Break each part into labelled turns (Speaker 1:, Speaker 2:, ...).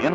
Speaker 1: In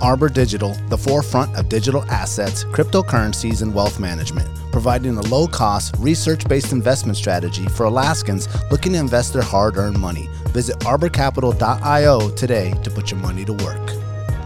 Speaker 2: Arbor Digital, the forefront of digital assets, cryptocurrencies, and wealth management, providing a low cost, research based investment strategy for Alaskans looking to invest their hard earned money. Visit arborcapital.io today to put your money to work.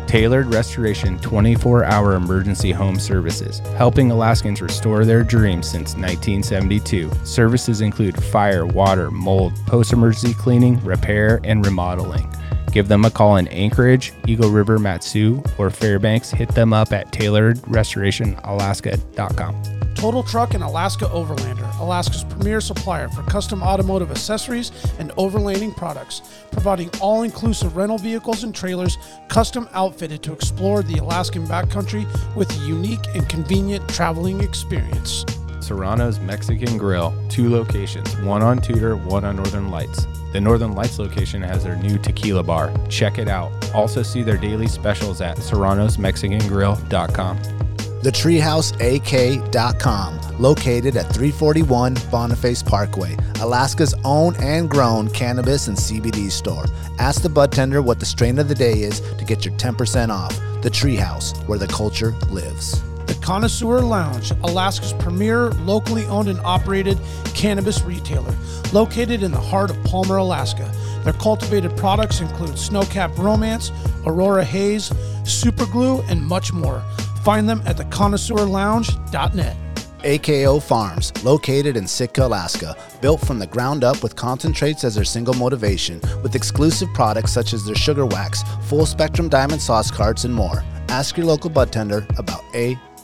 Speaker 3: Tailored Restoration 24 hour emergency home services, helping Alaskans restore their dreams since 1972. Services include fire, water, mold, post emergency cleaning, repair, and remodeling. Give them a call in Anchorage, Eagle River, Matsu, or Fairbanks. Hit them up at tailoredrestorationalaska.com.
Speaker 4: Total Truck and Alaska Overlander, Alaska's premier supplier for custom automotive accessories and overlanding products, providing all inclusive rental vehicles and trailers custom outfitted to explore the Alaskan backcountry with a unique and convenient traveling experience.
Speaker 3: Serrano's Mexican Grill, two locations, one on Tudor, one on Northern Lights. The Northern Lights location has their new tequila bar. Check it out. Also, see their daily specials at serranosmexicangrill.com.
Speaker 2: TheTreehouseAK.com, located at 341 Boniface Parkway, Alaska's own and grown cannabis and CBD store. Ask the bud tender what the strain of the day is to get your 10% off. The Treehouse, where the culture lives.
Speaker 4: The Connoisseur Lounge, Alaska's premier locally owned and operated cannabis retailer, located in the heart of Palmer, Alaska. Their cultivated products include Snowcap Romance, Aurora Haze, Superglue, and much more. Find them at theconnoisseurlounge.net.
Speaker 2: AKO Farms, located in Sitka, Alaska, built from the ground up with concentrates as their single motivation, with exclusive products such as their sugar wax, full spectrum diamond sauce carts, and more. Ask your local bud tender about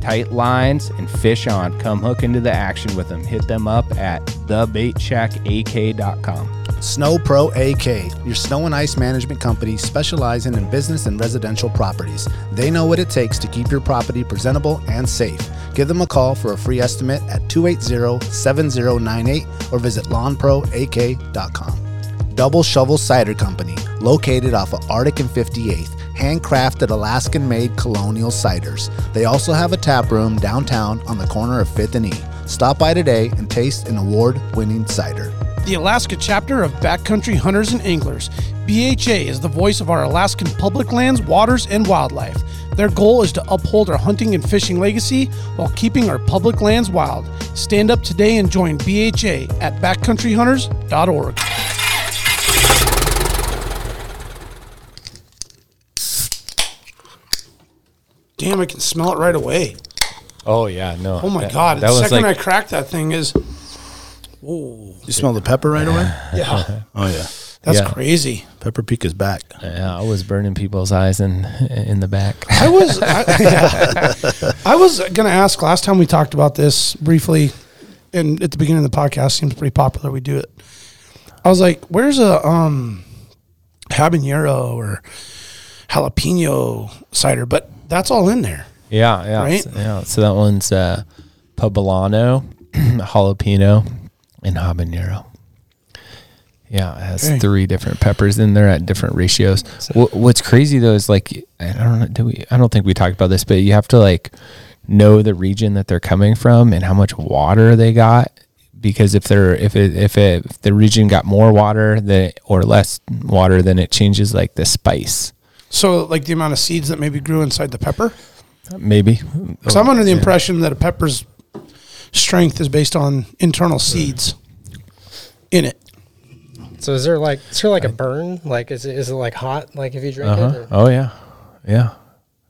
Speaker 3: Tight lines and fish on. Come hook into the action with them. Hit them up at thebaitshackak.com.
Speaker 2: Snow Pro AK, your snow and ice management company specializing in business and residential properties. They know what it takes to keep your property presentable and safe. Give them a call for a free estimate at 280 7098 or visit lawnproak.com. Double Shovel Cider Company, located off of Arctic and 58th, handcrafted Alaskan made colonial ciders. They also have a tap room downtown on the corner of 5th and E. Stop by today and taste an award winning cider
Speaker 4: the Alaska chapter of Backcountry Hunters and Anglers. BHA is the voice of our Alaskan public lands, waters, and wildlife. Their goal is to uphold our hunting and fishing legacy while keeping our public lands wild. Stand up today and join BHA at backcountryhunters.org. Damn, I can smell it right away.
Speaker 3: Oh, yeah, no.
Speaker 4: Oh my God. The second I cracked that thing is.
Speaker 2: You smell the pepper right away?
Speaker 4: Yeah.
Speaker 2: Oh yeah.
Speaker 4: That's
Speaker 3: Yeah.
Speaker 4: crazy.
Speaker 2: Pepper Peak is back.
Speaker 3: Yeah, I was burning people's eyes in in the back.
Speaker 4: I was I, I was gonna ask last time we talked about this briefly, and at the beginning of the podcast seems pretty popular. We do it. I was like, "Where's a um, habanero or jalapeno cider?" But that's all in there.
Speaker 3: Yeah, yeah,
Speaker 4: Right?
Speaker 3: so, yeah. So that one's uh, poblano, jalapeno, and habanero. Yeah, it has
Speaker 4: Okay.
Speaker 3: three different peppers in there at different ratios. Wh- what's crazy though is like I don't know. Do we? I don't think we talked about this, but you have to like know the region that they're coming from and how much water they got. Because if they're if it, if it if the region got more water than or less water, then it changes like the spice.
Speaker 4: So, like the amount of seeds that maybe grew inside the pepper.
Speaker 3: Maybe.
Speaker 5: Oh,
Speaker 4: Because I'm under the impression that a pepper's strength is based on internal seeds in it.
Speaker 6: So is there like is there like a burn? Like is it is it like hot? Like if you drink it?
Speaker 3: Uh-huh.
Speaker 6: Or?
Speaker 3: Oh yeah, yeah.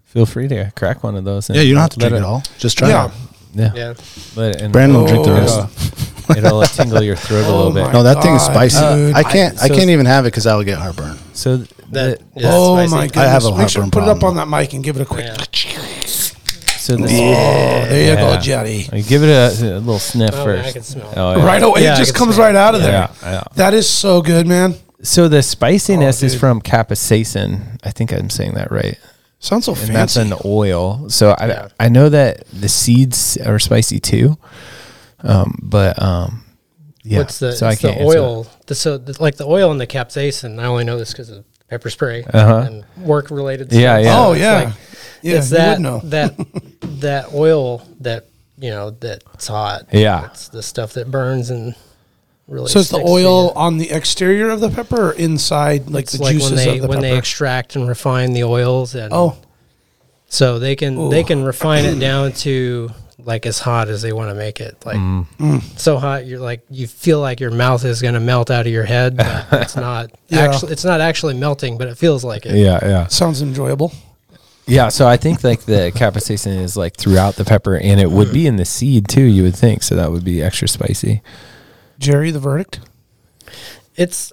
Speaker 3: Feel free to crack one of those. and
Speaker 5: Yeah, you don't have to
Speaker 3: let
Speaker 5: drink it
Speaker 3: it-
Speaker 5: all. Just try
Speaker 4: Yeah.
Speaker 5: it.
Speaker 3: Yeah,
Speaker 6: Yeah.
Speaker 3: Let it- and
Speaker 5: Brandon will drink the
Speaker 3: it'll-
Speaker 5: rest.
Speaker 3: It'll uh, tingle your throat a
Speaker 4: Oh
Speaker 3: little
Speaker 4: my
Speaker 3: bit.
Speaker 5: No, that thing is
Speaker 4: God,
Speaker 5: spicy.
Speaker 4: dude.
Speaker 5: I can't. I,
Speaker 3: so-
Speaker 5: can't even have it because I would get heartburn.
Speaker 3: So th-
Speaker 6: That,
Speaker 3: the-
Speaker 6: yeah,
Speaker 4: oh
Speaker 6: spicy.
Speaker 4: my
Speaker 5: I
Speaker 4: goodness!
Speaker 5: have a
Speaker 4: Make sure
Speaker 5: heartburn
Speaker 4: put it up on
Speaker 5: problem.
Speaker 4: that mic and give it a quick.
Speaker 6: Yeah.
Speaker 3: so the,
Speaker 4: Oh, there you
Speaker 3: Yeah.
Speaker 4: go, Jetty.
Speaker 3: I mean, give it a, a little sniff
Speaker 6: Oh,
Speaker 3: first.
Speaker 6: I can smell it.
Speaker 3: Oh, yeah.
Speaker 4: Right away,
Speaker 6: Yeah,
Speaker 4: it
Speaker 6: I
Speaker 4: just
Speaker 6: can
Speaker 4: comes
Speaker 6: smell it.
Speaker 4: right out of there.
Speaker 3: Yeah, yeah.
Speaker 4: That is so good, man.
Speaker 3: So the spiciness
Speaker 4: Oh,
Speaker 3: is
Speaker 4: dude.
Speaker 3: from capsaicin. I think I'm saying that right.
Speaker 4: Sounds so
Speaker 3: and
Speaker 4: fancy.
Speaker 3: that's an oil. So I I know that the seeds are spicy too, um, but um, yeah.
Speaker 6: What's the,
Speaker 3: so I
Speaker 6: it's
Speaker 3: can't
Speaker 6: the
Speaker 3: answer
Speaker 6: oil? The, so the, like the oil and the capsaicin. I only know this because of pepper spray
Speaker 3: Uh-huh.
Speaker 6: and work related.
Speaker 3: Yeah, yeah.
Speaker 4: oh
Speaker 6: It's
Speaker 4: yeah,
Speaker 6: like-
Speaker 4: yeah.
Speaker 6: it's
Speaker 4: you
Speaker 6: that
Speaker 4: would know.
Speaker 6: that that oil that you know that's hot.
Speaker 3: Yeah.
Speaker 6: it's the stuff that burns and really.
Speaker 4: so it's the
Speaker 6: sticks to
Speaker 4: oil
Speaker 6: you.
Speaker 4: on the exterior of the pepper, or inside, like
Speaker 6: It's
Speaker 4: the
Speaker 6: like
Speaker 4: juices
Speaker 6: when they
Speaker 4: of the
Speaker 6: when they
Speaker 4: pepper.
Speaker 6: extract and refine the oils and
Speaker 4: oh,
Speaker 6: so they can
Speaker 4: Ooh.
Speaker 6: they can refine it down to like as hot as they want to make it like
Speaker 3: Mm.
Speaker 6: so hot you're like you feel like your mouth is going to melt out of your head but it's not
Speaker 4: Yeah.
Speaker 6: actually it's not actually melting but it feels like it
Speaker 3: Yeah, yeah,
Speaker 4: sounds enjoyable.
Speaker 3: yeah. So I think like the capsaicin is like throughout the pepper, and it would be in the seed too. You would think so. That would be extra spicy.
Speaker 4: Jerry, the verdict.
Speaker 6: it's,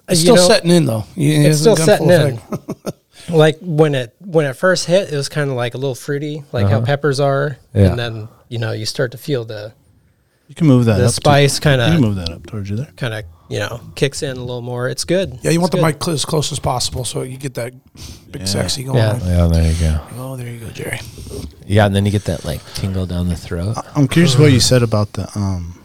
Speaker 4: It's
Speaker 6: Uh, you
Speaker 4: still
Speaker 6: know,
Speaker 4: setting in though. You- it
Speaker 6: it's still
Speaker 4: hasn't gone
Speaker 6: setting
Speaker 4: full
Speaker 6: in
Speaker 4: effect.
Speaker 6: like when it when it first hit it was kind of like a little fruity like how peppers are
Speaker 3: Uh-huh. Yeah.
Speaker 6: and then you know you start to feel the
Speaker 7: You can move that
Speaker 6: the
Speaker 7: up. to-
Speaker 6: spice kind
Speaker 7: you can
Speaker 6: of
Speaker 7: move that up towards you there.
Speaker 6: kind of you know kicks in a little more it's good
Speaker 4: Yeah, you want
Speaker 6: It's
Speaker 4: the
Speaker 6: good.
Speaker 4: mic cl- as close as possible so you get that big sexy going.
Speaker 6: Yeah.
Speaker 4: on.
Speaker 3: Yeah, there you go.
Speaker 4: Oh, there you go, Jerry.
Speaker 3: Yeah, and then you get that like tingle down the throat.
Speaker 4: Uh,
Speaker 5: I'm curious what you said about the um,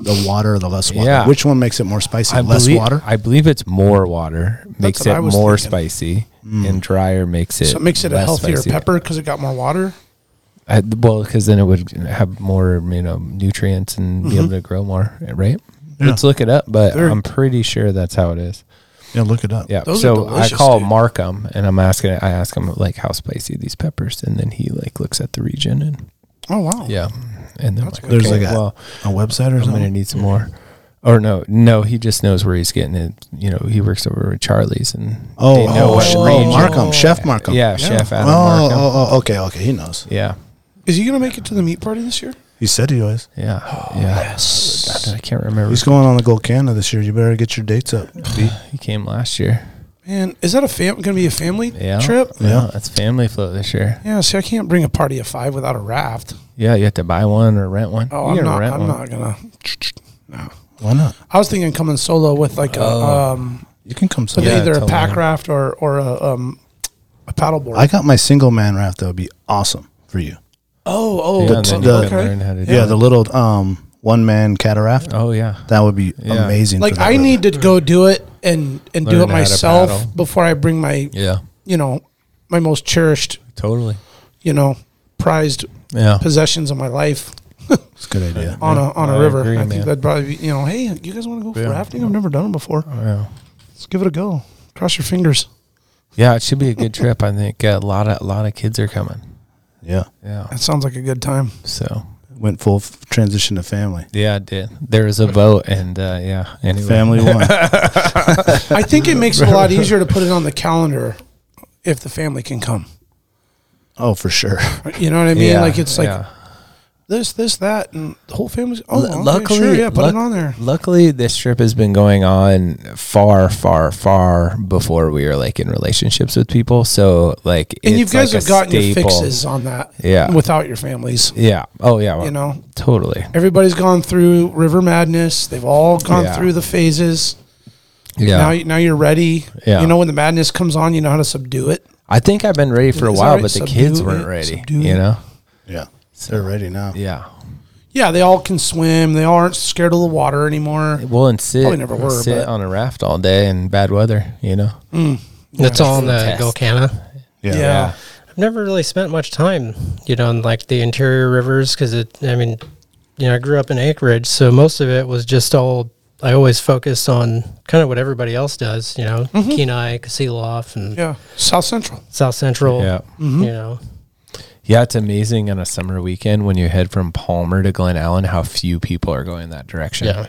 Speaker 5: the water or the less water.
Speaker 3: Yeah.
Speaker 5: Which one makes it more spicy? less
Speaker 3: believe,
Speaker 5: water.
Speaker 3: I believe it's more water makes
Speaker 4: what I
Speaker 3: it
Speaker 4: was
Speaker 3: more
Speaker 4: thinking. Mm.
Speaker 3: spicy, and drier makes it.
Speaker 4: So it makes it a
Speaker 3: less
Speaker 4: healthier
Speaker 3: spicy.
Speaker 4: pepper because it got more water.
Speaker 3: I, well, because then it would have more, you know, nutrients and be able to grow more, right?
Speaker 7: Yeah.
Speaker 3: Let's look it up, but
Speaker 4: Mm-hmm. Very-
Speaker 3: I'm pretty sure that's how it is.
Speaker 7: Yeah, look it up.
Speaker 3: Yeah.
Speaker 4: Those are
Speaker 3: so I
Speaker 4: delicious,
Speaker 3: call
Speaker 4: dude.
Speaker 3: Markham and I'm asking, I ask him like how spicy are these peppers, and then he like looks at the region and
Speaker 4: Oh wow.
Speaker 3: yeah, and then like,
Speaker 5: There's
Speaker 3: okay,
Speaker 5: like a,
Speaker 3: well,
Speaker 5: a Mhm. website or
Speaker 3: I'm gonna
Speaker 5: something.
Speaker 3: need some more. Or no, no, he just knows where he's getting it. You know, he works over at Charlie's and
Speaker 5: Oh,
Speaker 3: they know
Speaker 5: oh,
Speaker 3: what
Speaker 5: sh- oh,
Speaker 3: region-
Speaker 5: Markham, Chef Markham.
Speaker 3: Yeah, Chef
Speaker 5: Oh,
Speaker 3: Adam Markham.
Speaker 5: oh, oh, okay, okay. He knows.
Speaker 3: Yeah,
Speaker 4: Is he gonna make it to the meat party this year?
Speaker 5: He said he was.
Speaker 3: yeah, yeah. God, I can't remember.
Speaker 5: Oh, He's going on the Gold Canada this year. You better get your dates up. B.
Speaker 3: He came last year.
Speaker 4: Man, is that a fam? Gonna be a family
Speaker 3: Yeah.
Speaker 4: trip?
Speaker 3: Yeah, that's family float this year.
Speaker 4: Yeah. See, I can't bring a party of five without a raft.
Speaker 3: Yeah, you have to buy one or rent one.
Speaker 4: Oh,
Speaker 3: you
Speaker 4: I'm
Speaker 3: can
Speaker 4: not.
Speaker 3: rent
Speaker 4: I'm
Speaker 3: one.
Speaker 4: not gonna.
Speaker 5: Why not?
Speaker 4: I was thinking coming solo with like a um,
Speaker 5: You can come
Speaker 4: with
Speaker 5: sometime.
Speaker 4: either a
Speaker 3: Oh. totally.
Speaker 4: pack raft or or a um, a paddleboard.
Speaker 5: I got my single man raft. That would be awesome for you.
Speaker 4: oh,
Speaker 3: Yeah,
Speaker 4: oh,
Speaker 3: and then
Speaker 5: the-
Speaker 3: you
Speaker 5: the-
Speaker 3: can learn how to do
Speaker 5: Yeah,
Speaker 3: it.
Speaker 5: the little um, one man cataract.
Speaker 3: oh yeah,
Speaker 5: That would be
Speaker 3: Yeah.
Speaker 5: amazing. for
Speaker 4: like
Speaker 5: that
Speaker 4: I
Speaker 5: weather.
Speaker 4: need to go do it and and
Speaker 3: Learn
Speaker 4: do it
Speaker 3: how to paddle.
Speaker 4: myself before I bring my
Speaker 3: yeah,
Speaker 4: you know my most cherished
Speaker 3: totally.
Speaker 4: you know prized
Speaker 3: Yeah,
Speaker 4: possessions of my life
Speaker 5: It's a good idea.
Speaker 4: on a on a
Speaker 3: I
Speaker 4: river.
Speaker 3: agree,
Speaker 4: I
Speaker 3: man.
Speaker 4: think that'd probably be, you know, hey, you guys want to go rafting? I've never done it before.
Speaker 3: yeah,
Speaker 4: Let's give it a go. Cross your fingers.
Speaker 3: yeah. It should be a good trip. I think uh, a lot of a lot of kids are coming.
Speaker 5: Yeah.
Speaker 3: Yeah,
Speaker 4: That sounds like a good time.
Speaker 3: so
Speaker 5: Went full f- transition to family.
Speaker 3: yeah, I did. There was a vote, and uh, yeah, anyway.
Speaker 5: Family one.
Speaker 4: I think it makes it a lot easier to put it on the calendar if the family can come.
Speaker 5: oh, for sure.
Speaker 4: You know what I mean?
Speaker 3: Yeah,
Speaker 4: like it's like
Speaker 3: yeah.
Speaker 4: this, this, that, and the whole family's. Oh,
Speaker 3: Lu-
Speaker 4: okay, sure, yeah, put
Speaker 3: luck-
Speaker 4: it on there.
Speaker 3: Luckily, this trip has been going on far, far, far before we were like in relationships with people. So like,
Speaker 4: And you
Speaker 3: it's
Speaker 4: guys
Speaker 3: like
Speaker 4: have
Speaker 3: a
Speaker 4: gotten your
Speaker 3: staple.
Speaker 4: fixes on that,
Speaker 3: Yeah.
Speaker 4: without your families.
Speaker 3: Yeah. Oh yeah.
Speaker 4: You know,
Speaker 3: Totally.
Speaker 4: everybody's gone through river madness. They've all gone
Speaker 3: Yeah.
Speaker 4: through the phases.
Speaker 3: Yeah.
Speaker 4: Now, now you're ready.
Speaker 3: Yeah.
Speaker 4: You know when the madness comes on, you know how to subdue it.
Speaker 3: I think I've been ready for a
Speaker 4: It's
Speaker 3: while,
Speaker 4: alright,
Speaker 3: but the
Speaker 4: subdue
Speaker 3: kids weren't
Speaker 4: it,
Speaker 3: ready.
Speaker 4: subdue
Speaker 3: you
Speaker 4: it.
Speaker 3: know.
Speaker 5: yeah. They're ready now.
Speaker 3: Yeah.
Speaker 4: Yeah, they all can swim. They all aren't scared of the water anymore.
Speaker 3: Well, and sit
Speaker 4: Probably never were,
Speaker 3: sit
Speaker 4: but-
Speaker 3: on a raft all day in bad weather. You know.
Speaker 6: that's all in the
Speaker 3: Test.
Speaker 6: Golcana
Speaker 4: Yeah.
Speaker 6: I've never really spent much time, you know, in like the interior rivers because it, I mean, you know, I grew up in Anchorage, so most of it was just all, I always focused on kind of what everybody else does, you know,
Speaker 4: Mm-hmm.
Speaker 6: Kenai, Kasilof, and
Speaker 4: Yeah. South Central. Mm-hmm.
Speaker 6: South Central,
Speaker 3: Yeah.
Speaker 6: you know.
Speaker 3: Yeah, it's amazing on a summer weekend when you head from Palmer to Glen Allen how few people are going that direction.
Speaker 6: Yeah.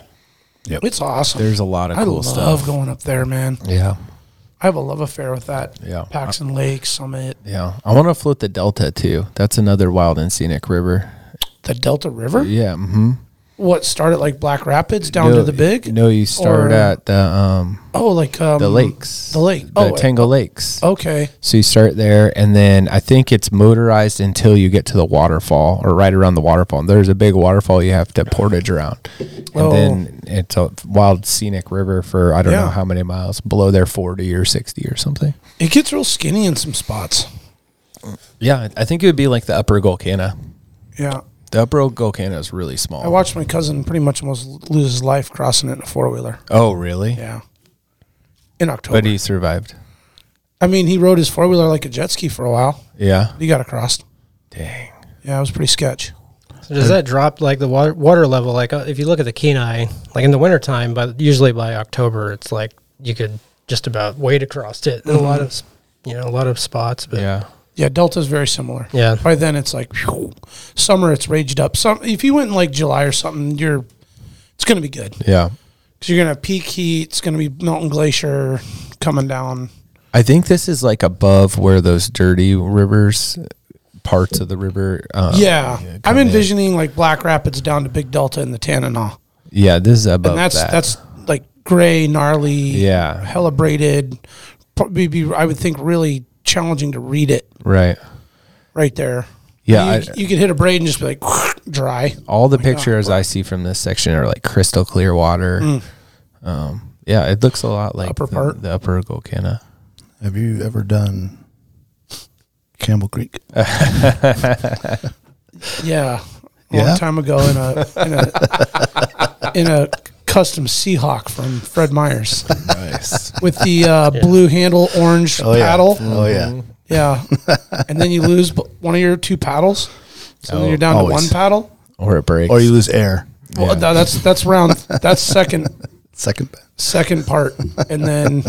Speaker 4: It's awesome.
Speaker 3: There's a lot of
Speaker 4: I
Speaker 3: cool
Speaker 4: love
Speaker 3: stuff.
Speaker 4: going up there, man.
Speaker 3: Yeah.
Speaker 4: I have a love affair with that.
Speaker 3: Yeah.
Speaker 4: Paxton Lake Summit,
Speaker 3: Yeah. I want to float the Delta too. That's another wild and scenic river.
Speaker 4: the Delta River.
Speaker 3: Yeah. Mm-hmm.
Speaker 4: What started like Black Rapids down to the big?
Speaker 3: No, you start
Speaker 4: Or-
Speaker 3: at the um
Speaker 4: Oh, like um,
Speaker 3: the lakes.
Speaker 4: The lake.
Speaker 3: The
Speaker 4: oh,
Speaker 3: Tango Lakes.
Speaker 4: okay.
Speaker 3: So you start there, and then I think it's motorized until you get to the waterfall or right around the waterfall. And there's a big waterfall you have to portage around, and
Speaker 4: Oh.
Speaker 3: then it's a wild scenic river for I don't know
Speaker 4: Yeah.
Speaker 3: how many miles below there, forty or sixty or something.
Speaker 4: It gets real skinny in some spots.
Speaker 3: Yeah, I think it would be like the Upper Golcana.
Speaker 4: Yeah.
Speaker 3: The Upper Golcana is really small.
Speaker 4: I watched my cousin pretty much almost lose his life crossing it in a four wheeler.
Speaker 3: oh, really?
Speaker 4: Yeah. In October.
Speaker 3: But he survived.
Speaker 4: I mean, he rode his four wheeler like a jet ski for a while.
Speaker 3: Yeah.
Speaker 4: He got across.
Speaker 3: Dang.
Speaker 4: Yeah, it was pretty sketch.
Speaker 6: So does that drop like the water water level? Like uh, if you look at the Kenai, like in the wintertime, but usually by October, it's like you could just about wade across it in
Speaker 4: Mm-hmm.
Speaker 6: a lot of s- you know a lot of spots. But
Speaker 3: Yeah.
Speaker 4: Yeah, Delta's very similar.
Speaker 6: Yeah.
Speaker 4: By then it's like phew, summer. It's raged up. Some if you went in like July or something, you're it's gonna be good
Speaker 3: Yeah.
Speaker 4: because you're gonna have peak heat. It's gonna be melting glacier coming down.
Speaker 3: I think this is like above where those dirty rivers, parts of the river. Uh,
Speaker 4: yeah, I'm
Speaker 3: come in.
Speaker 4: envisioning like Black Rapids down to Big Delta and the Tanana,
Speaker 3: Yeah, this is above
Speaker 4: and that's
Speaker 3: that.
Speaker 4: that's like gray, gnarly,
Speaker 3: Yeah.
Speaker 4: hella braided. Probably be I would think really challenging to read it
Speaker 3: right.
Speaker 4: right there.
Speaker 3: Yeah,
Speaker 4: you,
Speaker 3: I-
Speaker 4: you could hit a braid and just be like dry.
Speaker 3: All the pictures I see from this section are like crystal clear water. Um, yeah, it looks a lot like
Speaker 4: Mm. Upper
Speaker 3: the,
Speaker 4: part.
Speaker 3: the upper Golcana.
Speaker 2: Have you ever done Campbell Creek?
Speaker 4: Yeah. A long
Speaker 2: Yeah?
Speaker 4: time ago in a in a in a custom Seahawk from Fred Myers
Speaker 2: Nice.
Speaker 4: with the uh, blue handle orange paddle.
Speaker 2: Yeah. Oh yeah.
Speaker 4: Yeah. And then you lose b- one of your two paddles. So then you're down
Speaker 2: Oh, always.
Speaker 4: to one paddle.
Speaker 3: Or it breaks.
Speaker 2: Or you lose air.
Speaker 4: Well, no, that's that's round that's second
Speaker 2: Second.
Speaker 4: second part. And then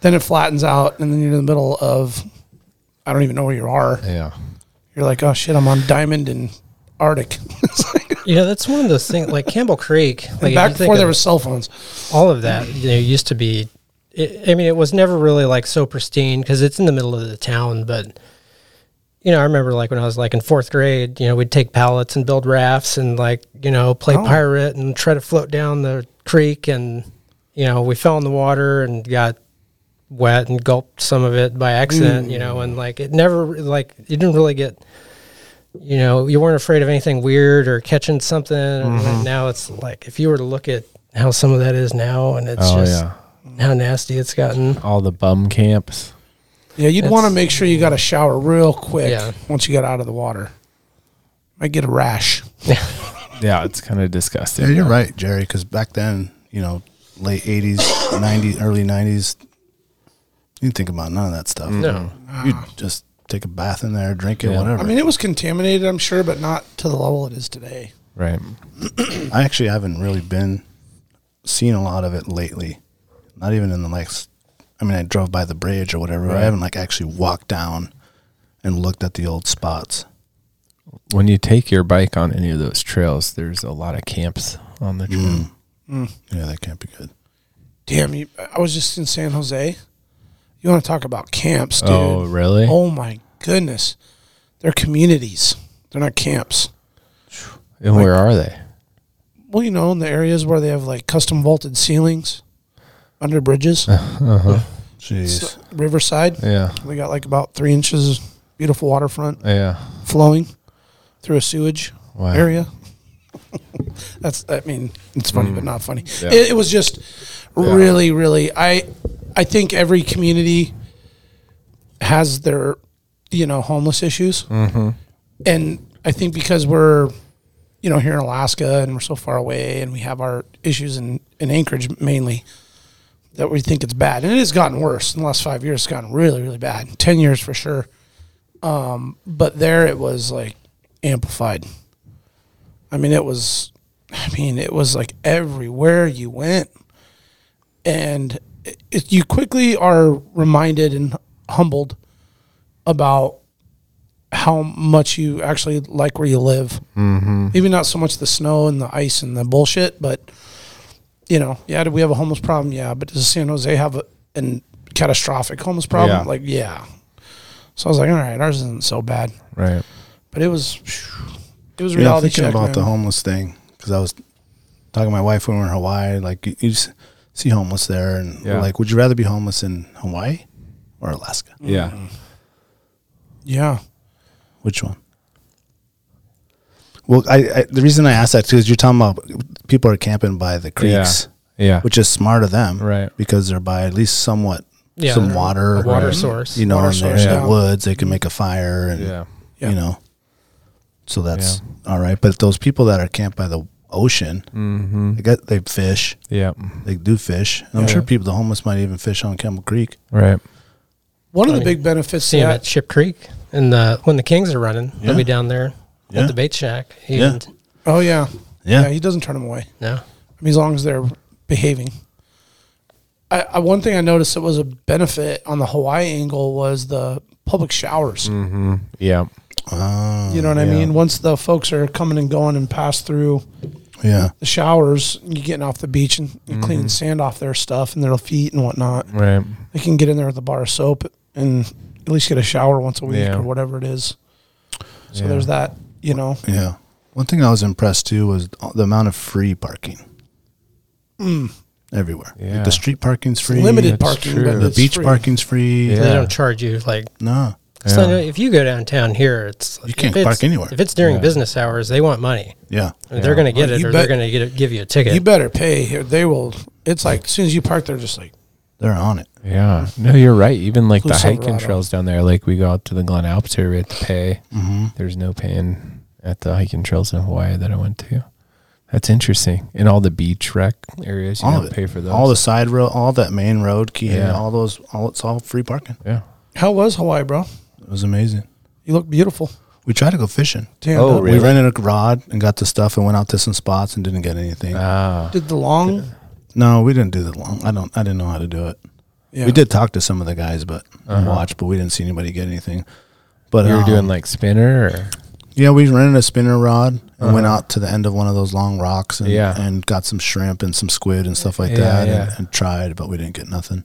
Speaker 4: then it flattens out and then you're in the middle of I don't even know where you are.
Speaker 3: yeah.
Speaker 4: You're like, "Oh shit, I'm on Diamond and Arctic." It's like-
Speaker 6: you know that's one of those things. Like Campbell Creek, like if you
Speaker 4: back
Speaker 6: think
Speaker 4: before there
Speaker 6: of-
Speaker 4: was cell phones.
Speaker 6: all of that you know used to be it, i mean it was never really like so pristine because it's in the middle of the town but you know i remember like when i was like in fourth grade you know we'd take pallets and build rafts and like you know play
Speaker 3: Oh.
Speaker 6: pirate and try to float down the creek and you know we fell in the water and got wet and gulped some of it by accident you know
Speaker 3: Mm.
Speaker 6: and like it never like you didn't really get you know, you weren't afraid of anything weird or catching something. And
Speaker 3: Mm-hmm.
Speaker 6: then now it's like if you were to look at how some of that is now, and it's
Speaker 3: Oh,
Speaker 6: just
Speaker 3: yeah.
Speaker 6: how nasty it's gotten.
Speaker 3: All the bum camps.
Speaker 4: Yeah, you'd want to make sure you got a shower real quick
Speaker 6: Yeah.
Speaker 4: once you get out of the water. Might get a rash.
Speaker 3: Yeah, it's kind of
Speaker 2: Yeah,
Speaker 3: disgusting.
Speaker 2: you're right, Jerry. Because back then, you know, late '80s, '90s, early '90s, you didn't think about none of that stuff.
Speaker 6: No,
Speaker 2: you just take a bath in there, drink it, whatever.
Speaker 4: I mean, it was contaminated, I'm sure, but not to the level it is today.
Speaker 3: Right.
Speaker 2: I actually haven't really been seeing a lot of it lately. Not even in the likes. I mean, I drove by the bridge or whatever. But I haven't like actually walked down and looked at the old spots.
Speaker 3: When you take your bike on any of those trails, there's a lot of camps on the trail.
Speaker 2: Yeah, that can't be good.
Speaker 4: Damn, you, I was just in San Jose. You want to talk about camps, dude?
Speaker 3: Oh, really?
Speaker 4: Oh, my goodness. They're communities, they're not camps.
Speaker 3: and where are they?
Speaker 4: Well, you know, in the areas where they have like custom vaulted ceilings under bridges,
Speaker 2: Jeez.
Speaker 4: s- Riverside.
Speaker 3: Yeah.
Speaker 4: They got like about three inches, beautiful waterfront.
Speaker 3: Yeah.
Speaker 4: flowing through a sewage
Speaker 3: Wow.
Speaker 4: area. That's I mean, it's funny but not funny. It, it was just really, really. I I think every community has their you know homeless issues, and I think because we're you know here in Alaska and we're so far away and we have our issues in in Anchorage mainly. That we think it's bad, and it has gotten worse in the last five years. It's gotten really, really bad. Ten years for sure Um, but there it was like amplified. I mean, it was, I mean, it was like everywhere you went, and it, it, you quickly are reminded and humbled about how much you actually like where you live. Mm-hmm. Maybe not so much the snow and the ice and the bullshit, but you know, yeah, do we have a homeless problem? Yeah, but does San Jose have a an catastrophic homeless problem?
Speaker 3: Yeah.
Speaker 4: Like, yeah. So I was like, all right, ours isn't so bad,
Speaker 3: Right.
Speaker 4: but it was, it was
Speaker 5: You know,
Speaker 4: reality
Speaker 5: thinking
Speaker 4: check.
Speaker 5: about
Speaker 4: man.
Speaker 5: the homeless thing because I was talking to my wife when we were in Hawaii. Like you, you s- see homeless there, and
Speaker 3: Yeah.
Speaker 5: like, would you rather be homeless in Hawaii or Alaska?
Speaker 3: Yeah.
Speaker 4: yeah,
Speaker 5: Which one? Well, I, I the reason I asked that too is you're talking about people are camping by the creeks,
Speaker 3: Yeah.
Speaker 5: which is smart of them,
Speaker 3: Right.
Speaker 5: Because they're by at least somewhat
Speaker 6: Yeah,
Speaker 5: some
Speaker 6: they're
Speaker 5: water,
Speaker 6: a water source.
Speaker 5: you know,
Speaker 4: Water
Speaker 5: and they're
Speaker 4: source,
Speaker 5: in
Speaker 4: yeah.
Speaker 5: the woods. They can make a fire, and
Speaker 3: yeah.
Speaker 4: Yeah.
Speaker 5: you know, so that's all right. But those people that are camped by the ocean,
Speaker 3: Mm-hmm.
Speaker 5: they got they fish,
Speaker 3: Yeah.
Speaker 5: they do fish. And I'm sure people, the homeless, might even fish on Campbell Creek.
Speaker 3: Right.
Speaker 4: one of the
Speaker 6: I
Speaker 4: big benefits.
Speaker 6: seen
Speaker 4: Yeah,
Speaker 6: him at Ship Creek, and the when the Kings are running,
Speaker 5: Yeah.
Speaker 6: they'll be down there
Speaker 5: Yeah.
Speaker 6: at the bait shack.
Speaker 5: Yeah.
Speaker 6: And
Speaker 4: oh yeah.
Speaker 5: Yeah.
Speaker 4: he doesn't turn them away.
Speaker 6: no,
Speaker 4: I mean, as long as they're behaving. I, I one thing I noticed that was a benefit on the Hawaii angle was the public showers.
Speaker 3: Yeah.
Speaker 5: Oh,
Speaker 4: You know what I
Speaker 5: yeah.
Speaker 4: mean? Once the folks are coming and going and pass through
Speaker 5: Yeah,
Speaker 4: the showers, you're getting off the beach and you're cleaning sand off their stuff and their feet and whatnot.
Speaker 3: Right.
Speaker 4: They can get in there with a bar of soap and at least get a shower once a week
Speaker 3: Yeah.
Speaker 4: or whatever it is. So
Speaker 3: Yeah.
Speaker 4: there's that, you know.
Speaker 5: yeah. One thing I was impressed too was the amount of free parking everywhere. Like,
Speaker 3: Yeah.
Speaker 5: the street parking's free.
Speaker 4: Mm. Limited
Speaker 3: that's
Speaker 4: parking,
Speaker 3: true.
Speaker 4: but
Speaker 5: The
Speaker 4: it's
Speaker 5: beach
Speaker 4: free.
Speaker 5: parking's free.
Speaker 3: Yeah.
Speaker 6: they don't charge you like.
Speaker 5: No.
Speaker 6: 'cause I know if you go downtown here, it's
Speaker 5: You can't
Speaker 6: if it's-
Speaker 5: park anywhere.
Speaker 6: If it's during
Speaker 3: Yeah.
Speaker 6: business hours, they want money.
Speaker 5: Yeah.
Speaker 6: I mean, They're going to get
Speaker 4: Well,
Speaker 6: it,
Speaker 4: you
Speaker 6: or
Speaker 4: bet-
Speaker 6: they're going to get it, give you a ticket.
Speaker 4: You better pay. or They will. It's like as soon as you park, they're just like,
Speaker 5: They're on it.
Speaker 3: Yeah. No, you're right. Even like the
Speaker 4: Include
Speaker 3: hiking
Speaker 4: Silverado.
Speaker 3: trails down there, like we go out to the Glen Alps here, we had to pay. There's no paying at the hiking trails in Hawaii that I went to. That's interesting. And all the beach rec areas, you
Speaker 5: all
Speaker 3: don't
Speaker 5: of it.
Speaker 3: pay for those.
Speaker 5: All the side road, all that main road, Key,
Speaker 3: Yeah.
Speaker 5: all those, all it's all free parking.
Speaker 3: yeah.
Speaker 4: "How was Hawaii, bro?
Speaker 5: It was amazing.
Speaker 4: You look beautiful."
Speaker 5: We tried to go fishing.
Speaker 4: Damn,
Speaker 3: Oh,
Speaker 4: that-
Speaker 3: really?
Speaker 5: We rented a rod and got the stuff and went out to some spots and didn't get anything.
Speaker 3: Ah,
Speaker 4: did the long?
Speaker 5: no, we didn't do that long. I don't. I didn't know how to do it.
Speaker 4: Yeah.
Speaker 5: We did talk to some of the guys, but watch, but we didn't see anybody get anything. But
Speaker 3: Uh-huh. you were
Speaker 5: um,
Speaker 3: doing like spinner or
Speaker 5: yeah, we rented a spinner rod and went out to the end of one of those long rocks and,
Speaker 3: Uh-huh. Yeah.
Speaker 5: and got some shrimp and some squid and stuff like
Speaker 3: Yeah,
Speaker 5: that
Speaker 3: yeah.
Speaker 5: And, and tried, but we didn't get nothing.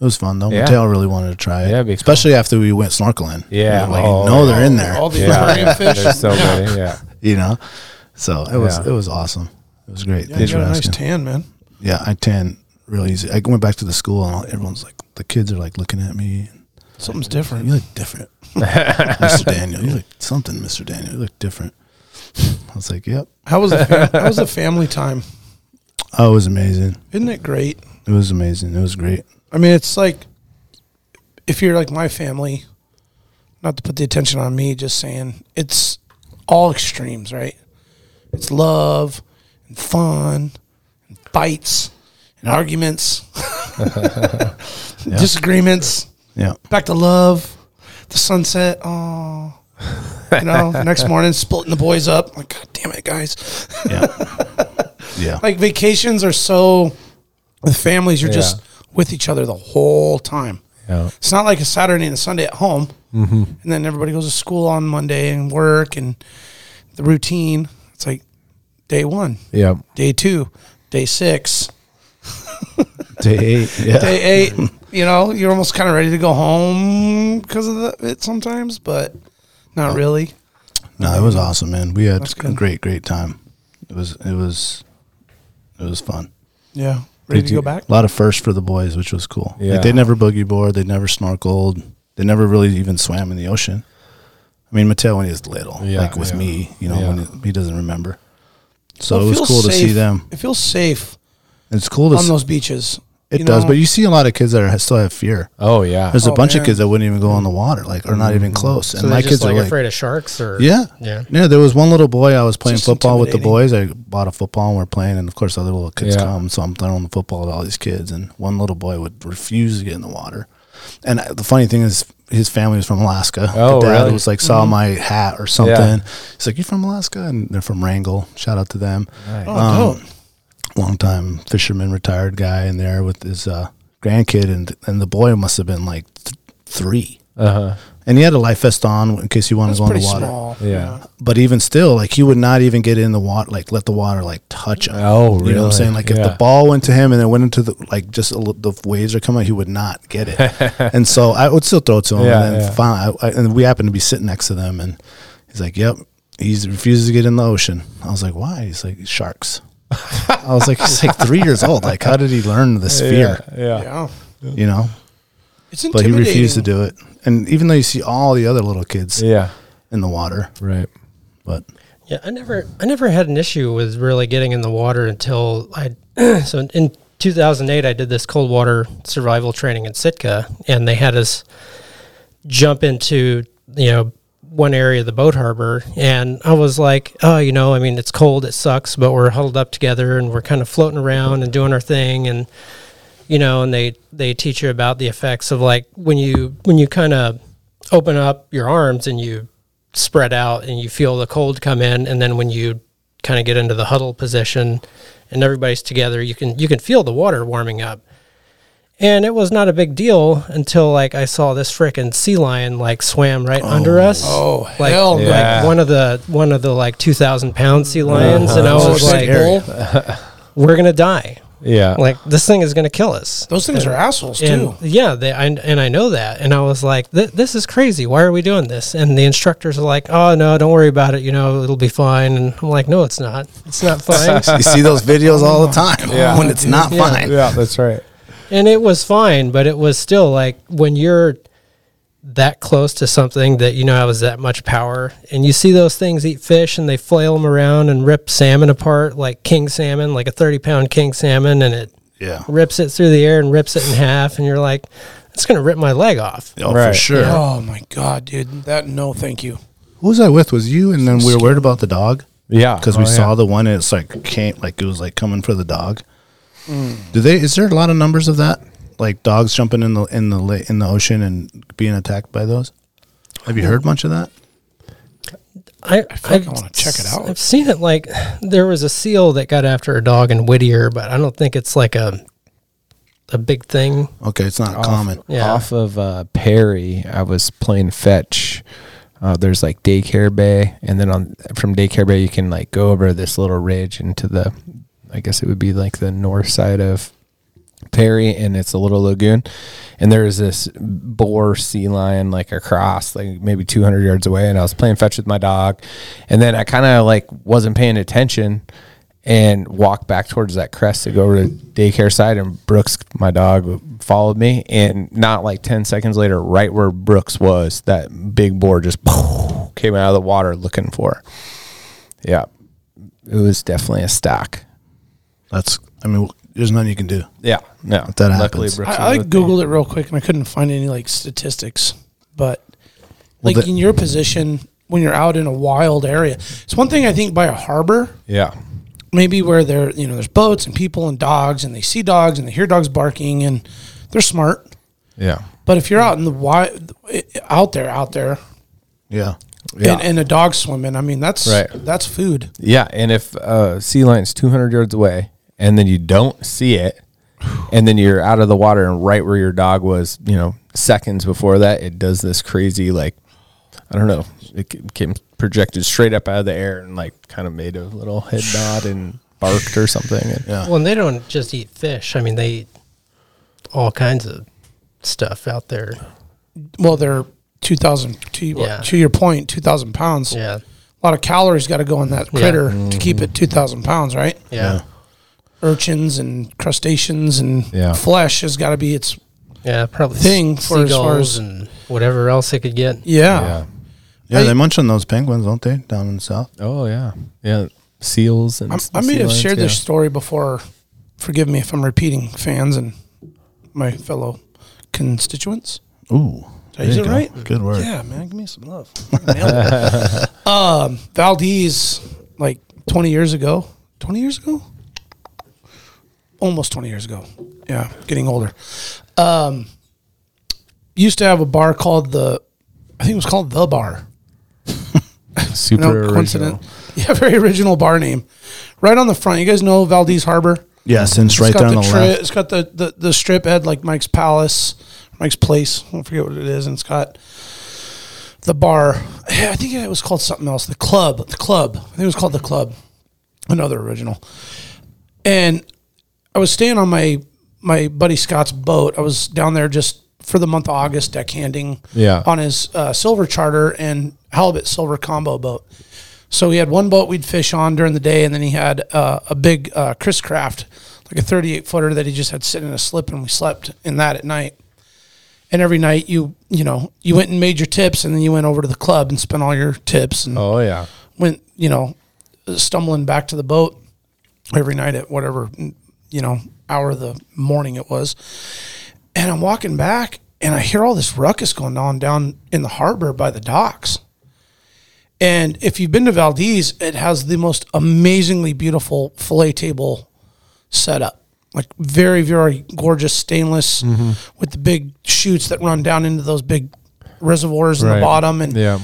Speaker 5: It was fun though.
Speaker 3: Yeah.
Speaker 5: Mateo really wanted to try it,
Speaker 3: Yeah, it'd be cool.
Speaker 5: especially after we went snorkeling.
Speaker 3: Yeah.
Speaker 5: We were like
Speaker 3: Oh,
Speaker 5: no,
Speaker 3: yeah.
Speaker 5: they're in there,
Speaker 4: All the
Speaker 3: yeah,
Speaker 4: aquarium fish.
Speaker 3: there's so many. Yeah,
Speaker 5: you know. So it was
Speaker 3: Yeah.
Speaker 5: it was awesome. It was great.
Speaker 4: Yeah, you
Speaker 5: Thanks
Speaker 4: got
Speaker 5: for
Speaker 4: a nice
Speaker 5: asking.
Speaker 4: tan, man.
Speaker 5: yeah, I tan real easy. I went back to the school and all, everyone's like, the kids are like looking at me.
Speaker 4: Something's
Speaker 5: You
Speaker 4: different.
Speaker 5: look different, Mr. Daniel. You look something, Mr. Daniel. You look different. I was like, yep.
Speaker 4: How was the fam- how was the family time?
Speaker 5: Oh, it was amazing.
Speaker 4: Isn't it great?
Speaker 5: It was amazing. It was great.
Speaker 4: I mean, it's like if you're like my family, not to put the attention on me, just saying it's all extremes, right? It's love and fun and fights and arguments, disagreements,
Speaker 5: Yeah.
Speaker 4: back to love, the sunset. Oh, you know, next morning splitting the boys up. like, God damn it, guys.
Speaker 5: Yeah. yeah.
Speaker 4: like vacations are so with families you're just with each other the whole time
Speaker 3: yeah,
Speaker 4: it's not like a saturday and a sunday at home and then everybody goes to school on monday and work and the routine it's like day one
Speaker 3: yeah.
Speaker 4: day two day six
Speaker 5: Day eight. Yeah.
Speaker 4: day eight you know you're almost kind of ready to go home because of the, it sometimes but not really
Speaker 5: No, it was awesome, man. We had
Speaker 4: That's
Speaker 5: a
Speaker 4: good.
Speaker 5: great, great time. It was, it was, it was fun.
Speaker 4: yeah ready to
Speaker 3: you-
Speaker 4: go back
Speaker 5: A lot of firsts for the boys, which was cool.
Speaker 3: Yeah.
Speaker 5: Like they never boogie board. They never snorkeled. They never really even swam in the ocean. I mean, Mateo when he was little,
Speaker 3: Yeah,
Speaker 5: like with
Speaker 3: yeah.
Speaker 5: me, you know,
Speaker 3: Yeah.
Speaker 5: when he, he doesn't remember. So
Speaker 4: Well,
Speaker 5: it was
Speaker 4: feels
Speaker 5: cool to see
Speaker 4: safe-
Speaker 5: them.
Speaker 4: it feels safe
Speaker 5: It's cool to
Speaker 4: on
Speaker 5: see,
Speaker 4: those beaches
Speaker 5: it
Speaker 4: you
Speaker 5: does,
Speaker 4: know?
Speaker 5: but you see a lot of kids that are, still have fear.
Speaker 3: Oh yeah.
Speaker 5: There's
Speaker 4: Oh,
Speaker 5: a bunch
Speaker 4: man.
Speaker 5: of kids that wouldn't even go on the water, like or not even close. And
Speaker 6: so
Speaker 5: my
Speaker 6: they're just
Speaker 5: kids
Speaker 6: like,
Speaker 5: are like,
Speaker 6: afraid of sharks, or
Speaker 5: yeah,
Speaker 6: yeah.
Speaker 5: yeah. There was one little boy I was playing
Speaker 4: just
Speaker 5: football with the boys.
Speaker 4: intimidating.
Speaker 5: I bought a football and we're playing, and of course other little kids
Speaker 3: Yeah.
Speaker 5: come, so I'm throwing the football at all these kids, and one little boy would refuse to get in the water. And I- the funny thing is, his family was from Alaska.
Speaker 3: Oh,
Speaker 5: the dad
Speaker 3: really?
Speaker 5: was like saw my hat or something. He's like, "You from Alaska?" And they're from Wrangell. Shout out to them
Speaker 4: oh, dope.
Speaker 5: longtime fisherman, retired guy in there with his uh, grandkid, and and the boy must have been like th- three,
Speaker 3: Uh huh.
Speaker 2: And he had a life vest on in case you wanted
Speaker 4: It's
Speaker 2: to go in
Speaker 4: pretty
Speaker 2: the water.
Speaker 4: small.
Speaker 3: Yeah.
Speaker 2: But even still, like he would not even get in the water, like let the water like touch him. You know
Speaker 3: Oh,
Speaker 2: what I'm
Speaker 3: really?
Speaker 2: saying? Like if
Speaker 3: Yeah.
Speaker 2: the ball went to him and it went into the like just a, li- the waves are coming, he would not get it. and so I would still throw it to him.
Speaker 3: Yeah,
Speaker 2: and then
Speaker 3: yeah.
Speaker 2: fin- I, I- and we happened to be sitting next to them, and he's like, "Yep." He refuses to get in the ocean. I was like, "Why?" He's like, "Sharks." I was like, "He's like three years old. Like, how did he learn this fear?"
Speaker 3: Yeah.
Speaker 4: Yeah.
Speaker 2: You know.
Speaker 4: It's
Speaker 2: But he
Speaker 4: intimidating.
Speaker 2: refused to do it. And even though you see all the other little kids
Speaker 3: Yeah.
Speaker 2: in the water,
Speaker 3: Right.
Speaker 2: but
Speaker 6: Yeah, I never, I never had an issue with really getting in the water until I. so in- in 2008, I did this cold water survival training in Sitka, and they had us jump into you know one area of the boat harbor, and I was like, oh, you know, I mean, it's cold, it sucks, but we're huddled up together and we're kind of floating around and doing our thing, and you know, and they they teach you about the effects of like when you when you kind of open up your arms and you spread out and you feel the cold come in and then when you kind of get into the huddle position and everybody's together you can you can feel the water warming up and it was not a big deal until like i saw this frickin' sea lion like swam right under us
Speaker 4: Oh,
Speaker 6: like,
Speaker 4: hell
Speaker 6: like
Speaker 4: no.
Speaker 6: one of the one of the like 2000 pound sea lions and i
Speaker 4: Those
Speaker 6: was
Speaker 4: are
Speaker 6: like
Speaker 4: scary.
Speaker 6: we're gonna die
Speaker 3: Yeah.
Speaker 6: like this thing is gonna kill us
Speaker 4: Those things are assholes too.
Speaker 6: and yeah, they, I, and I know that. And I was like, "Th- this is crazy. Why are we doing this? And the instructors are like, oh, no, don't worry about it. You know, it'll be fine. And I'm like, no, it's not. It's not fine.
Speaker 2: you see those videos all the time when it's not
Speaker 6: Yeah.
Speaker 2: fine.
Speaker 3: yeah, that's right.
Speaker 6: and it was fine, but it was still like when you're that close to something that you know has that much power, and you see those things eat fish and they flail them around and rip salmon apart, like king salmon, like a 30 pound king salmon, and it
Speaker 2: Yeah.
Speaker 6: rips it through the air and rips it in half. And you're like, it's going to rip my leg off.
Speaker 2: Oh, for
Speaker 3: Right.
Speaker 2: sure.
Speaker 4: Oh my god, dude. That no, thank you.
Speaker 2: Who was I with? Was you? And then we were worried about the dog
Speaker 3: Yeah.
Speaker 2: because we
Speaker 4: Oh,
Speaker 2: saw the one. And it's like can't like it was like coming for the dog.
Speaker 4: Mm.
Speaker 2: Do they? Is there a lot of numbers of that? Like dogs jumping in the in the la- in the ocean and being attacked by those. Have you heard much of that?
Speaker 6: I,
Speaker 4: feel like
Speaker 6: I've
Speaker 4: I wanna check it
Speaker 6: s-
Speaker 4: out.
Speaker 6: I've seen it like there was a seal that got after a dog in Whittier, but I don't think it's like a a big thing.
Speaker 2: Okay, it's
Speaker 4: Oh.
Speaker 2: not common.
Speaker 6: Yeah.
Speaker 3: off of uh, Perry. I was playing fetch. Uh, there's like daycare bay, and then on from daycare bay you can like go over this little ridge into the, I guess it would be like the north side of Perry, and it's a little lagoon, and there is this boar sea lion like across like maybe 200 yards away, and I was playing fetch with my dog, and then I kind of like wasn't paying attention. And walked back towards that crest to go over to daycare side, and Brooks, my dog, followed me. And not like ten seconds later, right where Brooks was, that big boar just came out of the water looking for. Her. Yeah, it was definitely a stock.
Speaker 2: That's. I mean, there's nothing you can do.
Speaker 3: Yeah, no.
Speaker 2: that happens.
Speaker 3: Brooks.
Speaker 4: I, I
Speaker 3: was
Speaker 4: like
Speaker 3: with me.
Speaker 4: googled it real quick and I couldn't find any like statistics, but
Speaker 2: Well,
Speaker 4: like
Speaker 2: the-
Speaker 4: in your position when you're out in a wild area, it's one thing I think by a harbor,
Speaker 3: Yeah,
Speaker 4: maybe where there you know there's boats and people and dogs and they see dogs and they hear dogs barking and they're smart.
Speaker 3: yeah,
Speaker 4: But if you're out in the wild, out there, out there,
Speaker 2: Yeah.
Speaker 3: yeah.
Speaker 4: and, and a dog swimming, I mean that's
Speaker 3: Right.
Speaker 4: that's food.
Speaker 3: Yeah, and if uh, sea lion's 200 yards away, and then you don't see it, and then you're out of the water and right where your dog was, you know, seconds before that, it does this crazy like, I don't know, it ca- came projected straight up out of the air and like kind of made a little head nod and barked or something. And, yeah,
Speaker 6: Well, and they don't just eat fish. I mean, they eat all kinds of stuff out there.
Speaker 4: Well, they're two thousand to,
Speaker 6: Yeah.
Speaker 4: to your point, two thousand pounds.
Speaker 6: Yeah.
Speaker 4: a lot of calories got to go in that
Speaker 6: Yeah.
Speaker 4: critter
Speaker 3: Mm-hmm.
Speaker 4: to keep it 2,000 pounds, right?
Speaker 6: Yeah.
Speaker 4: Urchins and crustaceans and
Speaker 3: Yeah.
Speaker 4: flesh has got to be its.
Speaker 6: Yeah. probably
Speaker 4: Thing
Speaker 6: s-
Speaker 4: for as far
Speaker 6: seagulls
Speaker 4: as-
Speaker 6: and whatever else they could get.
Speaker 4: Yeah.
Speaker 2: Yeah,
Speaker 4: I-
Speaker 2: they munch on those penguins, don't they? Down in the south.
Speaker 3: Oh yeah, yeah. Seals and
Speaker 4: I'm,
Speaker 3: s-
Speaker 4: I may
Speaker 3: sea
Speaker 4: have
Speaker 3: lions,
Speaker 4: shared this
Speaker 3: yeah.
Speaker 4: story before. Forgive me if I'm repeating fans and my fellow constituents.
Speaker 2: Ooh.
Speaker 4: Is
Speaker 2: there
Speaker 4: it
Speaker 2: you go.
Speaker 4: right?
Speaker 2: Good word.
Speaker 4: Yeah, man, give me some love. Nailed it. um, Valdez, like 20 years ago, 20 years ago, almost 20 years ago. Yeah, getting older. Um, used to have a bar called the, I think it was called the bar.
Speaker 3: super
Speaker 4: No
Speaker 3: original.
Speaker 4: coincident. Yeah, very original bar name. Right on the front. You guys know Valdez Harbor.
Speaker 2: Yeah, since right
Speaker 4: It's
Speaker 2: there
Speaker 4: got
Speaker 2: on the
Speaker 4: the
Speaker 2: left.
Speaker 4: It's got the, the, the strip head like Mike's Palace, Mike's Place. I don't forget what it is. And it's got the bar. I think it was called something else. The club. The club. I think it was called the club. Another original. And I was staying on my my buddy Scott's boat. I was down there just for the month of August deckhanding
Speaker 3: Yeah.
Speaker 4: on his uh, silver charter and halibut silver combo boat. So he had one boat we'd fish on during the day, and then he had uh, a big uh, Chris Craft, like a 38 footer that he just had sitting in a slip, and we slept in that at night. And every night you you know you went and made your tips, and then you went over to the club and spent all your tips and
Speaker 3: Oh yeah.
Speaker 4: went you know stumbling back to the boat every night at whatever you know hour of the morning it was and i'm walking back and i hear all this ruckus going on down in the harbor by the docks and if you've been to valdez it has the most amazingly beautiful fillet table setup like very very gorgeous stainless
Speaker 3: Mm-hmm.
Speaker 4: with the big chutes that run down into those big reservoirs in
Speaker 3: Right.
Speaker 4: the bottom and
Speaker 3: Yeah.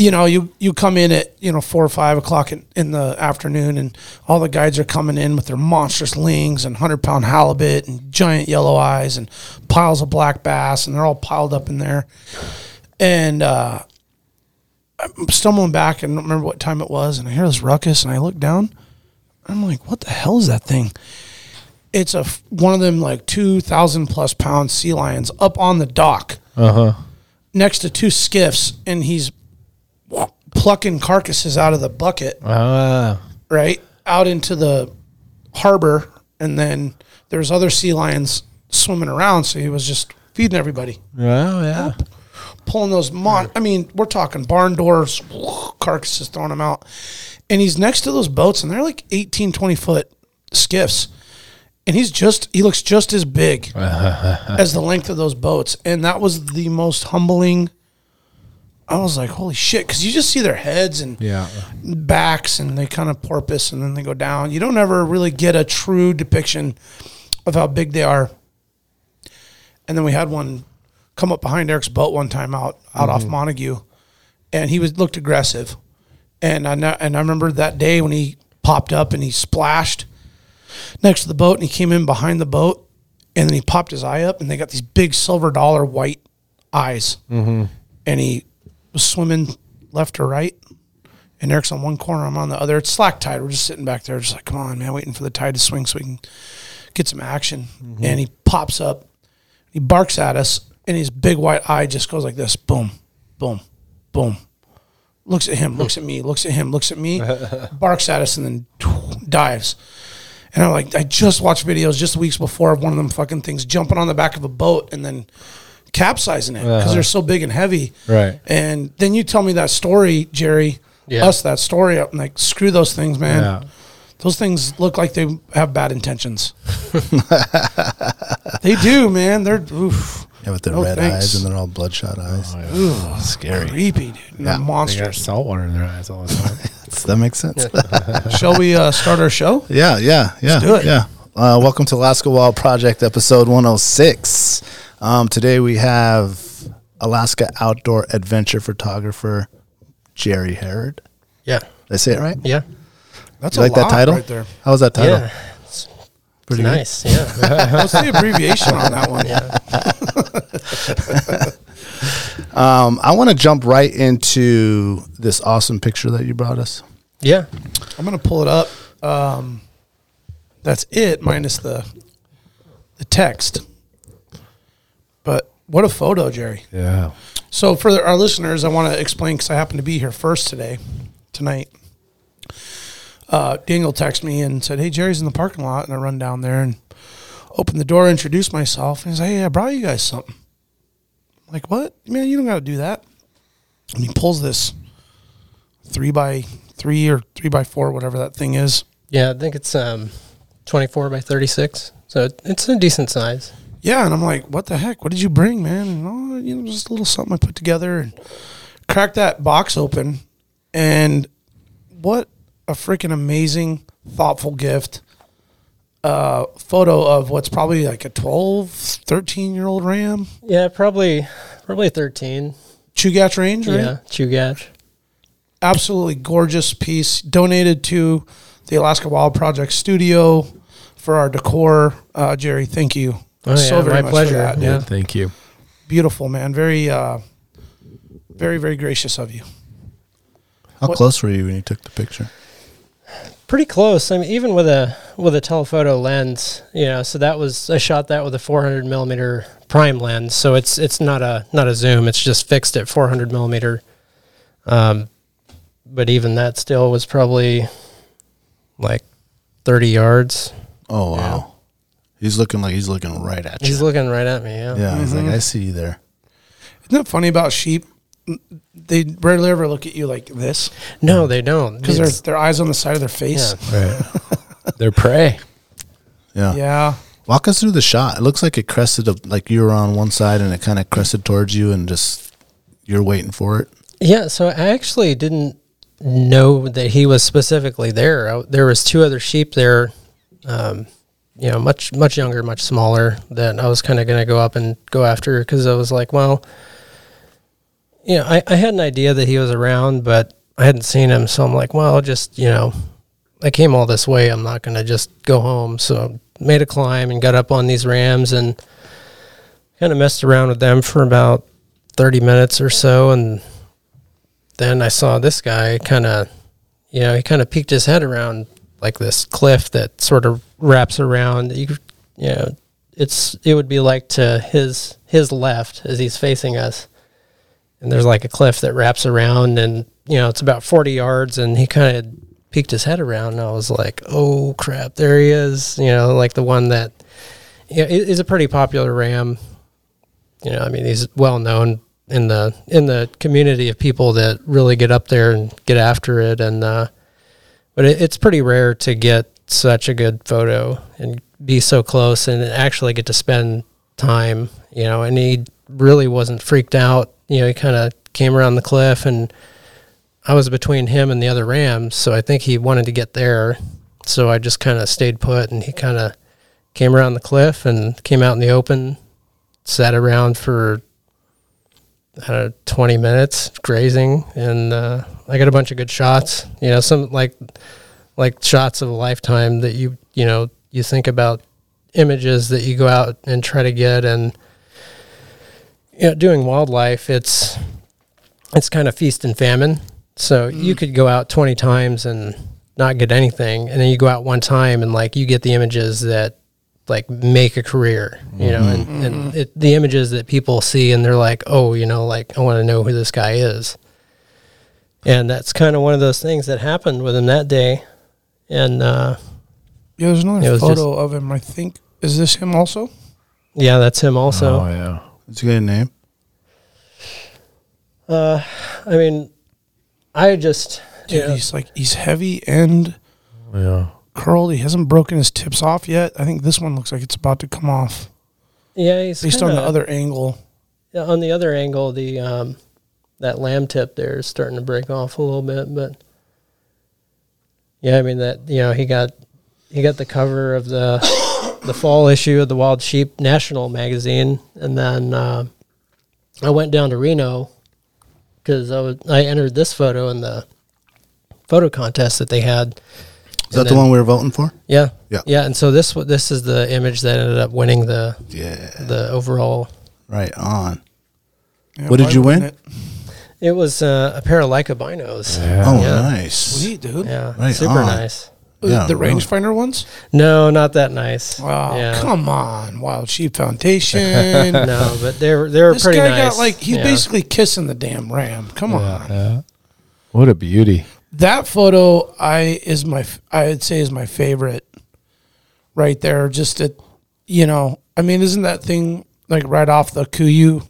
Speaker 4: you know, you you come in at you know four or five o'clock in, in the afternoon, and all the guides are coming in with their monstrous lings and hundred pound halibut and giant yellow eyes and piles of black bass, and they're all piled up in there. And uh, I'm stumbling back, and I don't remember what time it was, and I hear this ruckus, and I look down, I'm like, what the hell is that thing? It's a f- one of them like two thousand plus pound sea lions up on the dock, uh huh, next to two skiffs, and he's plucking carcasses out of the bucket,
Speaker 3: Ah.
Speaker 4: right? Out into the harbor. And then there's other sea lions swimming around. So he was just feeding everybody,
Speaker 3: Oh yeah.
Speaker 4: pulling those. Mon- I mean, we're talking barn doors, carcasses, throwing them out. And he's next to those boats, and they're like 18, 20 foot skiffs. And he's just, he looks just as big as the length of those boats. And that was the most humbling. I was like, holy shit. Cause you just see their heads and
Speaker 3: Yeah.
Speaker 4: backs and they kind of porpoise and then they go down. You don't ever really get a true depiction of how big they are. And then we had one come up behind Eric's boat one time out out off Montague, and he was looked aggressive. And I know, and I remember that day when he popped up and he splashed next to the boat and he came in behind the boat and then he popped his eye up and they got these big silver dollar white eyes and he was swimming left or right and Eric's on one corner, I'm on the other. It's slack tide. We're just sitting back there, just like, come on, man, waiting for the tide to swing so we can get some action. And he pops up, he barks at us, and his big white eye just goes like this boom, boom, boom. Looks at him, looks at me, looks at him, looks at me, barks at us, and then dives. And I'm like, I just watched videos just weeks before of one of them fucking things jumping on the back of a boat and then capsizing it because they're so big and heavy.
Speaker 3: Right.
Speaker 4: And then you tell me that story, Jerry.
Speaker 6: Yeah.
Speaker 4: Us that story up and like screw those things, man.
Speaker 3: Yeah.
Speaker 4: Those things look like they have bad intentions. they do, man. They're oof,
Speaker 2: Yeah, with their
Speaker 4: No,
Speaker 2: red
Speaker 4: thanks. Oh,
Speaker 2: eyes and they're all bloodshot eyes. Scary.
Speaker 4: creepy, dude. They're
Speaker 3: They got
Speaker 4: monsters.
Speaker 3: salt water in their eyes all the time.
Speaker 2: Does that make sense?
Speaker 4: Shall we uh, start our show?
Speaker 2: Yeah, yeah, yeah.
Speaker 4: do it.
Speaker 2: Yeah. Uh, welcome to Alaska Wild Project, episode 106. Um, today we have Alaska outdoor adventure photographer Jerry Herod.
Speaker 6: Yeah.
Speaker 2: Did I say it right?
Speaker 6: Yeah.
Speaker 4: That's
Speaker 2: You like that
Speaker 4: lot
Speaker 2: title?
Speaker 4: right there.
Speaker 2: How was that title?
Speaker 6: Yeah. It's, it's nice. Yeah.
Speaker 4: What's the abbreviation on that one?
Speaker 2: Um, I want to jump right into this awesome picture that you brought us.
Speaker 6: yeah.
Speaker 4: I'm gonna pull it up. Um, that's it minus the the text. But what a photo, Jerry.
Speaker 3: yeah.
Speaker 4: So for the- our listeners, I want to explain because I happen to be here first today, tonight. Uh, Daniel texted me and said, "Hey, Jerry's in the parking lot," and I run down there and open the door, introduce myself, and he's like, "Hey, I brought you guys something." I'm like, what? Man, you don't got to do that. And he pulls this three by three or three by four, whatever that thing is.
Speaker 6: Yeah. I think it's um, 24 by 36. So it- it's a decent size.
Speaker 4: Yeah, and I'm like, what the heck? What did you bring, man? And oh, you know, just a little something I put together and cracked that box open. And what a freaking amazing, thoughtful gift. Uh, photo of what's probably like a 12, 13 year old ram,
Speaker 6: Yeah. Probably, probably 13.
Speaker 4: Chugach range, right?
Speaker 6: Yeah. Chugach.
Speaker 4: absolutely gorgeous piece donated to the Alaska Wild Project Studio for our decor. Uh, Jerry, thank you
Speaker 6: Oh, yeah, my pleasure.
Speaker 4: dude.
Speaker 6: Yeah.
Speaker 3: Thank you.
Speaker 4: Beautiful, man. Very uh, Very, very gracious of you.
Speaker 2: How
Speaker 4: What-
Speaker 2: close were you when you took the picture?
Speaker 6: pretty close. I mean, even with a with a telephoto lens, you know. So that was I shot that with a 400 millimeter prime lens. So it's it's not a not a zoom. It's just fixed at 400 millimeter. Um, but even that still was probably like 30 yards.
Speaker 2: Oh wow, he's looking like he's looking right at you.
Speaker 6: He's looking right at me. Yeah.
Speaker 2: yeah, he's
Speaker 4: Mm-hmm.
Speaker 2: like, I see you there.
Speaker 4: Isn't that funny about sheep? Mm, They rarely ever look at you like this
Speaker 6: No, they don't.
Speaker 4: because
Speaker 6: It's-
Speaker 4: their their eyes on the side of their face.
Speaker 3: They're prey.
Speaker 2: Yeah.
Speaker 4: Yeah.
Speaker 2: Walk us through the shot. It looks like it crested, up like you were on one side and it kind of crested towards you and just you're waiting for it.
Speaker 6: Yeah, so I actually didn't know that he was specifically there. I, there was two other sheep there, um, you know, much much younger, much smaller. That I was kind of going to go up and go after because I was like, well, you know, I, I had an idea that he was around, but I hadn't seen him, so I'm like, well, just you know, I came all this way. I'm not going to just go home. So I made a climb and got up on these rams and kind of messed around with them for about 30 minutes or so, and then I saw this guy kind of, you know, he kind of peeked his head around like this cliff that sort of wraps around. You, could- you know, it's it would be like to his his left as he's facing us, and there's like a cliff that wraps around, and you know, it's about forty yards, and he kind of peeked his head around, and I was like, oh crap, there he is, you know, like the one that, yeah, it is a pretty popular ram you know, I mean, he's well known in the in the community of people that really get up there and get after it. And uh, but it, it's pretty rare to get such a good photo and be so close and actually get to spend time. You know, and he really wasn't freaked out. You know, he kind of came around the cliff, and I was between him and the other ram, so I think he wanted to get there. So I just kind of stayed put, and he kind of came around the cliff and came out in the open sat around for I don't know, 20 minutes grazing and uh, I got a bunch of good shots you know some like like shots of a lifetime that you you know you think about images that you go out and try to get and you know doing wildlife it's it's kind of feast and famine so you
Speaker 4: Mm.
Speaker 6: could go out 20 times and not get anything and then you go out one time and like you get the images that like make a career, you know,
Speaker 4: Mm-hmm.
Speaker 6: and, and it, the images that people see and they're like, oh, you know, like I want to know who this guy is. And that's kind of one of those things that happened with him that day. And uh,
Speaker 4: Yeah, there's another
Speaker 6: It was
Speaker 4: photo
Speaker 6: just-
Speaker 4: of him. I think is this him also?
Speaker 6: yeah, that's him also.
Speaker 3: oh yeah.
Speaker 2: It's a good name.
Speaker 6: I mean, I just,
Speaker 4: Dude,
Speaker 6: yeah.
Speaker 4: he's like he's heavy and
Speaker 3: Yeah.
Speaker 4: curled. He hasn't broken his tips off yet. I think this one looks like it's about to come off
Speaker 6: yeah, he's
Speaker 4: based on
Speaker 6: kinda-
Speaker 4: the other angle.
Speaker 6: yeah, on the other angle, the um, that lamb tip there is starting to break off a little bit, but yeah, I mean that you know he got he got the cover of the the fall issue of the Wild Sheep National magazine, and then uh, I went down to Reno because I was, I entered this photo in the photo contest that they had.
Speaker 2: Is that
Speaker 6: And
Speaker 2: the
Speaker 6: then-
Speaker 2: one we were voting for?
Speaker 6: Yeah,
Speaker 2: Yeah.
Speaker 6: yeah. And so this wa- this is the image that ended up winning the
Speaker 2: Yeah.
Speaker 6: the overall
Speaker 2: Right on.
Speaker 4: Yeah,
Speaker 2: What did
Speaker 4: why
Speaker 2: you win?
Speaker 4: wouldn't it?
Speaker 6: It was uh, a pair of Leica binos. Yeah,
Speaker 2: Oh,
Speaker 6: Yeah.
Speaker 2: nice.
Speaker 4: Sweet dude. Uh,
Speaker 2: Right
Speaker 6: super
Speaker 2: on.
Speaker 6: nice.
Speaker 2: Yeah,
Speaker 4: the
Speaker 2: really.
Speaker 4: rangefinder ones.
Speaker 6: No, not that nice.
Speaker 4: Wow,
Speaker 6: yeah.
Speaker 4: come on, Wild Sheep Foundation.
Speaker 6: No, but they were they were
Speaker 4: this
Speaker 6: pretty
Speaker 4: guy
Speaker 6: nice.
Speaker 4: got like he's
Speaker 6: Yeah.
Speaker 4: basically kissing the damn ram. Come on,
Speaker 3: What a beauty.
Speaker 4: that photo I is my f- I'd say is my favorite, right there. Just at you know, I mean, isn't that thing like right off the Kuyu,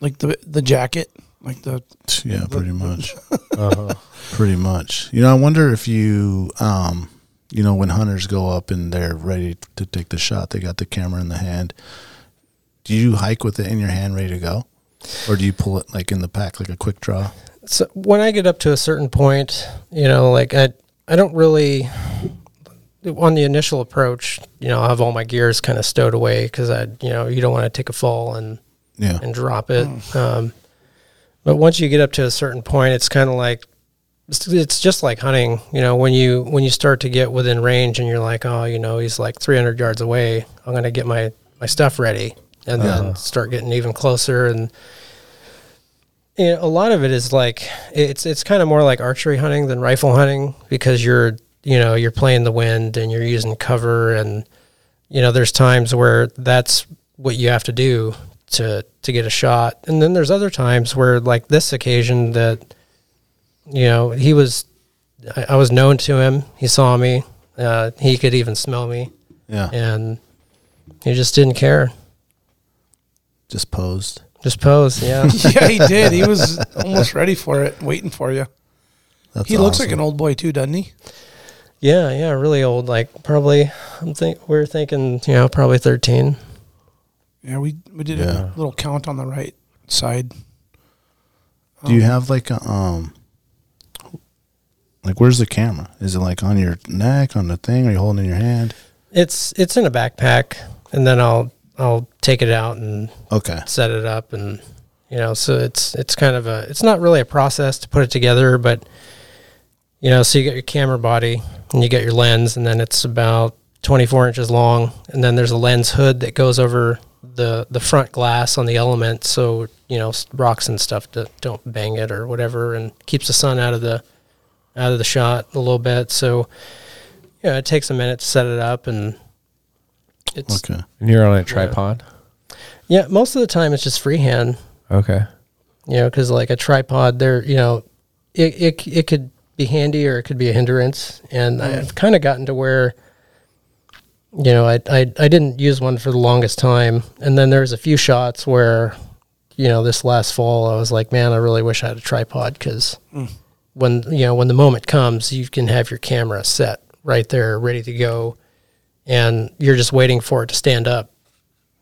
Speaker 4: like the the jacket, like the
Speaker 2: Yeah, pretty much. Pretty much. You know, I wonder if you, um, you know, when hunters go up and they're ready to take the shot, they got the camera in the hand. Do you hike with it in your hand, ready to go, or do you pull it like in the pack, like a quick draw?
Speaker 6: so when I get up to a certain point, you know, like I I don't really on the initial approach, you know, I have all my gears kind of stowed away because I you know you don't want to take a fall and
Speaker 2: Yeah.
Speaker 6: and drop it. Um, but once you get up to a certain point, it's kind of like it's, it's just like hunting. You know, when you when you start to get within range and you're like, oh, you know, he's like 300 yards away. I'm gonna get my my stuff ready and then start getting even closer and you know, a lot of it is like it's it's kind of more like archery hunting than rifle hunting because you're you know you're playing the wind and you're using cover and you know there's times where that's what you have to do to to get a shot and then there's other times where like this occasion that you know he was I, I was known to him he saw me uh, he could even smell me
Speaker 2: Yeah.
Speaker 6: and he just didn't care
Speaker 2: Just posed.
Speaker 6: just pose yeah
Speaker 4: yeah, he did. He was almost ready for it, waiting for you.
Speaker 2: That's
Speaker 4: he looks like
Speaker 2: awesome.
Speaker 4: an old boy too, doesn't he?
Speaker 6: Yeah, yeah, really old. Like probably, I'm think we're thinking, you know, probably 13.
Speaker 4: Yeah, we we did
Speaker 2: Yeah.
Speaker 4: a little count on the right side.
Speaker 2: Do you have like a um like where's the camera? Is it like on your neck, on the thing, are you holding it in your hand?
Speaker 6: It's it's in a backpack, and then I'll I'll take it out and
Speaker 2: Okay.
Speaker 6: set it up, and you know, so it's it's kind of a it's not really a process to put it together, but you know, so you get your camera body and you get your lens, and then it's about 24 inches long, and then there's a lens hood that goes over the the front glass on the element, so you know s- rocks and stuff that don't bang it or whatever, and keeps the sun out of the out of the shot a little bit. So yeah, it takes a minute to set it up, and it's
Speaker 2: Okay.
Speaker 3: And you're on a tripod.
Speaker 6: yeah, most of the time it's just freehand.
Speaker 3: Okay.
Speaker 6: you know because like a tripod there you know it, it it could be handy or it could be a hindrance and i've kind of gotten to where you know I, I i didn't use one for the longest time and then there's a few shots where you know this last fall i was like man i really wish i had a tripod because when you know when the moment comes you can have your camera set right there ready to go and you're just waiting for it to stand up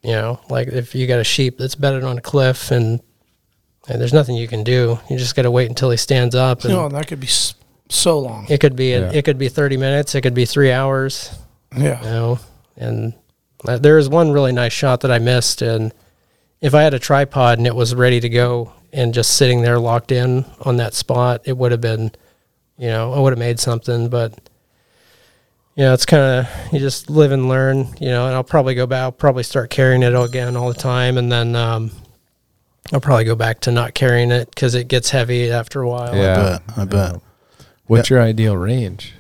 Speaker 6: you know like if you got a sheep that's bedded on a cliff and and there's nothing you can do. You just got to wait until he stands up. And
Speaker 4: No, Oh, that could be s- so long.
Speaker 6: It could be
Speaker 3: Yeah.
Speaker 6: it could be 30 minutes. It could be three hours. You
Speaker 4: Yeah,
Speaker 6: know, and uh, there was one really nice shot that I missed. And if I had a tripod and it was ready to go and just sitting there locked in on that spot, it would have been, you know, I would have made something. But you know, it's kind of you just live and learn. You know, and I'll probably go back. I'll probably start carrying it again all the time, and then. um I'll probably go back to not carrying it because it gets heavy after a while.
Speaker 3: Yeah.
Speaker 2: I bet. I bet.
Speaker 3: What's your ideal range?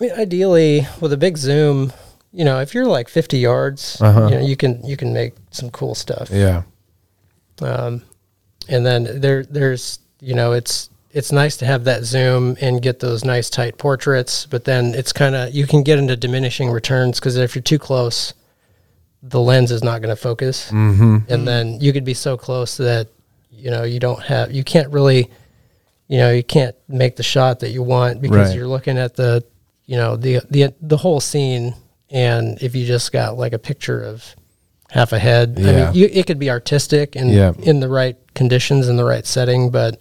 Speaker 6: I mean, ideally, with a big zoom, you know, if you're like 50 yards,
Speaker 3: Uh-huh.
Speaker 6: you know, you can you can make some cool stuff.
Speaker 3: Yeah.
Speaker 6: Um, and then there there's you know it's it's nice to have that zoom and get those nice tight portraits, but then it's kind of you can get into diminishing returns because if you're too close, the lens is not going to focus,
Speaker 3: Mm-hmm.
Speaker 6: and then you could be so close that you know you don't have you can't really you know you can't make the shot that you want because
Speaker 3: Right.
Speaker 6: you're looking at the you know the the the whole scene and if you just got like a picture of half a head i
Speaker 3: Yeah.
Speaker 6: mean you, it could be artistic and
Speaker 3: Yeah.
Speaker 6: in the right conditions in the right setting but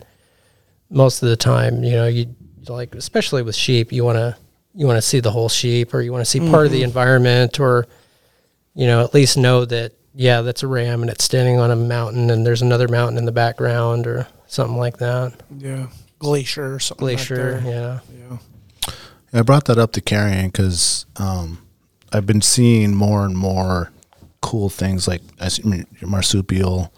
Speaker 6: most of the time you know you like especially with sheep you want to you want to see the whole sheep or you want to see part of the environment or you know at least know that yeah that's a ram and it's standing on a mountain and there's another mountain in the background or something like that
Speaker 4: yeah. Glacier or something. like
Speaker 6: glacier
Speaker 4: that.
Speaker 6: yeah
Speaker 4: yeah.
Speaker 2: I brought that up to carrying because um, I've been seeing more and more cool things like I see m- your marsupial.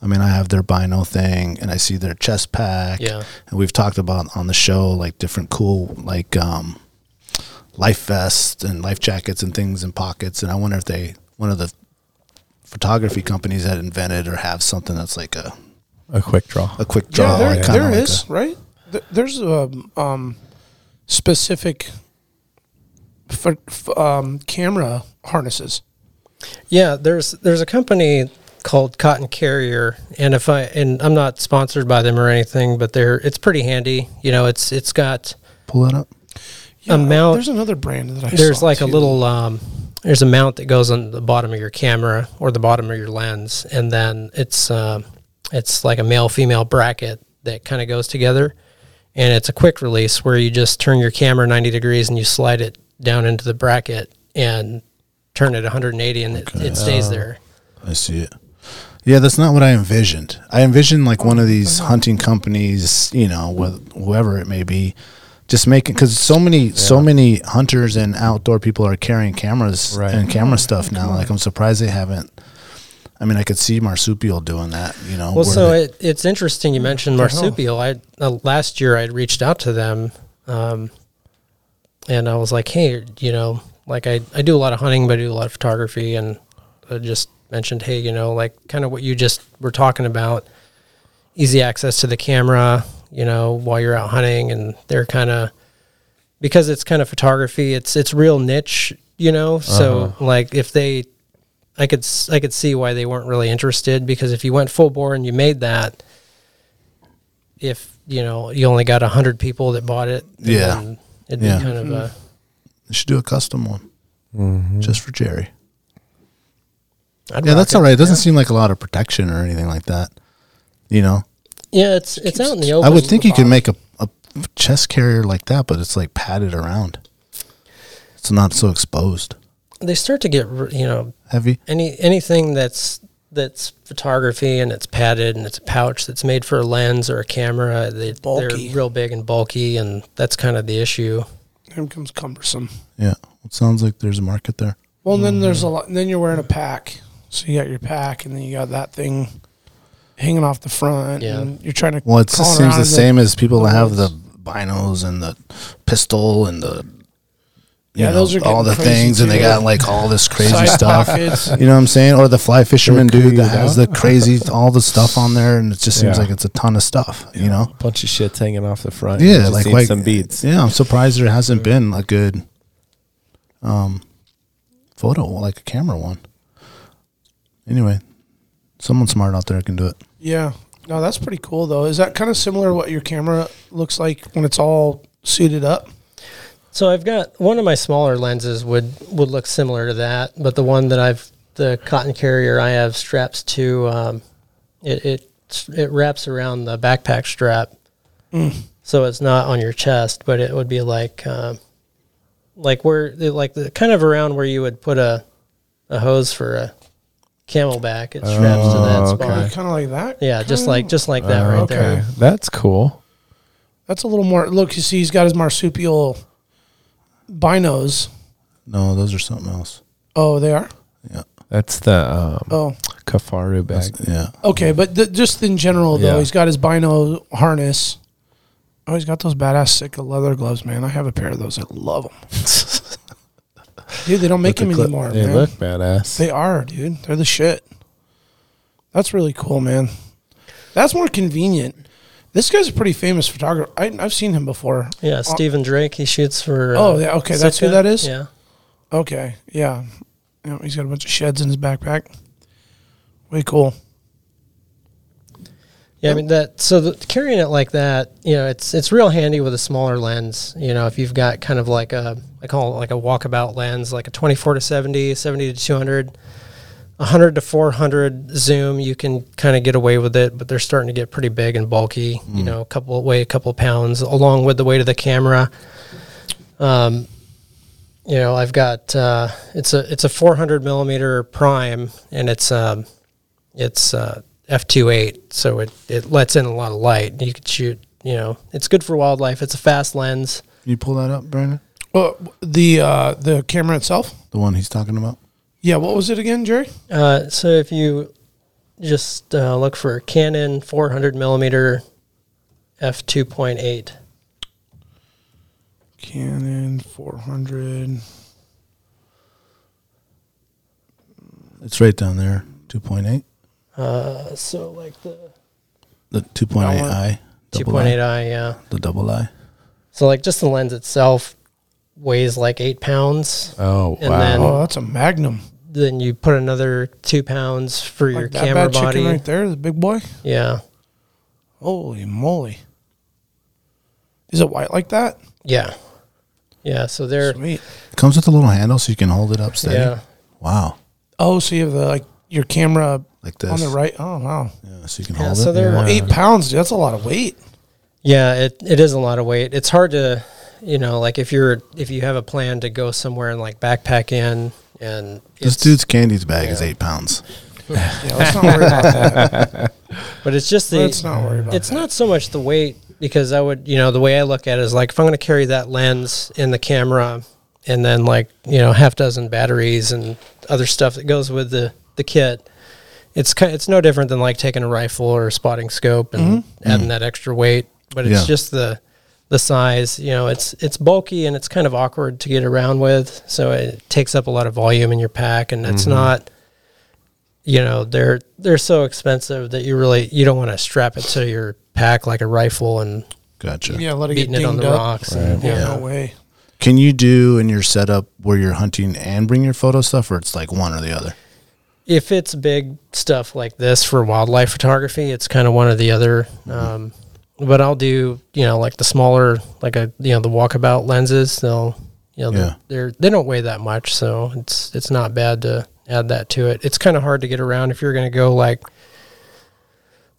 Speaker 2: I mean, I have their bino thing, and I see their chest pack.
Speaker 6: Yeah.
Speaker 2: and we've talked about on the show like different cool like um, life vests and life jackets and things in pockets. And I wonder if they one of the photography companies had invented or have something that's like a,
Speaker 3: A quick draw.
Speaker 2: a quick
Speaker 4: Yeah,
Speaker 2: draw.
Speaker 4: there,
Speaker 2: like, kinda
Speaker 4: there
Speaker 2: like
Speaker 4: is right. Th- There's um, um specific for, um, camera harnesses.
Speaker 6: Yeah, there's there's a company called Cotton Carrier, and if I and I'm not sponsored by them or anything, but they're it's pretty handy. You know, it's it's got
Speaker 2: A, pull it up.
Speaker 4: Yeah,
Speaker 6: mount-
Speaker 4: There's another brand that I
Speaker 6: there's
Speaker 4: saw,
Speaker 6: like a
Speaker 4: too.
Speaker 6: little um, there's a mount that goes on the bottom of your camera or the bottom of your lens, and then it's um it's like a male female bracket that kind of goes together, and it's a quick release where you just turn your camera 90 degrees and you slide it down into the bracket and turn it 180 and it, it stays there.
Speaker 2: I see it. Yeah, that's not what I envisioned. I envisioned like one of these
Speaker 6: Uh-huh.
Speaker 2: hunting companies, you know, with whoever it may be, just making because so many, so many hunters and outdoor people are carrying cameras
Speaker 3: Right.
Speaker 2: and camera stuff now. Like I'm surprised they haven't. I mean, I could see marsupial doing that. You know, where
Speaker 6: Well, so
Speaker 2: they-
Speaker 6: it, it's interesting you mentioned marsupial. I uh, last year I reached out to them, um, and I was like, hey, you know, like I I do a lot of hunting, but I do a lot of photography, and I just mentioned, hey, you know, like kind of what you just were talking about, easy access to the camera, you know, while you're out hunting, and they're kind of because it's kind of photography, it's it's real niche, you know. So
Speaker 2: Uh-huh.
Speaker 6: like if they I could s- I could see why they weren't really interested because if you went full bore and you made that, if you know you only got hundred people that bought it,
Speaker 2: Yeah.
Speaker 6: then it'd
Speaker 2: Yeah.
Speaker 6: be kind of a
Speaker 2: they should do a custom one just for Jerry.
Speaker 6: Mm-hmm. I'd
Speaker 2: Yeah,
Speaker 6: rock
Speaker 2: that's
Speaker 6: it.
Speaker 2: all right. It doesn't seem like a lot of protection or anything like that. You know,
Speaker 6: Yeah, it's Oh, it's out in the open.
Speaker 2: I would think you could make a, a chest carrier like that, but it's like padded around. It's not so exposed.
Speaker 6: They start to get r- you know
Speaker 2: Heavy.
Speaker 6: any anything that's that's photography and it's padded and it's a pouch that's made for a lens or a camera. They,
Speaker 4: Bulky.
Speaker 6: They're real big and bulky, and that's kind of the issue.
Speaker 4: Here comes cumbersome.
Speaker 2: Yeah. It sounds like there's a market there.
Speaker 4: Well, and then
Speaker 6: Mm-hmm.
Speaker 4: there's a lot. and Then you're wearing a pack, so you got your pack, and then you got that thing hanging off the front.
Speaker 6: Yeah.
Speaker 4: and you're trying to.
Speaker 2: Well, it
Speaker 4: call
Speaker 2: just seems
Speaker 4: around
Speaker 2: the
Speaker 4: and then-
Speaker 2: same as people that have the
Speaker 4: woods.
Speaker 2: binos and the pistol and the you
Speaker 4: Yeah, those are
Speaker 2: all the
Speaker 4: getting crazy
Speaker 2: things, and they
Speaker 4: too.
Speaker 2: got like all this crazy
Speaker 4: Side
Speaker 2: stuff.
Speaker 4: pockets
Speaker 2: You know what I'm saying? Or the fly fisherman dude that has
Speaker 3: out.
Speaker 2: the crazy all the stuff on there, and it just seems
Speaker 3: Yeah.
Speaker 2: like it's a ton of stuff. You know?
Speaker 3: bunch of shit's hanging off the front.
Speaker 2: Yeah,
Speaker 3: Just
Speaker 2: like
Speaker 3: need
Speaker 2: like
Speaker 3: some beats.
Speaker 2: Yeah, I'm surprised there hasn't been a good um photo like a camera one. Anyway, someone smart out there can do it.
Speaker 4: Yeah. No, that's pretty cool though. Is that kind of similar to what your camera looks like when it's all suited up?
Speaker 6: So I've got one of my smaller lenses would would look similar to that, but the one that I've the cotton carrier I have straps to um, it, it it wraps around the backpack strap,
Speaker 4: Mm.
Speaker 6: so it's not on your chest, but it would be like um, like where like the kind of around where you would put a a hose for a camelback. It straps to that
Speaker 3: Oh,
Speaker 6: spot.
Speaker 3: okay.
Speaker 4: Kind of like that.
Speaker 6: Yeah, just
Speaker 4: Kinda-
Speaker 6: like just like that
Speaker 4: Oh,
Speaker 6: right
Speaker 3: okay,
Speaker 6: there.
Speaker 3: that's cool.
Speaker 4: that's a little more. Look, you see, he's got his marsupial binos.
Speaker 2: No, those are something else.
Speaker 4: Oh, they are.
Speaker 3: That's the um,
Speaker 4: Oh,
Speaker 3: Kafaru bag.
Speaker 2: Yeah.
Speaker 4: okay. But th- just in general though,
Speaker 3: Yeah.
Speaker 4: he's got his bino harness. Oh, he's got those badass Sika leather gloves, man. I have a pair of those. I love them. Dude, they don't make
Speaker 2: the
Speaker 4: them
Speaker 2: clip-
Speaker 4: anymore.
Speaker 3: They
Speaker 4: man.
Speaker 3: look badass.
Speaker 4: They are, dude. They're the shit. That's really cool, man. That's more convenient. This guy's a pretty famous photographer. I, I've seen him before.
Speaker 6: Yeah, Stephen Drake he shoots for.
Speaker 4: Oh, yeah, okay, that's who
Speaker 6: Sitka.
Speaker 4: that is?
Speaker 6: Yeah.
Speaker 4: Okay, yeah. yeah. He's got a bunch of sheds in his backpack. Way cool.
Speaker 6: Yeah, I mean that. So the, carrying it like that, you know, it's it's real handy with a smaller lens. You know, if you've got kind of like a I call it like a walkabout lens, like a 24 to 70, 70 to 200, 100 to 400 zoom, you can kind of get away with it. But they're starting to get pretty big and bulky. You know, a couple weigh a couple pounds along with the weight of the camera. Um, you know, I've got uh, it's a it's a 400 millimeter prime, and it's um, it's uh, f2.8 so it, it lets in a lot of light and you can shoot you know it's good for wildlife it's a fast lens
Speaker 2: Can you pull that up, Brandon?
Speaker 4: Well, the uh, the camera itself.
Speaker 2: The one he's talking about?
Speaker 4: Yeah, what was it again, Jerry?
Speaker 6: uh, so if you just uh, look for canon 400 millimeter f2.8
Speaker 4: Canon 400.
Speaker 2: It's right down there. Two point eight.
Speaker 6: uh, so like the
Speaker 2: The two point eight I. double I,
Speaker 6: 2.8i yeah
Speaker 2: The double I.
Speaker 6: so like just the lens itself weighs like eight pounds
Speaker 3: Oh
Speaker 6: and
Speaker 3: wow!
Speaker 6: then
Speaker 4: Oh, that's a magnum.
Speaker 6: then you put another two pounds for your
Speaker 4: Like that
Speaker 6: camera
Speaker 4: bad
Speaker 6: body
Speaker 4: chicken right there, the big boy.
Speaker 6: yeah
Speaker 4: Holy moly. Is it white like that?
Speaker 6: yeah yeah so they're
Speaker 4: Sweet.
Speaker 2: It comes with a little handle so you can hold it up steady.
Speaker 6: yeah
Speaker 2: Wow.
Speaker 4: Oh, so you have the like your camera
Speaker 2: Like this.
Speaker 4: on the right. Oh wow,
Speaker 2: Yeah, so you can
Speaker 6: Yeah,
Speaker 2: hold
Speaker 6: so
Speaker 2: it.
Speaker 6: they're-
Speaker 2: Yeah.
Speaker 4: Well, eight pounds. Dude, that's a lot of weight.
Speaker 6: Yeah, it, it is a lot of weight. It's hard to, you know, like if you're if you have a plan to go somewhere and like backpack in and
Speaker 2: This
Speaker 6: it's,
Speaker 2: dude's candy's bag is eight pounds.
Speaker 4: Yeah, let's not worry about that.
Speaker 6: but it's just the
Speaker 4: Let's not worry about
Speaker 6: it's
Speaker 4: that.
Speaker 6: not so much the weight because I would you know the way I look at it is like if I'm going to carry that lens in the camera and then like you know half dozen batteries and other stuff that goes with the the kit, it's ki it's no different than like taking a rifle or a spotting scope and adding that extra weight, but it's
Speaker 2: Yeah.
Speaker 6: just the the size. You know, it's it's bulky and it's kind of awkward to get around with, so it takes up a lot of volume in your pack, and it's not. You know they're they're so expensive that you really you don't want to strap it to your pack like a rifle and
Speaker 2: Gotcha.
Speaker 4: Yeah, let it
Speaker 6: beating
Speaker 4: get
Speaker 6: it on
Speaker 4: dinged
Speaker 6: the
Speaker 4: up.
Speaker 6: rocks. and-
Speaker 4: Yeah, no way.
Speaker 2: Can you do in your setup where you're hunting and bring your photo stuff, or it's like one or the other?
Speaker 6: if it's big stuff like this for wildlife photography, it's kind of one or the other. Um, but I'll do, you know, like the smaller, like a, you know, the walkabout lenses. They'll, you know,
Speaker 2: Yeah.
Speaker 6: they're they don't weigh that much, so it's it's not bad to add that to it. It's kind of hard to get around if you're going to go like,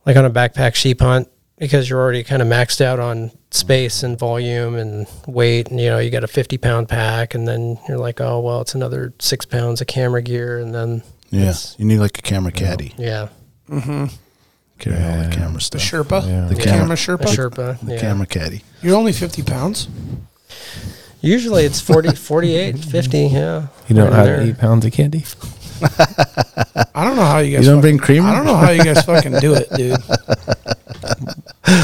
Speaker 6: like on a backpack sheep hunt because you're already kind of maxed out on space and volume and weight and you know you got a 50 pound pack and then you're like oh well it's another six pounds of camera gear and then
Speaker 2: Yeah.
Speaker 6: it's-
Speaker 2: you need like a camera caddy.
Speaker 6: yeah
Speaker 2: Carry all the camera
Speaker 4: The
Speaker 2: stuff.
Speaker 4: Sherpa, the
Speaker 2: Yeah.
Speaker 4: camera
Speaker 6: A
Speaker 4: Sherpa.
Speaker 6: Sherpa.
Speaker 2: The
Speaker 6: yeah.
Speaker 2: camera caddy.
Speaker 4: You're only 50 pounds.
Speaker 6: Usually it's 40, 48, 50, yeah.
Speaker 3: You don't
Speaker 6: Right
Speaker 3: have
Speaker 6: there.
Speaker 3: eight pounds of candy.
Speaker 4: I don't know how you guys.
Speaker 2: You don't bring
Speaker 4: fucking-
Speaker 2: creamer?
Speaker 4: I don't know how you guys fucking do it, dude.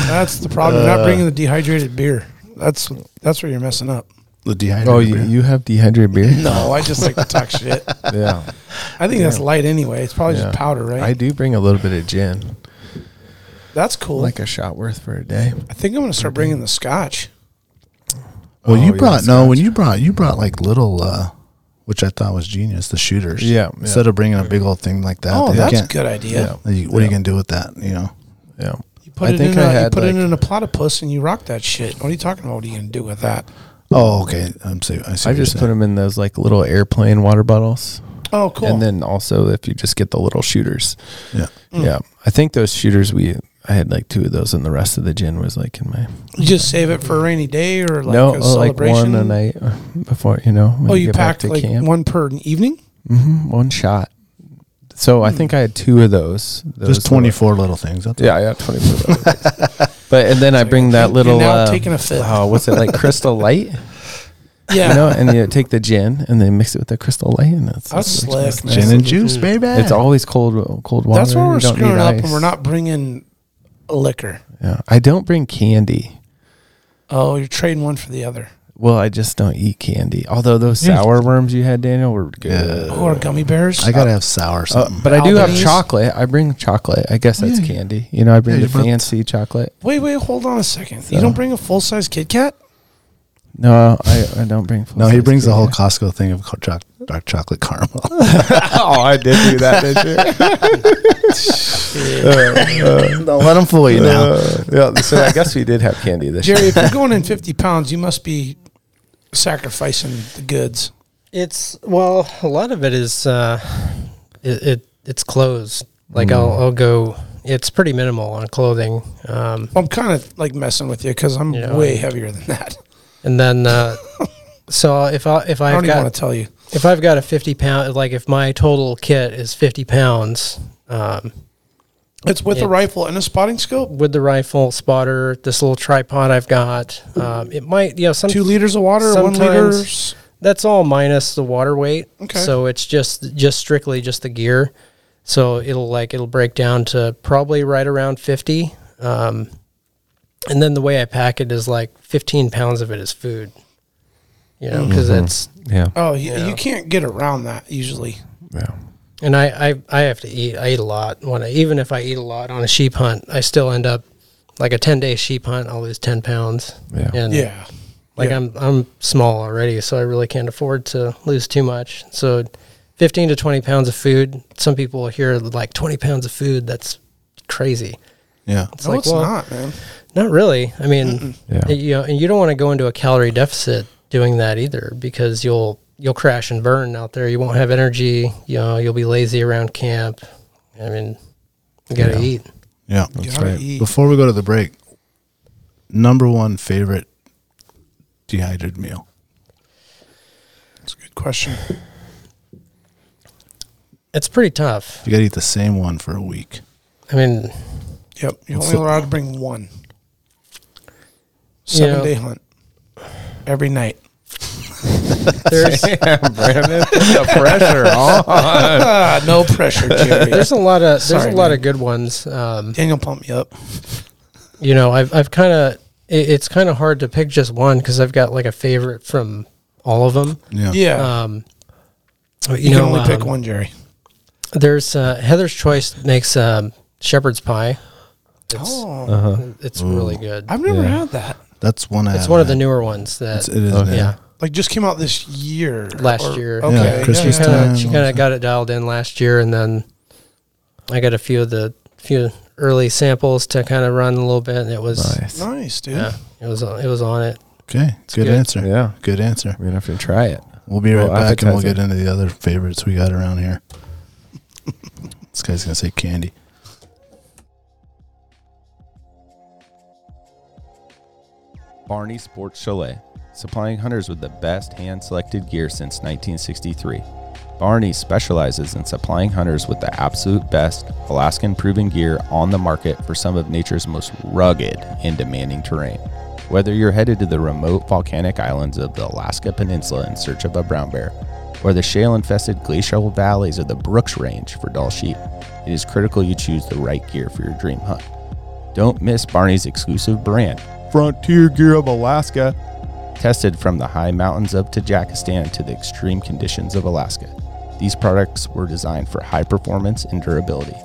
Speaker 4: That's the problem.
Speaker 3: Uh.
Speaker 4: You're not bringing the dehydrated beer. That's that's where you're messing up.
Speaker 2: The dehydrator.
Speaker 3: Oh, you, you have dehydrated beer?
Speaker 4: No, I just like to talk shit.
Speaker 3: yeah.
Speaker 4: I think that's light anyway. It's probably just
Speaker 3: Yeah.
Speaker 4: powder, right?
Speaker 3: I do bring a little bit of gin,
Speaker 4: that's cool.
Speaker 3: like a shot worth for a day.
Speaker 4: I think I'm gonna start bringing the scotch.
Speaker 2: Well,
Speaker 3: Oh,
Speaker 2: you
Speaker 3: yeah,
Speaker 2: brought no.
Speaker 3: scotch.
Speaker 2: When you brought you brought like little, uh, which I thought was genius. The shooters.
Speaker 3: Yeah, yeah.
Speaker 2: Instead of bringing a big old thing like that.
Speaker 4: Oh,
Speaker 2: that you
Speaker 4: that's a
Speaker 2: can't-
Speaker 4: good idea.
Speaker 3: Yeah.
Speaker 2: you- what are you gonna do with that? You know.
Speaker 3: Yeah.
Speaker 4: You put
Speaker 3: I
Speaker 4: it
Speaker 3: think
Speaker 4: in
Speaker 3: I
Speaker 4: a, you
Speaker 3: had,
Speaker 4: put it
Speaker 3: like-
Speaker 4: in a platypus and you rock that shit. What are you talking about? What are you gonna do with that?
Speaker 2: Oh, okay. I'm see. I see.
Speaker 3: I
Speaker 2: what you're
Speaker 3: just put
Speaker 2: saying.
Speaker 3: them in those like little airplane water bottles.
Speaker 4: Oh, cool.
Speaker 3: And then also if you just get the little shooters.
Speaker 2: Yeah.
Speaker 4: Hmm.
Speaker 3: Yeah. I think those shooters we I had like two of those and the rest of the gin was like in my
Speaker 4: you just save it for a rainy day or like
Speaker 3: no
Speaker 4: a
Speaker 3: oh, like
Speaker 4: celebration.
Speaker 3: one a night uh, before you know when
Speaker 4: oh, you
Speaker 3: get back
Speaker 4: packed like one per evening.
Speaker 3: Mhm, one shot so
Speaker 4: Hmm.
Speaker 3: I think I had two of those, those
Speaker 2: Just 24 little things. That's
Speaker 3: yeah yeah twenty four but and then I bring that
Speaker 4: You're
Speaker 3: little
Speaker 4: now
Speaker 3: uh,
Speaker 4: taking a fifth.
Speaker 3: oh what's it like crystal light
Speaker 4: Yeah,
Speaker 3: you know and you take the gin and then mix it with the crystal light and it's
Speaker 4: that's
Speaker 3: it's-
Speaker 4: slick.
Speaker 2: Gin and juice, baby.
Speaker 3: it's always cold cold water
Speaker 4: That's why
Speaker 3: You
Speaker 4: we're
Speaker 3: don't need
Speaker 4: screwing up, and
Speaker 3: ice.
Speaker 4: we're not bringing liquor.
Speaker 3: yeah I don't bring candy
Speaker 4: Oh, you're trading one for the other.
Speaker 3: Well, I just don't eat candy. Although those
Speaker 2: Yeah.
Speaker 3: sour worms you had, Daniel, were good.
Speaker 4: Oh, or gummy bears.
Speaker 2: I gotta have sour
Speaker 3: Uh,
Speaker 2: something.
Speaker 3: but I do have
Speaker 4: Albanese?
Speaker 3: chocolate. I bring chocolate. I guess that's
Speaker 2: Yeah.
Speaker 3: candy. You know, I bring
Speaker 2: Yeah, you
Speaker 3: the
Speaker 2: brought-
Speaker 3: fancy chocolate.
Speaker 4: wait, wait, hold on a second. You
Speaker 3: So-
Speaker 4: don't bring a full size Kit Kat?
Speaker 3: No, I, I don't bring.
Speaker 2: no, he
Speaker 3: full-size
Speaker 2: brings the
Speaker 3: candy.
Speaker 2: whole Costco thing of co- choc- dark chocolate caramel.
Speaker 3: oh, I did do that this year.
Speaker 2: Don't let him fool you now.
Speaker 3: Uh, yeah, so I guess we did have candy this year.
Speaker 4: Jerry, if you're going in 50 pounds, you must be sacrificing the goods.
Speaker 6: It's, well, a lot of it is, uh, it, it it's clothes. Like I'll,
Speaker 4: Mm.
Speaker 6: I'll go, it's pretty minimal on clothing. Um,
Speaker 4: I'm kind of like messing with you because I'm
Speaker 6: Yeah.
Speaker 4: way heavier than that.
Speaker 6: and then, uh, so if I, if
Speaker 4: I
Speaker 6: I've
Speaker 4: don't even
Speaker 6: got,
Speaker 4: want to tell you.
Speaker 6: if I've got a 50 pound, like if my total kit is 50 pounds, um,
Speaker 4: It's with a
Speaker 6: Yeah.
Speaker 4: rifle and a spotting scope,
Speaker 6: with the rifle spotter, this little tripod I've got, um, it might, you know, some
Speaker 4: two liters of water, one liter.
Speaker 6: Sometimes- That's all minus the water weight.
Speaker 4: Okay.
Speaker 6: So it's just just strictly just the gear. So it'll like it'll break down to probably right around fifty. Um, and then the way I pack it is like fifteen pounds of it is food. You know, because it's
Speaker 3: Yeah,
Speaker 4: Oh, you, you can't get around that usually.
Speaker 3: yeah.
Speaker 6: and I, I I have to eat. I eat a lot. When I, even if I eat a lot on a sheep hunt, I still end up like a ten day sheep hunt. I'll lose ten pounds.
Speaker 3: Yeah.
Speaker 6: And
Speaker 4: Yeah.
Speaker 6: Like
Speaker 4: Yeah.
Speaker 6: I'm I'm small already, so I really can't afford to lose too much. So, fifteen to twenty pounds of food. Some people hear like twenty pounds of food. That's crazy.
Speaker 2: Yeah.
Speaker 6: It's
Speaker 4: No,
Speaker 6: like
Speaker 4: it's
Speaker 6: well, not.
Speaker 4: not, man.
Speaker 6: really. I mean,
Speaker 3: Yeah.
Speaker 6: you know, and you don't want to go into a calorie deficit doing that either because you'll you'll crash and burn out there. You won't have energy. You know, you'll be lazy around camp. I mean, you gotta
Speaker 3: Yeah.
Speaker 6: eat.
Speaker 2: Yeah.
Speaker 4: You gotta
Speaker 3: right.
Speaker 4: eat.
Speaker 2: Before we go to the break, number one favorite dehydrated meal.
Speaker 4: That's a good question.
Speaker 6: It's pretty tough.
Speaker 2: You gotta eat the same one for a week.
Speaker 6: I mean,
Speaker 4: Yep. You're
Speaker 2: What's
Speaker 4: only
Speaker 2: the-
Speaker 4: allowed to bring one. Seven
Speaker 6: Yeah.
Speaker 4: day hunt. Every night.
Speaker 6: There's
Speaker 8: Brandon, put the pressure on.
Speaker 4: Ah, no pressure, Jerry.
Speaker 6: there's a lot of there's
Speaker 4: Sorry,
Speaker 6: a lot
Speaker 4: man.
Speaker 6: of good ones. Um,
Speaker 4: Daniel, pump me up.
Speaker 6: you know, I've I've kind of it, it's kind of hard to pick just one because I've got like a favorite from all of them.
Speaker 5: Yeah.
Speaker 4: Yeah,
Speaker 6: Um, you,
Speaker 4: you,
Speaker 6: know,
Speaker 4: can only pick
Speaker 6: um,
Speaker 4: one, Jerry.
Speaker 6: There's uh, Heather's Choice makes um, shepherd's pie. It's, uh-huh.
Speaker 4: Oh,
Speaker 6: it's really good.
Speaker 4: I've never had that.
Speaker 5: That's one. I
Speaker 6: It's one of the
Speaker 5: haven't
Speaker 6: newer ones that
Speaker 5: had. It's, it is.
Speaker 8: Okay.
Speaker 5: new.
Speaker 6: yeah.
Speaker 4: Like just came out this year,
Speaker 6: Last year.
Speaker 4: Okay,
Speaker 5: Yeah,
Speaker 6: She
Speaker 5: Christmas
Speaker 4: yeah, yeah.
Speaker 6: kind
Speaker 5: time.
Speaker 6: of she kind of got it dialed in last year, and then I got a few of the few early samples to kind of run a little bit, and it was
Speaker 8: Nice.
Speaker 4: Nice, dude.
Speaker 6: yeah, it was on- it was on it.
Speaker 5: Okay. Good,
Speaker 6: good.
Speaker 5: answer.
Speaker 8: Yeah.
Speaker 5: Good answer.
Speaker 8: We're gonna have to try it.
Speaker 5: We'll be right
Speaker 8: Well,
Speaker 5: back and we'll
Speaker 8: appetizing.
Speaker 5: get into the other favorites we got around here. this guy's gonna say candy.
Speaker 3: Barney Sports Chalet, supplying hunters with the best hand selected gear since 1963. Barney specializes in supplying hunters with the absolute best Alaskan proven gear on the market for some of nature's most rugged and demanding terrain. Whether you're headed to the remote volcanic islands of the Alaska Peninsula in search of a brown bear, or the shale infested glacial valleys of the Brooks Range for doll sheep, it is critical you choose the right gear for your dream hunt. Don't miss Barney's exclusive brand, Frontier Gear of Alaska, tested from the high mountains of Tajikistan to the extreme conditions of Alaska. These products were designed for high performance and durability.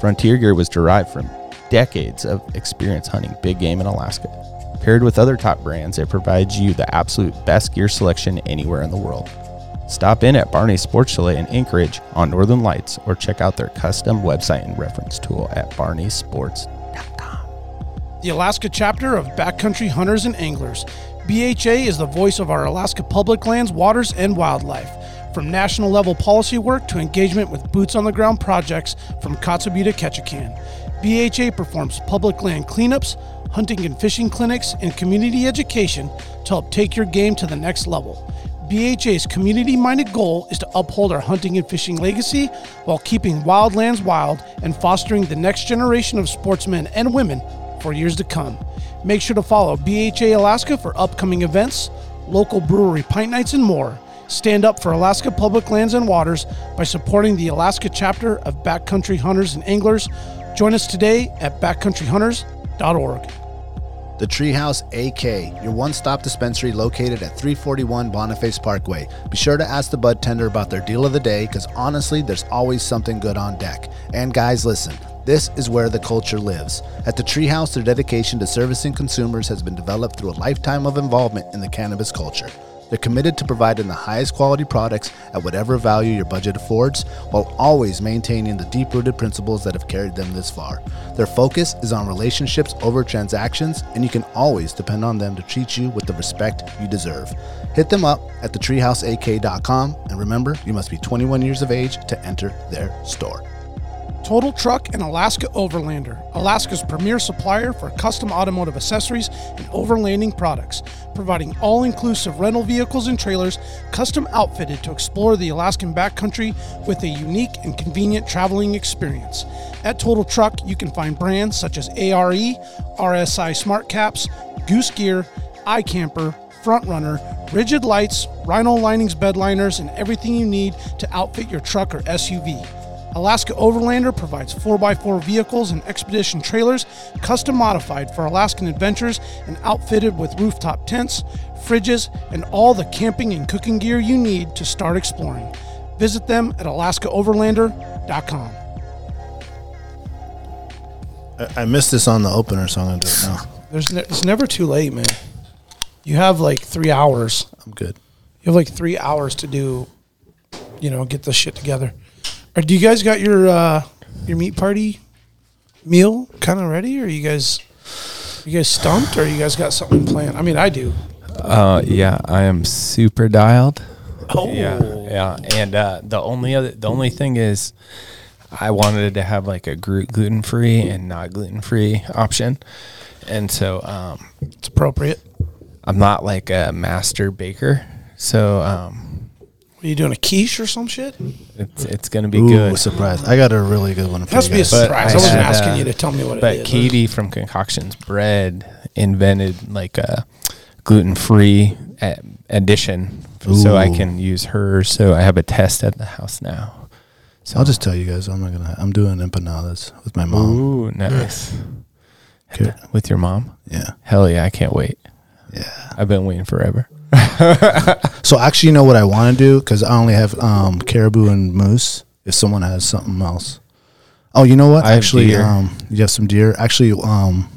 Speaker 3: Frontier Gear was derived from decades of experience hunting big game in Alaska. Paired with other top brands, it provides you the absolute best gear selection anywhere in the world. Stop in at Barney's Sports Chalet in Anchorage on Northern Lights or check out their custom website and reference tool at barneysports.com.
Speaker 4: the Alaska chapter of Backcountry Hunters and Anglers. BHA is the voice of our Alaska public lands, waters, and wildlife. From national level policy work to engagement with boots on the ground projects from Kotzebue to Ketchikan, BHA performs public land cleanups, hunting and fishing clinics, and community education to help take your game to the next level. BHA's community minded goal is to uphold our hunting and fishing legacy while keeping wildlands wild and fostering the next generation of sportsmen and women for years to come. Make sure to follow BHA Alaska for upcoming events, local brewery pint nights, and more. Stand up for Alaska public lands and waters by supporting the Alaska chapter of Backcountry Hunters and Anglers. Join us today at backcountryhunters.org.
Speaker 2: The Treehouse AK, your one stop dispensary located at 341 Boniface Parkway. Be sure to ask the bud tender about their deal of the day because honestly, there's always something good on deck. And guys, listen, this is where the culture lives. At the Treehouse, their dedication to servicing consumers has been developed through a lifetime of involvement in the cannabis culture. They're committed to providing the highest quality products at whatever value your budget affords, while always maintaining the deep rooted principles that have carried them this far. Their focus is on relationships over transactions, and you can always depend on them to treat you with the respect you deserve. Hit them up at thetreehouseak.com, and remember, you must be 21 years of age to enter their store.
Speaker 4: Total Truck and Alaska Overlander, Alaska's premier supplier for custom automotive accessories and overlanding products, providing all inclusive rental vehicles and trailers custom outfitted to explore the Alaskan backcountry with a unique and convenient traveling experience. At Total Truck, you can find brands such as E, ARE, RSI Smart Caps, Goose Gear, iCamper, Front Runner, Rigid Lights, Rhino Linings bed liners, and everything you need to outfit your truck or SUV. Alaska Overlander provides 4x4 vehicles and expedition trailers custom modified for Alaskan adventures and outfitted with rooftop tents, fridges, and all the camping and cooking gear you need to start exploring. Visit them at alaskaoverlander.com.
Speaker 5: I, I missed this on the opener, so I'm gonna do it now.
Speaker 4: There's ne- it's never too late, man. You have like three hours.
Speaker 5: I'm good.
Speaker 4: You have like three hours to do, you know, get this shit together. Or do you guys got your uh, your meat party meal kind of ready? Or you guys you guys stumped? Or you guys got something planned? I mean, I do.
Speaker 8: Uh, yeah, I am super dialed.
Speaker 4: Oh,
Speaker 8: Yeah, yeah. And uh, the only other, the only thing is, I wanted to have like a gluten free and not gluten free option, and so um,
Speaker 4: it's appropriate.
Speaker 8: I'm not like a master baker, so um,
Speaker 4: Are you doing a quiche or some shit?
Speaker 8: it's it's gonna be
Speaker 5: Ooh,
Speaker 8: good.
Speaker 5: surprise! I got a really good one for
Speaker 4: It has to
Speaker 5: you
Speaker 4: be a
Speaker 5: guys.
Speaker 8: But
Speaker 4: surprise. I,
Speaker 8: I
Speaker 4: wasn't
Speaker 8: had,
Speaker 4: asking
Speaker 8: uh,
Speaker 4: you to tell me what it
Speaker 8: But
Speaker 4: is.
Speaker 8: Katie from Concoctions Bread invented like a
Speaker 3: gluten free addition, so I
Speaker 2: Ooh.
Speaker 3: can use her. So I have a test at the house now. So
Speaker 2: I'll just tell you guys, I'm not gonna. I'm doing empanadas with my mom.
Speaker 3: Ooh, nice.
Speaker 2: Okay.
Speaker 3: With your mom?
Speaker 2: Yeah,
Speaker 3: Hell yeah, I can't wait.
Speaker 2: yeah.
Speaker 3: I've been waiting forever.
Speaker 2: So actually, you know what I want to do because I only have um, caribou and moose. If someone has something else, oh, you know what?
Speaker 3: I have
Speaker 2: actually,
Speaker 3: deer.
Speaker 2: um, you have some deer. Actually, um,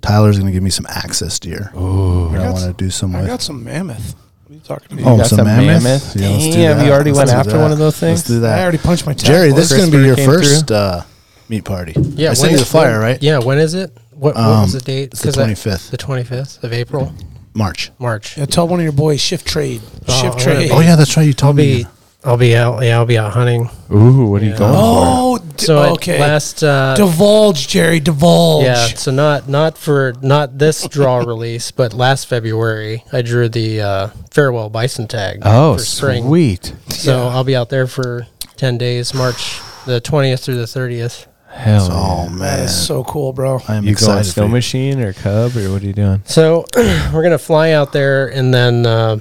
Speaker 2: Tyler's gonna give me some access deer. Oh, I want to do some
Speaker 4: I
Speaker 2: with.
Speaker 4: got some mammoth. What are you talking about?
Speaker 2: Oh,
Speaker 3: You got
Speaker 2: some
Speaker 3: some
Speaker 2: mammoth.
Speaker 3: mammoth?
Speaker 2: Yeah, let's do
Speaker 3: Damn, you
Speaker 2: that.
Speaker 3: already
Speaker 2: Let's
Speaker 3: went
Speaker 2: do
Speaker 3: after
Speaker 2: that.
Speaker 3: one of those things?
Speaker 2: Let's do
Speaker 4: I
Speaker 2: that.
Speaker 4: already punched my tongue.
Speaker 2: Jerry, this is gonna be
Speaker 3: CRISPR
Speaker 2: your
Speaker 3: came through.
Speaker 2: first uh, meat party.
Speaker 6: Yeah,
Speaker 2: I sent you
Speaker 6: when-
Speaker 2: the flyer, right?
Speaker 6: Yeah, when is it? What, what was
Speaker 2: Um,
Speaker 6: the date?
Speaker 2: it's the
Speaker 6: 'Cause I-
Speaker 2: 25th.
Speaker 6: the 25th of April,
Speaker 2: March.
Speaker 6: March.
Speaker 4: Yeah, tell one of your boys shift trade.
Speaker 6: Oh,
Speaker 4: Shift
Speaker 6: I wanna
Speaker 4: trade.
Speaker 6: be-
Speaker 2: Oh yeah, that's right. You
Speaker 6: I'll
Speaker 2: told me.
Speaker 6: be I'll be out. Yeah, I'll be out hunting.
Speaker 3: Ooh, what are you going
Speaker 4: Oh, d-
Speaker 6: So I-
Speaker 4: okay.
Speaker 6: last uh,
Speaker 4: divulge, Jerry. Divulge.
Speaker 6: yeah, so not not for not this draw release, but last February I drew the uh, farewell bison tag.
Speaker 3: Oh,
Speaker 6: for spring.
Speaker 3: sweet.
Speaker 6: So I'll be out there for ten days, March the twentieth through the thirtieth.
Speaker 3: Hell yeah.
Speaker 2: Oh
Speaker 4: That
Speaker 2: man,
Speaker 4: is so cool, bro.
Speaker 2: I am
Speaker 3: You going
Speaker 2: excited. for
Speaker 3: snow
Speaker 2: you.
Speaker 3: machine or cub or what are you doing?
Speaker 6: So we're gonna fly out there, and then uh,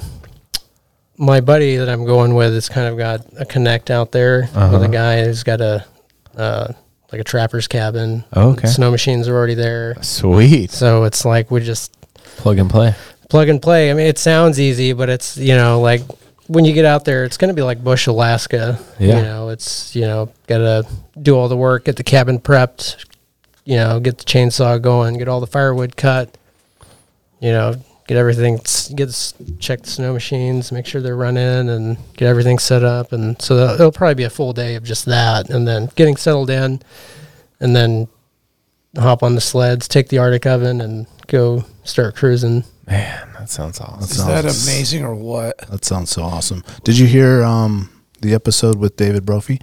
Speaker 6: my buddy that I'm going with has kind of got a connect out there with a guy who's got a uh, like a trapper's cabin.
Speaker 3: Okay.
Speaker 6: snow machines are already there,
Speaker 3: Sweet.
Speaker 6: so it's like we just
Speaker 3: Plug and play.
Speaker 6: plug and play. I mean, it sounds easy, but it's you know like when you get out there, it's going to be like Bush, Alaska.
Speaker 3: Yeah.
Speaker 6: You know, it's you know got to do all the work, get the cabin prepped, you know, get the chainsaw going, get all the firewood cut, you know, get everything s- get s- check the snow machines, make sure they're running, and get everything set up. And so that- it'll probably be a full day of just that, and then getting settled in, and then hop on the sleds, take the Arctic oven, and go start cruising.
Speaker 3: Man, that sounds awesome.
Speaker 4: Is that
Speaker 2: Sounds-
Speaker 4: amazing or what?
Speaker 2: That sounds so awesome. Did you hear um, the episode with David Brophy?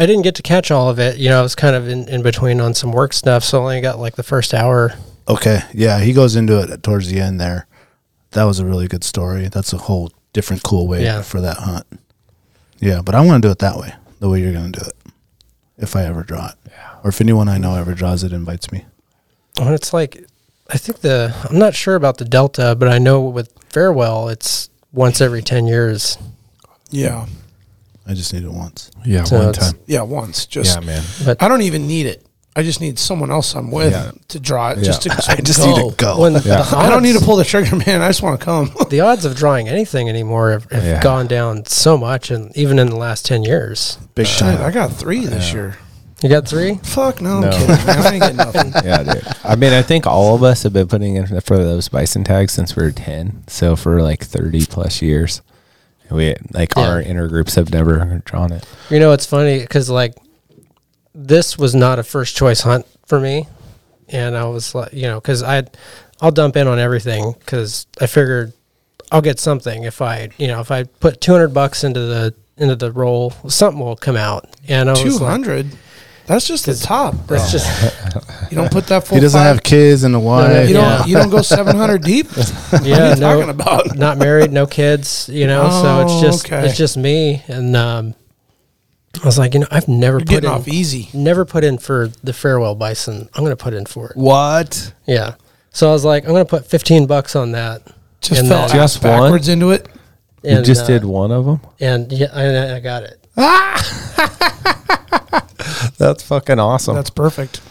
Speaker 6: I didn't get to catch all of it. You know, I was kind of in, in between on some work stuff, so I only got like the first hour.
Speaker 2: Okay, yeah, he goes into it towards the end there. That was a really good story. That's a whole different cool way
Speaker 6: Yeah.
Speaker 2: for that hunt. Yeah, but I want to do it that way, the way you're going to do it. If I ever draw it, yeah. or if anyone I know ever draws it, invites me.
Speaker 6: And it's like, I think the, I'm not sure about the Delta, but I know with Farewell, it's once every 10 years.
Speaker 4: Yeah.
Speaker 2: I just need it once.
Speaker 3: Yeah,
Speaker 6: So one it's- time.
Speaker 4: Yeah, once. Just
Speaker 3: Yeah, man.
Speaker 6: But
Speaker 4: I don't even need it. I just need someone else I'm with
Speaker 3: Yeah.
Speaker 4: to draw it. Just to
Speaker 2: I just need to go.
Speaker 6: when the, odds,
Speaker 4: I don't need to pull the trigger, man. I just want to come.
Speaker 6: the odds of drawing anything anymore have, have
Speaker 3: Yeah.
Speaker 6: gone down so much, and even in the last 10 years.
Speaker 2: Big
Speaker 4: Dude, I
Speaker 2: time.
Speaker 4: got three this year.
Speaker 6: You got three?
Speaker 4: Fuck no,
Speaker 3: No.
Speaker 4: I'm kidding. Man. I ain't getting nothing.
Speaker 3: yeah, dude. I mean, I think all of us have been putting in for those bison tags since we were ten. So for like thirty plus years, we like
Speaker 6: Yeah.
Speaker 3: our inner groups have never drawn it.
Speaker 6: You know, it's funny because like this was not a first choice hunt for me, and I was like, you know, because I, I'll dump in on everything because I figured I'll get something if I, you know, if I put two hundred bucks into the into the roll, something will come out. And I
Speaker 4: Two
Speaker 6: was like,
Speaker 4: hundred. That's just the top. Bro.
Speaker 6: that's just
Speaker 4: you don't put that full.
Speaker 2: He doesn't
Speaker 4: five-
Speaker 2: have kids and a wife.
Speaker 4: You don't.
Speaker 6: Yeah.
Speaker 4: You don't go seven hundred deep. What are
Speaker 6: yeah,
Speaker 4: you talking
Speaker 6: no,
Speaker 4: about?
Speaker 6: not married, no kids, you know. so
Speaker 4: Oh,
Speaker 6: it's just
Speaker 4: okay.
Speaker 6: it's just me, and um, I was like, you know, I've never
Speaker 4: You're
Speaker 6: put
Speaker 4: getting
Speaker 6: in,
Speaker 4: off easy.
Speaker 6: never put in for the farewell bison. I'm gonna put in for it.
Speaker 3: What?
Speaker 6: Yeah. So I was like, I'm gonna put 15 bucks on that.
Speaker 4: Just
Speaker 6: And uh,
Speaker 4: fell
Speaker 6: then-
Speaker 3: Just
Speaker 4: just
Speaker 3: one?
Speaker 4: backwards into it.
Speaker 3: you just did one of them?
Speaker 6: and yeah, I, I got it.
Speaker 3: That's fucking awesome.
Speaker 4: That's perfect.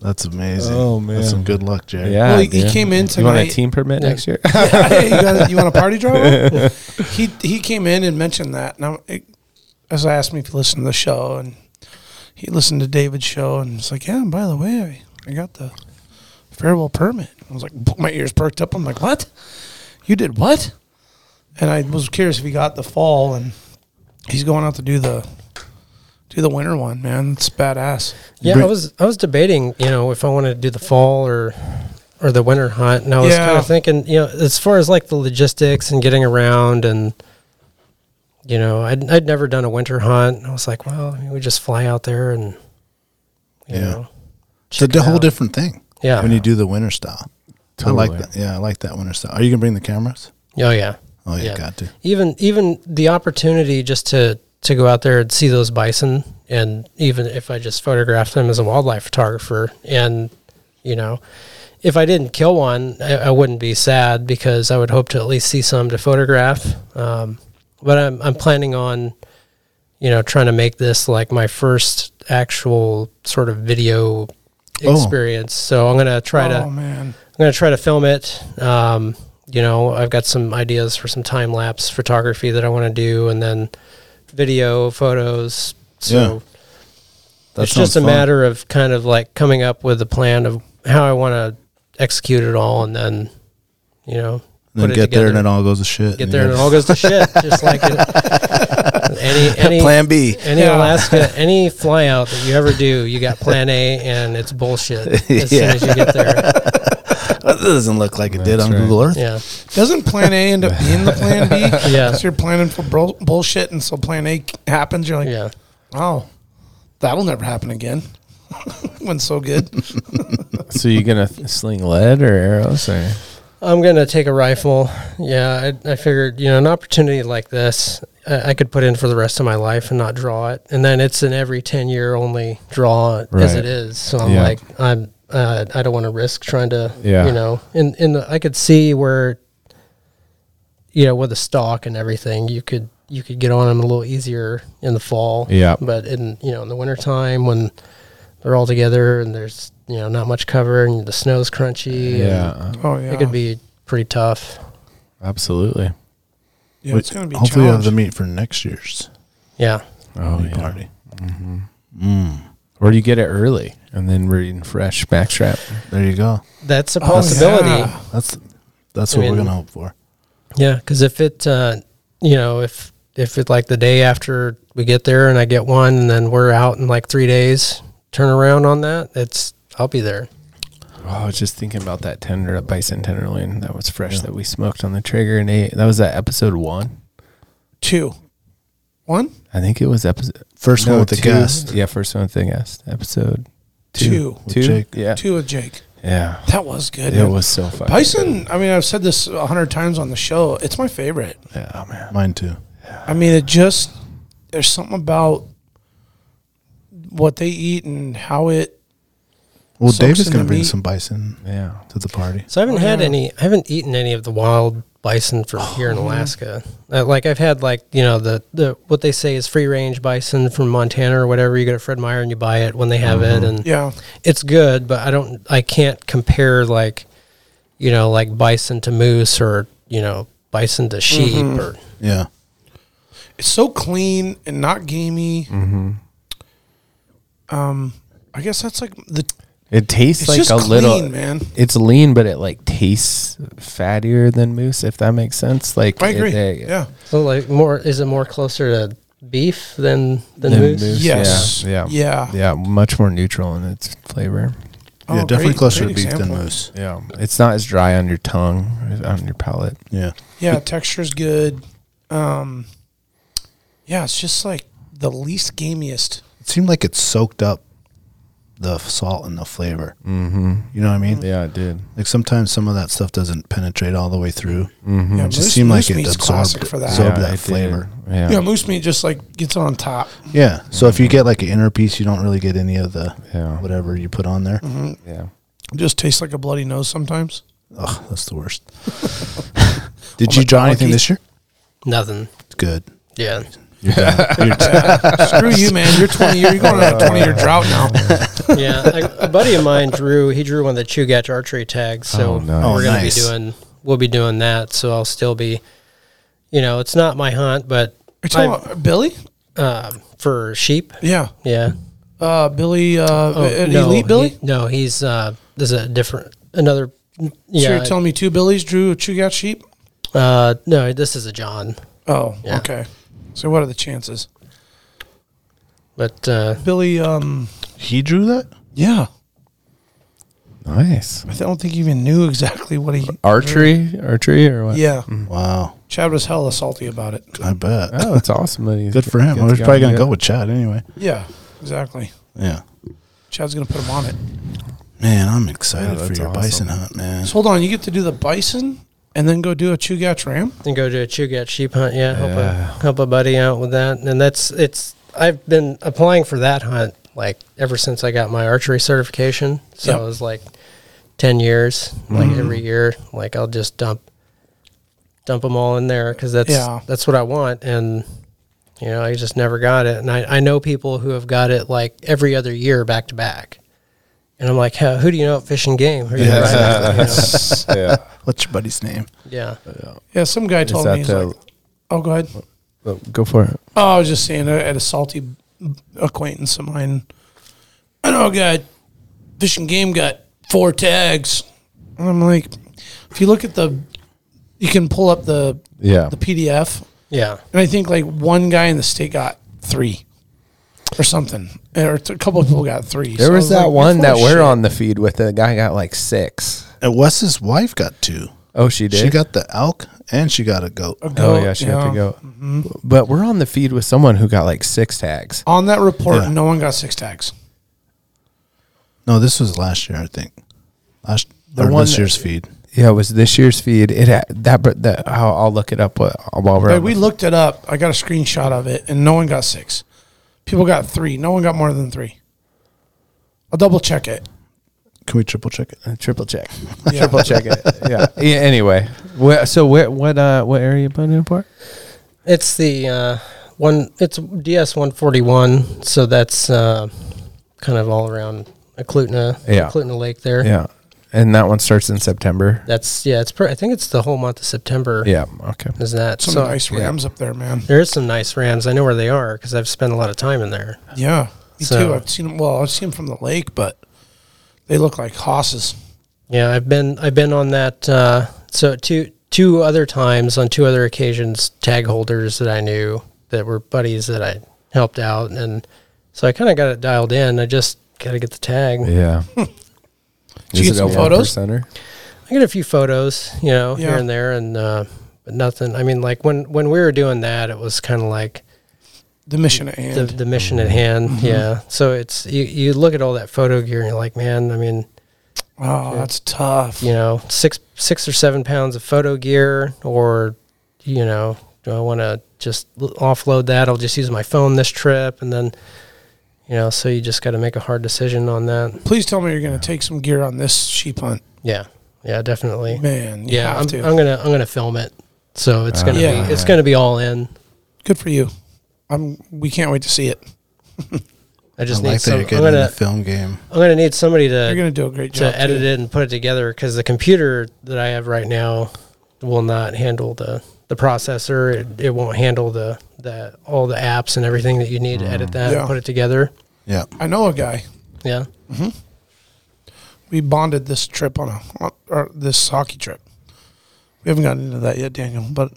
Speaker 2: That's amazing.
Speaker 3: Oh, man.
Speaker 2: that's some good luck, Jerry.
Speaker 3: yeah.
Speaker 4: well, he, he
Speaker 3: dude.
Speaker 4: came in
Speaker 3: You want a
Speaker 4: tonight.
Speaker 3: team permit next year?
Speaker 4: hey, you, got, you want a party driver? he he came in and mentioned that, and I'm, it, as I asked him if he listened to the show, and he listened to David's show, and it's like, yeah. And by the way, I, I got the farewell permit. I was like, my ears perked up. I'm like, what? You did what? And I was curious if he got the fall, and he's going out to do the do the winter one. Man, it's badass.
Speaker 6: Yeah,
Speaker 2: Bring-
Speaker 6: I was I was debating, you know, if I wanted to do the fall or or the winter hunt, and I was
Speaker 4: Yeah.
Speaker 6: kind of thinking, you know, as far as like the logistics and getting around, and you know, I'd I'd never done a winter hunt. and I was like, well, I mean, we just fly out there and you
Speaker 2: Yeah.
Speaker 6: know,
Speaker 2: it's a
Speaker 6: check it
Speaker 2: di- whole
Speaker 6: out.
Speaker 2: different thing.
Speaker 6: Yeah.
Speaker 2: when you do the winter style, I
Speaker 3: Totally.
Speaker 2: like that. Yeah, I like that winter style. Are you gonna bring the cameras?
Speaker 6: Oh yeah.
Speaker 2: Oh, you got to.
Speaker 6: Even even the opportunity just to to go out there and see those bison, and even if I just photograph them as a wildlife photographer, and you know, if I didn't kill one, I, I wouldn't be sad because I would hope to at least see some to photograph. Um, but I'm I'm planning on, you know, trying to make this like my first actual sort of video experience. So I'm gonna try to
Speaker 4: Oh man,
Speaker 6: I'm gonna try to film it. Um, you know, I've got some ideas for some time lapse photography that I want to do, and then video, photos. So
Speaker 2: That
Speaker 6: it's just
Speaker 2: sounds
Speaker 6: a
Speaker 2: fun.
Speaker 6: matter of kind of like coming up with a plan of how I want to execute it all, and then you know,
Speaker 2: And then
Speaker 6: put it
Speaker 2: get there and
Speaker 6: together.
Speaker 2: it all goes to shit.
Speaker 6: get there, and it all goes to shit, just like it, any any
Speaker 2: Plan B.
Speaker 6: any
Speaker 4: Yeah.
Speaker 6: Alaska, any fly out that you ever do, you got plan A, and it's bullshit as
Speaker 2: Yeah.
Speaker 6: soon as you get there.
Speaker 2: That doesn't look like it did
Speaker 5: That's
Speaker 2: on
Speaker 5: right.
Speaker 2: Google Earth.
Speaker 6: Yeah.
Speaker 4: doesn't Plan A end up being the Plan B?
Speaker 6: Yeah.
Speaker 4: So you're planning for bro- bullshit, and so Plan A happens. You're like,
Speaker 6: Yeah.
Speaker 4: wow, that'll never happen again. Went so good.
Speaker 3: So you gonna sling lead or arrows or?
Speaker 6: I'm gonna take a rifle. Yeah, I, I figured you know an opportunity like this, I, I could put in for the rest of my life and not draw it, and then it's an every ten year only draw as
Speaker 3: Right.
Speaker 6: it is. So I'm
Speaker 3: Yeah.
Speaker 6: like, I'm uh, I don't want to risk trying to,
Speaker 3: Yeah.
Speaker 6: you know, and and I could see where, you know, with the stock and everything, you could you could get on them a little easier in the fall.
Speaker 3: Yeah.
Speaker 6: but in you know in the wintertime when they're all together and there's you know not much cover and the snow's crunchy. and-
Speaker 3: Yeah,
Speaker 4: Oh yeah,
Speaker 6: it could be pretty tough.
Speaker 3: absolutely.
Speaker 4: Yeah, it's gonna be.
Speaker 2: Hopefully, you have the
Speaker 4: challenging.
Speaker 2: meat for next year's
Speaker 6: Yeah.
Speaker 3: Oh
Speaker 2: meat party.
Speaker 3: Or you get it early and then we're eating fresh backstrap.
Speaker 2: There you go.
Speaker 6: That's a
Speaker 4: Oh,
Speaker 6: possibility.
Speaker 4: yeah.
Speaker 2: That's that's
Speaker 6: I
Speaker 2: what we're
Speaker 6: mean-
Speaker 2: gonna hope for.
Speaker 6: yeah. Cause if it, uh, you know, if, if it like the day after we get there and I get one and then we're out in like three days, turn around on that, it's, I'll be there.
Speaker 3: Oh, I was just thinking about that tender, that bison tenderloin that was fresh that we smoked on the trigger and ate. That was that episode one.
Speaker 4: two, one,
Speaker 3: I think it was episode
Speaker 2: First one with the
Speaker 3: two.
Speaker 2: guest.
Speaker 3: Yeah, first one with the guest. Episode
Speaker 4: two,
Speaker 3: two.
Speaker 4: two
Speaker 2: With Jake.
Speaker 3: Yeah.
Speaker 4: with Jake.
Speaker 3: Yeah.
Speaker 4: That was good.
Speaker 3: It was so fun.
Speaker 4: Bison. I mean, I've said this a hundred times on the show. It's my favorite.
Speaker 3: Yeah, man.
Speaker 2: Mine too.
Speaker 4: I mean, it just there's something about what they eat and how it.
Speaker 2: Well,
Speaker 4: Soaks
Speaker 2: Dave is
Speaker 4: in
Speaker 2: gonna
Speaker 4: the
Speaker 2: bring
Speaker 4: meat.
Speaker 2: some bison
Speaker 3: Yeah.
Speaker 2: to the party.
Speaker 6: So I haven't
Speaker 4: Oh,
Speaker 6: had
Speaker 4: yeah. Oh,
Speaker 6: any, I haven't eaten any of the wild bison from here in Alaska. Uh, like I've had like, you know, the, the, what they say is free range bison from Montana or whatever. You go to Fred Meyer and you buy it when they have
Speaker 4: Mm-hmm.
Speaker 6: it. And
Speaker 4: Yeah,
Speaker 6: it's good, but I don't I can't compare like you know like bison to moose or you know bison to sheep or
Speaker 2: Yeah.
Speaker 4: it's so clean and not gamey. Um,
Speaker 3: Mm-hmm.
Speaker 4: I guess that's like the.
Speaker 3: It tastes
Speaker 4: It's
Speaker 3: like
Speaker 4: just
Speaker 3: a
Speaker 4: clean,
Speaker 3: little
Speaker 4: man.
Speaker 3: It's lean, but it like tastes fattier than moose, if that makes sense. Like
Speaker 4: I agree.
Speaker 3: It, they-
Speaker 4: yeah.
Speaker 6: so like more is it more closer to beef than than,
Speaker 3: than
Speaker 6: moose?
Speaker 3: moose.
Speaker 4: Yes.
Speaker 3: Yeah. Yeah.
Speaker 4: Yeah.
Speaker 3: Yeah, much more neutral in its flavor.
Speaker 4: Oh,
Speaker 2: yeah, definitely
Speaker 4: great-
Speaker 2: closer
Speaker 4: great
Speaker 2: to beef
Speaker 4: example.
Speaker 2: than moose.
Speaker 3: Yeah, it's not as dry on your tongue, on your palate.
Speaker 2: Yeah.
Speaker 4: Yeah, texture's good. Um, yeah, it's just like the least gamiest.
Speaker 2: It seemed like it soaked up the f- salt and the flavor. Mm-hmm. You know what I mean?
Speaker 3: Yeah, it did.
Speaker 2: Like sometimes some of that stuff doesn't penetrate all the way through.
Speaker 4: Yeah,
Speaker 2: Mm-hmm. It just seemed like it
Speaker 4: meat's
Speaker 2: absorbed
Speaker 4: classic
Speaker 2: it.
Speaker 4: for that.
Speaker 2: So-
Speaker 4: yeah.
Speaker 2: Absorb that
Speaker 3: it
Speaker 2: flavor.
Speaker 3: did. Yeah.
Speaker 4: yeah, moose meat just like gets on top.
Speaker 2: Yeah. So if you get like an inner piece, you don't really get any of the
Speaker 3: Yeah.
Speaker 2: whatever you put on there.
Speaker 3: yeah.
Speaker 4: It just tastes like a bloody nose sometimes.
Speaker 2: Ugh, that's the worst. Did you draw anything
Speaker 4: monkey.
Speaker 2: this year?
Speaker 6: Nothing.
Speaker 2: Good.
Speaker 6: Yeah.
Speaker 4: Screw you, man. You're 20 year. You're going on a 20 year drought now.
Speaker 6: Yeah. I, a buddy of mine drew he drew one of the Chugach archery tags. So
Speaker 3: Oh, nice.
Speaker 6: we're
Speaker 2: Oh,
Speaker 6: gonna
Speaker 2: nice.
Speaker 6: be doing we'll be doing that. So I'll still be you know, it's not my hunt, but
Speaker 4: You're talking about Billy?
Speaker 6: um, for sheep.
Speaker 4: Yeah.
Speaker 6: Yeah.
Speaker 4: Uh, Billy, uh, an
Speaker 6: Oh, no,
Speaker 4: Elite Billy?
Speaker 6: he- no, he's uh this is a different another
Speaker 4: so
Speaker 6: yeah,
Speaker 4: you're telling me two Billies drew a Chugach sheep?
Speaker 6: Uh, no, this is a John,
Speaker 4: Oh,
Speaker 6: Yeah.
Speaker 4: okay. So what are the chances?
Speaker 6: but uh,
Speaker 4: Billy, um,
Speaker 2: He drew that?
Speaker 4: yeah.
Speaker 3: Nice.
Speaker 4: I don't think he even knew exactly what he. mm-hmm.
Speaker 3: Archery, archery, or what?
Speaker 4: Uh, Yeah.
Speaker 2: Wow.
Speaker 4: Chad was hella salty about it.
Speaker 2: I bet.
Speaker 3: Oh, it's awesome. That he's
Speaker 2: Good for him.
Speaker 3: gets
Speaker 2: I was
Speaker 3: to
Speaker 2: probably
Speaker 3: do
Speaker 2: going
Speaker 3: it.
Speaker 2: to go with Chad anyway.
Speaker 4: Yeah, exactly.
Speaker 2: Yeah.
Speaker 4: Chad's gonna put him on it.
Speaker 2: Man, I'm excited
Speaker 3: Yeah,
Speaker 2: for
Speaker 3: that's
Speaker 2: your
Speaker 3: awesome.
Speaker 2: bison hunt, man.
Speaker 4: So hold on, you get to do the bison and then go do a Chugach ram.
Speaker 6: and go to a Chugach sheep hunt. Yeah, help
Speaker 3: Yeah.
Speaker 6: a help a buddy out with that, and that's it's. I've been applying for that hunt like ever since I got my archery certification. So
Speaker 4: Yep.
Speaker 6: I was like, ten years, like every year. Like I'll just dump dump them all in there because that's
Speaker 4: Yeah.
Speaker 6: that's what I want, and you know I just never got it. And I I know people who have got it like every other year back to back, and I'm like, "Huh, who do you know at Fish and Game? Who are you riding with?"
Speaker 5: yeah.
Speaker 2: What's your buddy's name?
Speaker 6: You know? Yeah,
Speaker 4: Yeah, some guy told
Speaker 3: that
Speaker 4: me. He's
Speaker 3: the-
Speaker 4: like, oh, go ahead.
Speaker 3: Oh, go for it.
Speaker 4: Oh, I was just saying, I had a salty acquaintance of mine. I know a guy, fishing game got four tags. And I'm like, if you look at the, you can pull up the
Speaker 3: Yeah.
Speaker 4: the PDF,
Speaker 6: yeah.
Speaker 4: and I think like one guy in the state got three, or something, or a couple of people got three.
Speaker 3: There
Speaker 4: So I
Speaker 3: was that
Speaker 4: like,
Speaker 3: one
Speaker 4: you're
Speaker 3: that
Speaker 4: full of
Speaker 3: we're
Speaker 4: shit.
Speaker 3: on the feed with. The guy got like six.
Speaker 2: Uh, Wes's wife got two.
Speaker 3: Oh, she did.
Speaker 2: She got the elk and she got a goat.
Speaker 4: A
Speaker 3: Oh
Speaker 4: goat,
Speaker 3: yeah, Mm-hmm. she had to go. But we're on the feed with someone who got like six tags.
Speaker 4: On that report,
Speaker 2: Yeah.
Speaker 4: no one got six tags.
Speaker 2: No, this was last year, I think. Last
Speaker 3: The
Speaker 2: or
Speaker 3: one
Speaker 2: this
Speaker 3: that-
Speaker 2: year's feed.
Speaker 3: Yeah, it was this year's feed. It had that, but that I'll, I'll look it up wh- while we're.
Speaker 4: Hey,
Speaker 3: on
Speaker 4: we
Speaker 3: the-
Speaker 4: looked it up. I got a screenshot of it, and no one got six. People got three. No one got more than three. I'll double check it.
Speaker 2: Can we triple check it?
Speaker 3: triple check,
Speaker 4: Yeah.
Speaker 3: triple check it. Yeah. yeah anyway, where, so where, what uh, what area you putting in for?
Speaker 6: It's the uh, one. It's DS one forty one. So that's uh, kind of all around Eklutna,
Speaker 3: Yeah.
Speaker 6: Eklutna Lake there.
Speaker 3: Yeah, and that one starts in September.
Speaker 6: That's yeah. It's pr- I think it's the whole month of September.
Speaker 3: Yeah. Okay.
Speaker 6: is that
Speaker 4: Some
Speaker 6: so?
Speaker 4: nice rams up there, man.
Speaker 6: There is some nice rams. I know where they are because I've spent a lot of time in there.
Speaker 4: Yeah, me
Speaker 6: So-
Speaker 4: too. I've seen them. Well, I've seen them from the lake, but they look like hosses.
Speaker 6: Yeah, I've been I've been on that. Uh, so two two other times on two other occasions, tag holders that I knew that were buddies that I helped out, and so I kind of got it dialed in. I just got to get the tag.
Speaker 3: Yeah.
Speaker 4: Did you get some photos?
Speaker 3: Center?
Speaker 6: I get a few photos, you know, here
Speaker 4: Yeah.
Speaker 6: and there, and uh, but nothing. I mean, like when when we were doing that, it was kind of like
Speaker 4: The mission at hand.
Speaker 6: the, the mission
Speaker 4: Mm-hmm.
Speaker 6: at hand. Yeah. So it's you, you look at all that photo gear and you're like, man, I mean,
Speaker 4: oh, that's tough.
Speaker 6: you know, six six or seven pounds of photo gear, or you know, do I want to just l- offload that? I'll just use my phone this trip, and then you know, so you just got to make a hard decision on that.
Speaker 4: Please tell me you're going to take some gear on this sheep hunt,
Speaker 6: Yeah. Yeah. Definitely.
Speaker 4: man. You
Speaker 6: yeah.
Speaker 4: have
Speaker 6: I'm,
Speaker 4: to.
Speaker 6: I'm gonna I'm gonna film it. So it's gonna
Speaker 4: Yeah.
Speaker 6: be it's gonna be all in.
Speaker 4: Good for you. I'm. We can't wait to see it.
Speaker 6: I
Speaker 2: I
Speaker 6: just need
Speaker 2: like that
Speaker 6: some.
Speaker 2: you're
Speaker 6: I'm
Speaker 2: getting in
Speaker 6: gonna
Speaker 2: the film game.
Speaker 6: I'm gonna need somebody to
Speaker 4: You're going to do a great
Speaker 6: Uh, to
Speaker 4: job.
Speaker 6: edit
Speaker 4: too.
Speaker 6: it and put it together because the computer that I have right now will not handle the the processor. It, it won't handle the the all the apps and everything that you need to
Speaker 2: Mm.
Speaker 6: edit that
Speaker 4: Yeah.
Speaker 6: and put it together.
Speaker 2: Yeah.
Speaker 4: I know a guy.
Speaker 6: Yeah,
Speaker 4: we bonded this trip on a or this hockey trip. We haven't gotten into that yet, Daniel, but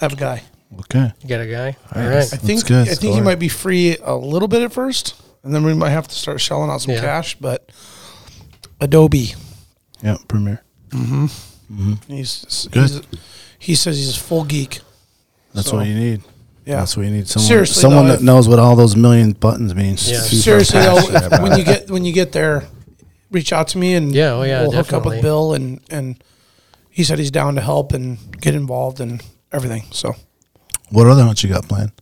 Speaker 4: I have a guy.
Speaker 2: Okay.
Speaker 6: you got a guy. All
Speaker 2: Nice.
Speaker 4: I
Speaker 6: right.
Speaker 4: think
Speaker 2: good.
Speaker 4: I think he
Speaker 2: Score.
Speaker 4: might be free a little bit at first, and then we might have to start shelling out some
Speaker 6: Yeah.
Speaker 4: cash. But Adobe,
Speaker 2: Yeah. Premiere.
Speaker 4: he's, he's
Speaker 2: Good.
Speaker 4: he says he's a full geek.
Speaker 2: That's
Speaker 4: So-
Speaker 2: what you need.
Speaker 4: Yeah,
Speaker 2: That's what you need. Someone,
Speaker 4: Seriously,
Speaker 2: someone
Speaker 4: though,
Speaker 2: that
Speaker 4: if-
Speaker 2: knows what all those million buttons means.
Speaker 6: Yeah.
Speaker 4: seriously
Speaker 3: passionate
Speaker 4: though.
Speaker 3: about
Speaker 4: When you
Speaker 3: it.
Speaker 4: get when you get there, reach out to me and
Speaker 6: Yeah, oh, yeah,
Speaker 4: we'll hook up
Speaker 6: definitely.
Speaker 4: with Bill and and he said he's down to help and get involved and everything. So
Speaker 2: What other ones you got planned?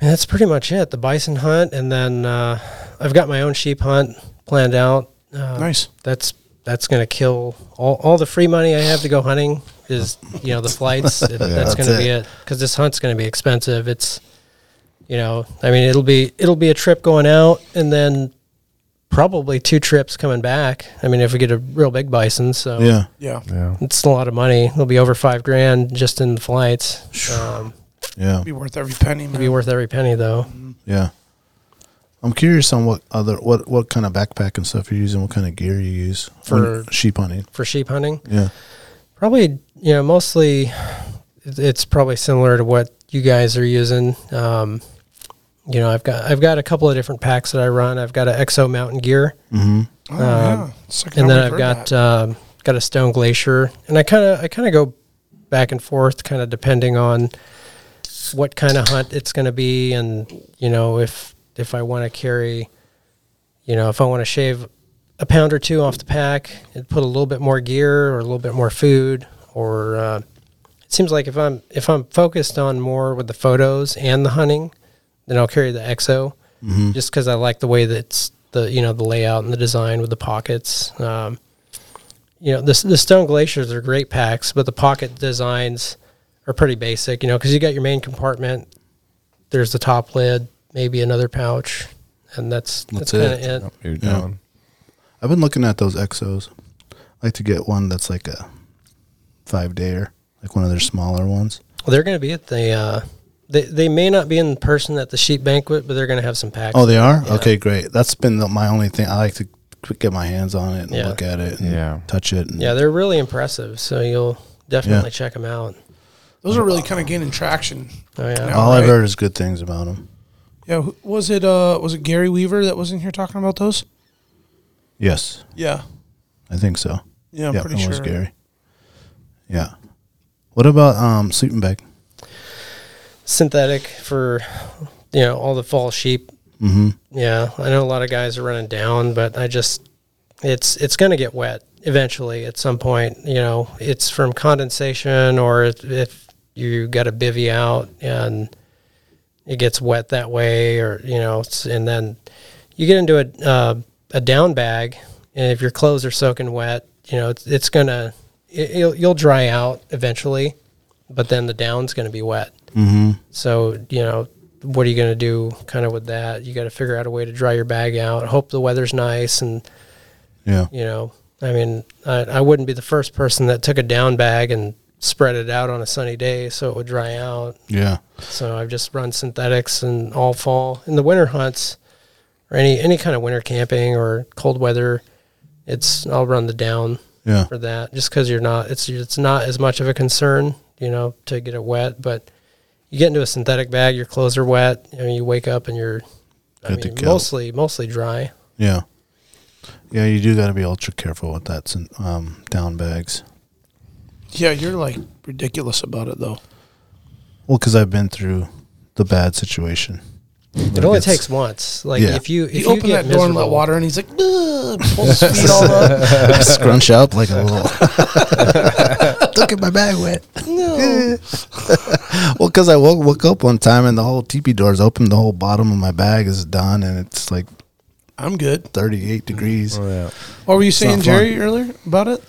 Speaker 6: And that's pretty much it. The bison hunt, and then uh, I've got my own sheep hunt planned out. Uh,
Speaker 4: nice.
Speaker 6: That's that's gonna kill all, all the free money I have to go hunting is you know the flights. It- that's,
Speaker 2: that's
Speaker 6: gonna be it because this hunt's gonna be expensive. It's you know I mean it'll be it'll be a trip going out and then probably two trips coming back. I mean if we get a real big bison, so
Speaker 2: Yeah.
Speaker 4: Yeah.
Speaker 6: it's a lot of money. It'll be over five grand just in the flights. Um,
Speaker 2: Yeah.
Speaker 4: be worth every penny.
Speaker 6: it'll be
Speaker 4: Man.
Speaker 6: worth every penny though.
Speaker 2: Yeah. I'm curious on what other what what kind of backpack and stuff you're using, what kind of gear you use when
Speaker 6: For-
Speaker 2: sheep hunting.
Speaker 6: for sheep hunting?
Speaker 2: Yeah.
Speaker 6: Probably, you know, mostly it- it's probably similar to what you guys are using. Um, you know, I've got I've got a couple of different packs that I run. I've got an Exo Mountain Gear,
Speaker 2: Mm-hmm.
Speaker 4: Oh, yeah. It's like
Speaker 6: um, and
Speaker 4: how we've
Speaker 6: then I've
Speaker 4: heard
Speaker 6: got
Speaker 4: that.
Speaker 6: um, got a Stone Glacier, and I kind of I kind of go back and forth, kind of depending on what kind of hunt it's going to be, and you know if if I want to carry, you know, if I want to shave a pound or two off the pack and put a little bit more gear or a little bit more food, or uh, it seems like if I'm if I'm focused on more with the photos and the hunting, then I'll carry the XO
Speaker 2: Mm-hmm.
Speaker 6: just because I like the way that's the you know the layout and the design with the pockets. Um, you know, the s- the stone glaciers are great packs, but the pocket designs are pretty basic. You know, because you got your main compartment. There's the top lid, maybe another pouch, and that's that's,
Speaker 2: That's
Speaker 6: kind
Speaker 2: it.
Speaker 6: of it.
Speaker 3: You're
Speaker 2: Yeah.
Speaker 3: down.
Speaker 2: I've been looking at those exos. I like to get one that's like a five dayer, like one of their smaller ones.
Speaker 6: Well, they're going to be at the. Uh, they they may not be in person at the sheep banquet, but they're going to have some packs.
Speaker 2: Oh, they are?
Speaker 6: Yeah.
Speaker 2: Okay, great. That's been the, my only thing. I like to qu- get my hands on it and
Speaker 6: Yeah.
Speaker 2: look at it and
Speaker 3: Yeah.
Speaker 2: touch it. And
Speaker 6: yeah, they're really impressive. So you'll definitely check 'em check them out. uh,
Speaker 4: Those are really kind of gaining traction.
Speaker 6: Oh yeah.
Speaker 4: Yeah.
Speaker 2: all I've
Speaker 4: Right.
Speaker 2: heard is good things about them.
Speaker 4: Yeah, who- was it uh was it Gary Weaver that was in here talking about those?
Speaker 2: Yes,
Speaker 4: Yeah.
Speaker 2: I think so.
Speaker 4: Yeah, I'm
Speaker 2: yeah,
Speaker 4: pretty
Speaker 2: it
Speaker 4: sure.
Speaker 2: was Gary. Yeah. What about um sleeping bag?
Speaker 6: synthetic for you know all the fall sheep.
Speaker 2: Mm-hmm.
Speaker 6: Yeah, I know a lot of guys are running down, but I just it's it's going to get wet eventually at some point. You know, it's from condensation or if, if you got a bivy out and it gets wet that way, or you know, it's, and then you get into a uh, a down bag, and if your clothes are soaking wet, you know, it's, it's gonna it, you'll, you'll dry out eventually, but then the down's going to be wet.
Speaker 2: Mm-hmm.
Speaker 6: So, you know, what are you going to do kind of with that? You got to figure out a way to dry your bag out. Hope the weather's nice. And,
Speaker 2: Yeah.
Speaker 6: you know, I mean, I, I wouldn't be the first person that took a down bag and spread it out on a sunny day so it would dry out.
Speaker 2: Yeah.
Speaker 6: So I've just run synthetics and all fall. In the winter hunts or any, any kind of winter camping or cold weather, it's, I'll run the down
Speaker 2: Yeah.
Speaker 6: for that just because you're not it's it's not as much of a concern you know to get it wet but you get into a synthetic bag your clothes are wet you know you wake up and you're I
Speaker 2: Good to
Speaker 6: mean,
Speaker 2: go.
Speaker 6: mostly mostly dry
Speaker 2: Yeah. Yeah, you do got to be ultra careful with that sin- um, down bags.
Speaker 4: Yeah, you're like ridiculous about it though.
Speaker 2: Well, because I've been through the bad situation.
Speaker 6: it only takes once like
Speaker 2: Yeah.
Speaker 6: if you if
Speaker 4: He
Speaker 6: you,
Speaker 4: opened
Speaker 6: get
Speaker 4: that door and let
Speaker 6: miserable-
Speaker 4: water, and he's like, "Ugh," pulls his feet all up.
Speaker 2: Scrunch up like a little. Look at my bag wet.
Speaker 4: No.
Speaker 2: Well, because I woke, woke up one time and the whole teepee door's open. The whole bottom of my bag is done and it's like
Speaker 4: I'm good.
Speaker 2: 38 degrees.
Speaker 3: yeah.
Speaker 4: What were you saying,
Speaker 2: not fun.
Speaker 4: Jerry, earlier about it?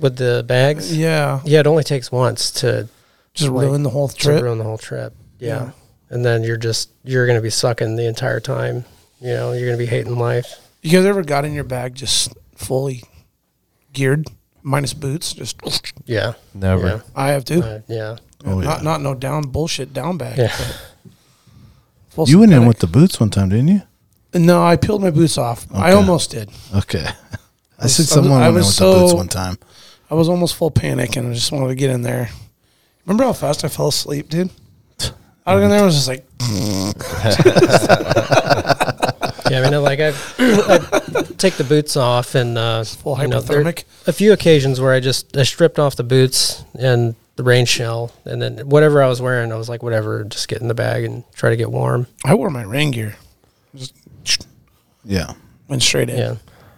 Speaker 6: with the bags yeah.
Speaker 4: Yeah,
Speaker 6: it only takes once to,
Speaker 4: just
Speaker 6: Like,
Speaker 4: ruin the whole
Speaker 6: to
Speaker 4: trip.
Speaker 6: ruin the whole trip yeah.
Speaker 4: Yeah.
Speaker 6: and then you're just you're gonna be sucking the entire time you know you're gonna be hating life
Speaker 4: You guys ever got in your bag just fully geared, minus boots? Just
Speaker 6: yeah
Speaker 3: Never.
Speaker 6: yeah
Speaker 4: I have to.
Speaker 6: Uh, yeah
Speaker 2: Oh, yeah.
Speaker 4: Not not no down bullshit down bag.
Speaker 6: Yeah.
Speaker 4: but full
Speaker 2: you went in
Speaker 4: synthetic.
Speaker 2: with the boots one time, didn't you?
Speaker 4: No, I peeled my boots off. I
Speaker 2: Okay.
Speaker 4: almost did.
Speaker 2: Okay. I
Speaker 4: was-
Speaker 2: said
Speaker 4: I was-
Speaker 2: someone
Speaker 4: I
Speaker 2: went in
Speaker 4: was
Speaker 2: with the boots
Speaker 4: so-
Speaker 2: one time.
Speaker 4: I was almost full panic, and I just wanted to get in there. Remember how fast I fell asleep, dude? I was in there. I was just like,
Speaker 6: Yeah, I mean, like I've, I take the boots off and uh,
Speaker 4: full
Speaker 6: you know, there-
Speaker 4: hypothermic.
Speaker 6: a few occasions where I just I stripped off the boots and the rain shell, and then whatever I was wearing, I was like, whatever, just get in the bag and try to get warm.
Speaker 4: I wore my rain gear. Just
Speaker 2: Yeah.
Speaker 4: went straight in.
Speaker 6: Yeah,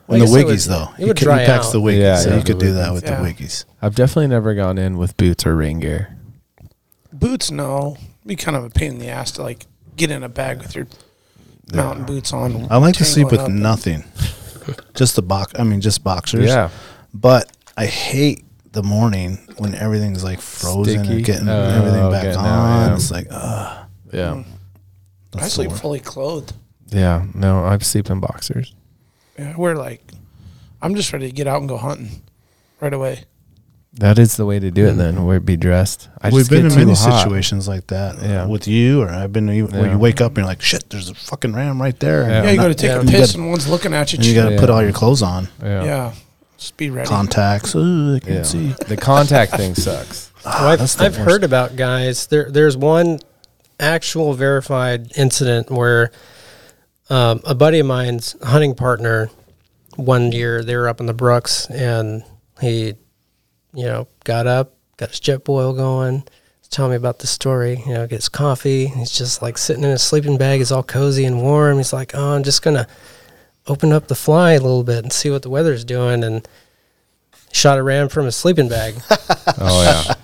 Speaker 2: And
Speaker 6: I
Speaker 2: the
Speaker 6: guess it
Speaker 2: wiggies,
Speaker 6: would-
Speaker 2: though.
Speaker 6: it would
Speaker 2: could-
Speaker 6: dry
Speaker 2: packs
Speaker 6: out.
Speaker 2: the wiggies.
Speaker 3: Yeah,
Speaker 2: so
Speaker 3: yeah,
Speaker 2: you could
Speaker 3: the
Speaker 2: do that
Speaker 3: wiggies.
Speaker 2: with
Speaker 4: Yeah.
Speaker 2: the wiggies.
Speaker 3: I've definitely never gone in with boots or rain gear.
Speaker 4: Boots, no. Be kind of a pain in the ass to like get in a bag with your mountain boots on.
Speaker 2: I like to sleep with
Speaker 4: Tangling up.
Speaker 2: nothing. just the box. I mean, just boxers.
Speaker 3: Yeah.
Speaker 2: But I hate the morning when everything's like frozen
Speaker 3: Sticky.
Speaker 2: and getting
Speaker 3: Oh,
Speaker 2: everything back
Speaker 3: getting
Speaker 2: on.
Speaker 3: out, yeah.
Speaker 2: It's like, ugh.
Speaker 3: Yeah.
Speaker 4: I sleep fully clothed.
Speaker 3: Yeah. No, I sleep in boxers.
Speaker 4: Yeah, I wear like, I'm just ready to get out and go hunting right away.
Speaker 3: That is the way to
Speaker 2: Mm.
Speaker 3: do it then, where it be dressed. I
Speaker 2: We've
Speaker 3: just
Speaker 2: been
Speaker 3: get
Speaker 2: in
Speaker 3: too
Speaker 2: many
Speaker 3: hot.
Speaker 2: situations like that uh,
Speaker 3: Yeah.
Speaker 2: with you, or I've been even, where
Speaker 3: Yeah.
Speaker 2: you wake up and you're like, shit, there's a fucking ram right there.
Speaker 3: Yeah.
Speaker 4: Yeah, you go to take
Speaker 6: yeah.
Speaker 4: a
Speaker 6: You
Speaker 4: piss
Speaker 2: gotta-
Speaker 4: and one's looking at you.
Speaker 2: And you got to
Speaker 3: Yeah.
Speaker 2: put all your clothes on.
Speaker 3: Yeah.
Speaker 4: yeah. just be ready.
Speaker 2: Contacts. Ooh, I can
Speaker 3: Yeah.
Speaker 2: see.
Speaker 3: The contact thing sucks.
Speaker 6: Well,
Speaker 2: Ah, that's
Speaker 6: I've,
Speaker 2: the
Speaker 6: I've
Speaker 2: worst.
Speaker 6: heard about guys. There, there's one actual verified incident where um, a buddy of mine's hunting partner one year they were up in the Brooks and he, you know, got up, got his jet boil going. was Telling me about the story, you know, gets coffee. and He's just like sitting in his sleeping bag. He's all cozy and warm. He's like, "Oh, I'm just gonna open up the fly a little bit and see what the weather's doing." And shot a ram from his sleeping bag.
Speaker 3: Oh yeah.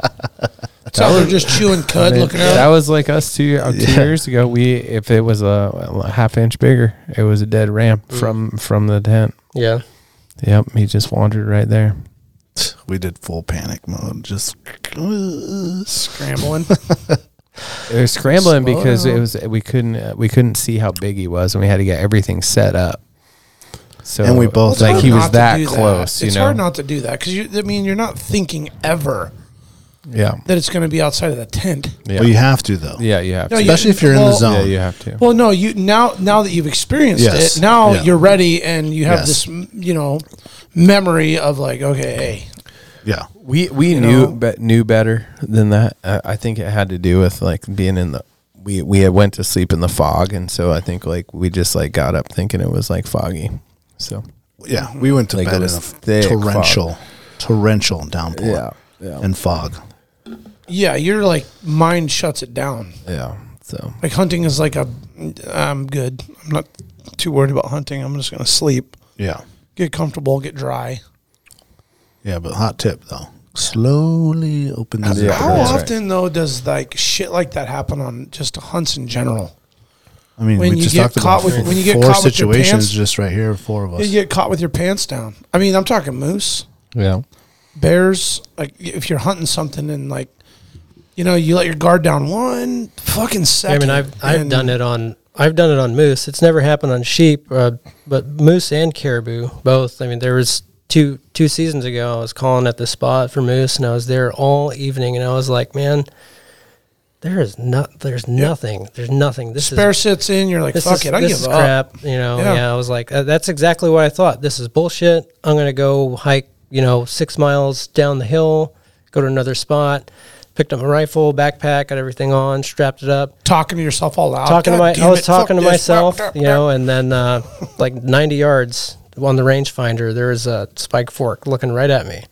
Speaker 4: So they're just chewing cud,
Speaker 3: It-
Speaker 4: looking at
Speaker 3: that was like us two, uh, two years ago. We if it was a, a half inch bigger, it
Speaker 2: Mm.
Speaker 3: was a dead ram from from the tent.
Speaker 6: Yeah.
Speaker 3: Yep, he just wandered right there.
Speaker 2: we did full panic mode. Just
Speaker 4: Scrambling.
Speaker 3: It was scrambling
Speaker 2: Slow
Speaker 3: because it
Speaker 2: down.
Speaker 3: was we couldn't uh, we couldn't see how big he was, and we had to get everything set up. So
Speaker 2: And we both-
Speaker 4: It's
Speaker 3: like
Speaker 4: hard
Speaker 3: he
Speaker 4: not
Speaker 3: was
Speaker 4: to
Speaker 3: that
Speaker 4: do
Speaker 3: close,
Speaker 4: It's
Speaker 3: you know.
Speaker 4: hard not to do that because you. I mean, you're not thinking ever
Speaker 3: yeah,
Speaker 4: that it's going to be outside of the tent.
Speaker 3: yeah,
Speaker 2: well, you have to though.
Speaker 3: yeah. You have
Speaker 4: No,
Speaker 3: to.
Speaker 4: you-
Speaker 2: Especially if you're in the
Speaker 4: well-
Speaker 2: zone.
Speaker 3: yeah, you have to.
Speaker 4: Well, no, you now now that you've experienced
Speaker 2: Yes.
Speaker 4: it, now
Speaker 2: Yeah.
Speaker 4: you're ready and you have
Speaker 2: Yes.
Speaker 4: this m- you know memory of like okay, hey,
Speaker 2: Yeah.
Speaker 3: we we
Speaker 4: know?
Speaker 3: knew be, knew better than that. I, I think it had to do with like being in the we we had went to sleep in the fog, and so I think like we just like got up thinking it was like foggy. So
Speaker 2: Yeah. We went to
Speaker 3: Like, it
Speaker 2: bed in
Speaker 3: was
Speaker 2: a
Speaker 3: thick
Speaker 2: torrential, torrential downpour.
Speaker 3: Yeah, yeah.
Speaker 2: And fog.
Speaker 4: yeah, your like mind shuts it down.
Speaker 3: yeah, so
Speaker 4: Like hunting is like a I'm good. I'm not too worried about hunting. I'm just going to sleep,
Speaker 2: Yeah.
Speaker 4: get comfortable, get dry.
Speaker 2: Yeah, but hot tip though. Slowly open the
Speaker 3: Yeah.
Speaker 2: zipper.
Speaker 4: How
Speaker 3: That's right.
Speaker 4: often though does like shit like that happen on just hunts in general?
Speaker 2: I mean,
Speaker 4: When
Speaker 2: we
Speaker 4: you
Speaker 2: just
Speaker 4: get
Speaker 2: talked
Speaker 4: caught
Speaker 2: about
Speaker 4: with-
Speaker 2: four-
Speaker 4: when you get
Speaker 2: four
Speaker 4: caught with your
Speaker 2: situations
Speaker 4: pants-
Speaker 2: just right here, four of us.
Speaker 4: You get caught with your pants down. I mean, I'm talking moose.
Speaker 3: yeah.
Speaker 4: bears like if you're hunting something and like you know you let your guard down one fucking
Speaker 6: I
Speaker 4: second
Speaker 6: mean, I've I've
Speaker 4: and-
Speaker 6: done it on I've done it on moose. It's never happened on sheep, uh, but moose and caribou both. I mean, there was two two seasons ago. I was calling at the spot for moose, and I was there all evening, and I was like, man, there is not there's nothing, there's nothing. This
Speaker 4: bear
Speaker 6: is
Speaker 4: sits in you're like
Speaker 6: this
Speaker 4: fuck
Speaker 6: is,
Speaker 4: it i
Speaker 6: this
Speaker 4: give
Speaker 6: is
Speaker 4: up
Speaker 6: crap. You know,
Speaker 4: Yeah.
Speaker 6: yeah. I was like, uh, that's exactly what I thought. This is bullshit. I'm gonna go hike. You know, six miles down the hill, go to another spot. Picked up my rifle, backpack, got everything on, strapped it up
Speaker 4: talking to yourself all out
Speaker 6: talking to
Speaker 4: God
Speaker 6: my
Speaker 4: damn
Speaker 6: I was
Speaker 4: it, fuck
Speaker 6: talking to
Speaker 4: this,
Speaker 6: myself,
Speaker 4: fuck that,
Speaker 6: you know, and then uh, like 90 yards on the rangefinder, there was a spike fork looking right at me,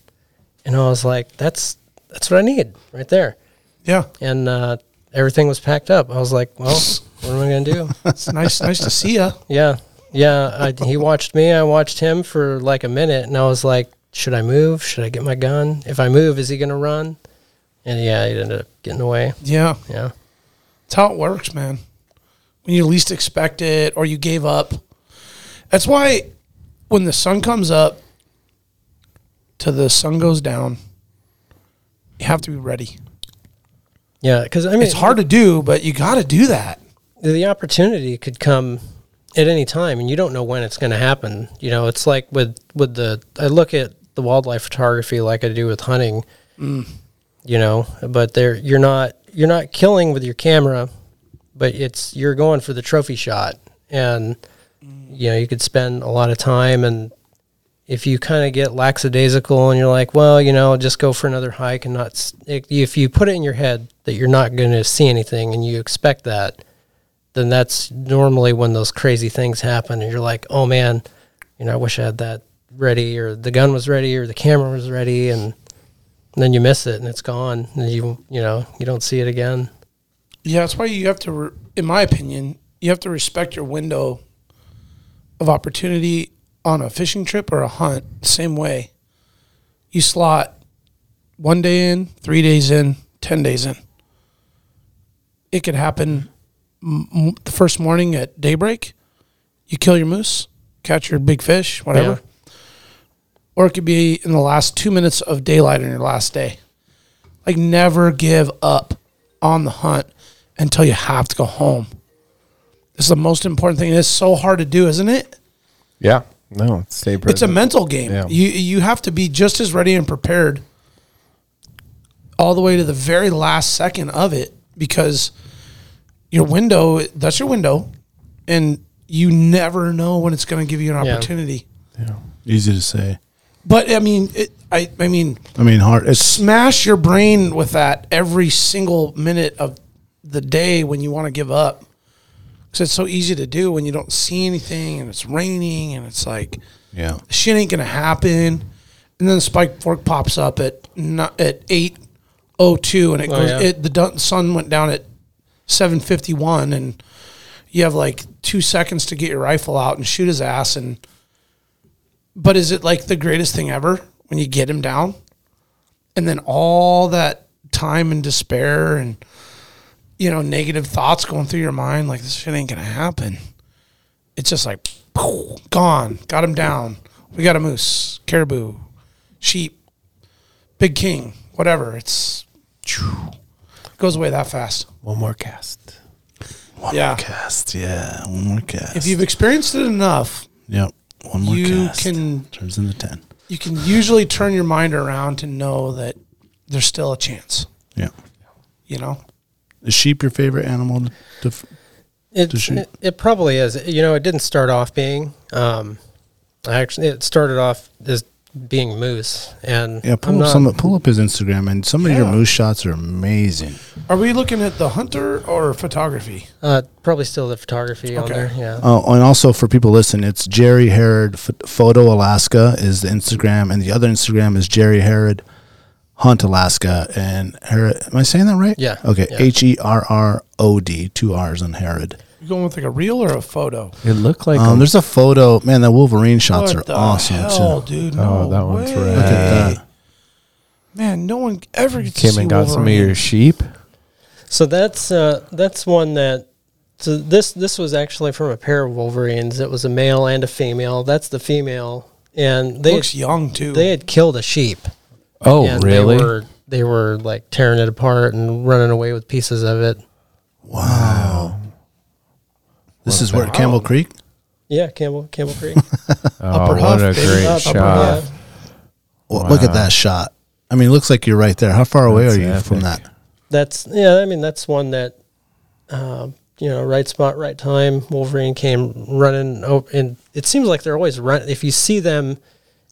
Speaker 6: and I was like, "That's that's what I need right there."
Speaker 4: yeah
Speaker 6: And uh, everything was packed up. I was like, "Well, what am I gonna do?"
Speaker 4: it's nice nice to see you
Speaker 6: yeah, yeah. I, he watched me. I watched him for like a minute, and I was like, "Should I move? Should I get my gun? If I move, is he gonna run?" And yeah, he ended up getting away.
Speaker 4: yeah
Speaker 6: Yeah.
Speaker 4: it's how it works man when you least expect it or you gave up that's why when the sun comes up to the sun goes down you have to be ready
Speaker 6: Yeah, because I mean,
Speaker 4: it's hard to do but you got to do that
Speaker 6: the opportunity could come at any time and you don't know when it's going to happen you know it's like with with the i look at the wildlife photography like i do with hunting you know but there you're not you're not killing with your camera but it's you're going for the trophy shot and you know you could spend a lot of time and if you kind of get lackadaisical and you're like well you know just go for another hike and not s- if you put it in your head that you're not going to see anything and you expect that then that's normally when those crazy things happen and you're like, oh man, you know, I wish I had that ready or the gun was ready or the camera was ready and then you miss it and it's gone and you you know, you don't see it again.
Speaker 4: Yeah, that's why you have to, re- in my opinion, you have to respect your window of opportunity on a fishing trip or a hunt. Same way, you slot one day in, three days in, ten days in. It could happen m- m- the first morning at daybreak. You kill your moose, catch your big fish, whatever. Or it could be in the last two minutes of daylight on your last day. Like never give up on the hunt until you have to go home. This is the most important thing. It's so hard to do, isn't it?
Speaker 3: Yeah. No, stay present.
Speaker 4: It's a mental game.
Speaker 3: Yeah.
Speaker 4: You you have to be just as ready and prepared all the way to the very last second of it because your window that's your window and you never know when it's going to give you an
Speaker 6: Yeah.
Speaker 4: opportunity.
Speaker 2: Easy to say.
Speaker 4: But I mean, it, I I mean,
Speaker 2: I mean, hard. It's
Speaker 4: smash your brain with that every single minute of the day when you want to give up. Because it's so easy to do when you don't see anything and it's raining and it's like
Speaker 2: yeah.
Speaker 4: shit ain't gonna happen. And then the spike fork pops up at not, at eight oh two, and it goes.
Speaker 6: yeah.
Speaker 4: It the dun- sun went down at seven fifty one, and you have like two seconds to get your rifle out and shoot his ass. And but is it like the greatest thing ever when you get him down, and then all that time and despair and you know negative thoughts going through your mind like this shit ain't gonna happen it's just like poof, gone. Got him down. We got a moose, caribou, sheep, Big King, whatever. It's it goes away that fast.
Speaker 3: One more cast.
Speaker 2: One
Speaker 4: Yeah.
Speaker 2: more cast. Yeah. One more cast.
Speaker 4: If you've experienced it enough,
Speaker 2: yep. One more
Speaker 4: you
Speaker 2: cast.
Speaker 4: can
Speaker 2: Turns into 10.
Speaker 4: you can usually turn your mind around to know that there's still a chance.
Speaker 2: Yeah.
Speaker 4: You know,
Speaker 2: Is sheep your favorite animal? To, to f-
Speaker 6: It,
Speaker 2: Does she-
Speaker 6: it it probably is. You know, it didn't start off being. Um, I actually, it started off as being moose, and
Speaker 2: yeah, pull
Speaker 6: I'm
Speaker 2: up
Speaker 6: not-
Speaker 2: some. Pull up his Instagram, and some of your
Speaker 4: Yeah.
Speaker 2: moose shots are amazing.
Speaker 4: are we looking at the hunter or photography?
Speaker 6: Uh, probably still the photography on
Speaker 4: Okay.
Speaker 6: there. Yeah.
Speaker 2: Oh, and also for people listening, it's Jerry Herod Ph- Photo Alaska is the Instagram, and the other Instagram is Jerry Herod Hunt Alaska. And Herod, am I saying that right?
Speaker 6: Yeah,
Speaker 2: Okay.
Speaker 6: yeah.
Speaker 2: H e r r o d, two R's on Herod.
Speaker 4: You going with like a reel or a photo?
Speaker 3: It looked like
Speaker 2: Um,
Speaker 3: a,
Speaker 2: there's a photo. Man, that Wolverine shots
Speaker 4: What
Speaker 2: are awesome
Speaker 4: hell,
Speaker 2: too.
Speaker 4: dude! No
Speaker 3: Oh, that one's
Speaker 4: way.
Speaker 3: rad.
Speaker 2: Look at that.
Speaker 4: Man, no one ever gets to
Speaker 3: came
Speaker 4: see
Speaker 3: and got some of
Speaker 4: Wolverine.
Speaker 3: your sheep.
Speaker 6: So that's uh, that's one that. So this this was actually from a pair of Wolverines. It was a male and a female. That's the female, and they
Speaker 4: Looks young too.
Speaker 6: they had killed a sheep.
Speaker 3: Oh,
Speaker 6: and
Speaker 3: really?
Speaker 6: They were, they were like tearing it apart and running away with pieces of it.
Speaker 2: This is where Campbell Creek.
Speaker 6: Yeah, Campbell Campbell Creek.
Speaker 3: oh,
Speaker 4: Upper
Speaker 3: what
Speaker 4: Huff,
Speaker 3: a
Speaker 4: baby.
Speaker 3: great
Speaker 4: Up,
Speaker 3: shot.
Speaker 4: Upper Huff.
Speaker 2: Well, Look at that shot. I mean, it looks like you're right there. How far away
Speaker 3: That's
Speaker 2: are you from
Speaker 3: epic.
Speaker 2: that?
Speaker 6: that's yeah. I mean, that's one that uh, you know, right spot, right time. Wolverine came running, oh, and it seems like they're always run. If you see them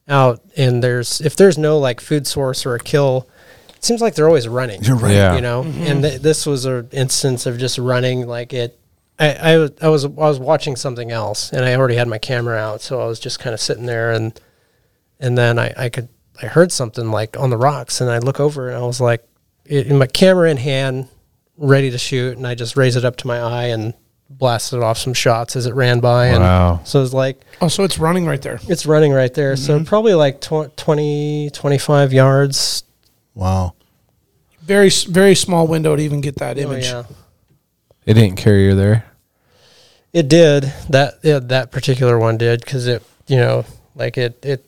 Speaker 6: out, and there's if there's no like food source or a kill, it seems like they're always running. You're
Speaker 3: right. Yeah.
Speaker 6: You know, and th- this was an instance of just running like it. I, I, w- I was I was watching something else and I already had my camera out so I was just kind of sitting there and and then I, I could I heard something like on the rocks, and I look over and I was like, it, my camera in hand, ready to shoot, and I just raised it up to my eye and blasted off some shots as it ran by,
Speaker 3: Wow.
Speaker 6: and so it's like
Speaker 4: Oh, so it's running right there.
Speaker 6: it's running right there, so probably like tw- 20, 25 yards.
Speaker 2: Wow.
Speaker 4: Very s- very small window to even get that
Speaker 6: Oh,
Speaker 4: image.
Speaker 6: yeah.
Speaker 3: It didn't carry her there.
Speaker 6: It did that. Yeah, that particular one did because it, you know, like it, it,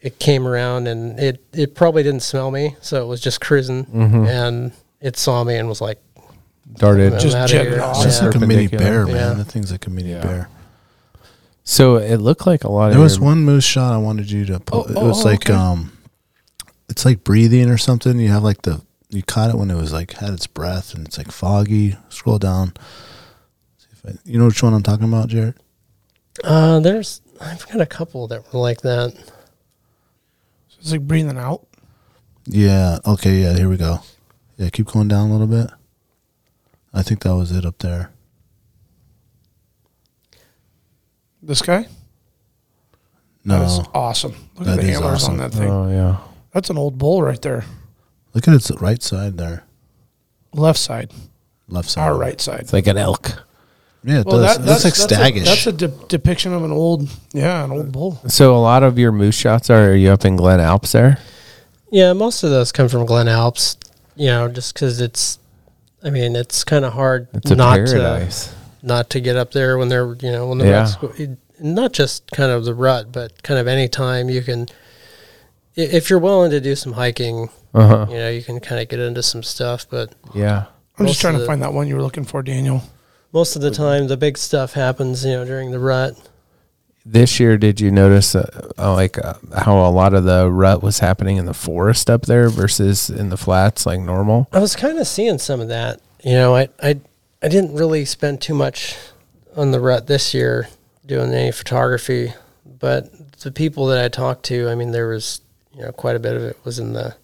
Speaker 6: it came around and it, it probably didn't smell me, so it was just cruising,
Speaker 3: Mm-hmm.
Speaker 6: and it saw me and was like,
Speaker 3: Darted.
Speaker 6: I'm
Speaker 4: Just
Speaker 6: outta
Speaker 4: jetted
Speaker 6: here.
Speaker 4: off.
Speaker 2: It's
Speaker 3: Just
Speaker 6: Yeah.
Speaker 2: like a mini bear,
Speaker 3: Perpendicular.
Speaker 2: man.
Speaker 6: Yeah.
Speaker 2: That thing's like a mini
Speaker 3: Yeah.
Speaker 2: bear.
Speaker 3: So it looked like a lot of
Speaker 2: There was
Speaker 3: your-
Speaker 2: one moose shot I wanted you to pull.
Speaker 4: Oh,
Speaker 2: it
Speaker 4: oh,
Speaker 2: was
Speaker 4: oh,
Speaker 2: like
Speaker 4: okay.
Speaker 2: um, it's like breathing or something. You have like the you caught it when it was like had its breath and it's like foggy. Scroll down. See if I, you know which one I'm talking about, Jared.
Speaker 6: Uh, there's I've got a couple that were like that.
Speaker 4: So it's like breathing out.
Speaker 2: Yeah. Okay. Yeah. Here we go. Yeah. Keep going down a little bit. I think that was it up there.
Speaker 4: This guy. That is
Speaker 2: No.
Speaker 4: awesome. Look
Speaker 2: That
Speaker 4: at the
Speaker 2: is
Speaker 4: antlers
Speaker 2: awesome.
Speaker 4: on that thing.
Speaker 3: Oh, yeah.
Speaker 4: That's an old bull right there.
Speaker 2: Look at its right side there.
Speaker 4: Left side,
Speaker 2: Left side.
Speaker 4: our right side.
Speaker 3: It's like an elk.
Speaker 2: Yeah. It does.
Speaker 4: that-
Speaker 2: that's, like staggish.
Speaker 4: A, that's a de- depiction of an old, yeah, an old bull.
Speaker 3: So a lot of your moose shots are, are you up in Glen Alps there?
Speaker 6: Yeah, most of those come from Glen Alps. You know, just because it's, I mean, it's kind of hard
Speaker 3: It's a
Speaker 6: not uh, to
Speaker 3: paradise.
Speaker 6: not to get up there when they're you know when the
Speaker 3: Yeah.
Speaker 6: rut's go- it- not just kind of the rut, but kind of any time you can. i- If you're willing to do some hiking,
Speaker 3: Uh huh.
Speaker 6: you know you can kind of get into some stuff. But
Speaker 3: Yeah.
Speaker 4: I'm
Speaker 6: Most
Speaker 4: just trying
Speaker 6: of
Speaker 4: to
Speaker 6: the-
Speaker 4: find that one you were looking for, Daniel.
Speaker 6: most of the time, the big stuff happens, you know, during the rut.
Speaker 3: This year, did you notice uh, uh, like uh, how a lot of the rut was happening in the forest up there versus in the flats like normal?
Speaker 6: I was kind of seeing some of that. You know, I, I I didn't really spend too much on the rut this year doing any photography, but the people that I talked to, I mean, there was you know quite a bit of it was in the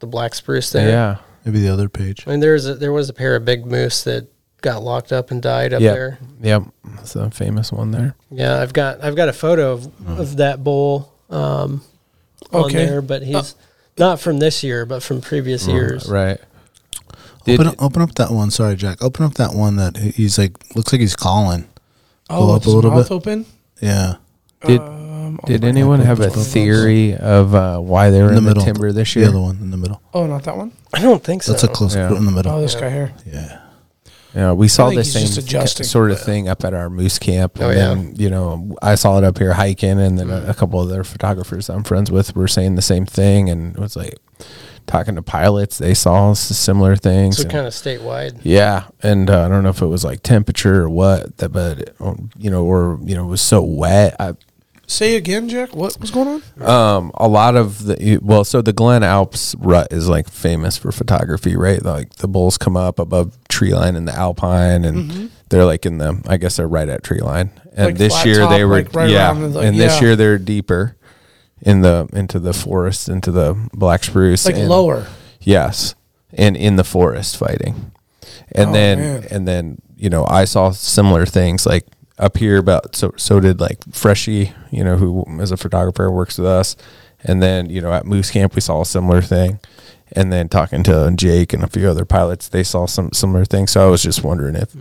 Speaker 6: the black spruce there.
Speaker 3: Yeah.
Speaker 2: Maybe the other page.
Speaker 6: I mean, there was a, there was a pair of big moose that got locked up and died up
Speaker 3: Yep.
Speaker 6: there.
Speaker 3: Yep. That's a famous one there.
Speaker 6: Yeah, I've got I've got a photo of, of that bull um, on
Speaker 4: Okay.
Speaker 6: there, but he's not from this year, but from previous years.
Speaker 3: Mm, Right. Did-
Speaker 2: Open, up- open up that one. Sorry, Jack. Open up that one that he- he's like, looks like he's calling.
Speaker 4: Oh,
Speaker 2: Go up
Speaker 4: with
Speaker 2: a
Speaker 4: his
Speaker 2: little
Speaker 4: mouth
Speaker 2: bit.
Speaker 4: open.
Speaker 2: Yeah.
Speaker 3: Did-
Speaker 4: um, oh
Speaker 3: Did
Speaker 4: my-
Speaker 3: anyone have a theory of uh, why they were in the,
Speaker 2: middle.
Speaker 3: timber this
Speaker 2: The
Speaker 3: year?
Speaker 2: other one in the middle.
Speaker 4: Oh, not that one.
Speaker 6: I don't think so.
Speaker 2: That's a close
Speaker 3: Yeah.
Speaker 2: one in the middle.
Speaker 4: Oh, this guy here.
Speaker 2: yeah.
Speaker 3: Yeah, we saw
Speaker 4: think
Speaker 3: the
Speaker 4: he's
Speaker 3: same
Speaker 4: just adjusting.
Speaker 3: sort of thing up at our moose camp.
Speaker 6: Oh,
Speaker 3: and
Speaker 6: yeah. Mm.
Speaker 3: then, you know, I saw it up here hiking, and then a, a couple other photographers I'm friends with were saying the same thing, and it was like, talking to pilots, they saw s- similar things.
Speaker 6: So
Speaker 3: and-
Speaker 6: kind of statewide.
Speaker 3: yeah, and uh, I don't know if it was like temperature or what, that, but um, you know, or you know, it was so wet. I,
Speaker 4: Say again, Jack. What was going on?
Speaker 3: um, a lot of the well, so the Glen Alps rut is like famous for photography, right? Like the bulls come up above tree line in the Alpine, and they're like in the, I guess they're right at tree line. And
Speaker 4: Mm-hmm. Like
Speaker 3: this
Speaker 4: flat
Speaker 3: year
Speaker 4: top,
Speaker 3: they were,
Speaker 4: like right
Speaker 3: yeah,
Speaker 4: around the-
Speaker 3: and
Speaker 4: yeah.
Speaker 3: this year they're deeper in the into the forest, into the black spruce,
Speaker 4: Like
Speaker 3: and-
Speaker 4: lower.
Speaker 3: Yes, and in the forest fighting, and
Speaker 4: Oh,
Speaker 3: then
Speaker 4: man.
Speaker 3: and then you know I saw similar things like up here about so so did like Freshie, you know, who is a photographer works with us, and then you know at Moose Camp we saw a similar thing, and then talking to Jake and a few other pilots they saw some similar things. So I was just wondering if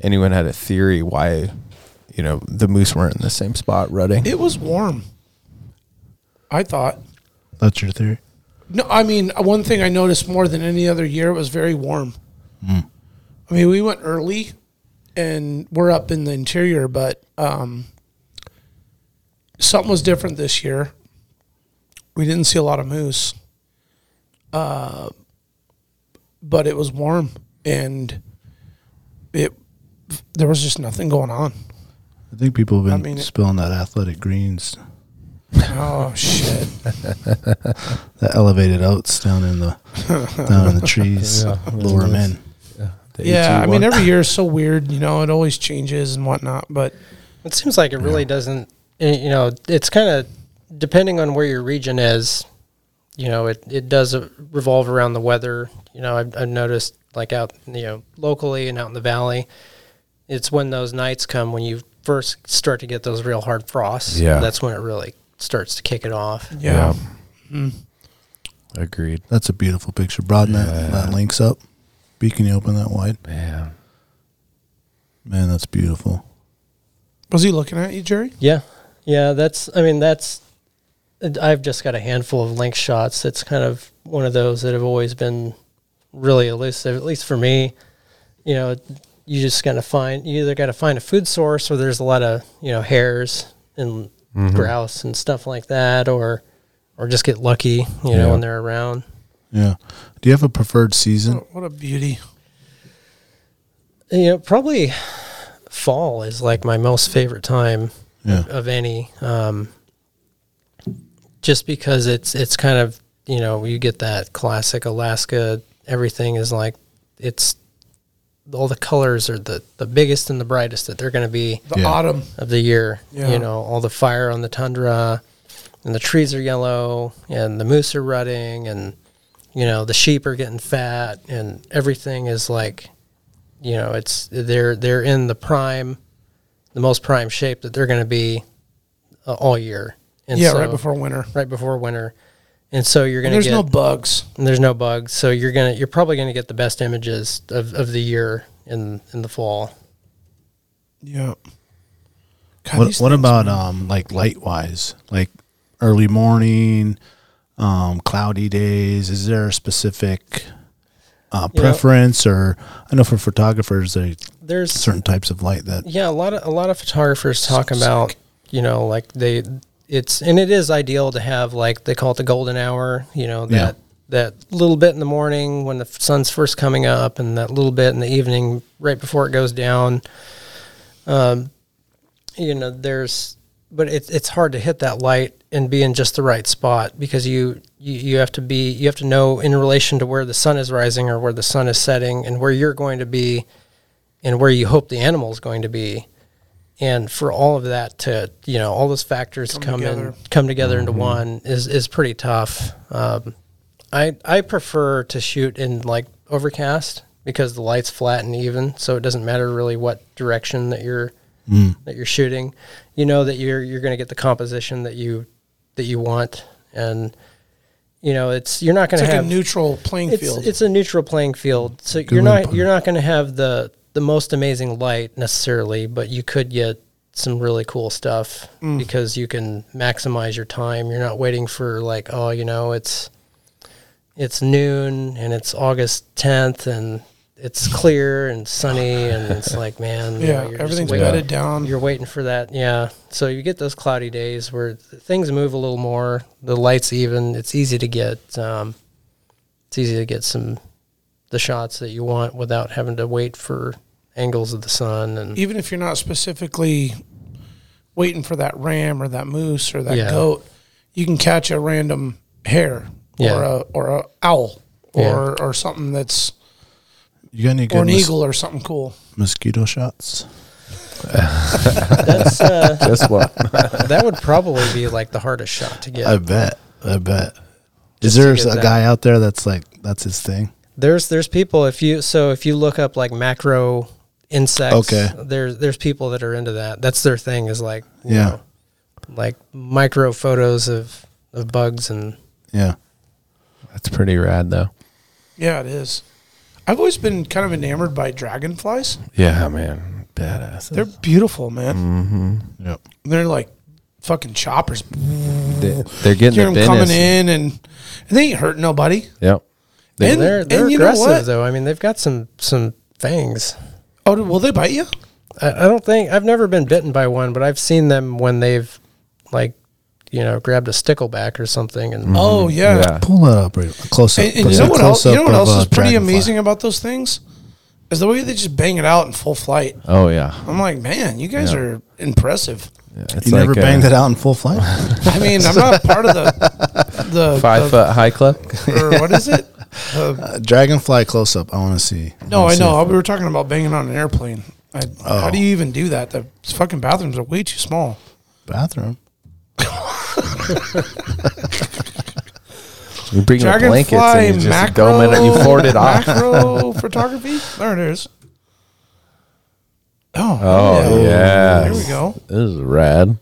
Speaker 3: anyone had a theory why. You know the moose weren't in the same spot rutting.
Speaker 4: It was warm. I thought.
Speaker 2: That's your theory.
Speaker 4: No, I mean one thing I noticed more than any other year it was very warm. Mm. I mean, we went early, and we're up in the interior, but um, something was different this year. We didn't see a lot of moose, uh, but it was warm, and it there was just nothing going on.
Speaker 2: I think people have
Speaker 4: I
Speaker 2: been
Speaker 4: mean it-
Speaker 2: spilling that athletic greens,
Speaker 4: Oh shit!
Speaker 2: that elevated oats down in the down in the trees,
Speaker 3: Yeah,
Speaker 2: lure them in.
Speaker 3: The
Speaker 4: yeah, I
Speaker 3: AT1.
Speaker 4: mean every year is so weird, you know. It always changes and whatnot, but
Speaker 6: It seems like it really doesn't. eh, You know, it's kind of depending on where your region is. You know, it it does uh, revolve around the weather. You know, I've, I've noticed like out you know locally and out in the valley, it's when those nights come when you first start to get those real hard frosts.
Speaker 3: Yeah.
Speaker 6: that's when it really starts to kick it off.
Speaker 3: yeah. Agreed.
Speaker 2: That's a beautiful picture. Broaden that, that links up. B, can you open that wide?
Speaker 3: Yeah.
Speaker 2: Man, that's beautiful.
Speaker 4: Was he looking at you, Jerry?
Speaker 6: Yeah, yeah. That's. I mean, that's. I've just got a handful of link shots. It's kind of one of those that have always been really elusive, at least for me. You know, you just gotta find. You either gotta find a food source, or there's a lot of you know hares and grouse and stuff like that, or or just get lucky. You know,
Speaker 3: Yeah.
Speaker 6: when they're around.
Speaker 2: Yeah. Do you have a preferred season?
Speaker 4: What a beauty.
Speaker 6: You know, probably fall is like my most favorite time
Speaker 2: Yeah.
Speaker 6: of any. Um, just because it's it's kind of you know you get that classic Alaska. Everything is like it's all the colors are the the biggest and the brightest that they're going to be
Speaker 4: The
Speaker 2: Yeah.
Speaker 4: autumn.
Speaker 6: of the year.
Speaker 4: Yeah.
Speaker 6: You know, all the fire on the tundra, and the trees are yellow, and the moose are rutting, and you know the sheep are getting fat, and everything is like, you know, it's they're they're in the prime, the most prime shape that they're going to be uh, all year. And
Speaker 4: yeah,
Speaker 6: so-
Speaker 4: right before winter.
Speaker 6: right before winter, and so you're going
Speaker 4: And
Speaker 6: to
Speaker 4: there's
Speaker 6: get
Speaker 4: no bugs.
Speaker 6: and there's no bugs, so you're gonna you're probably going to get the best images of, of the year in in the fall.
Speaker 4: Yeah. God,
Speaker 2: What,
Speaker 4: these
Speaker 2: what
Speaker 4: things-
Speaker 2: about um like light wise? Like early morning, um, cloudy days. Is there a specific uh,
Speaker 6: You know-
Speaker 2: preference or I know for photographers there are
Speaker 6: There's
Speaker 2: certain types of light that
Speaker 6: Yeah, a lot of a lot of photographers talk about you know like they it's and it is ideal to have like they call it the golden hour. You know that
Speaker 2: Yeah.
Speaker 6: that little bit in the morning when the f- sun's first coming up, and that little bit in the evening right before it goes down. Um, you know, there's but it's it's hard to hit that light and be in just the right spot because you. You, you have to be you have to know in relation to where the sun is rising or where the sun is setting and where you're going to be and where you hope the animal is going to be and for all of that to you know all those factors come,
Speaker 4: together.
Speaker 6: in come together into one is is pretty tough um, i i prefer to shoot in like overcast because the light's flat and even so it doesn't matter really what direction that you're that you're shooting you know that you're you're going to get the composition that you that you want and you know it's you're not going
Speaker 4: It's
Speaker 6: to
Speaker 4: like
Speaker 6: have
Speaker 4: a neutral playing
Speaker 6: it's,
Speaker 4: field.
Speaker 6: It's a neutral playing field, so you're
Speaker 2: way to
Speaker 6: not
Speaker 2: put
Speaker 6: you're not going to have the the most amazing light necessarily, but you could get some really cool stuff
Speaker 4: Mm.
Speaker 6: because you can maximize your time. You're not waiting for like, oh, you know, it's it's noon and it's August 10th and it's clear and sunny and it's like, man, you know,
Speaker 4: yeah,
Speaker 6: you're just
Speaker 4: everything's
Speaker 6: waiting-
Speaker 4: bedded down.
Speaker 6: you're waiting for that, yeah. So you get those cloudy days where th- things move a little more. The lights even. It's easy to get, um, it's easy to get some the shots that you want without having to wait for angles of the sun and
Speaker 4: even if you're not specifically waiting for that ram or that moose or that
Speaker 6: Yeah.
Speaker 4: goat, you can catch a random hare or a
Speaker 6: Yeah.
Speaker 4: or a owl or
Speaker 6: Yeah.
Speaker 4: or something that's
Speaker 2: You got any good
Speaker 4: or an
Speaker 2: mos-
Speaker 4: eagle or something cool.
Speaker 2: mosquito shots?
Speaker 6: that's uh,
Speaker 3: Guess what?
Speaker 6: that would probably be like the hardest shot to get.
Speaker 2: I bet. I bet. Is
Speaker 6: Just to
Speaker 2: there
Speaker 6: get
Speaker 2: a
Speaker 6: that.
Speaker 2: guy out there that's like that's his thing?
Speaker 6: There's there's people if you so if you look up like macro insects,
Speaker 2: Okay.
Speaker 6: There's there's people that are into that. That's their thing is like you
Speaker 2: Yeah.
Speaker 6: know, like micro photos of of bugs and
Speaker 2: Yeah.
Speaker 3: That's pretty rad though.
Speaker 4: Yeah, it is. I've always been kind of enamored by dragonflies.
Speaker 3: Yeah, man. Badass.
Speaker 4: They're beautiful, man.
Speaker 2: Yep.
Speaker 4: They're like fucking choppers.
Speaker 3: They, they're getting
Speaker 4: Hear
Speaker 3: their
Speaker 4: them
Speaker 3: business.
Speaker 4: coming in and, and they ain't hurting nobody.
Speaker 3: Yep. They-
Speaker 4: and,
Speaker 6: they're they're
Speaker 4: and you know
Speaker 6: aggressive
Speaker 4: what?
Speaker 6: though. I mean they've got some some fangs.
Speaker 4: Oh, do- will they bite you?
Speaker 6: I, I don't think I've never been bitten by one, but I've seen them when they've like you know grabbed a stickleback or something and
Speaker 4: Oh yeah.
Speaker 3: Yeah.
Speaker 2: Pull that up right close up.
Speaker 4: And, and you
Speaker 2: Let's
Speaker 4: know
Speaker 2: do a
Speaker 4: what else? You know
Speaker 2: close-up
Speaker 4: what
Speaker 2: of,
Speaker 4: else is
Speaker 2: uh,
Speaker 4: pretty
Speaker 2: dragonfly.
Speaker 4: amazing about those things is the way they just bang it out in full flight.
Speaker 3: Oh yeah.
Speaker 4: I'm like, man, you guys are impressive.
Speaker 3: Yeah, it's
Speaker 2: You never
Speaker 3: like uh, a
Speaker 2: banged that out in full flight?
Speaker 4: I mean, I'm not part of the the
Speaker 3: Five
Speaker 4: the-
Speaker 3: foot high club.
Speaker 4: or what is it?
Speaker 2: Uh, dragonfly close up. I want to see.
Speaker 4: No,
Speaker 2: wanna
Speaker 4: I
Speaker 2: see
Speaker 4: know.
Speaker 2: if-
Speaker 4: We were talking about banging on an airplane. I, How do you even do that? The fucking bathrooms are way too small.
Speaker 2: Bathroom.
Speaker 3: You bring your blankets and you
Speaker 4: Dragonfly
Speaker 3: just
Speaker 4: macro,
Speaker 3: dome it. You forward it off.
Speaker 4: macro photography. There it is. Oh,
Speaker 3: Oh yeah.
Speaker 4: There we go.
Speaker 3: This is rad.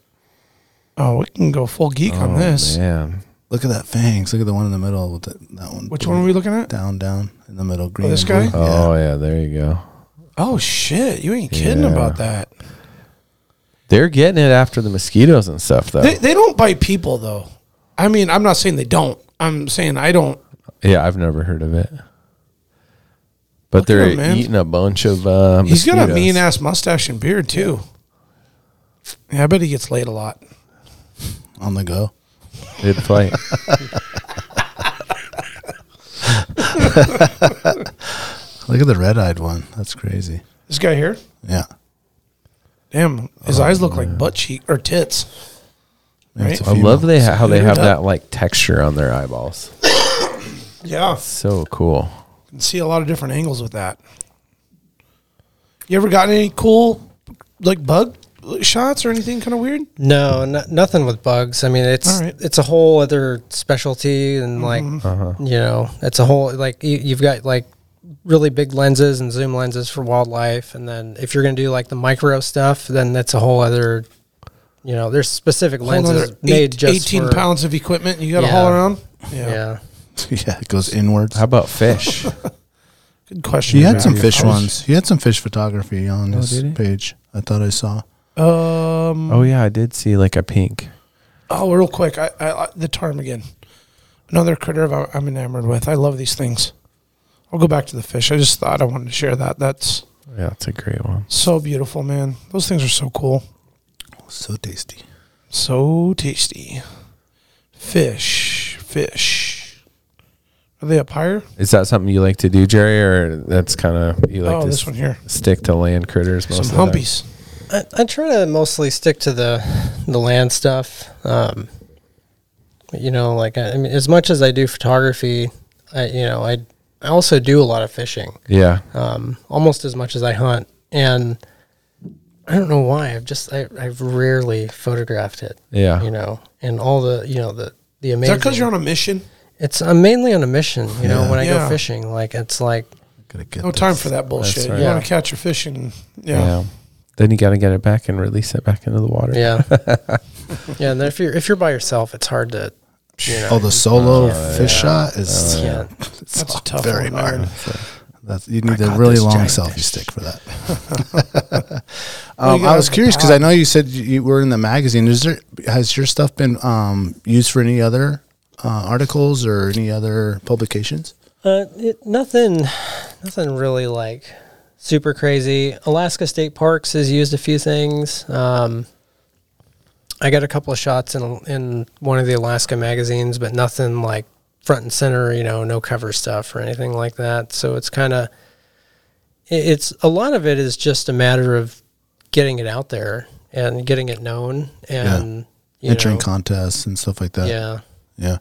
Speaker 4: Oh, we can go full geek on this.
Speaker 3: Oh, Man.
Speaker 2: Look at that fangs. Look at the one in the middle with that that one.
Speaker 4: Which one are we looking at?
Speaker 2: Down, down in the middle. Green.
Speaker 4: this
Speaker 2: and
Speaker 4: guy?
Speaker 2: blue.
Speaker 3: Oh yeah. There you go.
Speaker 4: Oh shit! You ain't kidding
Speaker 3: Yeah.
Speaker 4: about that.
Speaker 3: They're getting it after the mosquitoes and stuff though.
Speaker 4: They, they don't bite people though. I mean, I'm not saying they don't. I'm saying I don't.
Speaker 3: yeah, I've never heard of it. But
Speaker 4: at
Speaker 3: they're
Speaker 4: him, man.
Speaker 3: eating a bunch of. Uh,
Speaker 4: He's got a
Speaker 3: mosquitoes.
Speaker 4: mean ass mustache and beard too. Yeah, I bet he gets laid a lot.
Speaker 2: on the go.
Speaker 3: Good fight.
Speaker 2: Look at the red eyed one. That's crazy.
Speaker 4: This guy here,
Speaker 2: Yeah.
Speaker 4: damn,
Speaker 3: Oh,
Speaker 4: his eyes look like butt cheek or tits.
Speaker 2: Maybe it's
Speaker 4: Right?
Speaker 2: a
Speaker 3: I love they ha- how they have
Speaker 4: Scooted up.
Speaker 3: that like texture on their eyeballs.
Speaker 4: Yeah,
Speaker 3: So cool.
Speaker 4: can see a lot of different angles with that. You ever gotten any cool like bug shots or anything kind of weird?
Speaker 6: No, no nothing with bugs. I mean, it's
Speaker 4: All right. Mm-hmm.
Speaker 6: it's a whole other specialty, and like you know, it's a whole like you, you've got like really big lenses and zoom lenses for wildlife, and then if you're gonna do like the micro stuff, then that's a whole other. You know, there's specific
Speaker 4: Whole
Speaker 6: lenses
Speaker 4: nother
Speaker 6: made
Speaker 4: eight-
Speaker 6: just
Speaker 4: 18
Speaker 6: for,
Speaker 4: pounds of equipment you got to
Speaker 6: Yeah.
Speaker 4: haul around.
Speaker 6: Yeah,
Speaker 2: Yeah, it goes inwards.
Speaker 3: How about fish?
Speaker 4: Good question.
Speaker 2: He had
Speaker 4: Matt.
Speaker 2: some fish
Speaker 4: I was-
Speaker 2: ones. He had some fish photography on his
Speaker 3: did he?
Speaker 2: page. I thought I saw.
Speaker 4: Um.
Speaker 3: oh yeah, I did see like a pink.
Speaker 4: Oh, real quick, I, I, I the ptarmigan, another critter I'm, I'm enamored with. I love these things. I'll go back to the fish. I just thought I wanted to share that. That's
Speaker 3: Yeah, it's a great one.
Speaker 4: so beautiful, man. Those things are so cool,
Speaker 2: Oh, So tasty.
Speaker 4: so tasty. Fish, fish. Are they up higher?
Speaker 3: Is that something you like to do, Jerry, or that's kind of you like
Speaker 4: oh,
Speaker 3: to
Speaker 4: this
Speaker 3: s-
Speaker 4: one here.
Speaker 3: stick to land critters most
Speaker 4: Some
Speaker 3: of the time?
Speaker 4: humpies.
Speaker 6: I, I try to mostly stick to the the land stuff. Um, you know, like I, I mean, as much as I do photography, I you know I I also do a lot of fishing.
Speaker 3: Yeah,
Speaker 6: um, almost as much as I hunt. And I don't know why. I've just I, I've rarely photographed it.
Speaker 3: Yeah.
Speaker 6: you know, and all the you know the the
Speaker 4: Is
Speaker 6: amazing.
Speaker 4: that because you're on a mission?
Speaker 6: it's I'm mainly on a mission. You know, when I
Speaker 4: Yeah.
Speaker 6: go fishing, like it's like
Speaker 2: Gotta get
Speaker 4: No time for that bullshit.
Speaker 3: right.
Speaker 4: You want
Speaker 6: Yeah.
Speaker 4: to catch your fish and
Speaker 3: yeah.
Speaker 4: yeah.
Speaker 3: Then you got to get it back and release it back into the water.
Speaker 6: yeah, yeah. And then if you're if you're by yourself, it's hard to you know.
Speaker 2: Oh, the solo fish shot
Speaker 3: Oh,
Speaker 2: is
Speaker 6: yeah.
Speaker 2: it's
Speaker 4: That's a tough
Speaker 2: very
Speaker 4: one.
Speaker 2: hard.
Speaker 4: Iron.
Speaker 2: That's, e- you need a
Speaker 3: caught
Speaker 2: really
Speaker 3: this
Speaker 2: long
Speaker 3: giant
Speaker 2: selfie
Speaker 3: fish.
Speaker 2: stick for that.
Speaker 4: Well, you
Speaker 2: um,
Speaker 4: gotta
Speaker 2: I was
Speaker 4: have a
Speaker 2: curious because
Speaker 4: pod.
Speaker 2: I know you said you, you were in the magazine. Is there has your stuff been um, used for any other uh, articles or any other publications?
Speaker 6: Uh, it, nothing, nothing really like super crazy. Alaska State Parks has used a few things. Um, I got a couple of shots in in one of the Alaska magazines, but nothing like front and center, you know, no cover stuff or anything like that. So it's kind of it's a lot of it is just a matter of getting it out there and getting it known and you
Speaker 2: entering
Speaker 6: know,
Speaker 2: contests and stuff like that.
Speaker 6: yeah.
Speaker 2: Yeah.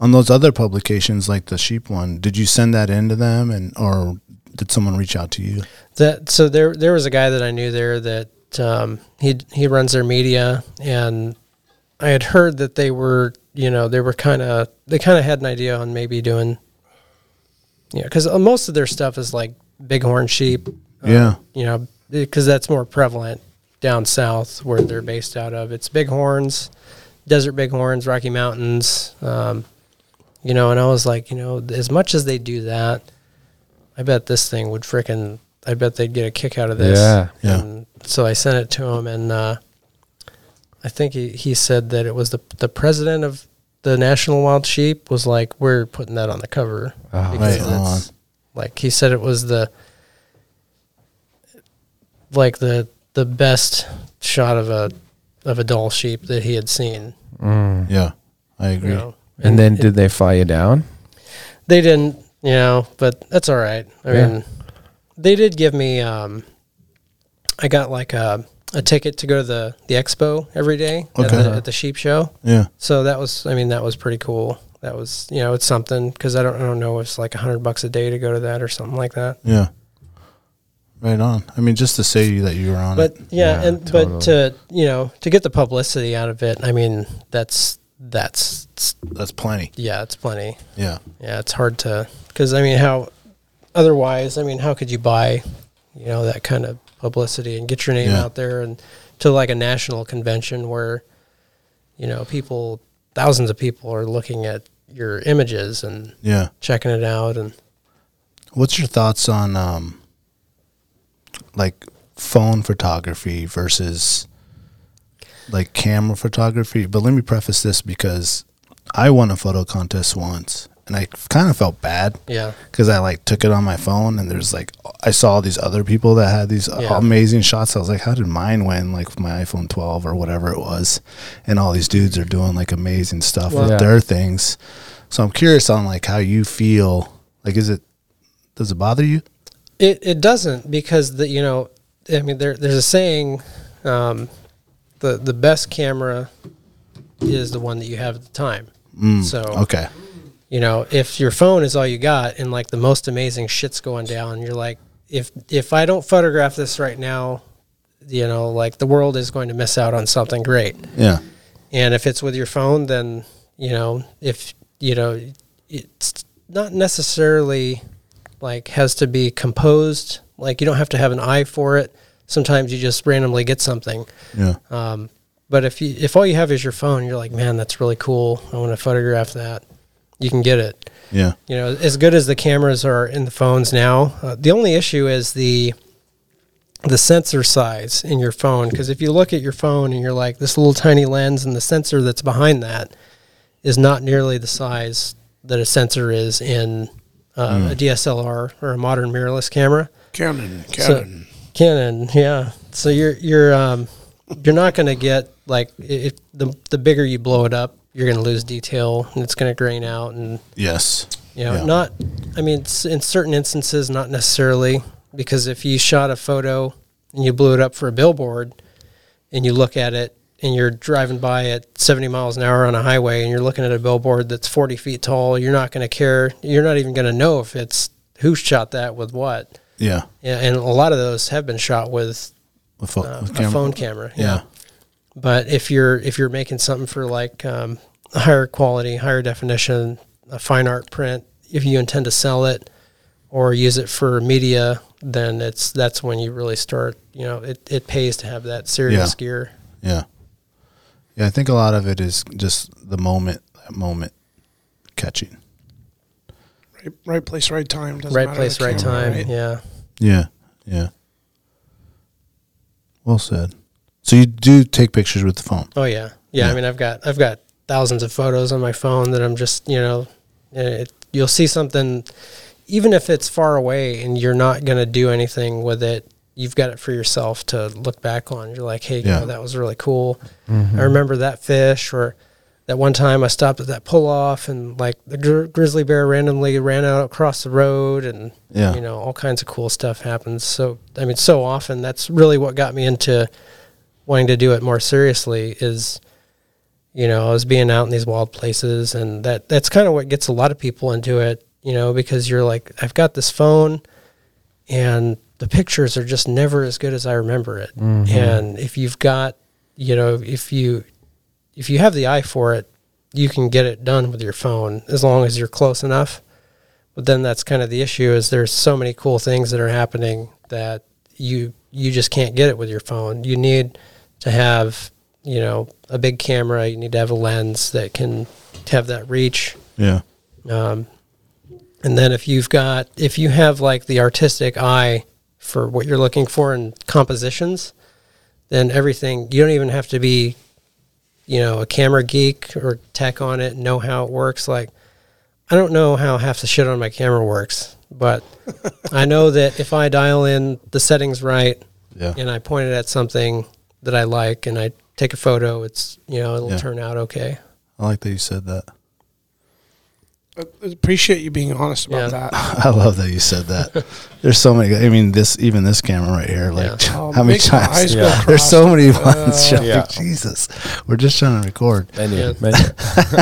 Speaker 2: On those other publications, like the sheep one, did you send that in to them, and or did someone reach out to you?
Speaker 6: That so there there was a guy that I knew there that um, he he runs their media and I had heard that they were you know they were kind of they kind of had an idea on maybe doing yeah because most of their stuff is like bighorn sheep
Speaker 2: yeah,
Speaker 6: you know because that's more prevalent down south where they're based out of it's bighorns desert bighorns rocky mountains um, you know and i was like you know as much as they do that i bet this thing would frickin' i bet they'd get a kick out of this
Speaker 3: Yeah.
Speaker 2: Yeah.
Speaker 6: and so i sent it to him and uh, i think he, he said that it was the, the president of the national wild sheep was like we're putting that on the cover
Speaker 3: Ah.
Speaker 2: right
Speaker 6: because
Speaker 2: on.
Speaker 6: it's- like he said it was the like the the best shot of a of a doll sheep that he had seen.
Speaker 2: Yeah, I agree.
Speaker 6: You know,
Speaker 3: And then did they fly you down?
Speaker 6: they didn't, you know, but that's all right. I
Speaker 3: Yeah.
Speaker 6: mean, they did give me. um I got like a a ticket to go to the the expo every day at,
Speaker 2: Okay.
Speaker 6: the, at the sheep show.
Speaker 2: Yeah,
Speaker 6: So that was, I mean, that was pretty cool. That was, you know, it's something because I don't, I don't know, it's like a hundred bucks a day to go to that or something like that.
Speaker 2: yeah, right on. I mean, just to say that you were on
Speaker 6: but
Speaker 2: it.
Speaker 6: yeah,
Speaker 3: Yeah,
Speaker 6: and
Speaker 3: totally.
Speaker 6: but to you know to get the publicity out of it i mean that's that's
Speaker 2: That's plenty.
Speaker 6: yeah it's plenty
Speaker 2: Yeah,
Speaker 6: yeah it's hard to because i mean how otherwise i mean how could you buy you know that kind of publicity and get your name
Speaker 2: Yeah.
Speaker 6: out there and to like a national convention where you know people thousands of people are looking at your images and
Speaker 2: yeah.
Speaker 6: checking it out and
Speaker 2: What's your thoughts on um, like phone photography versus like camera photography? But let me preface this because I won a photo contest once, and I kind of felt bad
Speaker 6: yeah
Speaker 2: because I like took it on my phone, and there's like I saw these other people that had these
Speaker 6: Yeah.
Speaker 2: amazing shots. I was like, how did mine win? Like with my iPhone 12 or whatever it was, and all these dudes are doing like amazing stuff with
Speaker 3: Yeah.
Speaker 2: their things. So I'm curious on like how you feel. Like, is it does it bother you?
Speaker 6: It it doesn't because the you know I mean there there's a saying, um, the the best camera is the one that you have at the time. so
Speaker 2: Mm, Hmm. Okay,
Speaker 6: you know if your phone is all you got and like the most amazing shit's going down, you're like if if I don't photograph this right now, you know like the world is going to miss out on something great.
Speaker 2: yeah,
Speaker 6: And if it's with your phone, then you know if you know it's not necessarily like has to be composed. Like you don't have to have an eye for it. Sometimes you just randomly get something.
Speaker 2: yeah,
Speaker 6: Um, but if you if all you have is your phone, you're like, man, that's really cool. I want to photograph that. You can get it
Speaker 2: yeah,
Speaker 6: you know, as good as the cameras are in the phones now, uh, the only issue is the the sensor size in your phone. Because if you look at your phone and you're like, this little tiny lens and the sensor that's behind that is not nearly the size that a sensor is in uh, a DSLR or a modern mirrorless camera.
Speaker 4: Canon,
Speaker 6: So-
Speaker 4: Canon.
Speaker 6: Canon, yeah. So you're you're um, you're not going to get like it, the the bigger you blow it up, you're going to lose detail and it's going to grain out and
Speaker 2: yes,
Speaker 6: you know,
Speaker 2: Yeah.
Speaker 6: not, I mean, s- in certain instances, not necessarily, because if you shot a photo and you blew it up for a billboard and you look at it and you're driving by at 70 miles an hour on a highway and you're looking at a billboard that's 40 feet tall, you're not going to care. You're not even going to know if it's who shot that with what.
Speaker 2: yeah.
Speaker 6: Yeah, And a lot of those have been shot with
Speaker 2: A, pho-
Speaker 6: uh,
Speaker 2: with
Speaker 6: a
Speaker 2: camera.
Speaker 6: phone camera.
Speaker 2: Yeah.
Speaker 6: But if you're if you're making something for like um, higher quality, higher definition, a fine art print, if you intend to sell it or use it for media, then it's that's when you really start. You know, it, it pays to have that serious
Speaker 2: Yeah.
Speaker 6: gear.
Speaker 2: Yeah. Yeah, I think a lot of it is just the moment, that moment catching.
Speaker 4: Right, right place, right time. Doesn't
Speaker 6: right
Speaker 4: matter
Speaker 6: place,
Speaker 4: the
Speaker 6: right
Speaker 4: camera,
Speaker 6: time.
Speaker 4: right?
Speaker 6: Yeah.
Speaker 2: Yeah. Yeah. Well said. So you do take pictures with the phone.
Speaker 6: Oh yeah. yeah.
Speaker 2: Yeah.
Speaker 6: I mean, I've got I've got thousands of photos on my phone that I'm just you know, eh, it, you'll see something, even if it's far away and you're not gonna do anything with it. You've got it for yourself to look back on. You're like, hey, you
Speaker 2: Yeah.
Speaker 6: know, that was really cool. I remember that fish, or that one time I stopped at that pull off and like the gri- grizzly bear randomly ran out across the road and
Speaker 2: Yeah.
Speaker 6: you know all kinds of cool stuff happens. So I mean, so often that's really what got me into wanting to do it more seriously is you know I was being out in these wild places and that that's kind of what gets a lot of people into it. You know because you're like I've got this phone and the pictures are just never as good as I remember it. And if you've got, you know, if you if you have the eye for it, you can get it done with your phone as long as you're close enough. But then that's kind of the issue is there's so many cool things that are happening that you you just can't get it with your phone. You need to have, you know, a big camera, you need to have a lens that can have that reach. Um,
Speaker 2: Yeah.
Speaker 6: And then if you've got if you have like the artistic eye for what you're looking for in compositions, then everything you don't even have to be, you know, a camera geek or tech on it, know how it works. Like I don't know how half the shit on my camera works, but I know that if I dial in the settings right
Speaker 2: Yeah.
Speaker 6: and I point it at something that I like and I take a photo, it's you know, it'll
Speaker 2: Yeah.
Speaker 6: turn out okay.
Speaker 2: I like that you said that.
Speaker 4: I appreciate you being honest about that.
Speaker 6: Yeah.
Speaker 2: I love that you said that. There's so many. I mean, this even this camera right here. Like,
Speaker 6: Yeah.
Speaker 4: Oh,
Speaker 2: how many
Speaker 4: makes my eyes
Speaker 2: times?
Speaker 4: go Yeah.
Speaker 2: There's so
Speaker 4: crossed. Uh,
Speaker 2: many ones. Johnny.
Speaker 3: Yeah.
Speaker 2: Jesus, we're just trying to record.
Speaker 3: Menu,
Speaker 6: Yeah.
Speaker 3: menu.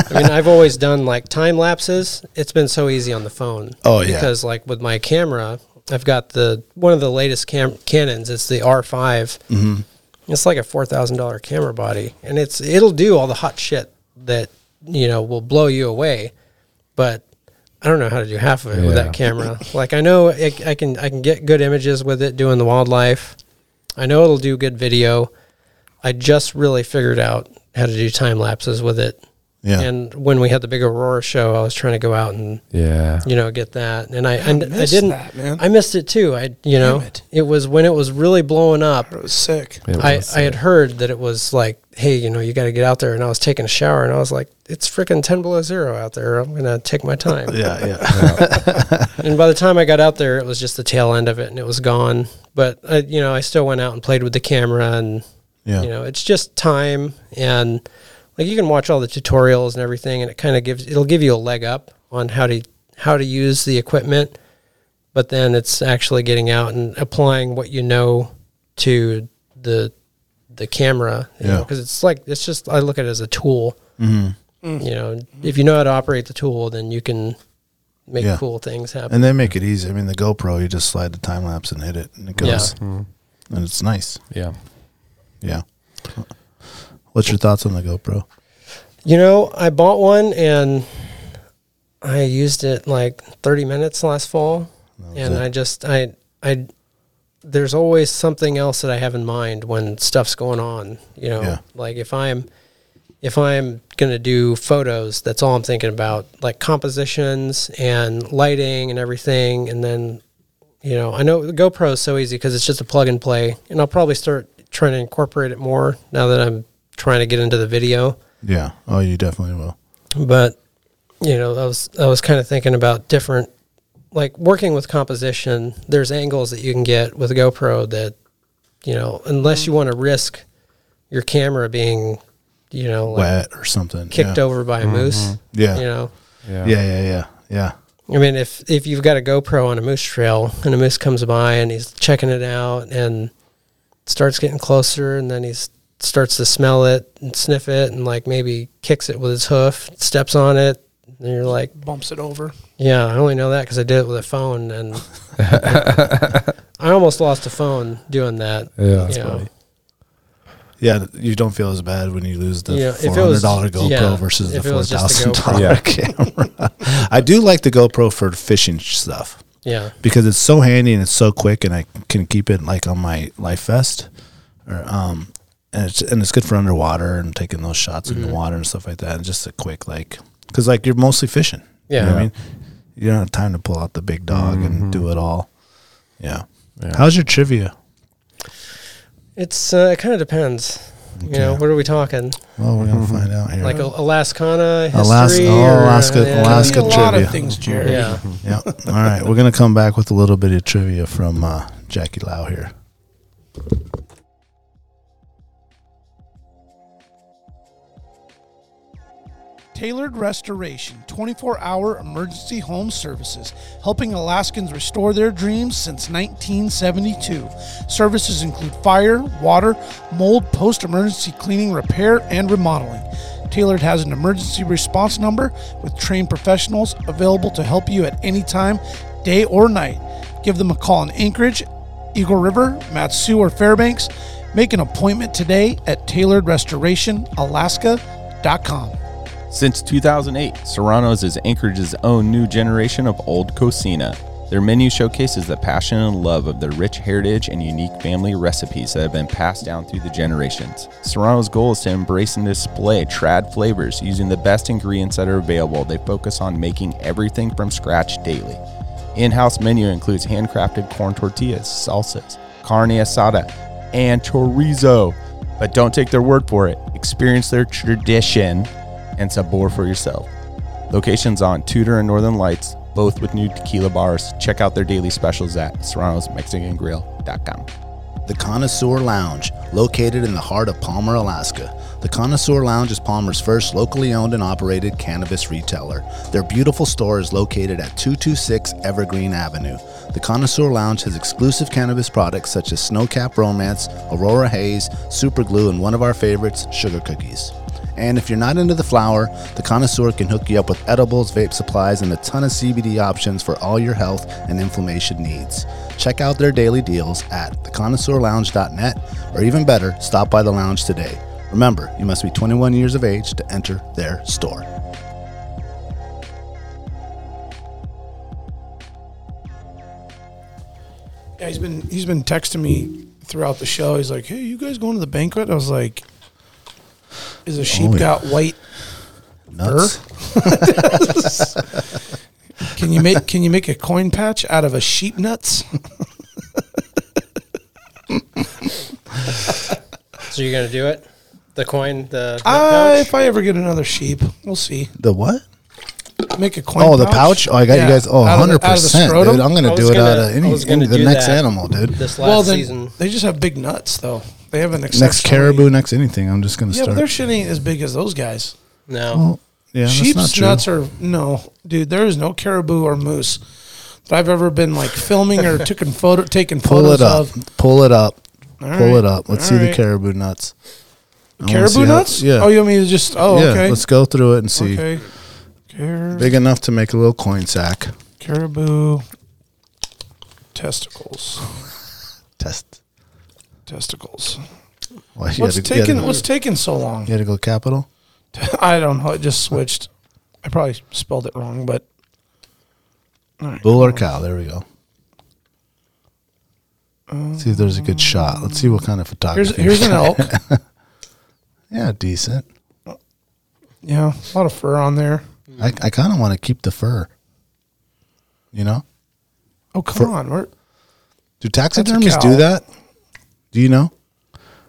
Speaker 6: I mean, I've always done like time lapses. It's been so easy on the phone.
Speaker 2: Oh, yeah.
Speaker 6: Because like with my camera, I've got the one of the latest cam- Canons. It's the R5. Mm-hmm. It's like a four thousand dollar camera body, and it's it'll do all the hot shit that you know will blow you away. But I don't know how to do half of it with
Speaker 3: Yeah.
Speaker 6: that camera. like I know I, I can I can get good images with it doing the wildlife. I know it'll do good video. I just really figured out how to do time lapses with it.
Speaker 2: Yeah.
Speaker 6: And when we had the big Aurora show, I was trying to go out and
Speaker 3: Yeah.
Speaker 6: you know get that, and I and I,
Speaker 4: missed
Speaker 6: didn't.
Speaker 4: that, man.
Speaker 6: I missed it too. I you know
Speaker 4: it.
Speaker 6: it. was when it was really blowing up.
Speaker 4: It was sick.
Speaker 3: It
Speaker 6: I,
Speaker 3: was,
Speaker 6: I had heard that it was like, hey, you know, you got to get out there. And I was taking a shower, and I was like, it's freaking ten below zero out there. I'm gonna take my time.
Speaker 2: Yeah, yeah,
Speaker 6: And by the time I got out there, it was just the tail end of it, and it was gone. But I, you know, I still went out and played with the camera, and
Speaker 2: yeah.
Speaker 6: you know, it's just time and like you can watch all the tutorials and everything, and it kind of gives it'll give you a leg up on how to how to use the equipment. But then it's actually getting out and applying what you know to the the camera, you
Speaker 2: Yeah.
Speaker 6: because it's like it's just I look at it as a tool.
Speaker 2: Mm-hmm.
Speaker 6: You know, if you know how to operate the tool, then you can make
Speaker 2: Yeah.
Speaker 6: cool things happen.
Speaker 2: And they make it easy. I mean, the GoPro, you just slide the time lapse and hit it, and it
Speaker 6: Yeah. Mm-hmm.
Speaker 2: goes, and it's nice.
Speaker 3: yeah.
Speaker 2: Yeah. What's your thoughts on the GoPro?
Speaker 6: You know, I bought one and I used it like 30 minutes last fall, and
Speaker 2: it.
Speaker 6: I just I I there's always something else that I have in mind when stuff's going on. You know,
Speaker 2: Yeah.
Speaker 6: like if I'm if I'm gonna do photos, that's all I'm thinking about, like compositions and lighting and everything, and then you know, I know the GoPro is so easy because it's just a plug and play, and I'll probably start trying to incorporate it more now that I'm trying to get into the video
Speaker 2: Yeah. Oh, you definitely will.
Speaker 6: but you know i was i was kind of thinking about different like working with composition there's angles that you can get with a gopro that you know unless
Speaker 2: Mm-hmm.
Speaker 6: you want to risk your camera being you know like
Speaker 2: Wet or something.
Speaker 6: kicked
Speaker 2: yeah. Mm-hmm,
Speaker 6: over by a moose
Speaker 2: Yeah.
Speaker 6: you know
Speaker 3: Yeah.
Speaker 2: Yeah, yeah, yeah, yeah.
Speaker 6: I mean, if if you've got a GoPro on a moose trail and a moose comes by and he's checking it out and starts getting closer and then he starts to smell it and sniff it and like maybe kicks it with his hoof, steps on it, and you're like,
Speaker 4: Bumps it over.
Speaker 6: yeah, I only know that because I did it with a phone and I almost lost a phone doing that.
Speaker 3: Yeah, that's
Speaker 6: you know.
Speaker 3: funny.
Speaker 2: Yeah, th- you don't feel as bad when you lose the
Speaker 6: Yeah, if
Speaker 2: four
Speaker 6: it
Speaker 2: hundred
Speaker 6: was-
Speaker 2: dollar GoPro
Speaker 6: yeah,
Speaker 2: versus the
Speaker 6: if it
Speaker 2: four
Speaker 6: was just a
Speaker 2: thousand dollar camera. I do like the GoPro for fishing stuff
Speaker 6: Yeah.
Speaker 2: because it's so handy and it's so quick, and I can keep it like on my life vest, or um, and it's and it's good for underwater and taking those shots in
Speaker 6: Mm-hmm.
Speaker 2: the water and stuff like that, and just a quick like because like you're mostly fishing. you know what
Speaker 6: Yeah.
Speaker 2: I mean, you don't have time to pull out the big dog and do it all. Yeah. How's your trivia?
Speaker 6: It's, uh, it kind of depends. You know, what are we talking?
Speaker 2: Well, we're gonna find out here.
Speaker 6: Like Al- Alaskana history?
Speaker 2: Alaska- oh,
Speaker 6: or, uh,
Speaker 2: Alaska-
Speaker 6: yeah.
Speaker 2: Alaska
Speaker 4: a lot
Speaker 2: trivia.
Speaker 4: of things, Jerry.
Speaker 6: Yeah.
Speaker 2: Yeah. All right. We're going to come back with a little bit of trivia from uh, Jackie Lau here.
Speaker 4: Tailored Restoration, 24 hour emergency home services, helping Alaskans restore their dreams since 1972. Services include fire, water, mold, post emergency cleaning, repair, and remodeling. Tailored has an emergency response number with trained professionals available to help you at any time, day or night. Give them a call in Anchorage, Eagle River, Matsu, or Fairbanks. Make an appointment today at tailoredrestorationalaska.com.
Speaker 3: Since 2008, Serrano's is Anchorage's own new generation of old cocina. Their menu showcases the passion and love of their rich heritage and unique family recipes that have been passed down through the generations. Serrano's goal is to embrace and display trad flavors using the best ingredients that are available. They focus on making everything from scratch daily. In-house menu includes handcrafted corn tortillas, salsas, carne asada, and chorizo. But don't take their word for it. Experience their tradition and sabor for yourself. Locations on Tudor and Northern Lights, both with new tequila bars. Check out their daily specials at serranosmexicangrill.com.
Speaker 2: The Connoisseur Lounge, located in the heart of Palmer, Alaska. The Connoisseur Lounge is Palmer's first locally owned and operated cannabis retailer. Their beautiful store is located at 226 Evergreen Avenue. The Connoisseur Lounge has exclusive cannabis products such as Snowcap Romance, Aurora Haze, Super Glue, and one of our favorites, Sugar Cookies. And if you're not into the flower, the Connoisseur can hook you up with edibles, vape supplies, and a ton of CBD options for all your health and inflammation needs. Check out their daily deals at theconnoisseurlounge.net, or even better, stop by the lounge today. Remember, you must be 21 years of age to enter their store.
Speaker 4: Yeah, he's been he's been texting me throughout the show. He's like, "Hey, you guys going to the banquet?" I was like, "Is a sheep
Speaker 5: yeah.
Speaker 4: got white
Speaker 5: Nuts.
Speaker 4: Can you make can you make a coin patch out of a sheep nuts?
Speaker 6: So you're gonna do it? The coin, the the
Speaker 4: Uh,
Speaker 6: pouch?
Speaker 4: if I ever get another sheep, we'll see.
Speaker 5: The what?
Speaker 4: Make a coin.
Speaker 5: Oh, the pouch? Oh, I got
Speaker 4: Yeah,
Speaker 5: you guys. Oh,
Speaker 4: out of the-
Speaker 5: 100%.
Speaker 4: out of the scrotum.
Speaker 5: dude, I'm going
Speaker 6: I
Speaker 5: to do
Speaker 6: was
Speaker 5: it out
Speaker 6: gonna-
Speaker 5: of
Speaker 6: I
Speaker 5: any,
Speaker 6: was gonna
Speaker 5: any- the
Speaker 6: do
Speaker 5: next
Speaker 6: that.
Speaker 5: animal, dude.
Speaker 6: this last
Speaker 4: well, then
Speaker 6: season.
Speaker 4: they just have big nuts though. They have an
Speaker 5: Next caribou, next anything. I'm just going to
Speaker 4: Yeah, but
Speaker 5: start.
Speaker 4: their shit ain't as big as those guys.
Speaker 6: No.
Speaker 5: Well, yeah, that's not
Speaker 4: Sheep's
Speaker 5: true.
Speaker 4: nuts are no, dude. There is no caribou or moose that I've ever been like filming or taking photo taking
Speaker 5: Pull
Speaker 4: photos
Speaker 5: it up.
Speaker 4: of.
Speaker 5: Pull it up.
Speaker 4: All
Speaker 5: Pull
Speaker 4: right,
Speaker 5: it up. Let's
Speaker 4: all
Speaker 5: see the
Speaker 4: right.
Speaker 5: caribou nuts. I wanna see
Speaker 4: Caribou
Speaker 5: how-
Speaker 4: nuts?
Speaker 5: yeah.
Speaker 4: Oh, you want me to just? Oh,
Speaker 5: yeah,
Speaker 4: okay.
Speaker 5: let's go through it and see.
Speaker 4: Okay. Car-
Speaker 5: Big enough to make a little coin sack.
Speaker 4: caribou testicles.
Speaker 5: Test.
Speaker 4: Testicles.
Speaker 5: Well, you
Speaker 4: What's
Speaker 5: had to- you had to-
Speaker 4: taking? What's taking so long?
Speaker 5: You had to go capital?
Speaker 4: I don't know. It just switched. I probably spelled it wrong, but
Speaker 5: Bull or cow? There we go. see if there's a good shot. Let's see what kind of
Speaker 4: here's
Speaker 5: photography.
Speaker 4: here's an elk.
Speaker 5: yeah, decent.
Speaker 4: Yeah, a lot of fur on there.
Speaker 5: I, I kind of want to keep the fur. You know,
Speaker 4: Oh come on, we're,
Speaker 5: do taxidermies
Speaker 4: cow.
Speaker 5: do that? Do you know?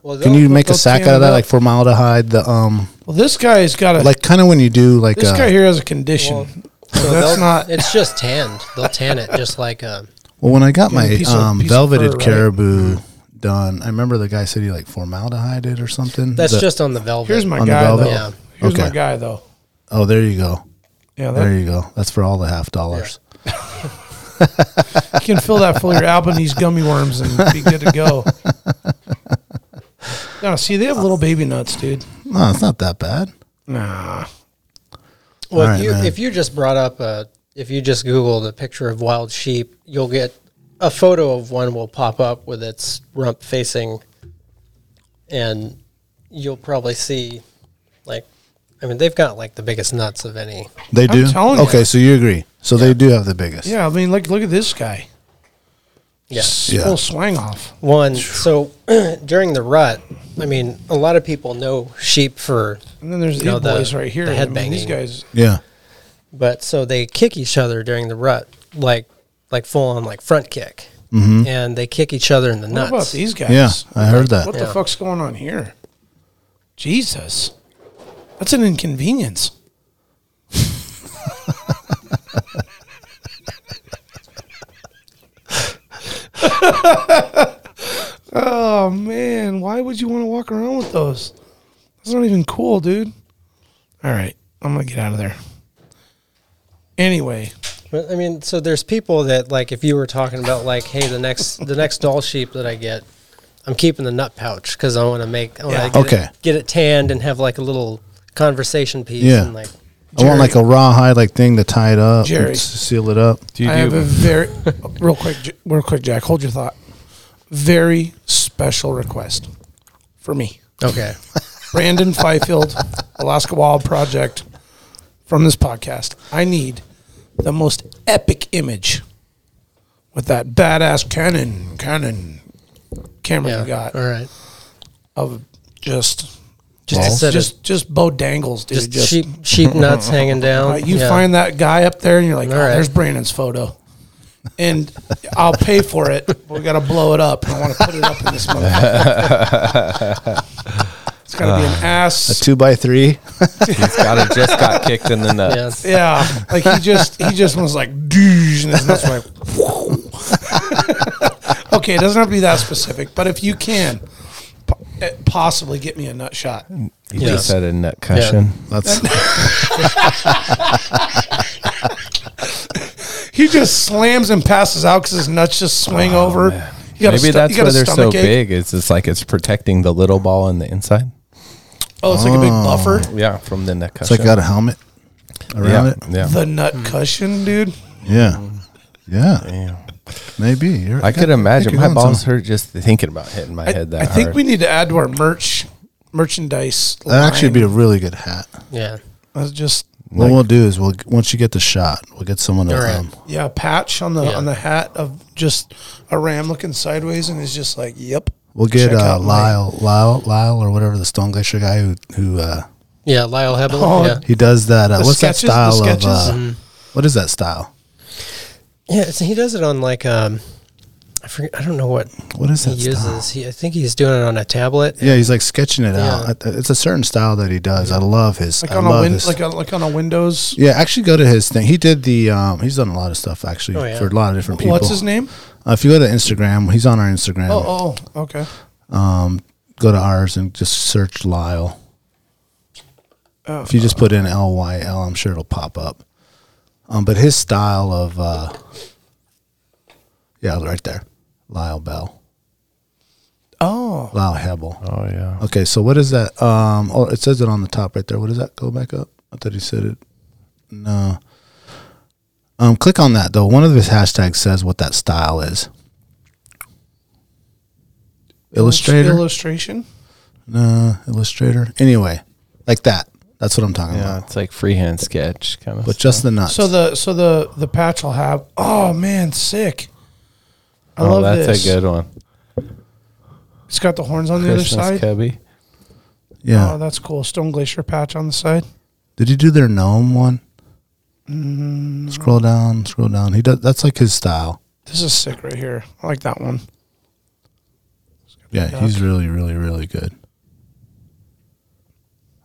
Speaker 6: Well,
Speaker 5: Can
Speaker 6: they'll-
Speaker 5: you make a
Speaker 4: they'll
Speaker 5: sack
Speaker 4: tan
Speaker 5: out
Speaker 4: it
Speaker 5: of that,
Speaker 4: up.
Speaker 5: like formaldehyde? The um,
Speaker 4: well, this guy's got a
Speaker 5: like kind of when you do like
Speaker 4: this
Speaker 5: uh,
Speaker 4: guy here has a condition.
Speaker 6: Well,
Speaker 4: So that's
Speaker 6: they'll-
Speaker 4: not.
Speaker 6: It's just tanned. They'll tan it just like um,
Speaker 5: Well, when I got
Speaker 4: Yeah,
Speaker 5: my
Speaker 4: piece of-
Speaker 5: um,
Speaker 4: piece of
Speaker 5: velveted
Speaker 4: fur, right?
Speaker 5: caribou done, I remember the guy said he like formaldehyde it or something.
Speaker 6: That's
Speaker 5: The-
Speaker 6: just on the velvet.
Speaker 4: Here's my
Speaker 5: on the
Speaker 4: guy though.
Speaker 5: velvet?
Speaker 6: Yeah.
Speaker 4: Here's my
Speaker 5: Okay.
Speaker 4: guy though.
Speaker 5: oh, there you go,
Speaker 4: Yeah,
Speaker 5: there
Speaker 4: that,
Speaker 5: you go. That's for all the half dollars.
Speaker 4: you can fill that full of your Albanese gummy worms and be good to go. No, see, they have little baby nuts, dude.
Speaker 5: No, it's not that bad.
Speaker 4: Nah,
Speaker 6: Well,
Speaker 5: All
Speaker 6: if
Speaker 5: right,
Speaker 6: you
Speaker 5: man.
Speaker 6: if you just brought up a if you just Google the picture of wild sheep, you'll get a photo of one will pop up with its rump facing, and you'll probably see, like, I mean, they've got like the biggest nuts of any.
Speaker 5: They do.
Speaker 4: telling you.
Speaker 5: okay, so you agree. So they do have the biggest.
Speaker 4: yeah. I mean, look, look at this guy.
Speaker 6: Yeah.
Speaker 5: Yeah.
Speaker 4: full swang off.
Speaker 6: One. So during the rut, I mean, a lot of people know sheep for,
Speaker 4: And then there's
Speaker 6: You know,
Speaker 4: these
Speaker 6: the-
Speaker 4: boys right here.
Speaker 6: the
Speaker 4: I mean, these
Speaker 6: headbanging.
Speaker 4: guys.
Speaker 5: Yeah.
Speaker 6: but so they kick each other during the rut, like like full on like front kick, and they kick each other in the
Speaker 4: What
Speaker 6: nuts.
Speaker 4: about these guys?
Speaker 5: Yeah, I heard that.
Speaker 4: What the
Speaker 6: Yeah.
Speaker 4: fuck's going on here? Jesus, that's an inconvenience. oh man, why would you want to walk around with those? That's not even cool, dude. All right, I'm gonna get out of there. Anyway,
Speaker 6: But, I mean, so there's people that like if you were talking about like, hey, the next the next doll sheep that I get, I'm keeping the nut pouch because I want to make I wanna
Speaker 4: Yeah.
Speaker 6: get
Speaker 2: Okay.
Speaker 6: it, get it tanned and have like a little conversation piece
Speaker 2: Yeah.
Speaker 6: and like
Speaker 2: I want like a rawhide like thing to tie it up,
Speaker 4: Jerry.
Speaker 2: and s- seal it up.
Speaker 9: Do you
Speaker 4: I have
Speaker 9: do
Speaker 4: a very real quick, J- real quick, Jack. Hold your thought. Very special request for me,
Speaker 6: okay,
Speaker 4: Brandon Fifield, Alaska Wild Project, from this podcast. I need the most epic image with that badass cannon, cannon camera
Speaker 6: yeah,
Speaker 4: you got
Speaker 6: all right,
Speaker 4: of just.
Speaker 6: just a
Speaker 4: Just,
Speaker 6: set of-
Speaker 4: just, just bow dangles, dude.
Speaker 6: just, sheep sheep nuts hanging down.
Speaker 4: Right, you
Speaker 6: Yeah.
Speaker 4: find that guy up there, and you're like, oh,
Speaker 6: All right.
Speaker 4: "There's Brandon's photo," and I'll pay for it. But we got to blow it up. I want to put it up in this motherfucker. it's got to
Speaker 3: Uh,
Speaker 4: be an
Speaker 2: A
Speaker 4: ass.
Speaker 2: two by three.
Speaker 3: He's got it. Just got kicked in the nuts.
Speaker 6: yeah.
Speaker 4: yeah, like he just he just was like, "Doosh," and his nuts were like. okay, it doesn't have to be that specific, but if you can po- eh, possibly get me a nut shot,
Speaker 3: He
Speaker 6: Yeah.
Speaker 3: just had a nut cushion.
Speaker 2: That's
Speaker 4: he just slams and passes out because his nuts just swing over. You got a
Speaker 3: Oh, Maybe
Speaker 4: sto-
Speaker 3: that's
Speaker 4: you got
Speaker 3: why
Speaker 4: a
Speaker 3: they're so
Speaker 4: stomachache.
Speaker 3: big. It's just like it's protecting the little ball on the inside.
Speaker 4: Oh, it's like a big buffer.
Speaker 3: Yeah, from the nut
Speaker 2: it's
Speaker 3: cushion.
Speaker 2: like got a helmet around
Speaker 3: yeah,
Speaker 2: it.
Speaker 3: yeah.
Speaker 4: The nut
Speaker 3: Hmm.
Speaker 4: cushion, dude.
Speaker 2: Yeah,
Speaker 4: Um,
Speaker 2: yeah, maybe. You're,
Speaker 3: I could imagine
Speaker 2: you're
Speaker 3: my
Speaker 2: going
Speaker 3: balls
Speaker 2: somewhere.
Speaker 3: hurt just thinking about hitting my
Speaker 4: I,
Speaker 3: head that
Speaker 4: I think
Speaker 3: hard.
Speaker 4: we need to add to our merch merchandise.
Speaker 2: That'd actually be a really good hat.
Speaker 6: yeah.
Speaker 4: That's just
Speaker 2: What we'll do is we'll once you get the shot, we'll get someone to
Speaker 6: All right.
Speaker 2: um,
Speaker 4: yeah, a patch on the
Speaker 6: Yeah.
Speaker 4: on the hat of just a ram looking sideways, and it's just like, yep.
Speaker 2: we'll get
Speaker 4: Check
Speaker 2: uh,
Speaker 4: out my-
Speaker 2: Lyle, Lyle, Lyle, or whatever the Stone Glacier guy who who uh,
Speaker 6: Yeah, Lyle Hebel.
Speaker 4: Oh,
Speaker 6: yeah.
Speaker 2: he does that. Uh,
Speaker 4: The
Speaker 2: what's
Speaker 4: sketches- the
Speaker 2: that style of?
Speaker 4: sketches? Mm-hmm.
Speaker 2: Uh, What is that style?
Speaker 6: yeah, so he does it on like um, I forget, I don't know what
Speaker 2: What is
Speaker 6: he
Speaker 2: that style?
Speaker 6: uses. He, I think he's doing it on a tablet.
Speaker 2: Yeah, he's like sketching it
Speaker 6: Yeah.
Speaker 2: out. It's a certain style that he does. I love his.
Speaker 4: Like
Speaker 2: I
Speaker 4: on
Speaker 2: love
Speaker 4: a win,
Speaker 2: his-
Speaker 4: like a, like on a Windows.
Speaker 2: yeah, actually, go to his thing. He did the. Um, he's done a lot of stuff actually
Speaker 6: Oh, yeah.
Speaker 2: for a lot of different people.
Speaker 4: What's his name?
Speaker 2: Uh, if you go to Instagram, he's on our Instagram.
Speaker 4: Oh, oh, okay.
Speaker 2: Um, go to ours and just search Lyle. if you just put in L Y L, I'm sure it'll pop up. Um, but his style of, uh, yeah, right there, Lyle Bell,
Speaker 4: Oh,
Speaker 2: Lyle Hebel.
Speaker 3: oh yeah.
Speaker 2: Okay, so what is that? Um, oh, it says it on the top right there. What does that? Go back up. I thought he said it. No. Um, click on that though. One of his hashtags says what that style is. Illustrator.
Speaker 4: illustration.
Speaker 2: Nah, Illustrator. Anyway, like that. That's what I'm talking
Speaker 3: Yeah,
Speaker 2: about.
Speaker 3: it's like freehand sketch kind of.
Speaker 2: But just the nuts.
Speaker 4: So the so the the patch will have. Oh man, sick. I
Speaker 3: oh,
Speaker 4: love
Speaker 3: that's
Speaker 4: this.
Speaker 3: a good one.
Speaker 4: It's got the horns on the other
Speaker 3: Christmas
Speaker 4: side.
Speaker 3: cubby.
Speaker 2: yeah.
Speaker 4: Oh, that's cool. Stone glacier patch on the side.
Speaker 2: Did he do their gnome one? Scroll down, scroll down. He does. That's like his style.
Speaker 4: This is sick right here. I like that one.
Speaker 2: Yeah,
Speaker 4: Yeah.
Speaker 2: he's really, really, really good.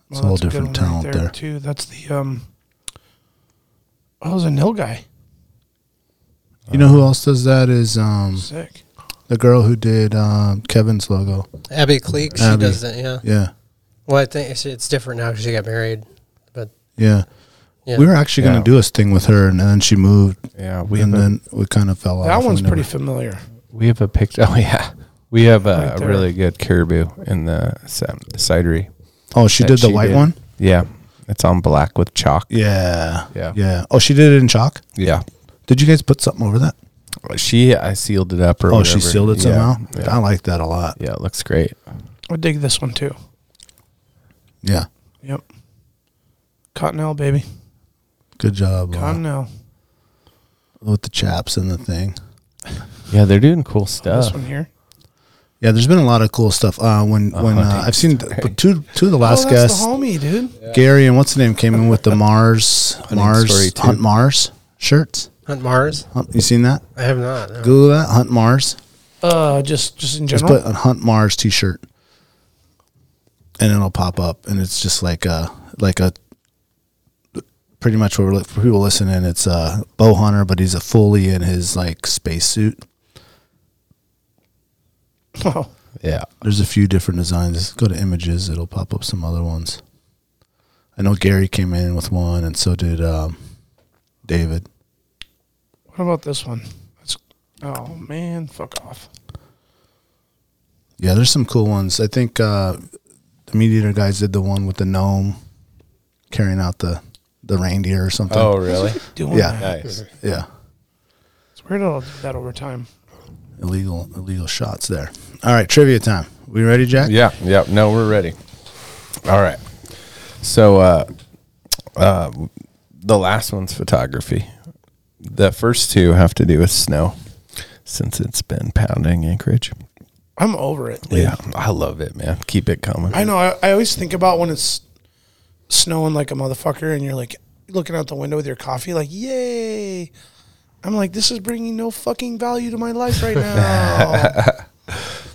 Speaker 3: Uh,
Speaker 2: It's a whole
Speaker 4: that's good
Speaker 2: different
Speaker 4: one right
Speaker 2: talent there.
Speaker 4: too. That's the um. Oh, there's a nil guy.
Speaker 2: You know who else does that? Is um
Speaker 4: Sick.
Speaker 2: the girl who did um, Kevin's logo.
Speaker 6: Abby Cleek, she
Speaker 2: Abby.
Speaker 6: does that. Yeah.
Speaker 2: Yeah,
Speaker 6: Well, I think it's, it's different now because she got married. But
Speaker 2: yeah.
Speaker 6: yeah,
Speaker 2: We were actually
Speaker 3: Yeah.
Speaker 2: gonna do a thing with her, and then she moved,
Speaker 3: Yeah, we
Speaker 2: and
Speaker 3: have a,
Speaker 2: then we kind of fell off.
Speaker 4: that
Speaker 2: We
Speaker 4: one's
Speaker 2: never-
Speaker 4: pretty familiar.
Speaker 3: we have a picture. Oh yeah, we have a,
Speaker 4: Right there.
Speaker 3: really good caribou in the sa- cidery.
Speaker 2: Oh, she
Speaker 3: that
Speaker 2: did the
Speaker 3: she
Speaker 2: white
Speaker 3: did.
Speaker 2: one.
Speaker 3: Yeah, it's on black with chalk.
Speaker 2: Yeah,
Speaker 3: Yeah.
Speaker 2: yeah. Oh, she did it in chalk.
Speaker 3: Yeah,
Speaker 2: Did you guys put something over that?
Speaker 3: she I sealed it up or
Speaker 2: Oh, she
Speaker 3: whatever.
Speaker 2: sealed it
Speaker 3: Yeah,
Speaker 2: somehow.
Speaker 3: Yeah,
Speaker 2: I like that a lot.
Speaker 3: yeah, it looks great.
Speaker 4: I dig this one too.
Speaker 2: Yeah,
Speaker 4: Yep. Cottonelle, baby.
Speaker 2: good job uh,
Speaker 4: Cottonelle.
Speaker 2: with the chaps and the thing.
Speaker 3: Yeah, they're doing cool stuff.
Speaker 2: Uh,
Speaker 4: This one here.
Speaker 2: Yeah, there's been a lot of cool stuff. Uh, when
Speaker 3: Oh,
Speaker 2: when uh,
Speaker 3: hunting
Speaker 2: I've seen
Speaker 3: story.
Speaker 2: but two two of the last
Speaker 4: oh, that's
Speaker 2: guests,
Speaker 4: the homie, dude.
Speaker 2: Gary and what's the name came in with the Mars
Speaker 3: story
Speaker 2: Mars
Speaker 3: too.
Speaker 2: Hunt Mars shirts.
Speaker 6: Hunt Mars.
Speaker 2: Hunt, you seen that?
Speaker 6: I have not. no.
Speaker 2: Google that Hunt Mars.
Speaker 4: Uh, just just in
Speaker 2: Just
Speaker 4: general.
Speaker 2: put a Hunt Mars T-shirt, and it'll pop up, and it's just like a like a pretty much what we're, li- for people listening. It's a bow hunter, but he's a fully in his like space suit.
Speaker 4: oh,
Speaker 3: Yeah,
Speaker 2: There's a few different designs. Go to images; it'll pop up some other ones. I know Gary came in with one, and so did um, David.
Speaker 4: What about this one? That's, oh man, fuck off.
Speaker 2: Yeah, there's some cool ones. I think uh, the Meat Eater guys did the one with the gnome carrying out the, the reindeer or something.
Speaker 3: Oh, really?
Speaker 4: Doing
Speaker 2: yeah,
Speaker 4: that.
Speaker 3: nice.
Speaker 2: yeah.
Speaker 4: It's weird how I'll do that over time.
Speaker 2: Illegal, illegal shots there. All right, trivia time. We ready, Jack?
Speaker 3: Yeah, yeah. No, we're ready. All right. So, uh, uh, the last one's photography. The first two have to do with snow, since it's been pounding Anchorage.
Speaker 4: I'm over it.
Speaker 3: Yeah, I love it, man. Keep it coming.
Speaker 4: I know. I, I always think about when it's snowing like a motherfucker, and you're like looking out the window with your coffee, like, yay. I'm like, this is bringing no fucking value to my life right now.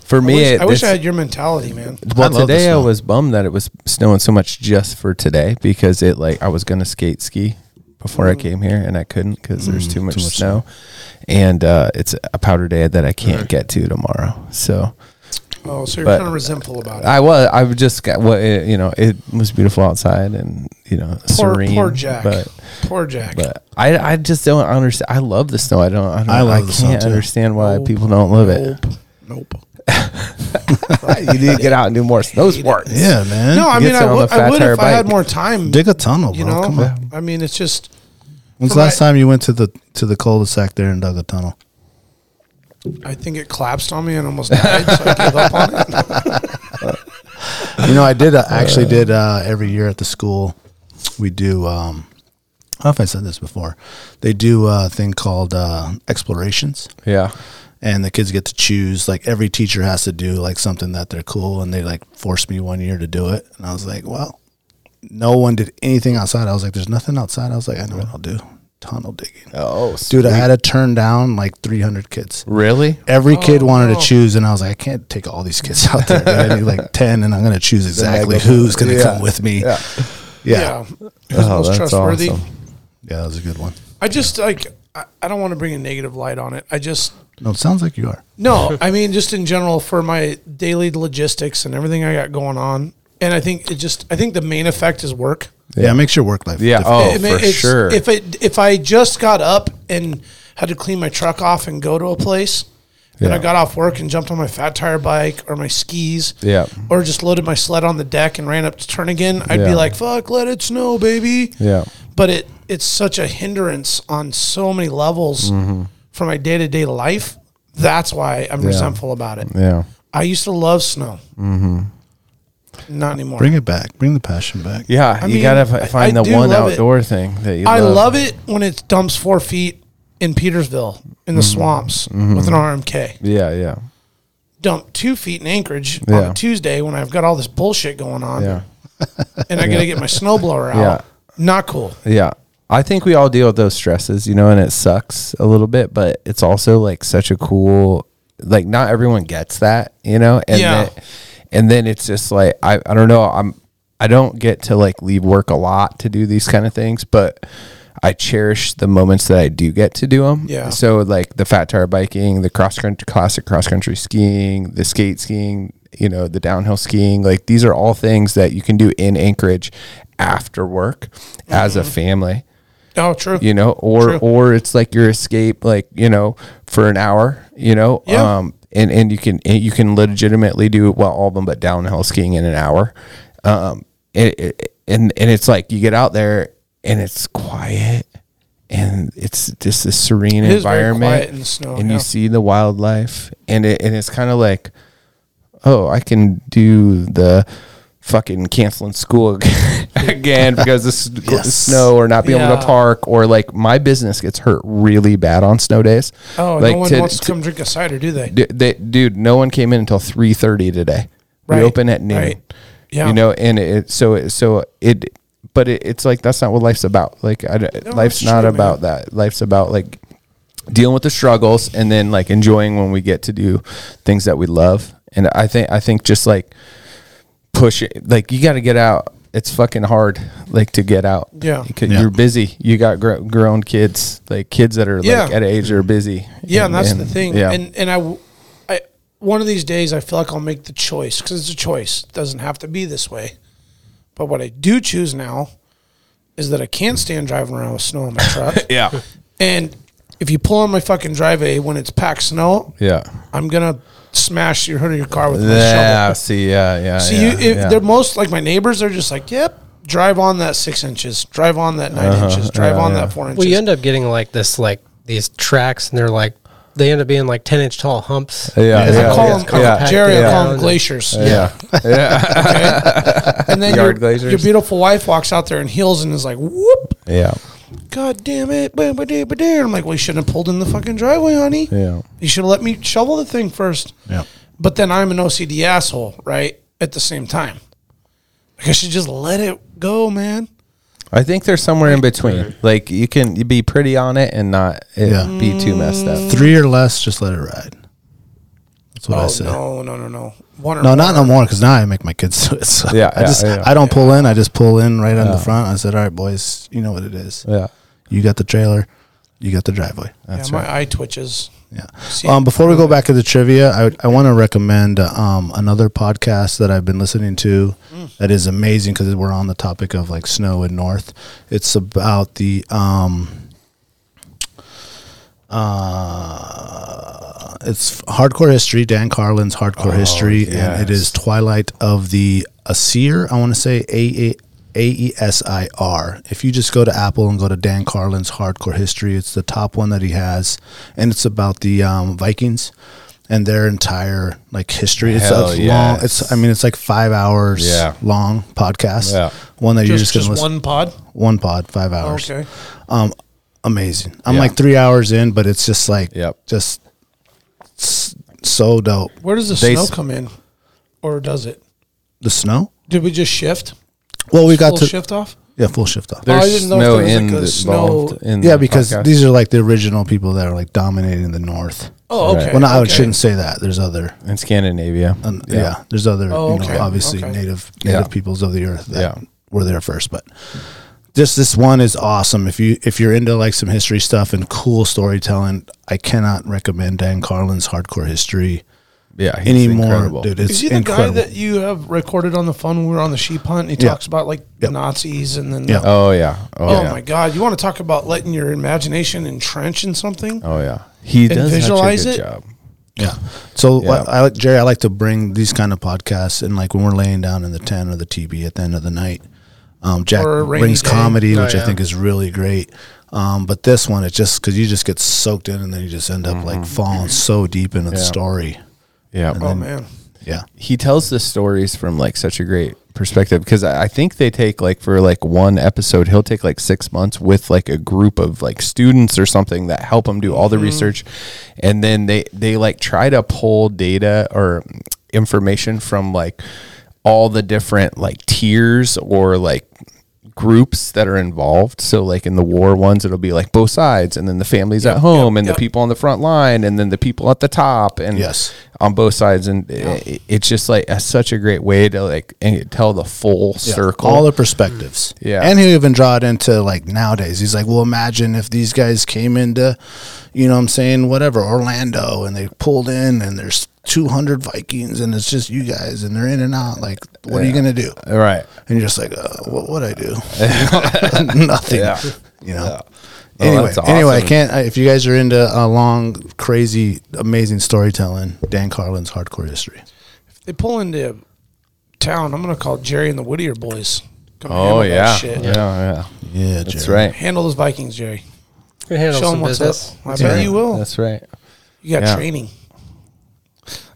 Speaker 3: For
Speaker 4: I
Speaker 3: me,
Speaker 4: wish,
Speaker 3: it,
Speaker 4: I, wish
Speaker 3: this-
Speaker 4: I had your mentality, man.
Speaker 3: Well,
Speaker 2: I love the
Speaker 3: today I
Speaker 2: snow.
Speaker 3: was bummed that it was snowing so much just for today because it like I was gonna skate ski before
Speaker 4: Mm.
Speaker 3: I came here and I couldn't because there's too much, snow, and uh, it's a powder day that I can't get to tomorrow. So
Speaker 4: Oh, so you're
Speaker 3: But-
Speaker 4: kind of resentful about it.
Speaker 3: I was I was just got what it, you know it was beautiful outside and you know
Speaker 4: poor,
Speaker 3: serene.
Speaker 4: poor Jack.
Speaker 3: But
Speaker 4: poor Jack.
Speaker 3: but I I just don't understand. I love the snow. I don't I, don't,
Speaker 2: I
Speaker 3: I,
Speaker 2: love the snow,
Speaker 3: can't
Speaker 2: too.
Speaker 3: understand why people don't love it.
Speaker 4: nope. Nope.
Speaker 3: you need to get out and do more snow sports.
Speaker 2: Yeah, man.
Speaker 4: No, I
Speaker 3: Gets
Speaker 4: mean, I
Speaker 3: on
Speaker 4: would,
Speaker 3: the
Speaker 4: I
Speaker 3: fat Oh,
Speaker 4: would
Speaker 3: tire
Speaker 4: if I had
Speaker 3: bike.
Speaker 4: more time.
Speaker 2: Dig a tunnel, bro.
Speaker 4: you know,
Speaker 2: Come on.
Speaker 4: I mean, it's just
Speaker 2: When's the last time you went to the to the cul-de-sac there and dug a tunnel?
Speaker 4: I think it collapsed on me and almost died, so I gave up on it.
Speaker 2: You know, I did uh, actually did uh, every year at the school. We do. Um, I don't know if I said this before. They do a thing called uh, explorations,
Speaker 3: Yeah.
Speaker 2: and the kids get to choose. Like every teacher has to do like something that they're cool, and they like forced me one year to do it, and I was like, well, no one did anything outside. I was like, there's nothing outside. I was like, I know what I'll do. Tunnel digging,
Speaker 3: Oh,
Speaker 2: dude. I had to turn down like 300 kids.
Speaker 3: really?
Speaker 2: Every kid wanted
Speaker 3: Oh.
Speaker 2: to choose, and I was like, I can't take all these kids out there. dude. I need like ten, and I'm going to choose exactly who's going to
Speaker 3: Yeah.
Speaker 2: come with me. Yeah. yeah,
Speaker 4: Yeah.
Speaker 3: Oh,
Speaker 4: It was most trustworthy.
Speaker 2: that was a good one.
Speaker 4: I just like I, I don't want to bring a negative light on it. I just
Speaker 2: No, it sounds like you are.
Speaker 4: no. I mean, just in general for my daily logistics and everything I got going on, and I think it just I think the main effect is work.
Speaker 2: Yeah, it makes your work life.
Speaker 3: Yeah.
Speaker 2: different.
Speaker 3: Oh,
Speaker 4: I mean,
Speaker 3: for
Speaker 4: it's-
Speaker 3: sure.
Speaker 4: If it if I just got up and had to clean my truck off and go to a place. Then I
Speaker 3: Yeah.
Speaker 4: got off work and jumped on my fat tire bike or my skis,
Speaker 3: Yeah.
Speaker 4: or just loaded my sled on the deck and ran up to Turnigan. I'd be
Speaker 3: Yeah.
Speaker 4: like, "Fuck, let it snow, baby!"
Speaker 3: yeah.
Speaker 4: but it it's such a hindrance on so many levels
Speaker 3: Mm-hmm.
Speaker 4: for my day to day life. That's why I'm resentful about it.
Speaker 3: Yeah.
Speaker 4: I used to love snow. Mm-hmm. Not anymore.
Speaker 2: bring it back. Bring the passion back.
Speaker 3: Yeah,
Speaker 4: I
Speaker 3: you
Speaker 4: mean,
Speaker 3: gotta
Speaker 4: I-
Speaker 3: f- find
Speaker 4: I
Speaker 3: the
Speaker 4: do
Speaker 3: one
Speaker 4: love it.
Speaker 3: outdoor thing that you.
Speaker 4: I love it when it dumps four feet in Petersville
Speaker 3: Mm-hmm.
Speaker 4: in the swamps with an RMK.
Speaker 3: Yeah, yeah,
Speaker 4: Dump two feet in Anchorage on
Speaker 3: Yeah.
Speaker 4: a Tuesday when I've got all this bullshit going on,
Speaker 3: yeah,
Speaker 4: and I got to get my snowblower out.
Speaker 3: Yeah.
Speaker 4: Not cool.
Speaker 3: yeah. I think we all deal with those stresses, you know, and it sucks a little bit, but it's also like such a cool, like not everyone gets that, you know, and
Speaker 4: Yeah.
Speaker 3: then, and then it's just like I, I don't know, I'm, I don't get to like leave work a lot to do these kind of things, but I cherish the moments that I do get to do them.
Speaker 4: Yeah.
Speaker 3: So like the fat tire biking, the cross country, classic cross country skiing, the skate skiing, you know, the downhill skiing. Like these are all things that you can do in Anchorage after work as a family,
Speaker 4: Oh, true.
Speaker 3: you know, or
Speaker 4: True.
Speaker 3: or it's like your escape, like you know, for an hour, you know,
Speaker 4: Yeah.
Speaker 3: um, and and you can and you can legitimately do well all of them, but downhill skiing in an hour, um, it, it, and and it's like you get out there and it's quiet. And it's just a serene
Speaker 4: It is very
Speaker 3: environment,
Speaker 4: quiet in the snow,
Speaker 3: and
Speaker 4: yeah.
Speaker 3: you see the wildlife, and it and it's kind of like, oh, I can do the fucking canceling school again because the s- snow or not being able
Speaker 4: Yeah.
Speaker 3: to park or like my business gets hurt really bad on snow days.
Speaker 4: Oh,
Speaker 3: like
Speaker 4: no one
Speaker 3: to-
Speaker 4: wants to
Speaker 3: to-
Speaker 4: come drink a cider, do they?
Speaker 3: d- they, dude, no one came in until three thirty today.
Speaker 4: Right,
Speaker 3: We open at noon.
Speaker 4: right. Yeah.
Speaker 3: you know, and it so it so it, but it, it's like that's not what life's about. Like I, d- life's
Speaker 4: that's
Speaker 3: not
Speaker 4: true,
Speaker 3: about that. Life's about like dealing with the struggles and then like enjoying when we get to do things that we love. And I think I think just like push it, like you got to get out. It's fucking hard, like to get out.
Speaker 4: Yeah.
Speaker 3: C- you're busy. You got gr- grown kids, like kids that are
Speaker 4: Yeah.
Speaker 3: like at an age that are busy.
Speaker 4: Yeah, and, that's the thing. And and I, w- I- one of these days I feel like I'll make the choice because it's a choice. It doesn't have to be this way, but But what I do choose now is that I can't stand driving around with snow in my truck.
Speaker 3: Yeah.
Speaker 4: And if you pull on my fucking driveway when it's packed snow,
Speaker 3: Yeah.
Speaker 4: I'm gonna smash your hood of your car with my shovel.
Speaker 3: Yeah. See. Yeah. Yeah.
Speaker 4: So
Speaker 3: yeah,
Speaker 4: you, if
Speaker 3: yeah.
Speaker 4: they're most like my neighbors, they're just like, "Yep, drive on that six inches, drive on that 9 inches, drive on that four inches."
Speaker 6: Well, you end up getting like this, like these tracks, and they're like, they end up being like 10 inch tall humps.
Speaker 3: Yeah.
Speaker 4: I
Speaker 3: Yeah.
Speaker 4: call
Speaker 6: yeah,
Speaker 4: them
Speaker 6: yeah,
Speaker 4: Jerry. I call
Speaker 6: yeah.
Speaker 4: them glaciers.
Speaker 3: Yeah. Yeah.
Speaker 4: And then your,
Speaker 10: Yard glaciers.
Speaker 4: your beautiful wife walks out there and heels and is like, "Whoop,
Speaker 3: Yeah.
Speaker 4: god damn it!" bam, ba, dee, ba, dee." I'm like, "Well, you shouldn't have pulled in the fucking driveway, honey.
Speaker 3: Yeah.
Speaker 4: You should have let me shovel the thing first.
Speaker 2: Yeah.
Speaker 4: But then I'm an OCD asshole, right? At the same time, like I should just let it go, man.
Speaker 3: I think there's somewhere in between. Like you can you be pretty on it and not it
Speaker 2: Yeah.
Speaker 3: be too messed up.
Speaker 2: Three or less, just let it ride. That's what I
Speaker 4: Oh
Speaker 2: say. No,
Speaker 4: no, no, no, no. One or
Speaker 2: not no more because now I make my kids do it. So
Speaker 3: Yeah,
Speaker 2: I
Speaker 3: yeah,
Speaker 2: just
Speaker 3: yeah.
Speaker 2: I don't pull in. I just pull in right on the front. I said, "All right, boys, you know what it is.
Speaker 3: Yeah.
Speaker 2: You got the trailer, you got the driveway."
Speaker 4: yeah, my eye twitches.
Speaker 2: Yeah.
Speaker 4: See-
Speaker 2: Um, before we go back to the trivia, I, I want to recommend uh, um, another podcast that I've been listening to that is amazing because we're on the topic of like snow and north. It's about the um, uh, it's hardcore history. Dan Carlin's
Speaker 3: Oh,
Speaker 2: hardcore history, and it is Twilight of the Asir. I want to say a a. A E S I R. If you just go to Apple and go to Dan Carlin's Hardcore History, it's the top one that he has, and it's about the um, Vikings and their entire like history. It's,
Speaker 3: Hell
Speaker 2: it's long.
Speaker 3: yes.
Speaker 2: It's I mean it's like five hours
Speaker 3: Yeah.
Speaker 2: long podcast.
Speaker 3: Yeah.
Speaker 2: One that you're
Speaker 4: Just,
Speaker 2: just gonna
Speaker 4: just
Speaker 2: listen
Speaker 4: one pod.
Speaker 2: one pod five hours.
Speaker 4: Oh, Okay.
Speaker 2: Um, amazing. I'm
Speaker 3: Yeah.
Speaker 2: like three hours in, but it's just like
Speaker 3: Yep.
Speaker 2: just s- so dope.
Speaker 4: Where does the
Speaker 3: They
Speaker 4: snow
Speaker 3: s-
Speaker 4: come in, or does it?
Speaker 2: The snow.
Speaker 4: Did we just shift?
Speaker 2: Well, we got
Speaker 4: Full
Speaker 2: to
Speaker 4: shift off.
Speaker 2: yeah full shift off.
Speaker 4: Oh, I
Speaker 3: There's
Speaker 4: didn't know if
Speaker 3: snow
Speaker 4: there was, like,
Speaker 3: in
Speaker 4: a
Speaker 3: the,
Speaker 4: snow-
Speaker 3: involved in
Speaker 2: Yeah,
Speaker 3: the
Speaker 2: because
Speaker 3: podcast.
Speaker 2: these are like the original people that are like dominating the north.
Speaker 4: Oh, okay.
Speaker 3: Right.
Speaker 2: Well, no, I
Speaker 4: okay.
Speaker 2: shouldn't say that. There's other,
Speaker 3: in Scandinavia.
Speaker 2: um, yeah. there's other,
Speaker 4: Oh,
Speaker 2: you know,
Speaker 4: okay.
Speaker 2: obviously
Speaker 4: Okay.
Speaker 2: native
Speaker 3: Yeah.
Speaker 2: native peoples of the earth that
Speaker 3: Yeah.
Speaker 2: were there first. But just this one is awesome. If you if you're into like some history stuff and cool storytelling, I cannot recommend Dan Carlin's Hardcore History
Speaker 3: Yeah, he's
Speaker 2: anymore,
Speaker 3: incredible.
Speaker 2: dude. It's
Speaker 4: Is he the
Speaker 2: incredible.
Speaker 4: guy that you have recorded on the phone when we were on the sheep hunt? And he
Speaker 2: Yeah.
Speaker 4: talks about like the Nazis and then.
Speaker 2: Yeah.
Speaker 4: The,
Speaker 3: Oh yeah. Oh,
Speaker 4: oh
Speaker 3: yeah.
Speaker 4: my God! You want to talk about letting your imagination entrench in something?
Speaker 3: Oh yeah. He does
Speaker 4: visualize
Speaker 3: visualize such a
Speaker 4: it?
Speaker 3: good job.
Speaker 2: yeah. So
Speaker 3: Yeah.
Speaker 2: what I like Jerry, I like to bring these kind of podcasts and like when we're laying down in the tent or the TV at the end of the night. Um, Jack
Speaker 4: Or a rainy
Speaker 2: brings
Speaker 4: day.
Speaker 2: comedy,
Speaker 6: Oh,
Speaker 2: which I
Speaker 6: yeah.
Speaker 2: think is really great. Um, but this one, it just because you just get soaked in and then you just end up like falling so deep into the
Speaker 3: Mm-hmm. Yeah.
Speaker 2: story.
Speaker 3: Yeah.
Speaker 4: Oh man!
Speaker 2: Yeah.
Speaker 3: he tells the stories from like such a great perspective because I I think they take like for like one episode he'll take like six months with like a group of like students or something that help him do all the research and then they they like try to pull data or information from like all the different like tiers or like groups that are involved so like in the war ones it'll be like both sides and then the families at home and the people on the front line and then the people at the top and
Speaker 2: Yes.
Speaker 3: on both sides and it, it's just like a, such a great way to like and tell the full
Speaker 2: Yeah.
Speaker 3: circle
Speaker 2: All the perspectives.
Speaker 3: Yeah.
Speaker 2: And he'll even draw it into like nowadays. He's like, well, imagine if these guys came into, you know what I'm saying, whatever, Orlando and they pulled in and there's 200 Vikings and it's just you guys and they're in and out. Like, what are you going to do?
Speaker 3: right
Speaker 2: And you're just like, uh, what would I do? Nothing.
Speaker 3: Yeah.
Speaker 2: You know?
Speaker 3: Oh,
Speaker 2: Anyway,
Speaker 3: that's
Speaker 2: anyway, I
Speaker 3: awesome.
Speaker 2: can't. I, if you guys are into uh, long, crazy, amazing storytelling, Dan Carlin's Hardcore History.
Speaker 4: If they pull into town, I'm gonna call Jerry and the Whittier boys. Come handle
Speaker 3: oh
Speaker 4: that
Speaker 3: yeah. yeah
Speaker 4: shit.
Speaker 3: yeah
Speaker 2: Yeah,
Speaker 3: that's right
Speaker 4: Handle those Vikings, Jerry.
Speaker 6: Can handle
Speaker 4: Show
Speaker 6: some
Speaker 4: them what's
Speaker 6: business.
Speaker 4: up. I bet you will.
Speaker 3: that's right
Speaker 4: You got
Speaker 3: Yeah.
Speaker 4: training.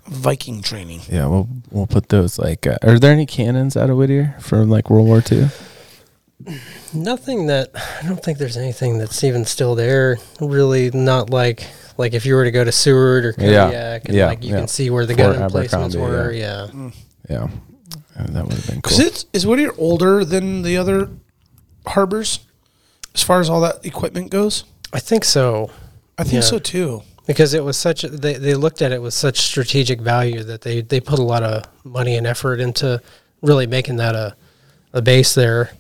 Speaker 4: Viking training.
Speaker 3: yeah we'll we'll put those like uh, are there any cannons out of Whittier from like World War II
Speaker 6: Nothing that I don't think there's anything that's even still there. Really, not like like if you were to go to Seward or
Speaker 3: Yeah,
Speaker 6: Kodiak, and
Speaker 3: yeah,
Speaker 6: like you
Speaker 3: yeah.
Speaker 6: can see where the
Speaker 3: Fort
Speaker 6: gun emplacements
Speaker 3: Abercrombie,
Speaker 6: were. Yeah.
Speaker 4: Mm.
Speaker 3: yeah Oh, that would have been
Speaker 4: Is
Speaker 3: cool
Speaker 4: it is Whittier older than the other harbors as far as all that equipment goes?
Speaker 6: I think so
Speaker 4: I think
Speaker 6: Yeah.
Speaker 4: so too.
Speaker 6: because it was such. a- They they looked at it with such strategic value that they they put a lot of money and effort into really making that a a base there.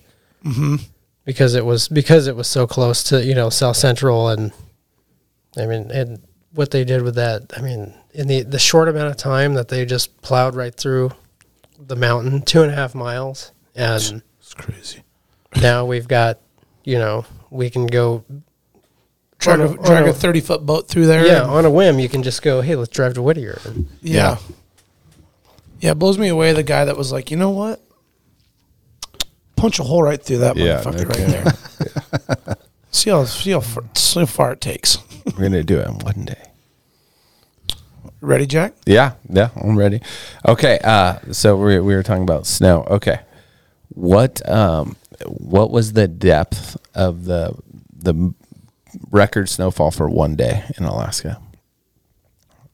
Speaker 6: Mm-hmm. Because it was because it was so close to you know South Central and I mean, and what they did with that, I mean, in the, the short amount of time that they just plowed right through the mountain, two and a half miles, and
Speaker 2: It's crazy.
Speaker 6: Now we've got, you know, we can go.
Speaker 4: Drag,
Speaker 6: On
Speaker 4: a,
Speaker 6: a-
Speaker 4: drag
Speaker 6: on
Speaker 4: a
Speaker 6: a-
Speaker 4: 30 foot boat through there.
Speaker 6: Yeah,
Speaker 4: and-
Speaker 6: on a whim, you can just go. Hey, let's drive to Whittier. And
Speaker 4: Yeah. Yeah, it blows me away the guy that was like, you know what? Punch a hole right through that
Speaker 3: Yeah,
Speaker 4: motherfucker
Speaker 3: no
Speaker 4: right there. see how see how, far, see how far it takes.
Speaker 3: We're gonna do it in one day.
Speaker 4: Ready, Jack?
Speaker 3: Yeah, yeah, I'm ready. Okay, uh, so we we were talking about snow. Okay, what um, what was the depth of the the record snowfall for one day in Alaska?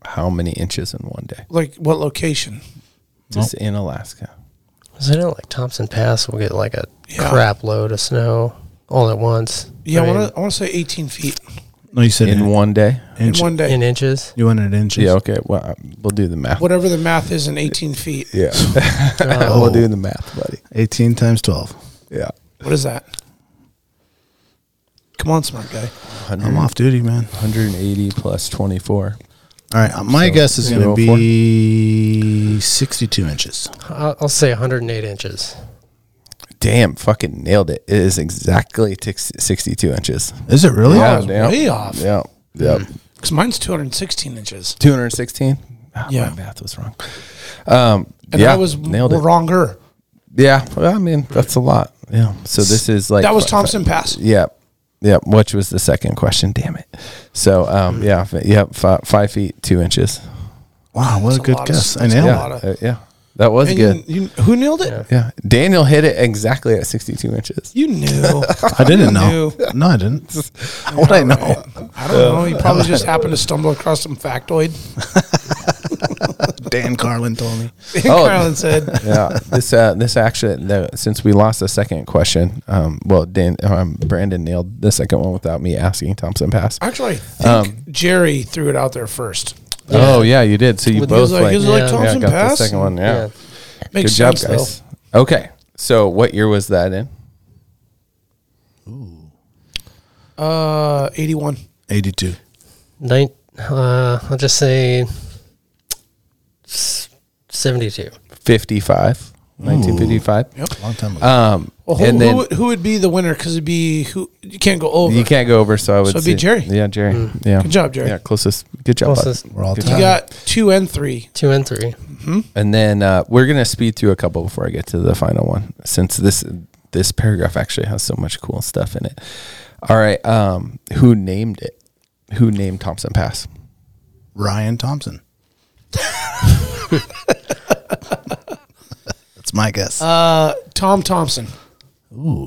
Speaker 3: How many inches in one day?
Speaker 4: Like what location?
Speaker 3: Just in Alaska.
Speaker 6: so I know, like Thompson Pass will get like a
Speaker 4: Yeah.
Speaker 6: crap load of snow all at once.
Speaker 4: Yeah, I,
Speaker 6: mean,
Speaker 4: want to I want to say 18 feet
Speaker 2: No, you said
Speaker 3: In one day?
Speaker 4: in
Speaker 2: inch-
Speaker 4: one day.
Speaker 6: in inches.
Speaker 2: You wanted inches.
Speaker 3: Yeah, okay. Well, uh, we'll do the math.
Speaker 4: Whatever the math is in 18 feet.
Speaker 3: Yeah. we'll do the math, buddy.
Speaker 2: 18 times 12.
Speaker 3: Yeah.
Speaker 4: What is that? Come on, smart guy.
Speaker 3: 100,
Speaker 2: I'm off duty, man.
Speaker 3: 180 plus 24.
Speaker 2: All right. uh, My
Speaker 3: So,
Speaker 2: guess is going to
Speaker 3: 004?
Speaker 2: be 62 inches.
Speaker 6: I'll, I'll say 108 inches.
Speaker 3: Damn, fucking nailed it. It is exactly tix- 62 inches.
Speaker 2: Is it really?
Speaker 4: I was way off.
Speaker 3: Yeah. Yep.
Speaker 4: Because mine's 216 inches.
Speaker 3: 216?
Speaker 4: Yeah.
Speaker 3: Ah, My math was wrong. Um,
Speaker 4: And
Speaker 3: yeah,
Speaker 4: I was
Speaker 3: nailed it.
Speaker 4: wronger.
Speaker 3: Yeah. Well, I mean, that's a lot. Yeah. So this is like.
Speaker 4: that was Thompson Pass.
Speaker 3: Yeah. Yeah. Which was the second question. Damn it. So,
Speaker 4: Hmm.
Speaker 3: um, yeah. f- Yep. Five, five feet, two inches.
Speaker 2: Wow, what
Speaker 4: That's
Speaker 2: a good
Speaker 4: lot of-
Speaker 2: guess. I
Speaker 4: that's
Speaker 2: nailed
Speaker 4: a
Speaker 2: it.
Speaker 4: lot of-
Speaker 3: Uh, yeah. That was
Speaker 4: and
Speaker 3: good.
Speaker 4: You, you, who nailed it?
Speaker 3: Yeah. Daniel hit it exactly at 62 inches.
Speaker 4: You knew.
Speaker 2: I didn't
Speaker 4: You
Speaker 2: know.
Speaker 4: knew.
Speaker 2: No, I didn't. what I know.
Speaker 4: I don't know. You probably just happened to stumble across some factoid.
Speaker 2: Dan Carlin told me.
Speaker 3: Oh.
Speaker 4: Carlin said,
Speaker 3: Yeah. this, uh, this actually, the, since we lost the second question, um, well, Dan, um, Brandon nailed the second one without me asking Thompson Pass.
Speaker 4: actually, I think Jerry threw it out there first.
Speaker 3: Oh, yeah, you did. So you
Speaker 4: With- he
Speaker 3: both
Speaker 4: was like- he was
Speaker 6: like,
Speaker 3: yeah,
Speaker 4: Thompson
Speaker 3: got
Speaker 4: Pass?
Speaker 3: the second one. Yeah.
Speaker 6: Yeah.
Speaker 3: Good
Speaker 4: Makes
Speaker 3: job,
Speaker 4: sense,
Speaker 3: guys. Okay. So what year was that in?
Speaker 4: though. Uh, 81.
Speaker 2: 82.
Speaker 6: Nine, uh, I'll just say s- 72.
Speaker 3: 55. 1955.
Speaker 4: Yep.
Speaker 2: Long time ago.
Speaker 3: Um,
Speaker 4: Well, who,
Speaker 3: and
Speaker 4: who,
Speaker 3: then
Speaker 4: would- who would be the winner? Because it'd be who you can't go over.
Speaker 3: you can't go over. So I would
Speaker 4: So it'd be
Speaker 3: say-
Speaker 4: Jerry. Mm.
Speaker 3: Yeah, Jerry. Yeah.
Speaker 4: Good job, Jerry.
Speaker 3: Yeah, closest. Good job. bud.
Speaker 6: Closest.
Speaker 2: We're all
Speaker 3: Good
Speaker 4: You
Speaker 2: tied.
Speaker 4: got two and three.
Speaker 6: Two and three.
Speaker 3: And then uh, we're gonna speed through a couple before I get to the final one, since this this paragraph actually has so much cool stuff in it. All right, um, who named it? Who named Thompson Pass?
Speaker 2: Ryan Thompson. That's my guess.
Speaker 4: Uh, Tom Thompson.
Speaker 3: No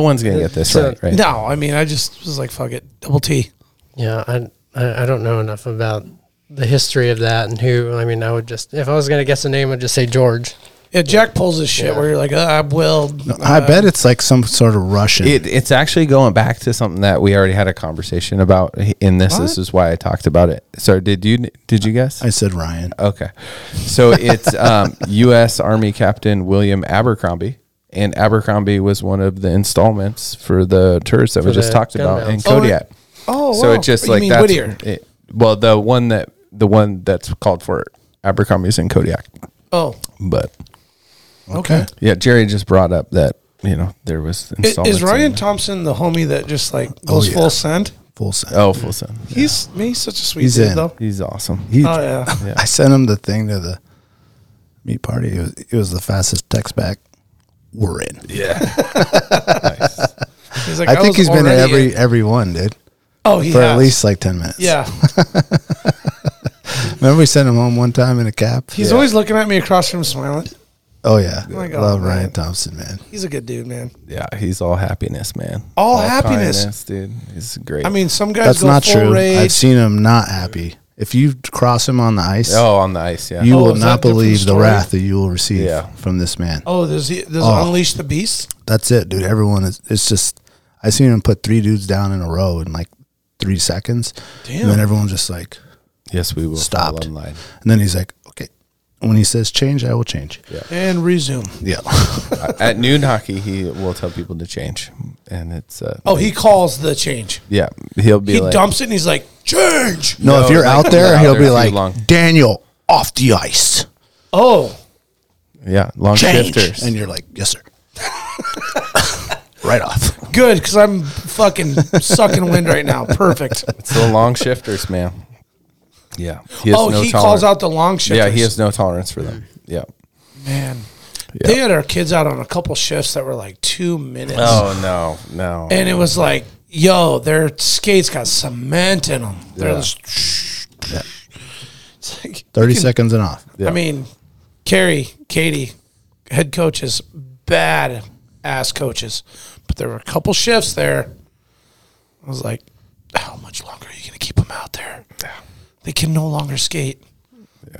Speaker 3: one's gonna get this
Speaker 6: So-
Speaker 3: right, right?
Speaker 4: No, I mean, I just was like, fuck it. Double T.
Speaker 6: Yeah, I, I I don't know enough about the history of that and who. I mean, I would just if I was gonna guess a name, I'd just say George.
Speaker 4: Yeah, Jack pulls this shit where you're like, uh, well,
Speaker 2: I bet it's like some sort of Russian.
Speaker 3: It, it's actually going back to something that we already had a conversation about in this. This is why I talked about it. So did you did you guess?
Speaker 2: I said Ryan.
Speaker 3: Okay. So it's um, U.S. Army Captain William Abercrombie. And Abercrombie was one of the installments for the tours that we
Speaker 6: For
Speaker 3: just
Speaker 6: the
Speaker 3: talked
Speaker 6: gun
Speaker 3: about in
Speaker 6: mounts.
Speaker 4: Oh, it-
Speaker 3: Kodiak.
Speaker 4: oh,
Speaker 3: so
Speaker 4: wow.
Speaker 3: it's just
Speaker 4: You
Speaker 3: like
Speaker 4: mean
Speaker 3: that's
Speaker 4: Whittier.
Speaker 3: it- well, the one that the one that's called for Abercrombie's in Kodiak.
Speaker 4: oh,
Speaker 3: But
Speaker 4: okay.
Speaker 3: yeah, Jerry just brought up that you know there
Speaker 4: Is,
Speaker 3: was installments. in
Speaker 4: Ryan
Speaker 3: the-
Speaker 4: Thompson the homie that just like goes
Speaker 2: Oh, yeah.
Speaker 4: full send?
Speaker 2: Full send.
Speaker 3: Oh, full son.
Speaker 4: He's me. He's such a sweet
Speaker 2: He's
Speaker 4: dude,
Speaker 2: in.
Speaker 4: though.
Speaker 3: He's awesome.
Speaker 4: Oh yeah.
Speaker 2: I sent him the thing to the meat party. It was, it was the fastest text back. We're in.
Speaker 4: He's like,
Speaker 2: I, think
Speaker 4: was
Speaker 2: he's been at
Speaker 4: already
Speaker 2: every
Speaker 4: in."
Speaker 2: every one, dude,
Speaker 4: Oh, he
Speaker 2: for
Speaker 4: has.
Speaker 2: at least like ten minutes.
Speaker 4: Yeah.
Speaker 2: Remember we sent him home one time in a cab.
Speaker 4: He's always looking at me across from smiling.
Speaker 2: Oh yeah,
Speaker 4: my God,
Speaker 2: love
Speaker 4: man.
Speaker 2: Ryan Thompson, man.
Speaker 4: He's a good dude, man.
Speaker 3: Yeah, he's all happiness, man.
Speaker 4: All happiness.
Speaker 3: kindness, dude. He's great.
Speaker 4: I mean, some guys
Speaker 2: That's
Speaker 4: go
Speaker 2: not
Speaker 4: full
Speaker 2: true. I've
Speaker 4: rage.
Speaker 2: seen him not happy. If you cross him on the ice,
Speaker 3: oh, on the ice, yeah.
Speaker 2: you
Speaker 4: Oh,
Speaker 2: will
Speaker 4: is
Speaker 2: not
Speaker 4: that a different
Speaker 2: believe the
Speaker 4: story?
Speaker 2: wrath that you will receive
Speaker 3: Yeah.
Speaker 2: from this man.
Speaker 4: Oh, does he does
Speaker 2: Oh.
Speaker 4: unleash the beast?
Speaker 2: That's it, dude. Everyone is. It's just. I seen him put three dudes down in a row in like three seconds, and then
Speaker 4: Damn.
Speaker 2: everyone's just like.
Speaker 3: yes, we will.
Speaker 2: Stopped.
Speaker 3: fall in line.
Speaker 2: And then he's like, okay. When he says change, I will change. Yeah.
Speaker 4: And resume.
Speaker 2: Yeah.
Speaker 3: At noon hockey, he will tell people to change, and it's uh,
Speaker 4: Oh, he calls the change.
Speaker 3: yeah, he'll be
Speaker 4: He
Speaker 3: like,
Speaker 4: dumps it and he's like, change.
Speaker 2: No,
Speaker 3: No,
Speaker 2: if you're
Speaker 3: like,
Speaker 2: out there,
Speaker 3: you're out
Speaker 2: he'll
Speaker 3: there
Speaker 2: be
Speaker 3: too
Speaker 2: like,
Speaker 3: long.
Speaker 2: Daniel, off the ice.
Speaker 4: Oh,
Speaker 3: Yeah, long
Speaker 2: Change.
Speaker 3: shifters.
Speaker 2: And you're like, yes, sir. right off.
Speaker 4: Good, because I'm fucking sucking wind right now. Perfect.
Speaker 3: It's the long shifters, man. Yeah. has
Speaker 4: oh,
Speaker 3: no
Speaker 4: he calls
Speaker 3: tolerance.
Speaker 4: out the long shifters. Mm.
Speaker 3: Yeah, he has no tolerance for them. Yeah.
Speaker 4: Man, they had our kids out on a couple shifts that were like two minutes,
Speaker 3: Oh no, no.
Speaker 4: and it was like, yo, their skates got cement in them. They're
Speaker 3: Yeah.
Speaker 4: just. It's like,
Speaker 2: 30 seconds and off.
Speaker 3: Yeah.
Speaker 4: I mean, Carrie, Katie, head coaches, bad ass coaches, but there were a couple shifts there. I was like, how much longer are you going to keep them out there? They can no longer skate.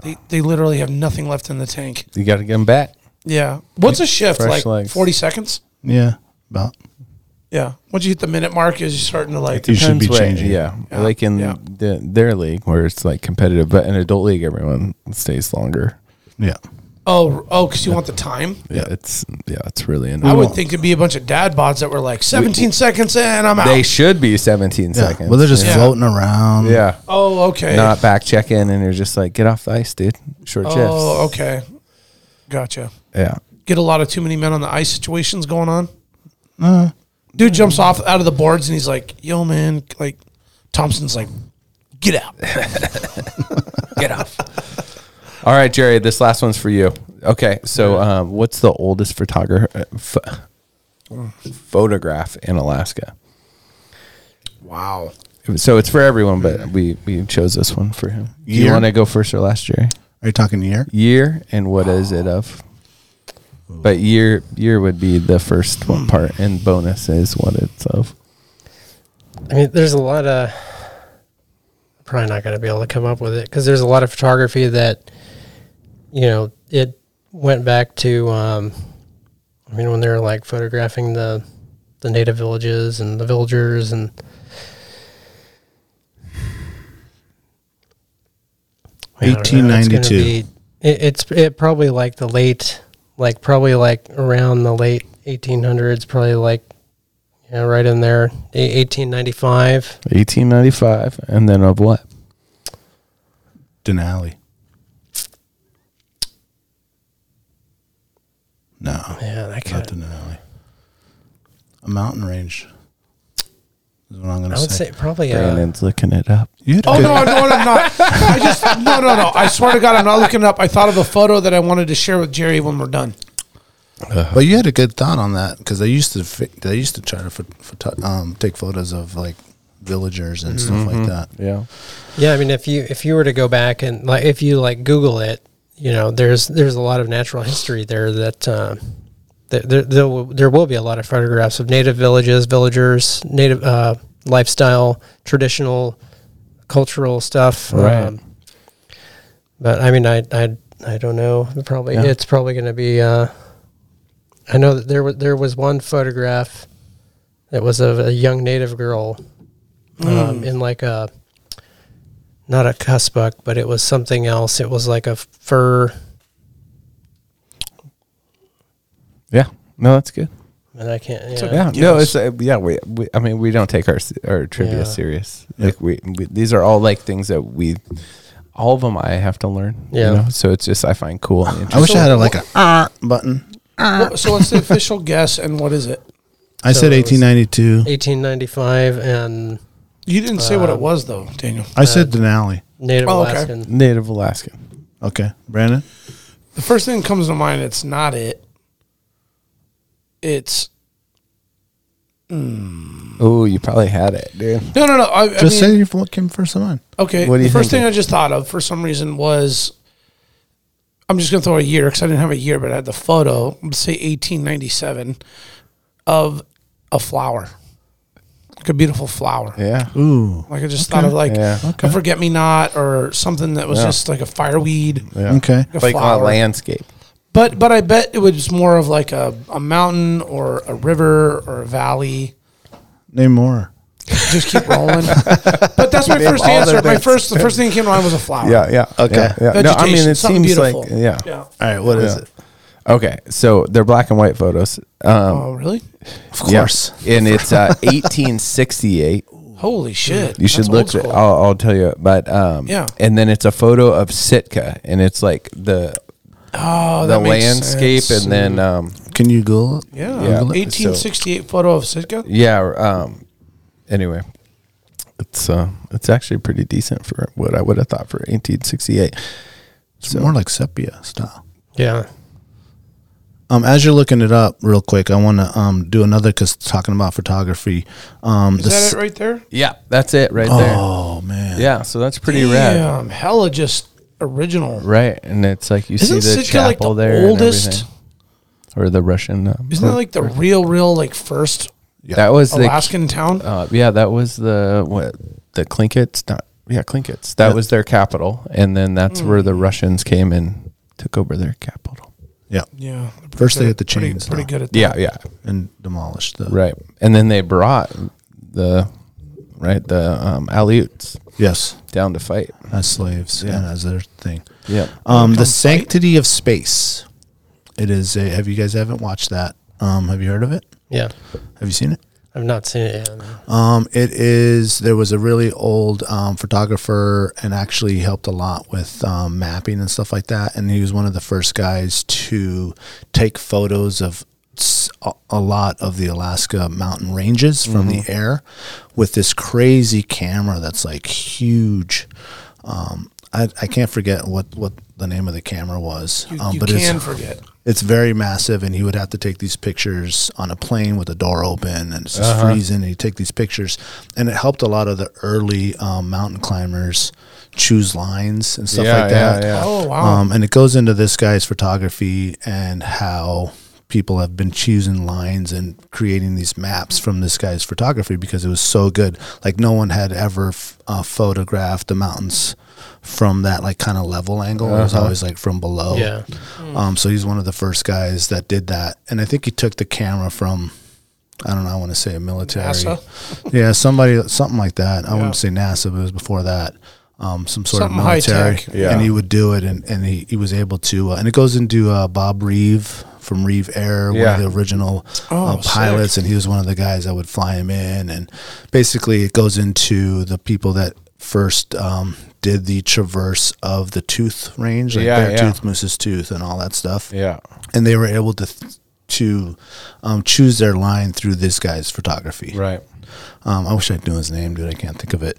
Speaker 4: They, they literally have nothing left in the tank.
Speaker 3: you got to get him back.
Speaker 4: Yeah. What's a shift?
Speaker 3: Fresh
Speaker 4: Like
Speaker 3: legs.
Speaker 4: 40 seconds?
Speaker 2: Yeah. About.
Speaker 4: Yeah. Once you hit the minute mark, is you starting to like,
Speaker 2: You should be
Speaker 3: Depends what-
Speaker 2: changing.
Speaker 3: Yeah.
Speaker 4: Yeah.
Speaker 3: Like in
Speaker 4: Yeah.
Speaker 3: the, their league where it's like competitive, but in adult league everyone stays longer.
Speaker 2: Yeah.
Speaker 4: oh, oh, because you want the time?
Speaker 3: Yeah, it's yeah, it's really
Speaker 4: I
Speaker 3: annoying.
Speaker 4: would think it'd be a bunch of dad bods that were like 17 seconds and I'm out.
Speaker 3: They should be 17
Speaker 2: Yeah.
Speaker 3: seconds.
Speaker 2: Well, they're just
Speaker 4: Yeah.
Speaker 2: floating around.
Speaker 3: yeah.
Speaker 4: oh, okay.
Speaker 3: Not back checking and you're just like get off the ice, dude. Short shifts.
Speaker 4: oh, okay. Gotcha.
Speaker 3: Yeah.
Speaker 4: get a lot of too many men on the ice situations going on. Dude jumps off out of the boards and he's like, "Yo, man!" Like Thompson's like, "Get out, get off."
Speaker 3: All right, Jerry, this last one's for you. Okay, so um, what's the oldest photographer uh, ph- photograph in Alaska?
Speaker 4: Wow.
Speaker 3: So it's for everyone, but we we chose this one for him. Do you
Speaker 2: Year?
Speaker 3: want to go first or last, Jerry?
Speaker 2: Are you talking year?
Speaker 3: Year and what is it of? But year year would be the first one part, and bonus is what it's of.
Speaker 6: I mean, there's a lot of probably not going to be able to come up with it because there's a lot of photography that you know it went back to. Um, I mean, when they were like photographing the the native villages and the villagers and I don't know, it's gonna
Speaker 2: 1892.
Speaker 6: be- It, it's it probably like the late, like probably like around the late 1800s, probably like you know, right in there, eh, 1895.
Speaker 3: Eighteen ninety five, and then of what?
Speaker 2: Denali. No,
Speaker 6: Yeah, that kind
Speaker 2: not the Denali. A mountain range is what I'm going
Speaker 6: I
Speaker 2: to
Speaker 6: would
Speaker 2: say.
Speaker 6: say probably uh,
Speaker 3: Brandon's looking it up.
Speaker 2: You had a
Speaker 4: Oh
Speaker 2: good-
Speaker 4: no, no, I'm not. I just no, no, no. I swear to God, I'm not looking it up. I thought of a photo that I wanted to share with Jerry when we're done.
Speaker 6: Uh-huh.
Speaker 2: but you had a good thought on that because they used to fi- they used to try to pho- photo- um, take photos of like villagers and stuff
Speaker 6: Mm-hmm.
Speaker 2: like that.
Speaker 3: Yeah,
Speaker 6: yeah. I mean, if you if you were to go back and like if you like Google it, you know, there's there's a lot of natural history there that. Uh, there, there, there, will, there will be a lot of photographs of native villages, villagers, native uh, lifestyle, traditional, cultural stuff. um,
Speaker 3: Right.
Speaker 6: but I mean, I I, I don't know. Probably it's probably going to be. Uh, I know that there was there was one photograph that was of a young native girl um, in like a not a cussbuck, but it was something else. It was like a fur.
Speaker 3: yeah. No, that's good.
Speaker 6: And I can't. Yeah.
Speaker 3: Yeah, no, it's uh, yeah. We, we, I mean, we don't take our se- our trivia
Speaker 6: Yeah.
Speaker 3: serious. Like we, we, these are all like things that we, all of them, I have to learn.
Speaker 6: Yeah.
Speaker 3: you know? so it's just I find cool and
Speaker 2: I
Speaker 3: interesting.
Speaker 2: wish I had a, like a "Ah" button.
Speaker 4: What- So what's the official guess and what is it?
Speaker 2: I
Speaker 6: So
Speaker 2: said
Speaker 6: it was-
Speaker 2: 1892.
Speaker 6: 1895 and
Speaker 4: You didn't say
Speaker 2: Uh,
Speaker 4: what it was though, Daniel.
Speaker 2: I said Denali.
Speaker 6: Native
Speaker 4: Oh, okay.
Speaker 6: Alaskan.
Speaker 3: Native Alaskan.
Speaker 2: Okay, Brandon.
Speaker 4: The first thing that comes to mind, it's not it. It's
Speaker 3: Oh, you probably had it, dude.
Speaker 4: no, no, no. I, I
Speaker 2: Just
Speaker 4: mean-
Speaker 2: say you what came first in mind.
Speaker 4: Okay.
Speaker 3: What do
Speaker 4: the
Speaker 3: you
Speaker 4: first
Speaker 3: think
Speaker 4: thing I just thought of for some reason was I'm just going to throw a year because I didn't have a year, but I had the photo, I'm gonna say 1897, of a flower. Like a beautiful flower.
Speaker 3: Yeah,
Speaker 2: Ooh.
Speaker 4: Like I just thought of like
Speaker 3: Yeah.
Speaker 4: a forget me not or something that was just like a fireweed.
Speaker 2: Okay.
Speaker 4: Like a
Speaker 3: like a
Speaker 4: flower.
Speaker 3: landscape.
Speaker 4: But but I bet it was more of like a, a mountain or a river or a valley.
Speaker 2: Name more.
Speaker 4: Just keep rolling. but that's my first
Speaker 3: all their
Speaker 4: answer. My
Speaker 3: bits.
Speaker 4: first the first thing that came to mind was a flower.
Speaker 3: Yeah, yeah.
Speaker 2: Okay.
Speaker 3: yeah, yeah. No, I mean
Speaker 4: Vegetation,
Speaker 3: it
Speaker 4: something
Speaker 3: seems like
Speaker 4: beautiful.
Speaker 3: yeah.
Speaker 4: Yeah.
Speaker 2: All right, what is
Speaker 3: Yeah.
Speaker 2: it?
Speaker 3: Okay, so they're black and white photos. Um,
Speaker 4: Oh really?
Speaker 2: Of course.
Speaker 3: yeah. and it's uh, 1868.
Speaker 4: Holy shit!
Speaker 3: Mm. You should
Speaker 4: That's
Speaker 3: look.
Speaker 4: old
Speaker 3: At,
Speaker 4: school.
Speaker 3: I'll, I'll tell you, but um,
Speaker 4: Yeah.
Speaker 3: And then it's a photo of Sitka, and it's like the
Speaker 11: Oh,
Speaker 3: the
Speaker 11: that makes
Speaker 3: landscape
Speaker 11: sense.
Speaker 3: and then um,
Speaker 2: Can you Google it?
Speaker 11: Yeah,
Speaker 3: Yeah.
Speaker 11: 1868 photo of Sitka.
Speaker 3: yeah. Um, anyway, it's uh, it's actually pretty decent for what I would have thought for 1868.
Speaker 2: It's more like sepia style.
Speaker 6: Yeah.
Speaker 2: Um, as you're looking it up real quick, I want to um, do another because talking about photography. Um,
Speaker 11: Is that it right there?
Speaker 3: Yeah, that's it right
Speaker 2: Oh man,
Speaker 3: there. Yeah, so that's pretty rad.
Speaker 11: Damn, hella just original.
Speaker 3: Right, and it's like you
Speaker 11: Isn't
Speaker 3: see the
Speaker 11: Sitka like
Speaker 3: chapel
Speaker 11: the
Speaker 3: there, and
Speaker 11: oldest?
Speaker 3: everything. or the Russian. Um,
Speaker 11: Isn't that like the real, real like first
Speaker 3: that was the
Speaker 11: Alaskan town?
Speaker 3: Uh, yeah, that was the what the Clinkets, not yeah, Clinkets. That was their capital, and then that's where
Speaker 11: Mm.
Speaker 3: the Russians came and took over their capital.
Speaker 2: yeah.
Speaker 11: yeah. they're pretty
Speaker 2: First they
Speaker 11: good-
Speaker 2: hit the
Speaker 11: pretty-
Speaker 2: chains,
Speaker 11: Pretty,
Speaker 2: though.
Speaker 11: good at that.
Speaker 3: Yeah, yeah,
Speaker 2: and demolished the
Speaker 3: right. And then they brought the right the um, Aleuts
Speaker 2: Yes,
Speaker 3: down to fight.
Speaker 2: as slaves and as their thing.
Speaker 3: Yeah,
Speaker 2: Um, the sanctity of space. It is. A, have you guys haven't watched that? Um, have you heard of it?
Speaker 6: Yeah.
Speaker 2: Have you seen it?
Speaker 6: I've not seen it yet. no.
Speaker 2: Um, it is. There was a really old um, photographer, and actually helped a lot with um, mapping and stuff like that. And he was one of the first guys to take photos of s- a- a lot of the Alaska mountain ranges from the
Speaker 11: Mm-hmm.
Speaker 2: air with this crazy camera that's like huge. Um, I, I can't forget what, what the name of the camera was,
Speaker 11: You,
Speaker 2: um,
Speaker 11: you
Speaker 2: but
Speaker 11: can
Speaker 2: it's
Speaker 11: forget.
Speaker 2: it's very massive and he would have to take these pictures on a plane with the door open and it's just freezing and he'd take these pictures and it helped a lot of the early um, mountain climbers choose lines and stuff like that
Speaker 11: Oh, wow.
Speaker 2: um, and it goes into this guy's photography and how people have been choosing lines and creating these maps from this guy's photography because it was so good like no one had ever f- uh, photographed the mountains from that like kind of level angle it
Speaker 11: Uh-huh.
Speaker 2: was always like from below
Speaker 6: Yeah.
Speaker 2: um, so he's one of the first guys that did that, and I think he took the camera from, I don't know, I want to say a military,
Speaker 11: NASA?
Speaker 2: yeah, somebody, something like that. I wouldn't say NASA, but it was before that. Um, some sort
Speaker 11: Something
Speaker 2: of military,
Speaker 11: high-tech.
Speaker 2: and he would do it, and, and he, he was able to, uh, and it goes into uh, Bob Reeve from Reeve Air,
Speaker 3: Yeah.
Speaker 2: one of the original
Speaker 11: Oh,
Speaker 2: uh, pilots, and he was one of the guys that would fly him in, and basically it goes into the people that first um, did the traverse of the tooth range, like
Speaker 3: Yeah,
Speaker 2: bear
Speaker 3: yeah.
Speaker 2: tooth, moose's tooth, and all that stuff
Speaker 3: yeah,
Speaker 2: and they were able to to um, choose their line through this guy's photography.
Speaker 3: right.
Speaker 2: Um, I wish I knew his name, dude. I can't think of it.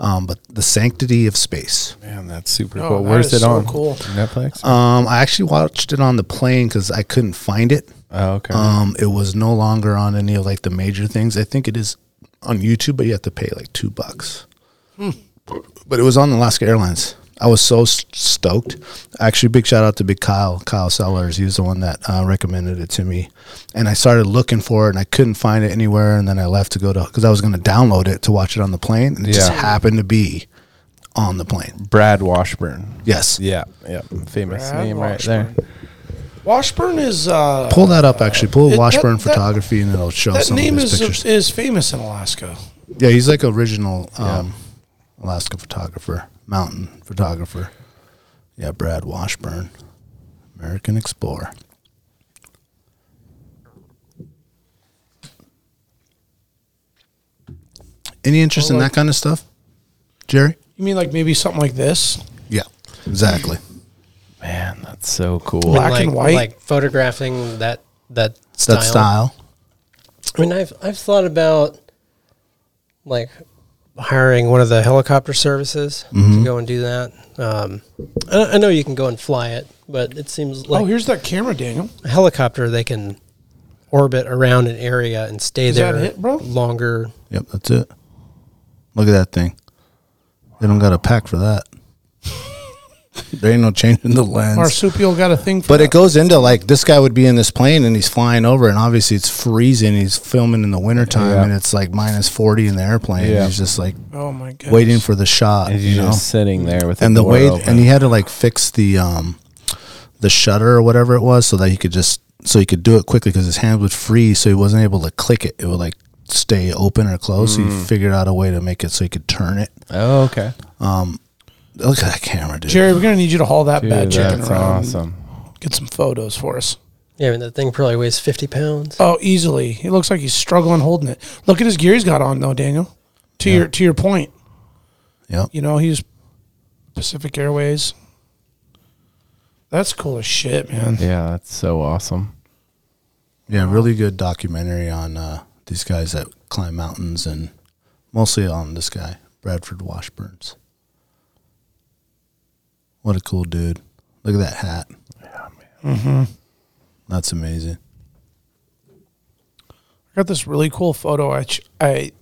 Speaker 2: Um, but the sanctity of space.
Speaker 3: Man, that's super
Speaker 11: Oh,
Speaker 3: cool.
Speaker 11: that
Speaker 3: Where's
Speaker 11: is
Speaker 3: it
Speaker 11: so
Speaker 3: on?
Speaker 11: cool.
Speaker 3: Netflix.
Speaker 2: Um, I actually watched it on the plane because I couldn't find it.
Speaker 3: oh, okay.
Speaker 2: Um, it was no longer on any of like the major things. I think it is on YouTube, but you have to pay like two bucks. But it was on Alaska Airlines. I was so s- stoked. Actually, big shout out to Big Kyle, Kyle Sellers. He was the one that uh, recommended it to me, and I started looking for it, and I couldn't find it anywhere. And then I left to go to because I was going to download it to watch it on the plane, and it just
Speaker 3: Yeah.
Speaker 2: happened to be on the plane.
Speaker 3: Brad Washburn.
Speaker 2: Yes,
Speaker 3: Yeah, yeah, famous
Speaker 11: Brad
Speaker 3: name right
Speaker 11: Washburn.
Speaker 3: there.
Speaker 11: Washburn is. Uh,
Speaker 2: pull that up. Actually, pull
Speaker 11: that-
Speaker 2: Washburn
Speaker 11: that-
Speaker 2: photography, and it'll show
Speaker 11: that
Speaker 2: some
Speaker 11: name
Speaker 2: of his
Speaker 11: is,
Speaker 2: pictures.
Speaker 11: is famous in Alaska.
Speaker 2: Yeah, he's like original um, Alaska photographer, mountain photographer. Yeah, Brad Washburn, American explorer. Any interest in that kind of stuff, Jerry?
Speaker 11: You mean like maybe something like this?
Speaker 2: Yeah, exactly.
Speaker 3: Man, that's so cool.
Speaker 11: Black
Speaker 6: like,
Speaker 11: and white?
Speaker 6: Like photographing that that style.
Speaker 2: That style.
Speaker 6: I mean, I've I've thought about like hiring one of the helicopter services to go and do that. Um, I, I know you can go and fly it, but it seems like
Speaker 11: oh, here's that camera, Daniel.
Speaker 6: a helicopter they can orbit around an area and stay
Speaker 11: Is that
Speaker 6: there
Speaker 11: it, bro?
Speaker 6: longer.
Speaker 2: Yep, that's it. Look at that thing. They don't got a pack for that. there ain't no changing the lens.
Speaker 11: Marsupial got a thing for
Speaker 2: But
Speaker 11: that.
Speaker 2: it goes into like this guy would be in this plane and he's flying over and obviously it's freezing. He's filming in the wintertime
Speaker 3: Yeah.
Speaker 2: and it's like minus 40 in the airplane.
Speaker 3: Yeah.
Speaker 2: He's just like
Speaker 11: Oh, my God.
Speaker 2: waiting for the shot,
Speaker 3: And
Speaker 2: you
Speaker 3: you're
Speaker 2: know?
Speaker 3: just sitting there with
Speaker 2: And the
Speaker 3: door
Speaker 2: way,
Speaker 3: open.
Speaker 2: and he had to like fix the, um, the shutter or whatever it was so that he could just, so he could do it quickly because his hand would freeze. So he wasn't able to click it. It would like stay open or closed.
Speaker 3: Mm.
Speaker 2: So he figured out a way to make it so he could turn it.
Speaker 3: Oh, okay.
Speaker 2: Look at that camera, dude.
Speaker 11: Jerry, we're going to need you to haul that bad
Speaker 3: Dude,
Speaker 11: chicken
Speaker 3: that's
Speaker 11: around.
Speaker 3: awesome.
Speaker 11: Get some photos for us.
Speaker 6: Yeah, I mean that thing probably weighs fifty pounds.
Speaker 11: Oh, easily. He looks like he's struggling holding it. Look at his gear he's got on though, Daniel. To your to your point,
Speaker 2: Yep.
Speaker 11: you know he's Pacific Airways.
Speaker 4: That's cool as shit, man.
Speaker 3: Yeah, that's so awesome.
Speaker 2: Yeah, really good documentary on uh, these guys that climb mountains and mostly on this guy, Bradford Washburns. What a cool dude. Look at that hat. Yeah, man. Mm-hmm. That's amazing.
Speaker 4: I got this really cool photo. I, ch- I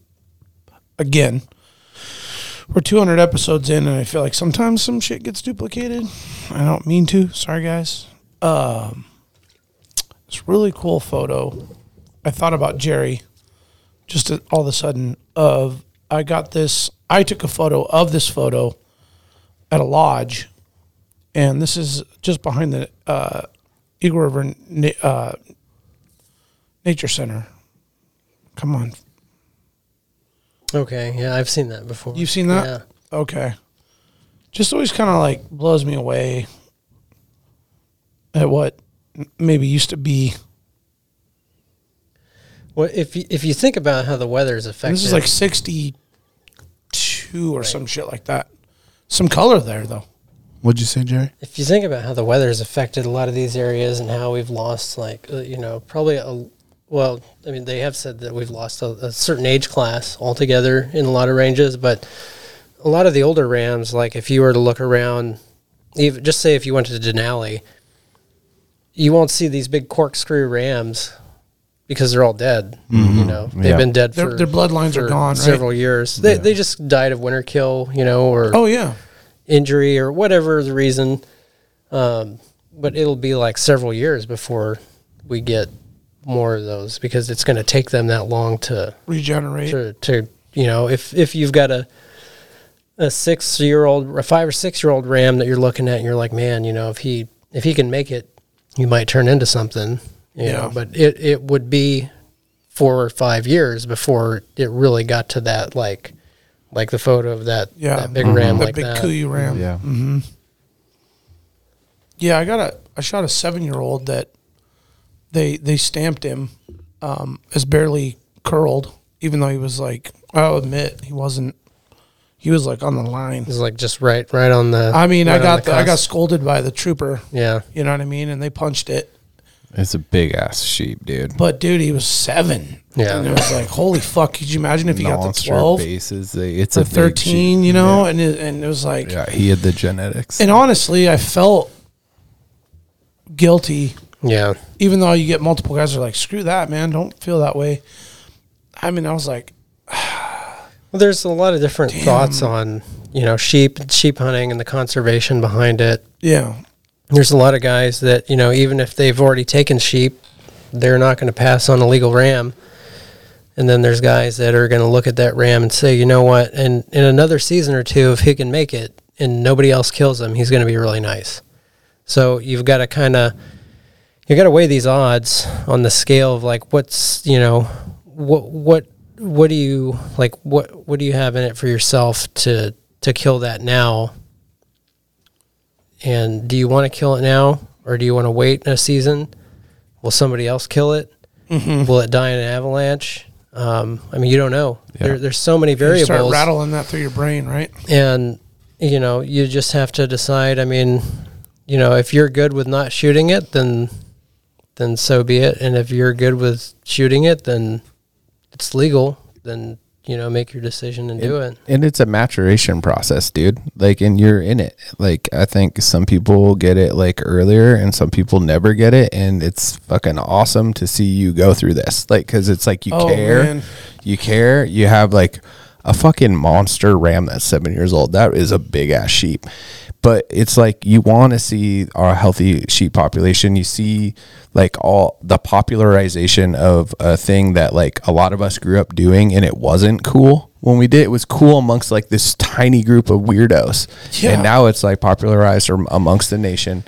Speaker 4: again, we're 200 episodes in, and I feel like sometimes some shit gets duplicated. I don't mean to. Sorry, guys. Um, this really cool photo. I thought about Jerry just a- all of a sudden. Of I got this. I took a photo of this photo at a lodge, and this is just behind the uh, Eagle River Na- uh, Nature Center. Come on,
Speaker 6: Okay, yeah, I've seen that before.
Speaker 4: You've seen that? Okay. Just always kind of like blows me away at what m- maybe used to be.
Speaker 6: Yeah. Well, if you, if you think about how the weather's affected,
Speaker 4: And this is like 62 or some shit like that. Some color there, though.
Speaker 2: What'd you say, Jerry?
Speaker 6: if you think about how the weather's affected a lot of these areas and how we've lost, like uh, you know, probably a well, I mean, they have said that we've lost a, a certain age class altogether in a lot of ranges, but a lot of the older Rams, like if you were to look around, even just say if you went to Denali, you won't see these big corkscrew Rams because they're all dead. You know, they've
Speaker 3: Yeah.
Speaker 6: been dead
Speaker 4: Their-
Speaker 6: for
Speaker 4: their bloodlines are
Speaker 6: for
Speaker 4: gone, right?
Speaker 6: several years. They they just died of winter kill, you know, or
Speaker 4: Oh, yeah.
Speaker 6: injury or whatever the reason. Um, but it'll be like several years before we get more of those because it's going to take them that long to
Speaker 4: Regenerate.
Speaker 6: to, to you know if if you've got a a six year old a five or six year old ram that you're looking at and you're like man you know if he if he can make it you might turn into something you
Speaker 4: Yeah.
Speaker 6: know but it it would be four or five years before it really got to that like like the photo of that
Speaker 4: Yeah.
Speaker 6: that big ram
Speaker 4: that
Speaker 6: like
Speaker 4: big
Speaker 6: that
Speaker 4: Kuyu ram.
Speaker 3: Yeah.
Speaker 4: Yeah, I got a. I shot a seven-year-old that they they stamped him um, as barely curled, even though he was like. I'll admit he wasn't. He was like on the line.
Speaker 6: It's like just right, right on the.
Speaker 4: I mean,
Speaker 6: right
Speaker 4: I
Speaker 6: on
Speaker 4: got the I got
Speaker 6: cusp.
Speaker 4: scolded by the trooper.
Speaker 6: Yeah,
Speaker 4: You know what I mean? And they punched it.
Speaker 3: It's a big ass sheep, dude.
Speaker 4: But dude, he was seven.
Speaker 6: Yeah.
Speaker 4: And it was like, holy fuck! Could you imagine if he got to
Speaker 3: Monster
Speaker 4: twelve
Speaker 3: bases. They- It's
Speaker 4: or
Speaker 3: a big sheep.
Speaker 4: thirteen? You know, and it, and it was like,
Speaker 3: Yeah, he had the genetics.
Speaker 4: and honestly, I felt guilty
Speaker 6: yeah,
Speaker 4: even though you get multiple guys that are like, screw that, man, don't feel that way. I mean, I was like,
Speaker 6: Well, there's a lot of different thoughts on you know sheep, sheep hunting, and the conservation behind it.
Speaker 4: yeah,
Speaker 6: There's a lot of guys that you know, even if they've already taken sheep, they're not going to pass on a legal ram. And then there's guys that are going to look at that ram and say, you know what? And in another season or two, if he can make it and nobody else kills him, he's going to be really nice. So you've got to kind of you got to weigh these odds on the scale of like what's you know what what what do you like what what do you have in it for yourself to to kill that now and do you want to kill it now or do you want to wait a season will somebody else kill it
Speaker 4: Mm-hmm.
Speaker 6: will it die in an avalanche um, i mean you don't know there, there's so many
Speaker 4: you
Speaker 6: variables
Speaker 4: start rattling that through your brain, right?
Speaker 6: and you know you just have to decide i mean you know if you're good with not shooting it then then so be it and if you're good with shooting it then it's legal then you know make your decision and do it
Speaker 3: and it's a maturation process, dude. Like, and you're in it. Like, I think some people get it like earlier, and some people never get it, and it's fucking awesome to see you go through this. Like, because it's like you
Speaker 4: Oh,
Speaker 3: care,
Speaker 4: man.
Speaker 3: you care. You have like a fucking monster ram that's seven years old. That is a big ass sheep. But it's like you want to see our healthy sheep population. You see, like all the popularization of a thing that like a lot of us grew up doing, and it wasn't cool when we did. It was cool amongst like this tiny group of weirdos,
Speaker 4: Yeah.
Speaker 3: and now it's like popularized am- amongst the nation.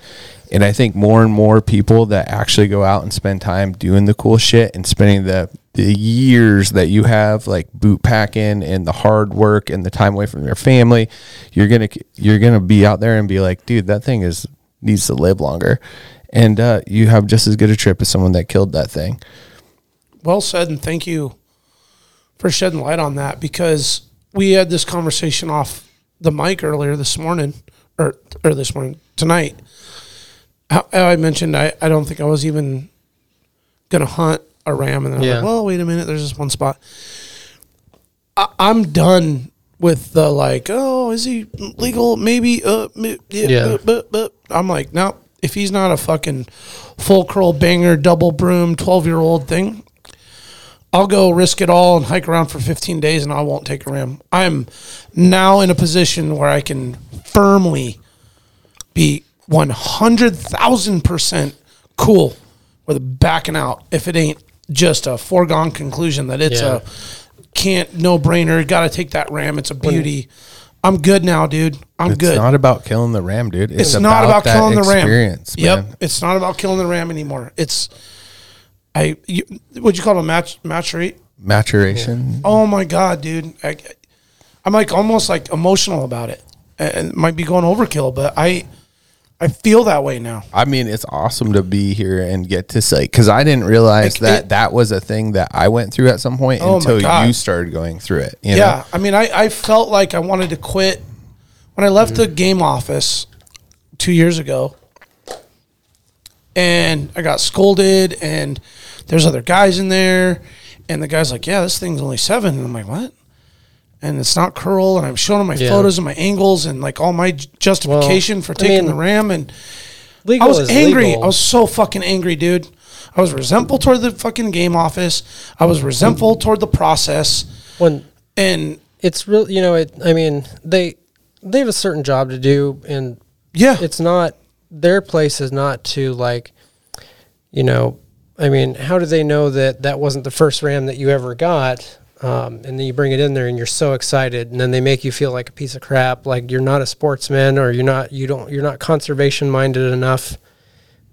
Speaker 3: And I think more and more people that actually go out and spend time doing the cool shit and spending the the years that you have like boot packing and the hard work and the time away from your family, you're gonna you're gonna be out there and be like, dude, that thing is needs to live longer, and uh, you have just as good a trip as someone that killed that thing.
Speaker 4: Well said, and thank you for shedding light on that because we had this conversation off the mic earlier this morning, or or this morning tonight, how, how I mentioned, I, I don't think I was even going to hunt a ram. And then I'm
Speaker 6: Yeah.
Speaker 4: like, well, wait a minute, there's this one spot. I, I'm done with the like, oh, is he legal? Maybe. Uh, m- yeah.
Speaker 6: Yeah.
Speaker 4: But, but, but I'm like, no, if he's not a fucking full curl banger, double broom, 12 year old thing, I'll go risk it all and hike around for 15 days and I won't take a ram. I'm now in a position where I can firmly be 100,000% cool with backing out if it ain't just a foregone conclusion that it's
Speaker 6: Yeah.
Speaker 4: a can't no brainer, got to take that ram. It's a beauty. I'm good now, dude. I'm
Speaker 3: It's
Speaker 4: good.
Speaker 3: not about killing the ram, dude.
Speaker 4: It's, not about,
Speaker 3: that
Speaker 4: killing the ram.
Speaker 3: experience, man.
Speaker 4: Yep, it's not about killing the ram anymore. It's I you, would you call it a match match rate?
Speaker 3: Maturation.
Speaker 4: Oh my god, dude! I, I'm like almost like emotional about it, and it might be going overkill, but I I feel that way now.
Speaker 3: I mean, it's awesome to be here and get to say because I didn't realize
Speaker 4: Like,
Speaker 3: that
Speaker 4: it-
Speaker 3: that was a thing that I went through at some point
Speaker 4: Oh, my
Speaker 3: until
Speaker 4: God.
Speaker 3: you started going through it. You
Speaker 4: Yeah, I mean, I, I felt like I wanted to quit when I left
Speaker 6: Mm-hmm.
Speaker 4: the game office two years ago, and I got scolded, and there's other guys in there, and the guy's like, "Yeah, this thing's only seven. and I'm like, "What?" And it's not curl, and I'm showing him my
Speaker 6: Yeah.
Speaker 4: photos and my angles and like all my j- justification for
Speaker 6: I
Speaker 4: taking
Speaker 6: mean,
Speaker 4: the ram, and
Speaker 6: Legal
Speaker 4: I was
Speaker 6: is
Speaker 4: angry.
Speaker 6: legal.
Speaker 4: I was so fucking angry, dude. I was resentful toward the fucking game office. I was resentful toward the process,
Speaker 6: when
Speaker 4: and
Speaker 6: it's real. You know, it. I mean, they they have a certain job to do, and
Speaker 4: yeah,
Speaker 6: it's not their place is not to like you know i mean how do they know that that wasn't the first ram that you ever got um, and then you bring it in there and you're so excited and then they make you feel like a piece of crap like you're not a sportsman or you're not you don't you're not conservation minded enough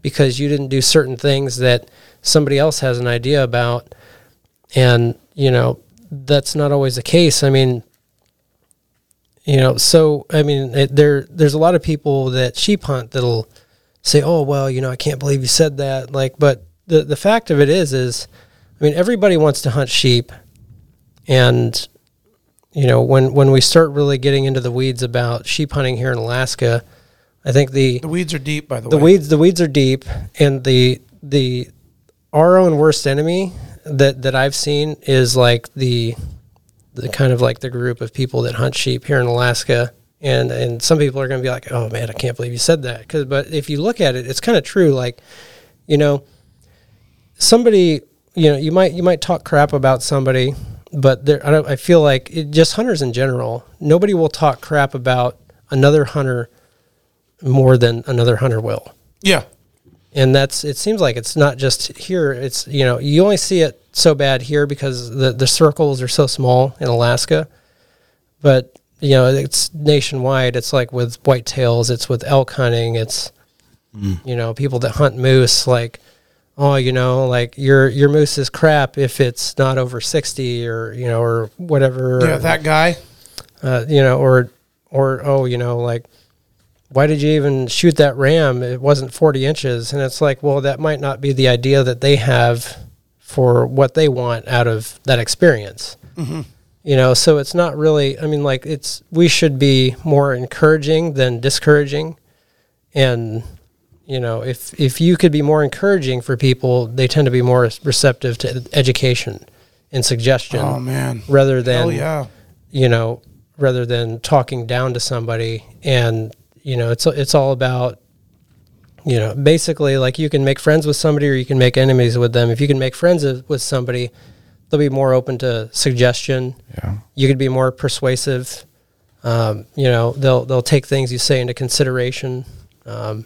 Speaker 6: because you didn't do certain things that somebody else has an idea about and you know that's not always the case i mean you know so i mean it, there there's a lot of people that sheep hunt that'll say oh well you know i can't believe you said that like but the the fact of it is is i mean everybody wants to hunt sheep and you know when when we start really getting into the weeds about sheep hunting here in alaska i think the
Speaker 4: The weeds are deep, by the,
Speaker 6: the
Speaker 4: way.
Speaker 6: weeds the weeds are deep and the the our own worst enemy that that I've seen is like the the kind of like the group of people that hunt sheep here in Alaska and and some people are going to be like oh man I can't believe you said that cuz but if you look at it it's kind of true like you know somebody you know you might you might talk crap about somebody but there I don't I feel like it, just hunters in general nobody will talk crap about another hunter more than another hunter will
Speaker 4: Yeah.
Speaker 6: and that's it seems like it's not just here it's you know you only see it so bad here because the the circles are so small in Alaska but you know it's nationwide it's like with whitetails it's with elk hunting it's you know people that hunt moose like oh you know like your your moose is crap if it's not over 60 or you know or whatever
Speaker 4: Yeah, that guy.
Speaker 6: uh, you know, or or oh, you know, like why did you even shoot that ram? It wasn't forty inches, and it's like, well, that might not be the idea that they have for what they want out of that experience.
Speaker 4: Mm-hmm.
Speaker 6: You know, so it's not really. I mean, like it's we should be more encouraging than discouraging, and you know, if if you could be more encouraging for people, they tend to be more receptive to education and suggestion
Speaker 4: Oh man.
Speaker 6: rather than
Speaker 4: Hell yeah.
Speaker 6: you know, rather than talking down to somebody. And you know, it's it's all about you know, basically like you can make friends with somebody or you can make enemies with them. If you can make friends of- with somebody, they'll be more open to suggestion. Yeah. You could be more persuasive. Um, you know, they'll they'll take things you say into consideration. Um,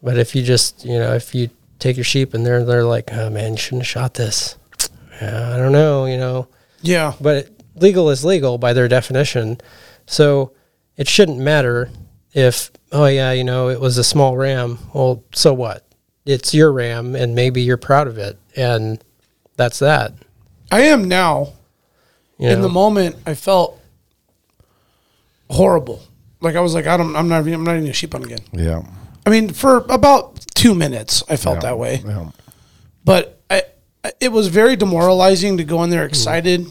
Speaker 6: but if you just you know if you take your sheep and they're they're like, oh man, you shouldn't have shot this. Yeah, I don't know, you know
Speaker 4: Yeah.
Speaker 6: but legal is legal by their definition. So it shouldn't matter if, oh, yeah, you know, it was a small ram. Well, so what? It's your ram, and maybe you're proud of it. And that's that.
Speaker 4: I am now.
Speaker 6: You
Speaker 4: In
Speaker 6: know?
Speaker 4: the moment I felt horrible. Like I was like, I don't I'm not I'm not even a sheep on again.
Speaker 3: know? Yeah.
Speaker 4: I mean, for about two minutes I felt that way.
Speaker 3: Yeah.
Speaker 4: But I I- it was very demoralizing to go in there excited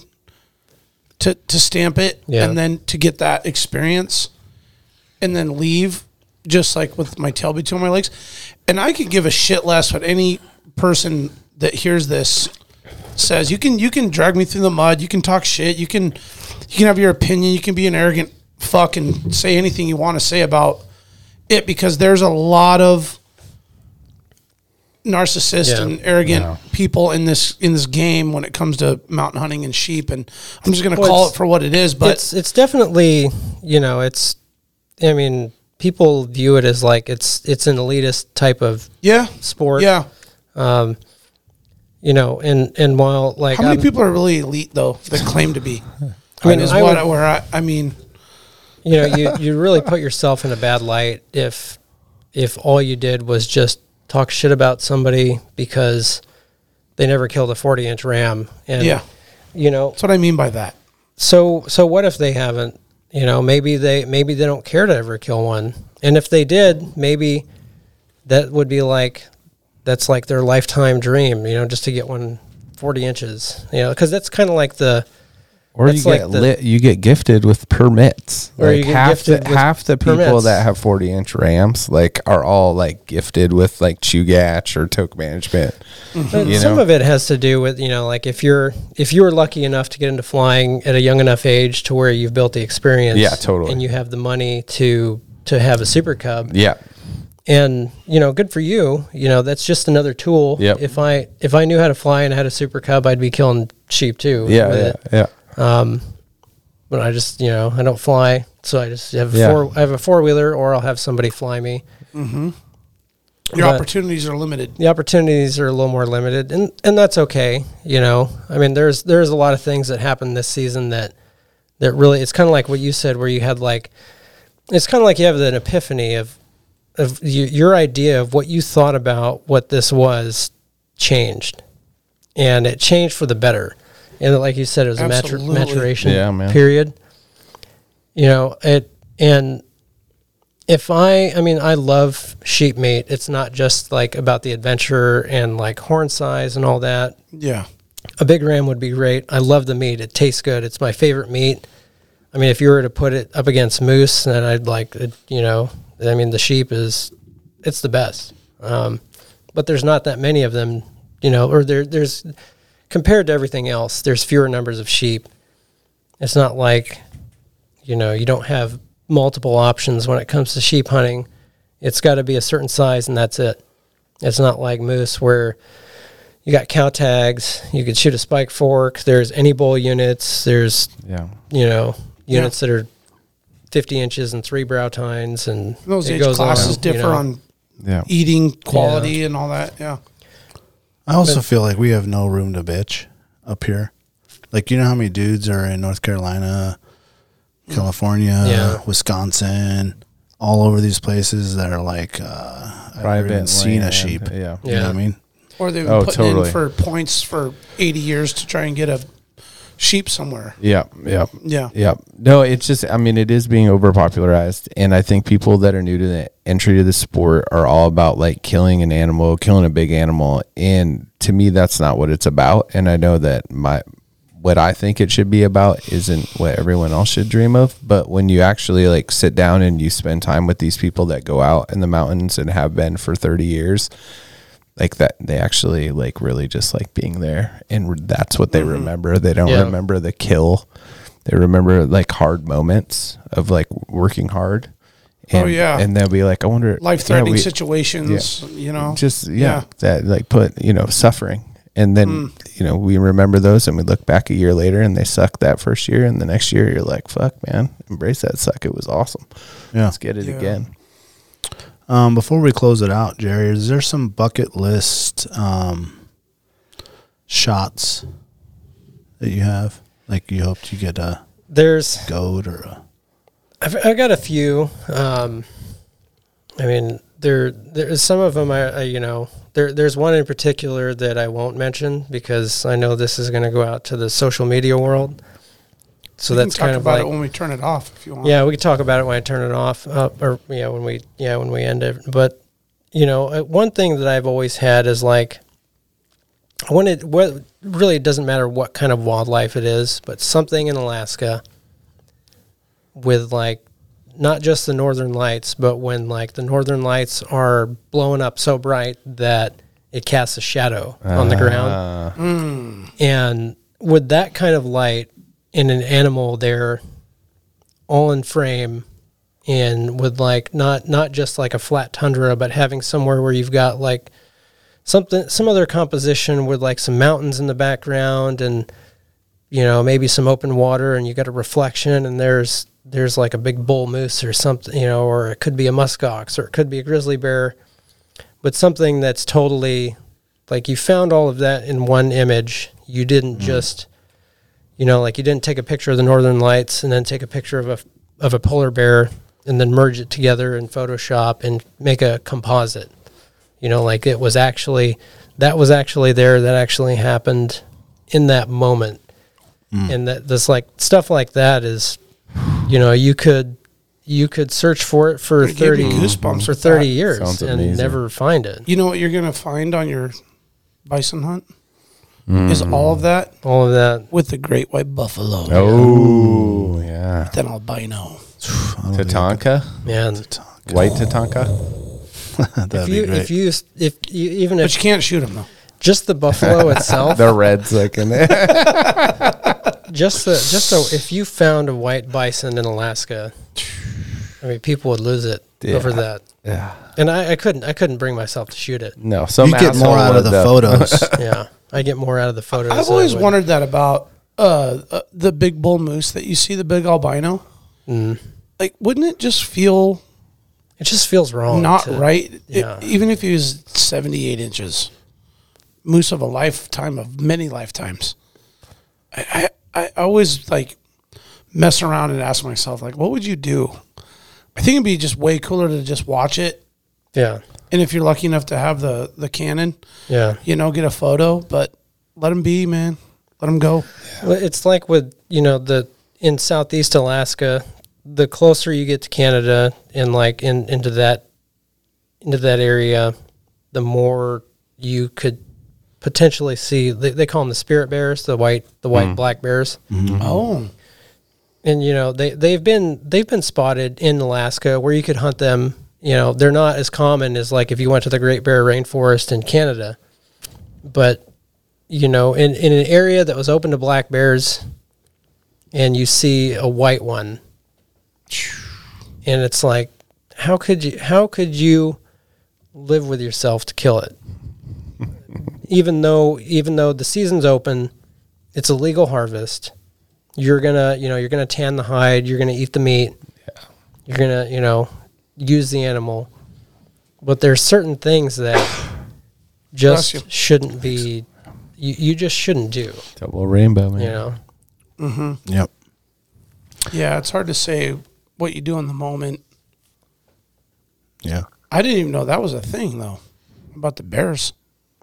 Speaker 4: to to stamp it
Speaker 6: Yeah.
Speaker 4: and then to get that experience and then leave
Speaker 11: just like with my tail between my legs. And I could give a shit less what any person that hears this says. You can you can drag me through the mud. You can talk shit. You can you can have your opinion. You can be an arrogant fuck and say anything you want to say about it because there's a lot of narcissist
Speaker 6: Yeah.
Speaker 11: and arrogant people in this in this game when it comes to mountain hunting and sheep and I'm just going to
Speaker 6: Well,
Speaker 11: call
Speaker 6: it's-
Speaker 11: it for what it is but
Speaker 6: it's it's definitely you know it's I mean people view it as like it's it's an elitist type of
Speaker 11: yeah
Speaker 6: sport.
Speaker 11: yeah
Speaker 6: You know, and and while like
Speaker 11: How many
Speaker 6: I'm-
Speaker 11: people are really elite though that claim to be?
Speaker 6: I mean,
Speaker 11: is
Speaker 6: I
Speaker 11: what
Speaker 6: would-
Speaker 11: where I, I mean,
Speaker 6: you know you you really put yourself in a bad light if if all you did was just talk shit about somebody because they never killed a 40 inch ram and
Speaker 11: yeah,
Speaker 6: you know
Speaker 11: that's what I mean by that.
Speaker 6: so so what if they haven't you know maybe they maybe they don't care to ever kill one and if they did maybe that would be like that's like their lifetime dream you know just to get one 40 inches you know because that's kind of like the
Speaker 3: Or you
Speaker 6: That's like
Speaker 3: get
Speaker 6: the-
Speaker 3: lit, you get gifted with permits.
Speaker 6: Or you
Speaker 3: Like
Speaker 6: get
Speaker 3: half the
Speaker 6: gifted with
Speaker 3: half the people
Speaker 6: permits.
Speaker 3: that have forty inch rams like are all like gifted with like Chugach or Toke management.
Speaker 6: But
Speaker 3: You
Speaker 6: Mm-hmm. some
Speaker 3: know?
Speaker 6: of it has to do with you know like if you're if you were lucky enough to get into flying at a young enough age to where you've built the experience
Speaker 3: Yeah, totally.
Speaker 6: and you have the money to to have a super cub
Speaker 3: Yeah,
Speaker 6: and you know good for you you know that's just another tool
Speaker 3: Yep.
Speaker 6: if i if i knew how to fly and had a super cub i'd be killing sheep too
Speaker 3: yeah,
Speaker 6: with
Speaker 3: yeah,
Speaker 6: it.
Speaker 3: yeah.
Speaker 6: but i just you know i don't fly so i just have a
Speaker 3: Yeah.
Speaker 6: four i have a four-wheeler or i'll have somebody fly me
Speaker 11: Your
Speaker 6: But-
Speaker 11: opportunities are limited.
Speaker 6: the opportunities are a little more limited and and that's okay you know i mean there's there's a lot of things that happened this season that that really it's kind of like what you said where you had like it's kind of like you have an epiphany of of y- your idea of what you thought about what this was changed and it changed for the better and like you said it was a
Speaker 11: Absolutely.
Speaker 6: matur- maturation
Speaker 12: Yeah, man.
Speaker 6: period you know it and if I, I mean, I love sheep meat. It's not just like about the adventure and like horn size and all that.
Speaker 11: Yeah,
Speaker 6: A big ram would be great. I love the meat. It tastes good. It's my favorite meat. I mean, if you were to put it up against moose, then I'd like, it, you know, I mean, the sheep is, it's the best. Um, but there's not that many of them, you know, or there, there's, compared to everything else, there's fewer numbers of sheep. It's not like, you know, you don't have multiple options when it comes to sheep hunting. It's got to be a certain size and that's it. It's not like moose where you got cow tags, you could shoot a spike fork, there's any bowl units, there's,
Speaker 3: Yeah.
Speaker 6: you know, units that are 50 inches and three brow tines and
Speaker 11: those
Speaker 6: it
Speaker 11: age
Speaker 6: goes
Speaker 11: classes
Speaker 6: you
Speaker 11: differ
Speaker 6: know.
Speaker 11: on
Speaker 3: Yeah.
Speaker 11: eating quality and all that. Yeah,
Speaker 2: I also feel like we have no room to bitch up here. Like, you know how many dudes are in North Carolina, California,
Speaker 6: Yeah.
Speaker 2: Wisconsin, all over these places that are like, uh, I've never even
Speaker 3: Private
Speaker 2: seen a
Speaker 3: land,
Speaker 2: sheep.
Speaker 3: yeah.
Speaker 2: You know what
Speaker 6: Yeah.
Speaker 2: I mean?
Speaker 11: or they've been
Speaker 3: Oh,
Speaker 11: putting
Speaker 3: totally.
Speaker 11: in for points for eighty years to try and get a sheep somewhere.
Speaker 3: Yeah, yeah,
Speaker 11: Yeah.
Speaker 3: yeah. No, it's just I mean it is being overpopularized, and I think people that are new to the entry to the sport are all about like killing an animal, killing a big animal, and to me that's not what it's about. And I know that my what I think it should be about isn't what everyone else should dream of. But when you actually like sit down and you spend time with these people that go out in the mountains and have been for thirty years, like that they actually like really just like being there and re- that's what they remember they don't
Speaker 6: Yeah.
Speaker 3: remember the kill they remember like hard moments of like working hard
Speaker 2: Oh,
Speaker 3: and,
Speaker 11: yeah.
Speaker 3: and they'll be like i wonder
Speaker 11: Life threatening
Speaker 3: yeah, we-
Speaker 11: situations, you know.
Speaker 3: just yeah,
Speaker 11: Yeah.
Speaker 3: that like put you know suffering and then
Speaker 2: Hmm.
Speaker 3: you know we remember those and we look back a year later and they suck that first year and the next year you're like fuck man embrace that suck it was awesome
Speaker 2: Yeah.
Speaker 3: let's get it
Speaker 11: Yeah.
Speaker 3: again
Speaker 2: Um, before we close it out, Jerry, is there some bucket list um, shots that you have? Like you hoped you get a
Speaker 6: There's,
Speaker 2: goat or a
Speaker 6: I've, I've got a few. Um, I mean, there there's some of them. I, I you know there there's one in particular that I won't mention because I know this is going to go out to the social media world. So
Speaker 11: We can
Speaker 6: that's
Speaker 11: talk
Speaker 6: kind of
Speaker 11: about
Speaker 6: like
Speaker 11: it when we turn it off if you want.
Speaker 6: yeah, we can talk about it when I turn it off, uh, or yeah, when we yeah when we end it. But you know, uh, one thing that I've always had is like, I wanted what really it doesn't matter what kind of wildlife it is, but something in Alaska with like not just the northern lights, but when like the northern lights are blowing up so bright that it casts a shadow on the
Speaker 3: Ah. Uh,
Speaker 6: ground. And with that kind of light in an animal, they're all in frame and with like not not just like a flat tundra, but having somewhere where you've got like something some other composition with like some mountains in the background and you know maybe some open water and you got a reflection and there's there's like a big bull moose or something you know or it could be a muskox or it could be a grizzly bear but something that's totally like you found all of that in one image you didn't just you know like you didn't take a picture of the northern lights and then take a picture of a of a polar bear and then merge it together in photoshop and make a composite you know like it was actually that was actually there that actually happened in that moment and that this like stuff like that is you know you could you could search for it for
Speaker 4: It gave me
Speaker 6: 30
Speaker 4: goosebumps
Speaker 6: for
Speaker 4: with
Speaker 6: 30
Speaker 4: that.
Speaker 6: years
Speaker 13: Sounds
Speaker 6: and
Speaker 13: amazing.
Speaker 6: never find it
Speaker 4: You know what you're gonna find on your bison hunt is
Speaker 3: Mm.
Speaker 4: all of that
Speaker 6: all of that
Speaker 4: with the great white buffalo.
Speaker 13: Oh, yeah.
Speaker 4: Then albino.
Speaker 2: Oh,
Speaker 13: Tatanka?
Speaker 6: man
Speaker 13: White Tatanka?
Speaker 6: if you if you s- if you even
Speaker 4: But you
Speaker 6: if
Speaker 4: can't shoot them though.
Speaker 6: just the buffalo itself
Speaker 3: The red's like in there.
Speaker 6: just the just the if you found a white bison in alaska i mean people would lose it over that
Speaker 3: yeah.
Speaker 6: and I, I couldn't i couldn't bring myself to shoot it
Speaker 3: No, some
Speaker 2: you get
Speaker 3: asshole
Speaker 2: more out of
Speaker 3: would,
Speaker 2: the
Speaker 3: uh,
Speaker 2: photos.
Speaker 6: yeah i get more out of the photos
Speaker 4: I've
Speaker 6: than I
Speaker 4: always
Speaker 6: would-
Speaker 4: wondered that about uh, uh, the big bull moose that you see, the big albino.
Speaker 6: Mm.
Speaker 4: Like, wouldn't it just feel
Speaker 6: Oh, it just feels wrong
Speaker 4: not
Speaker 6: to-
Speaker 4: right? It-
Speaker 6: yeah.
Speaker 4: even if he was 78 inches, moose of a lifetime, of many lifetimes. I, I, I always like mess around and ask myself, like, what would you do? I think it'd be just way cooler to just watch it.
Speaker 6: yeah
Speaker 4: And if you're lucky enough to have the, the cannon,
Speaker 6: yeah
Speaker 4: you know, get a photo, but let him be, man. Let him go.
Speaker 6: Well, it's like with you know the in southeast Alaska, the closer you get to Canada and like in into that into that area, the more you could potentially see. They, they call them the spirit bears, the white the white black bears,
Speaker 4: Oh,
Speaker 6: and you know they they've been they've been spotted in Alaska where you could hunt them. You know they're not as common as like if you went to the Great Bear Rainforest in Canada, but you know, in, in an area that was open to black bears and you see a white one and it's like how could you how could you live with yourself to kill it? even though even though the season's open, it's a legal harvest. You're gonna you know, you're gonna tan the hide, you're gonna eat the meat, you're gonna, you know, use the animal. But there's certain things that
Speaker 4: Bless you.
Speaker 6: just shouldn't be you, you just shouldn't do.
Speaker 3: Double rainbow, man.
Speaker 6: You know,
Speaker 2: yep.
Speaker 4: yeah. It's hard to say what you do in the moment.
Speaker 2: Yeah.
Speaker 4: I didn't even know that was a thing, though, about the Bears.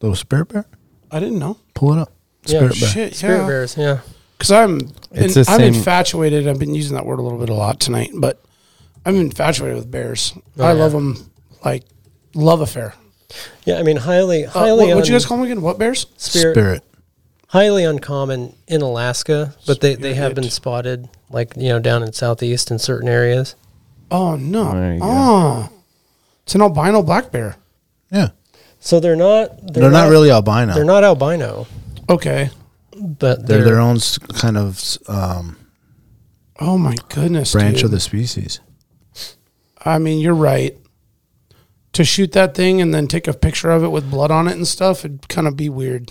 Speaker 2: Little spirit bear.
Speaker 4: I didn't know.
Speaker 2: Pull it up.
Speaker 6: Yeah,
Speaker 2: Spirit bear.
Speaker 4: Shit,
Speaker 6: spirit
Speaker 4: yeah.
Speaker 6: bears. Yeah,
Speaker 4: Because I'm,
Speaker 3: It's
Speaker 4: in-
Speaker 3: the
Speaker 4: I'm
Speaker 3: same-
Speaker 4: infatuated. I've been using that word a little bit a lot tonight, but I'm infatuated with Bears.
Speaker 6: Oh,
Speaker 4: I love 'em love them like love affair.
Speaker 6: yeah. I mean, highly,
Speaker 4: Uh, what
Speaker 6: highly.
Speaker 4: would you
Speaker 6: un-
Speaker 4: guys call them again? What Bears?
Speaker 6: spirit,
Speaker 2: Spirit.
Speaker 6: Highly uncommon in Alaska, but they, they have been
Speaker 4: Spirit.
Speaker 6: spotted, like you know, down in southeast in certain areas.
Speaker 4: Oh no!
Speaker 13: There you go.
Speaker 4: Oh, it's an albino black bear.
Speaker 2: Yeah.
Speaker 6: So they're not. They're,
Speaker 2: They're, not, really albino.
Speaker 6: They're not albino,
Speaker 4: Okay.
Speaker 6: but
Speaker 2: They're
Speaker 6: they're,
Speaker 2: their own s- kind of s- um,
Speaker 4: Oh my goodness,
Speaker 2: branch
Speaker 4: dude.
Speaker 2: of the species.
Speaker 4: I mean, you're right. To shoot that thing and then take a picture of it with blood on it and stuff, it'd kind of be weird.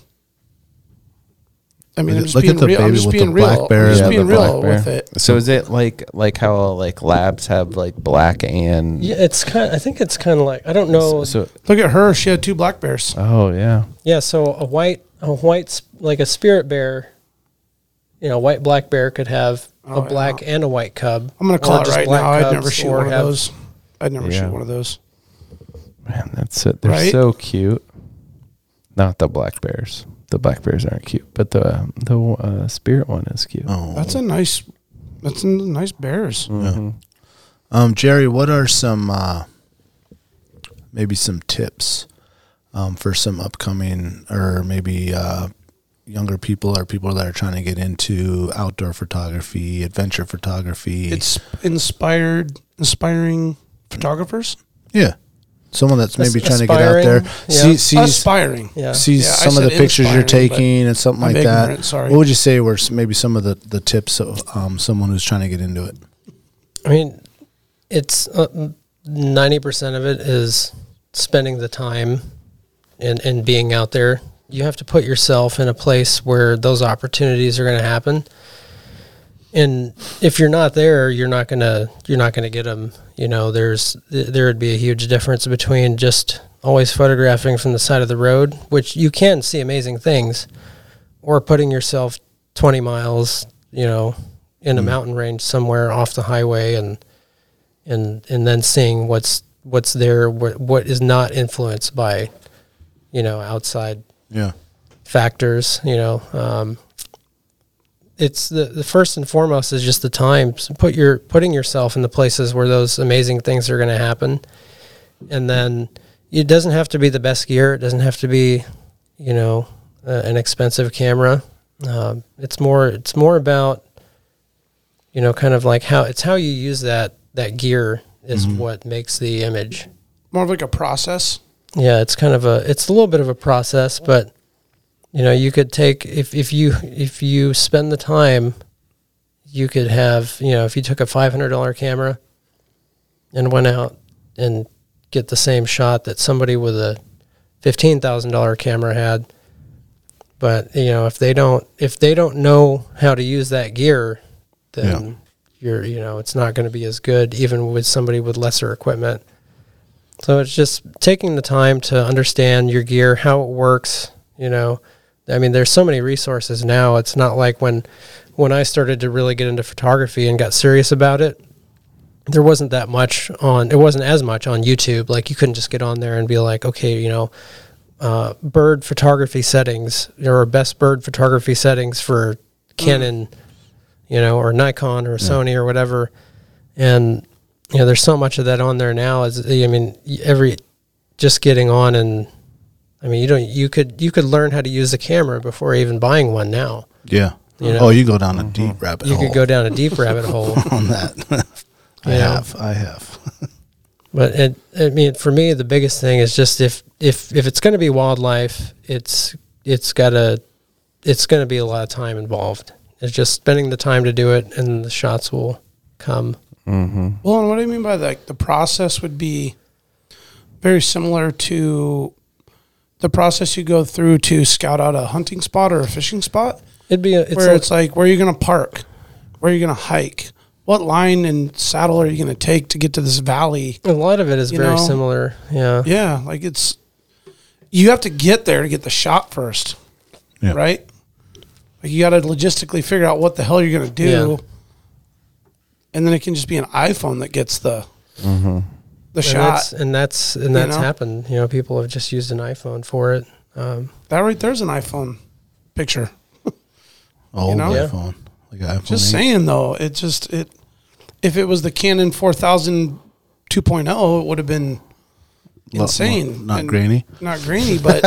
Speaker 4: I mean,
Speaker 2: Look
Speaker 4: I'm
Speaker 2: at-
Speaker 4: just
Speaker 2: look at
Speaker 4: being
Speaker 2: the
Speaker 4: real. I'm
Speaker 2: baby
Speaker 4: just
Speaker 2: with
Speaker 4: being
Speaker 2: the black
Speaker 4: real.
Speaker 2: bear
Speaker 4: I'm just
Speaker 2: and
Speaker 4: being
Speaker 2: the
Speaker 4: real with it.
Speaker 3: So is it like like how like labs have like black and
Speaker 6: yeah, it's kind. I think it's kind of like I don't know.
Speaker 3: so
Speaker 4: Look at her. She had two black bears.
Speaker 3: oh yeah
Speaker 6: yeah, so a white, a white, sp- like a spirit bear, you know, a white black bear could have
Speaker 4: Oh,
Speaker 6: a
Speaker 4: yeah.
Speaker 6: black and a white cub.
Speaker 4: I'm gonna
Speaker 6: or
Speaker 4: call it
Speaker 6: just
Speaker 4: right
Speaker 6: black
Speaker 4: now. I'd never
Speaker 6: cubs
Speaker 4: shoot
Speaker 6: or
Speaker 4: one of
Speaker 6: have-
Speaker 4: those. I'd never
Speaker 3: Yeah.
Speaker 4: shoot one of those.
Speaker 3: man that's it they're
Speaker 4: Right?
Speaker 3: so cute not the black bears the black bears aren't cute but the the uh, spirit one is cute
Speaker 2: Oh.
Speaker 4: That's a nice. That's a nice bears.
Speaker 2: Hmm. Um, Jerry, what are some uh, maybe some tips um, for some upcoming or maybe uh, younger people or people that are trying to get into outdoor photography, adventure photography?
Speaker 4: It's inspired inspiring photographers.
Speaker 2: Yeah. Someone that's maybe
Speaker 6: As-
Speaker 2: trying to get out there,
Speaker 6: aspiring, yeah.
Speaker 2: see, sees,
Speaker 4: Aspiring.
Speaker 6: Yeah.
Speaker 2: sees
Speaker 4: Yeah, I
Speaker 2: some of the
Speaker 4: said
Speaker 2: pictures you're
Speaker 4: inspiring, but
Speaker 2: taking and something
Speaker 4: I'm
Speaker 2: like that.
Speaker 4: ignorant, sorry.
Speaker 2: What would you say were s- maybe some of the, the tips of um, someone who's trying to get into it?
Speaker 6: I mean, it's uh, ninety percent of it is spending the time and and being out there. You have to put yourself in a place where those opportunities are going to happen. And if you're not there, you're not gonna you're not gonna get them. You know, there's th- there would be a huge difference between just always photographing from the side of the road, which you can see amazing things, or putting yourself 20 miles, you know, in a mountain range somewhere off the highway and and and then seeing what's what's there what, what is not influenced by you know outside
Speaker 2: Yeah.
Speaker 6: factors you know um it's the, the first and foremost is just the time So put your putting yourself in the places where those amazing things are going to happen and then it doesn't have to be the best gear it doesn't have to be you know uh, an expensive camera um, it's more it's more about you know kind of like how it's how you use that that gear is what makes the image
Speaker 4: More of like a process.
Speaker 6: yeah it's kind of a it's a little bit of a process but you know you could take if if you if you spend the time you could have you know if you took a $500 camera and went out and get the same shot that somebody with a $15,000 camera had but you know if they don't if they don't know how to use that gear then you're you know it's not going to be as good even with somebody with lesser equipment so it's just taking the time to understand your gear, how it works. You know, I mean, there's so many resources now. It's not like when when I started to really get into photography and got serious about it. There wasn't that much on. It wasn't as much on YouTube. Like you couldn't just get on there and be like, okay, you know, uh, bird photography settings or best bird photography settings for Canon, you know, or Nikon or Sony or whatever. And you know, there's so much of that on there now. Is I mean, every just getting on and I mean, you don't you could you could learn how to use a camera before even buying one now.
Speaker 2: Yeah.
Speaker 6: You know.
Speaker 2: oh, you go down a deep rabbit
Speaker 6: You
Speaker 2: hole
Speaker 4: Oh.
Speaker 6: could go down a deep rabbit hole.
Speaker 2: on that. I
Speaker 6: Yeah.
Speaker 2: have. I have.
Speaker 6: But it, I mean, for me, the biggest thing is just if if if it's going to be wildlife, it's it's got to it's going to be a lot of time involved. It's just spending the time to do it, and the shots will come.
Speaker 4: Well, and what I mean by that, the process would be very similar to the process you go through to scout out a hunting spot or a fishing spot,
Speaker 6: It'd be a, it's
Speaker 4: where
Speaker 6: a-
Speaker 4: it's like, where are you going to park? Where are you going to hike? What line and saddle are you going to take to get to this valley?
Speaker 6: a lot of it is
Speaker 4: you
Speaker 6: very
Speaker 4: know,
Speaker 6: similar. Yeah.
Speaker 4: Yeah, like it's, you have to get there to get the shot first,
Speaker 2: Yeah.
Speaker 4: right? Like you got to logistically figure out what the hell you're going to do.
Speaker 6: Yeah.
Speaker 4: And then it can just be an iPhone that gets the,
Speaker 2: Mm-hmm.
Speaker 4: the
Speaker 6: and
Speaker 4: shot.
Speaker 6: That's, and that's and that's
Speaker 4: know?
Speaker 6: happened. You know, people have just used an iPhone for it. Um,
Speaker 4: That right there's an iPhone picture.
Speaker 2: Oh,
Speaker 4: know? Yeah.
Speaker 2: iPhone. Like an iPhone
Speaker 4: Just
Speaker 2: 8.
Speaker 4: saying though, it just it if it was the Canon 4000 2.0, oh, it would have been
Speaker 2: Well,
Speaker 4: insane.
Speaker 2: well, not
Speaker 4: And-
Speaker 2: grainy.
Speaker 4: Not grainy, but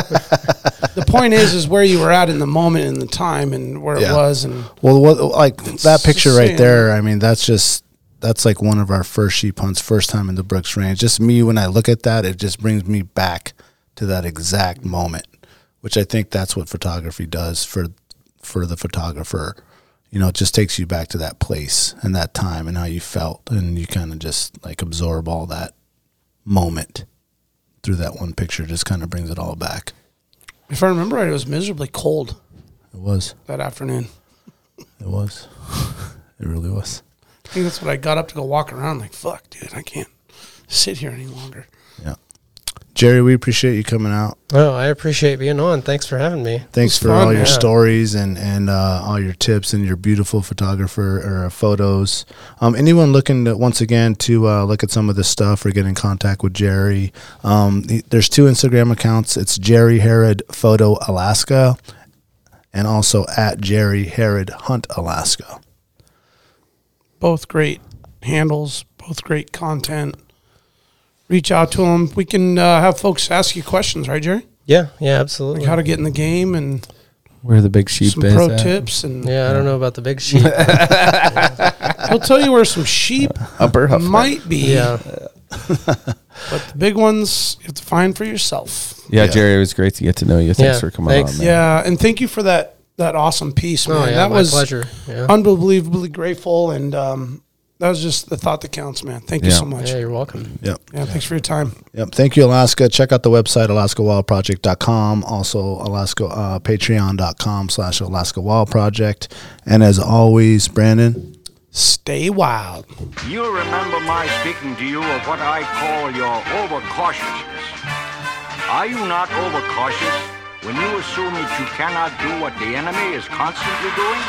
Speaker 4: the point is is where you were at in the moment and the time and where
Speaker 2: Yeah.
Speaker 4: it was and
Speaker 2: Well, what, like that picture right
Speaker 4: saying.
Speaker 2: there. I mean, that's just that's like one of our first sheep hunts, first time in the Brooks Range. Just me when I look at that, it just brings me back to that exact moment, which I think that's what photography does for for the photographer. You know, it just takes you back to that place and that time and how you felt, and you kind of just like absorb all that moment through that one picture. Just kind of brings it all back.
Speaker 4: if I remember right, it was miserably cold
Speaker 2: It was.
Speaker 4: that afternoon.
Speaker 2: It was. it really was.
Speaker 4: I think that's what I got up to go walk around like, fuck, dude, I can't sit here any longer.
Speaker 2: Yeah. Jerry, we appreciate you coming out.
Speaker 6: oh, I appreciate being on. Thanks for having me.
Speaker 2: Thanks for
Speaker 4: fun,
Speaker 2: all your
Speaker 6: yeah.
Speaker 2: stories and and uh, all your tips and your beautiful photographer or uh, photos. Um, anyone looking to, once again to uh, look at some of this stuff or get in contact with Jerry, um, he- there's two Instagram accounts. It's Jerry Herod Photo Alaska, and also at Jerry Herod Hunt Alaska.
Speaker 4: both great handles, both great content. Reach out to them. We can uh, have folks ask you questions, right, Jerry?
Speaker 6: Yeah, yeah, absolutely.
Speaker 4: Like how to get in the game and
Speaker 3: Where the big sheep
Speaker 4: some
Speaker 3: is.
Speaker 4: pro
Speaker 3: at.
Speaker 4: tips and
Speaker 6: yeah, I don't know about the big sheep.
Speaker 14: I'll tell you where some sheep
Speaker 15: Upper Huffman.
Speaker 14: might be,
Speaker 6: Yeah.
Speaker 14: but the big ones you have to find for yourself.
Speaker 16: Yeah, Jerry, it was great to get to know you. Thanks
Speaker 6: Yeah,
Speaker 16: for coming
Speaker 6: thanks.
Speaker 16: on. man.
Speaker 14: Yeah, and thank you for that that awesome piece, man.
Speaker 6: Oh, yeah.
Speaker 14: that
Speaker 6: my
Speaker 14: was
Speaker 6: pleasure. Yeah.
Speaker 14: unbelievably grateful, and um, that was just the thought that counts, man. Thank you
Speaker 16: Yeah.
Speaker 14: so much.
Speaker 6: yeah, you're welcome.
Speaker 2: Yep.
Speaker 14: yeah, thanks for your time.
Speaker 2: Yep. Thank you, Alaska. Check out the website, alaskawildproject.com. Also, Alaska, uh, patreon.com slash Alaska Wild Project. And as always, Brandon,
Speaker 14: Stay wild.
Speaker 17: You'll remember my speaking to you of what I call your overcautiousness. Are you not overcautious when you assume that you cannot do what the enemy is constantly doing?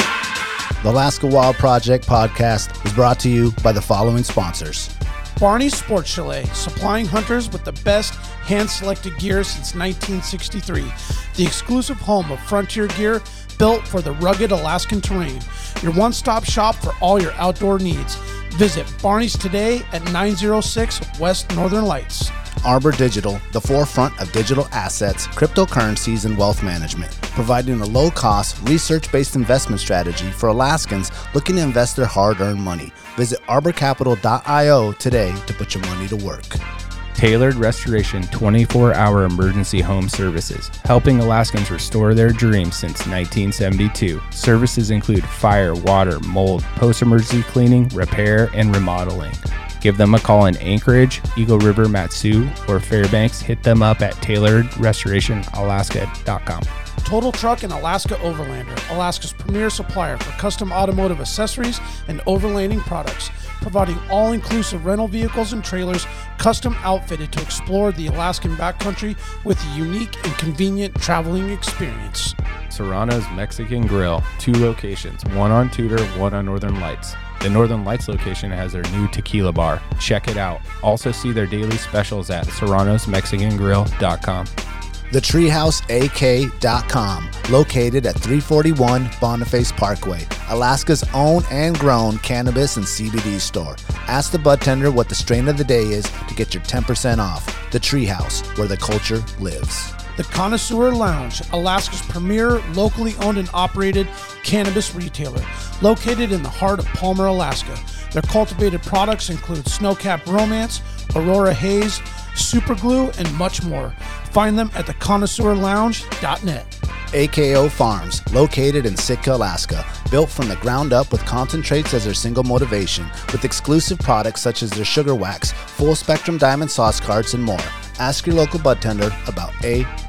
Speaker 18: The Alaska Wild Project podcast is brought to you by the following sponsors.
Speaker 4: Barney Sports Chalet, supplying hunters with the best hand selected gear since 1963. The exclusive home of frontier gear built for the rugged Alaskan terrain. Your one stop shop for all your outdoor needs. Visit Barney's today at 906 West Northern Lights.
Speaker 18: Arbor Digital, the forefront of digital assets, cryptocurrencies, and wealth management, providing a low cost, research based investment strategy for Alaskans looking to invest their hard earned money. Visit arborcapital.io today to put your money to work.
Speaker 3: Tailored Restoration 24 hour emergency home services, helping Alaskans restore their dreams since 1972. Services include fire, water, mold, post emergency cleaning, repair, and remodeling. Give them a call in Anchorage, Eagle River, Matsu, or Fairbanks. Hit them up at tailoredrestorationalaska.com.
Speaker 4: Total Truck and Alaska Overlander, Alaska's premier supplier for custom automotive accessories and overlanding products, providing all inclusive rental vehicles and trailers custom outfitted to explore the Alaskan backcountry with a unique and convenient traveling experience.
Speaker 3: Serrano's Mexican Grill, two locations, one on Tudor, one on Northern Lights. The Northern Lights location has their new tequila bar. Check it out. Also see their daily specials at serranosmexicangrill.com.
Speaker 18: ThetreehouseAK.com, located at 341 Boniface Parkway, Alaska's own and grown cannabis and CBD store. Ask the bud tender what the strain of the day is to get your 10% off. The Treehouse, where the culture lives.
Speaker 4: The Connoisseur Lounge, Alaska's premier locally owned and operated cannabis retailer, located in the heart of Palmer, Alaska. Their cultivated products include Snowcap Romance, Aurora Haze, Superglue, and much more. Find them at theconnoisseurlounge.net.
Speaker 18: AKO Farms, located in Sitka, Alaska, built from the ground up with concentrates as their single motivation, with exclusive products such as their sugar wax, full spectrum diamond sauce carts, and more. Ask your local bud tender about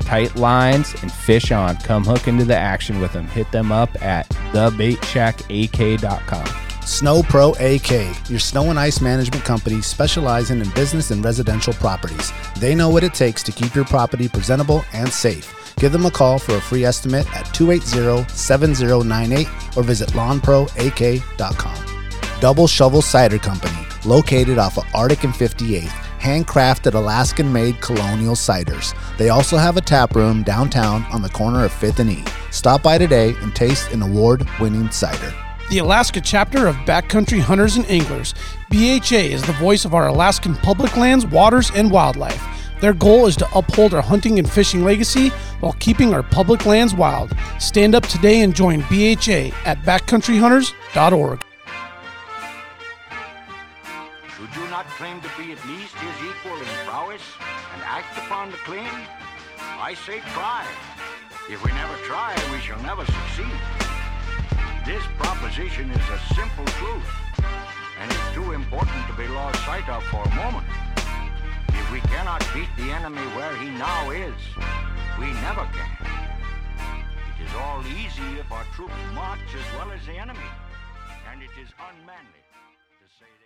Speaker 3: Tight lines and fish on. Come hook into the action with them. Hit them up at thebaitshackak.com.
Speaker 18: Snow Pro AK, your snow and ice management company specializing in business and residential properties. They know what it takes to keep your property presentable and safe. Give them a call for a free estimate at 280-7098 or visit lawnproak.com. Double Shovel Cider Company, located off of Arctic and 58th, handcrafted Alaskan made colonial ciders. They also have a tap room downtown on the corner of 5th and E. Stop by today and taste an award winning cider.
Speaker 4: The Alaska chapter of Backcountry Hunters and Anglers. BHA is the voice of our Alaskan public lands, waters, and wildlife. Their goal is to uphold our hunting and fishing legacy while keeping our public lands wild. Stand up today and join BHA at backcountryhunters.org.
Speaker 17: Should you not claim to be at least his equal in prowess and act upon the claim? I say try. If we never try, we shall never succeed. This proposition is a simple truth and is too important to be lost sight of for a moment. If we cannot beat the enemy where he now is, we never can. It is all easy if our troops march as well as the enemy, and it is unmanly to say that.